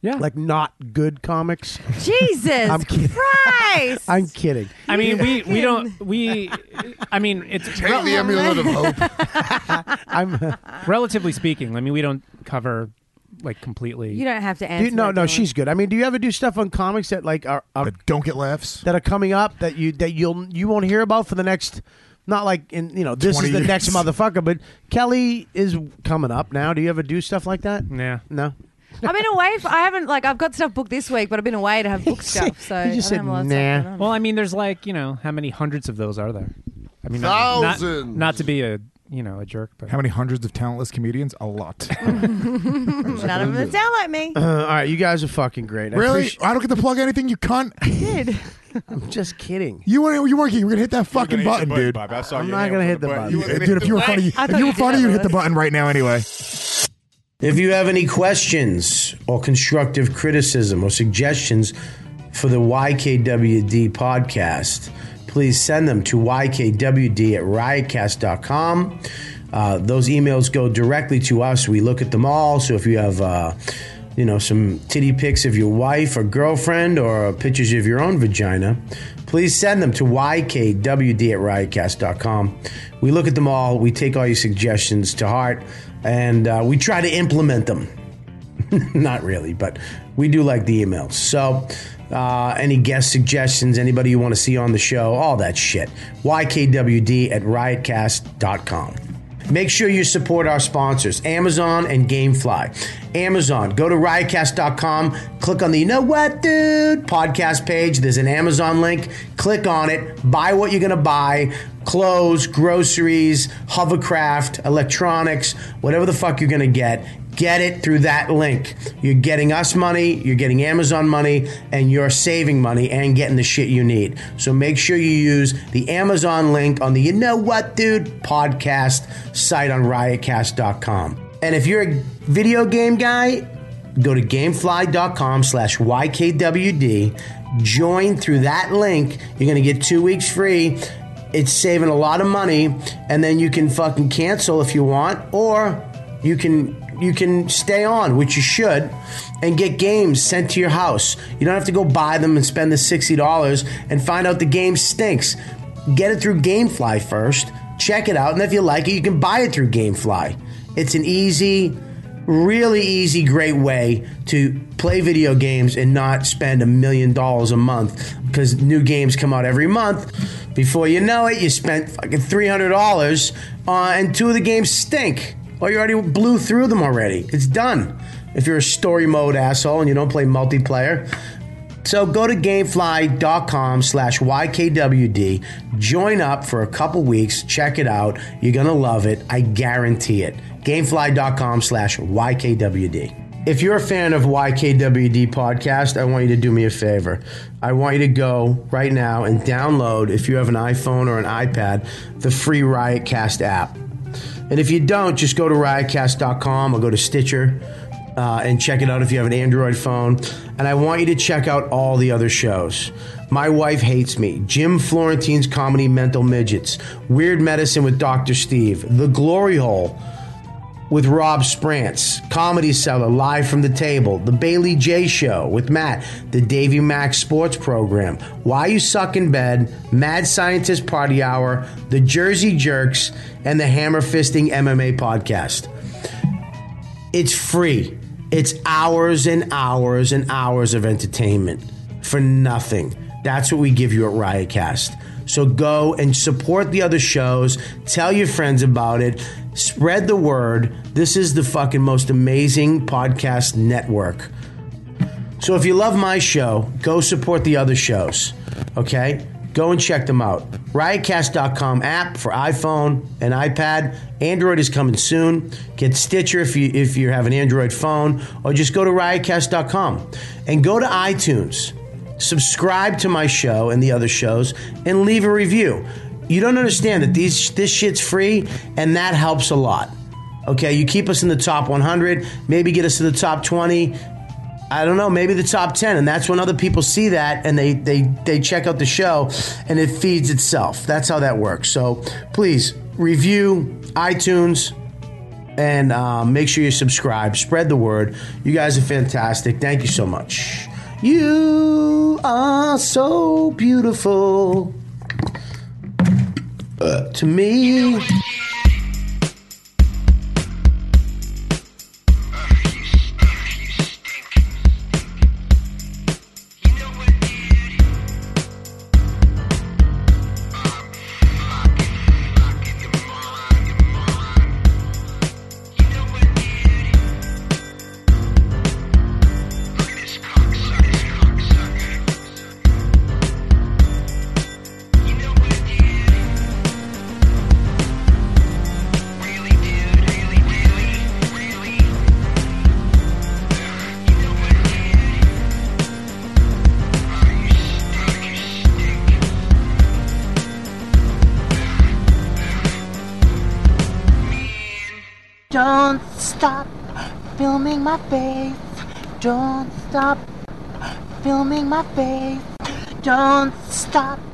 Speaker 2: Yeah, like not good comics.
Speaker 1: Jesus
Speaker 2: I'm kidding.
Speaker 1: Christ!
Speaker 2: I'm kidding.
Speaker 14: I mean, we we don't we. I mean, it's
Speaker 19: Take the amulet of hope.
Speaker 2: I'm
Speaker 14: relatively speaking. I mean, we don't cover like completely.
Speaker 1: You don't have to
Speaker 2: Do
Speaker 1: answer.
Speaker 2: you- no,
Speaker 1: that,
Speaker 2: no,
Speaker 1: Dylan.
Speaker 2: she's good. I mean, do you ever do stuff on comics that like are, are
Speaker 9: don't get laughs
Speaker 2: that are coming up that you that you'll you won't hear about for the next not like in you know this is
Speaker 9: 20
Speaker 2: the
Speaker 9: years.
Speaker 2: next motherfucker, but Kelly is coming up now. Do you ever do stuff like that?
Speaker 14: Yeah,
Speaker 2: no.
Speaker 1: I've been away. For, I haven't like I've got stuff booked this week, but I've been away to have book stuff. So
Speaker 2: he just
Speaker 1: I don't
Speaker 2: said,
Speaker 1: have a lot of stuff
Speaker 2: "Nah."
Speaker 1: going on.
Speaker 14: Well, I mean, there's like you know how many hundreds of those are there? I mean, not- not-
Speaker 9: Thousands.
Speaker 14: Not, to be a you know a jerk, but
Speaker 9: How many hundreds of talentless comedians? A lot.
Speaker 1: None of them sound like me.
Speaker 2: Uh, all right, you guys are fucking great. I
Speaker 9: really?
Speaker 2: appreciate-
Speaker 9: I don't get to plug anything. You cunt.
Speaker 1: Did
Speaker 2: I'm just kidding.
Speaker 9: you weren't? You weren't. You were gonna hit that fucking
Speaker 6: hit the
Speaker 9: button,
Speaker 6: button,
Speaker 9: dude.
Speaker 6: Bob. I saw
Speaker 2: I'm
Speaker 6: your
Speaker 2: not
Speaker 6: hand
Speaker 2: gonna
Speaker 6: on
Speaker 2: hit the
Speaker 6: button.
Speaker 2: button.
Speaker 6: You wouldn't
Speaker 9: Dude, if you were
Speaker 6: hit
Speaker 9: funny,
Speaker 6: the
Speaker 9: if you were funny, you'd hit the button right now anyway.
Speaker 22: If you have any questions or constructive criticism or suggestions for the YKWD podcast, please send them to ykwd at riotcast.com. Uh, those emails go directly to us. We look at them all. So if you have, uh, you know, some titty pics of your wife or girlfriend or pictures of your own vagina, please send them to ykwd at riotcast.com. We look at them all. We take all your suggestions to heart and uh, we try to implement them. not really, but we do like the emails. So, uh, any guest suggestions, anybody you want to see on the show, all that shit. YKWD at riotcast.com. Make sure you support our sponsors, Amazon and Gamefly. Amazon, go to riotcast.com, click on the You Know What Dude podcast page. There's an Amazon link. Click on it, buy what you're going to buy clothes, groceries, hovercraft, electronics, whatever the fuck you're going to get
Speaker 2: Get it through that link. You're getting us money, you're getting Amazon money, and you're saving money and getting the shit you need. So make sure you use the Amazon link on the You Know What Dude podcast site on riotcast.com. And if you're a video game guy, go to gamefly.com slash ykwd join through that link you're gonna get two weeks free it's saving a lot of money and then you can fucking cancel if you want or you can you can stay on which you should and get games sent to your house you don't have to go buy them and spend the $60 and find out the game stinks get it through gamefly first check it out and if you like it you can buy it through gamefly it's an easy really easy, great way to play video games and not spend a million dollars a month because new games come out every month. Before you know it, you spent fucking three hundred dollars, uh, and two of the games stink, or you already blew through them already. It's done. If you're a story mode asshole and you don't play multiplayer. So go to gamefly.com slash YKWD, join up for a couple weeks, check it out. You're going to love it. I guarantee it. Gamefly.com slash YKWD. If you're a fan of YKWD podcast, I want you to do me a favor. I want you to go right now and download, if you have an iPhone or an iPad, the free Riotcast app. And if you don't, just go to riotcast.com or go to Stitcher uh, and check it out if you have an Android phone. And I want you to check out all the other shows. My Wife Hates Me, Jim Florentine's Comedy Mental Midgets, Weird Medicine with Dr. Steve, The Glory Hole with Rob Sprance, Comedy Cellar Live from the Table, The Bailey J Show with Matt, The Davy Max Sports Program, Why You Suck in Bed, Mad Scientist Party Hour, The Jersey Jerks, and The Hammer Fisting MMA Podcast. It's free. It's hours and hours and hours of entertainment for nothing. That's what we give you at Riotcast. So go and support the other shows. Tell your friends about it. Spread the word. This is the fucking most amazing podcast network. So if you love my show, go support the other shows. Okay? Go and check them out. Riotcast.com app for iPhone and iPad. Android is coming soon. Get Stitcher if you if you have an Android phone, or just go to riotcast.com and go to iTunes. Subscribe to my show and the other shows and leave a review. You don't understand that these this shit's free and that helps a lot. Okay, you keep us in the top 100, maybe get us to the top 20, I don't know, maybe the top 10. And that's when other people see that and they, they, they check out the show and it feeds itself. That's how that works. So please review iTunes and uh, make sure you subscribe. Spread the word. You guys are fantastic. Thank you so much. You are so beautiful uh, to me.
Speaker 4: Don't stop filming my face. Don't stop filming my face. Don't stop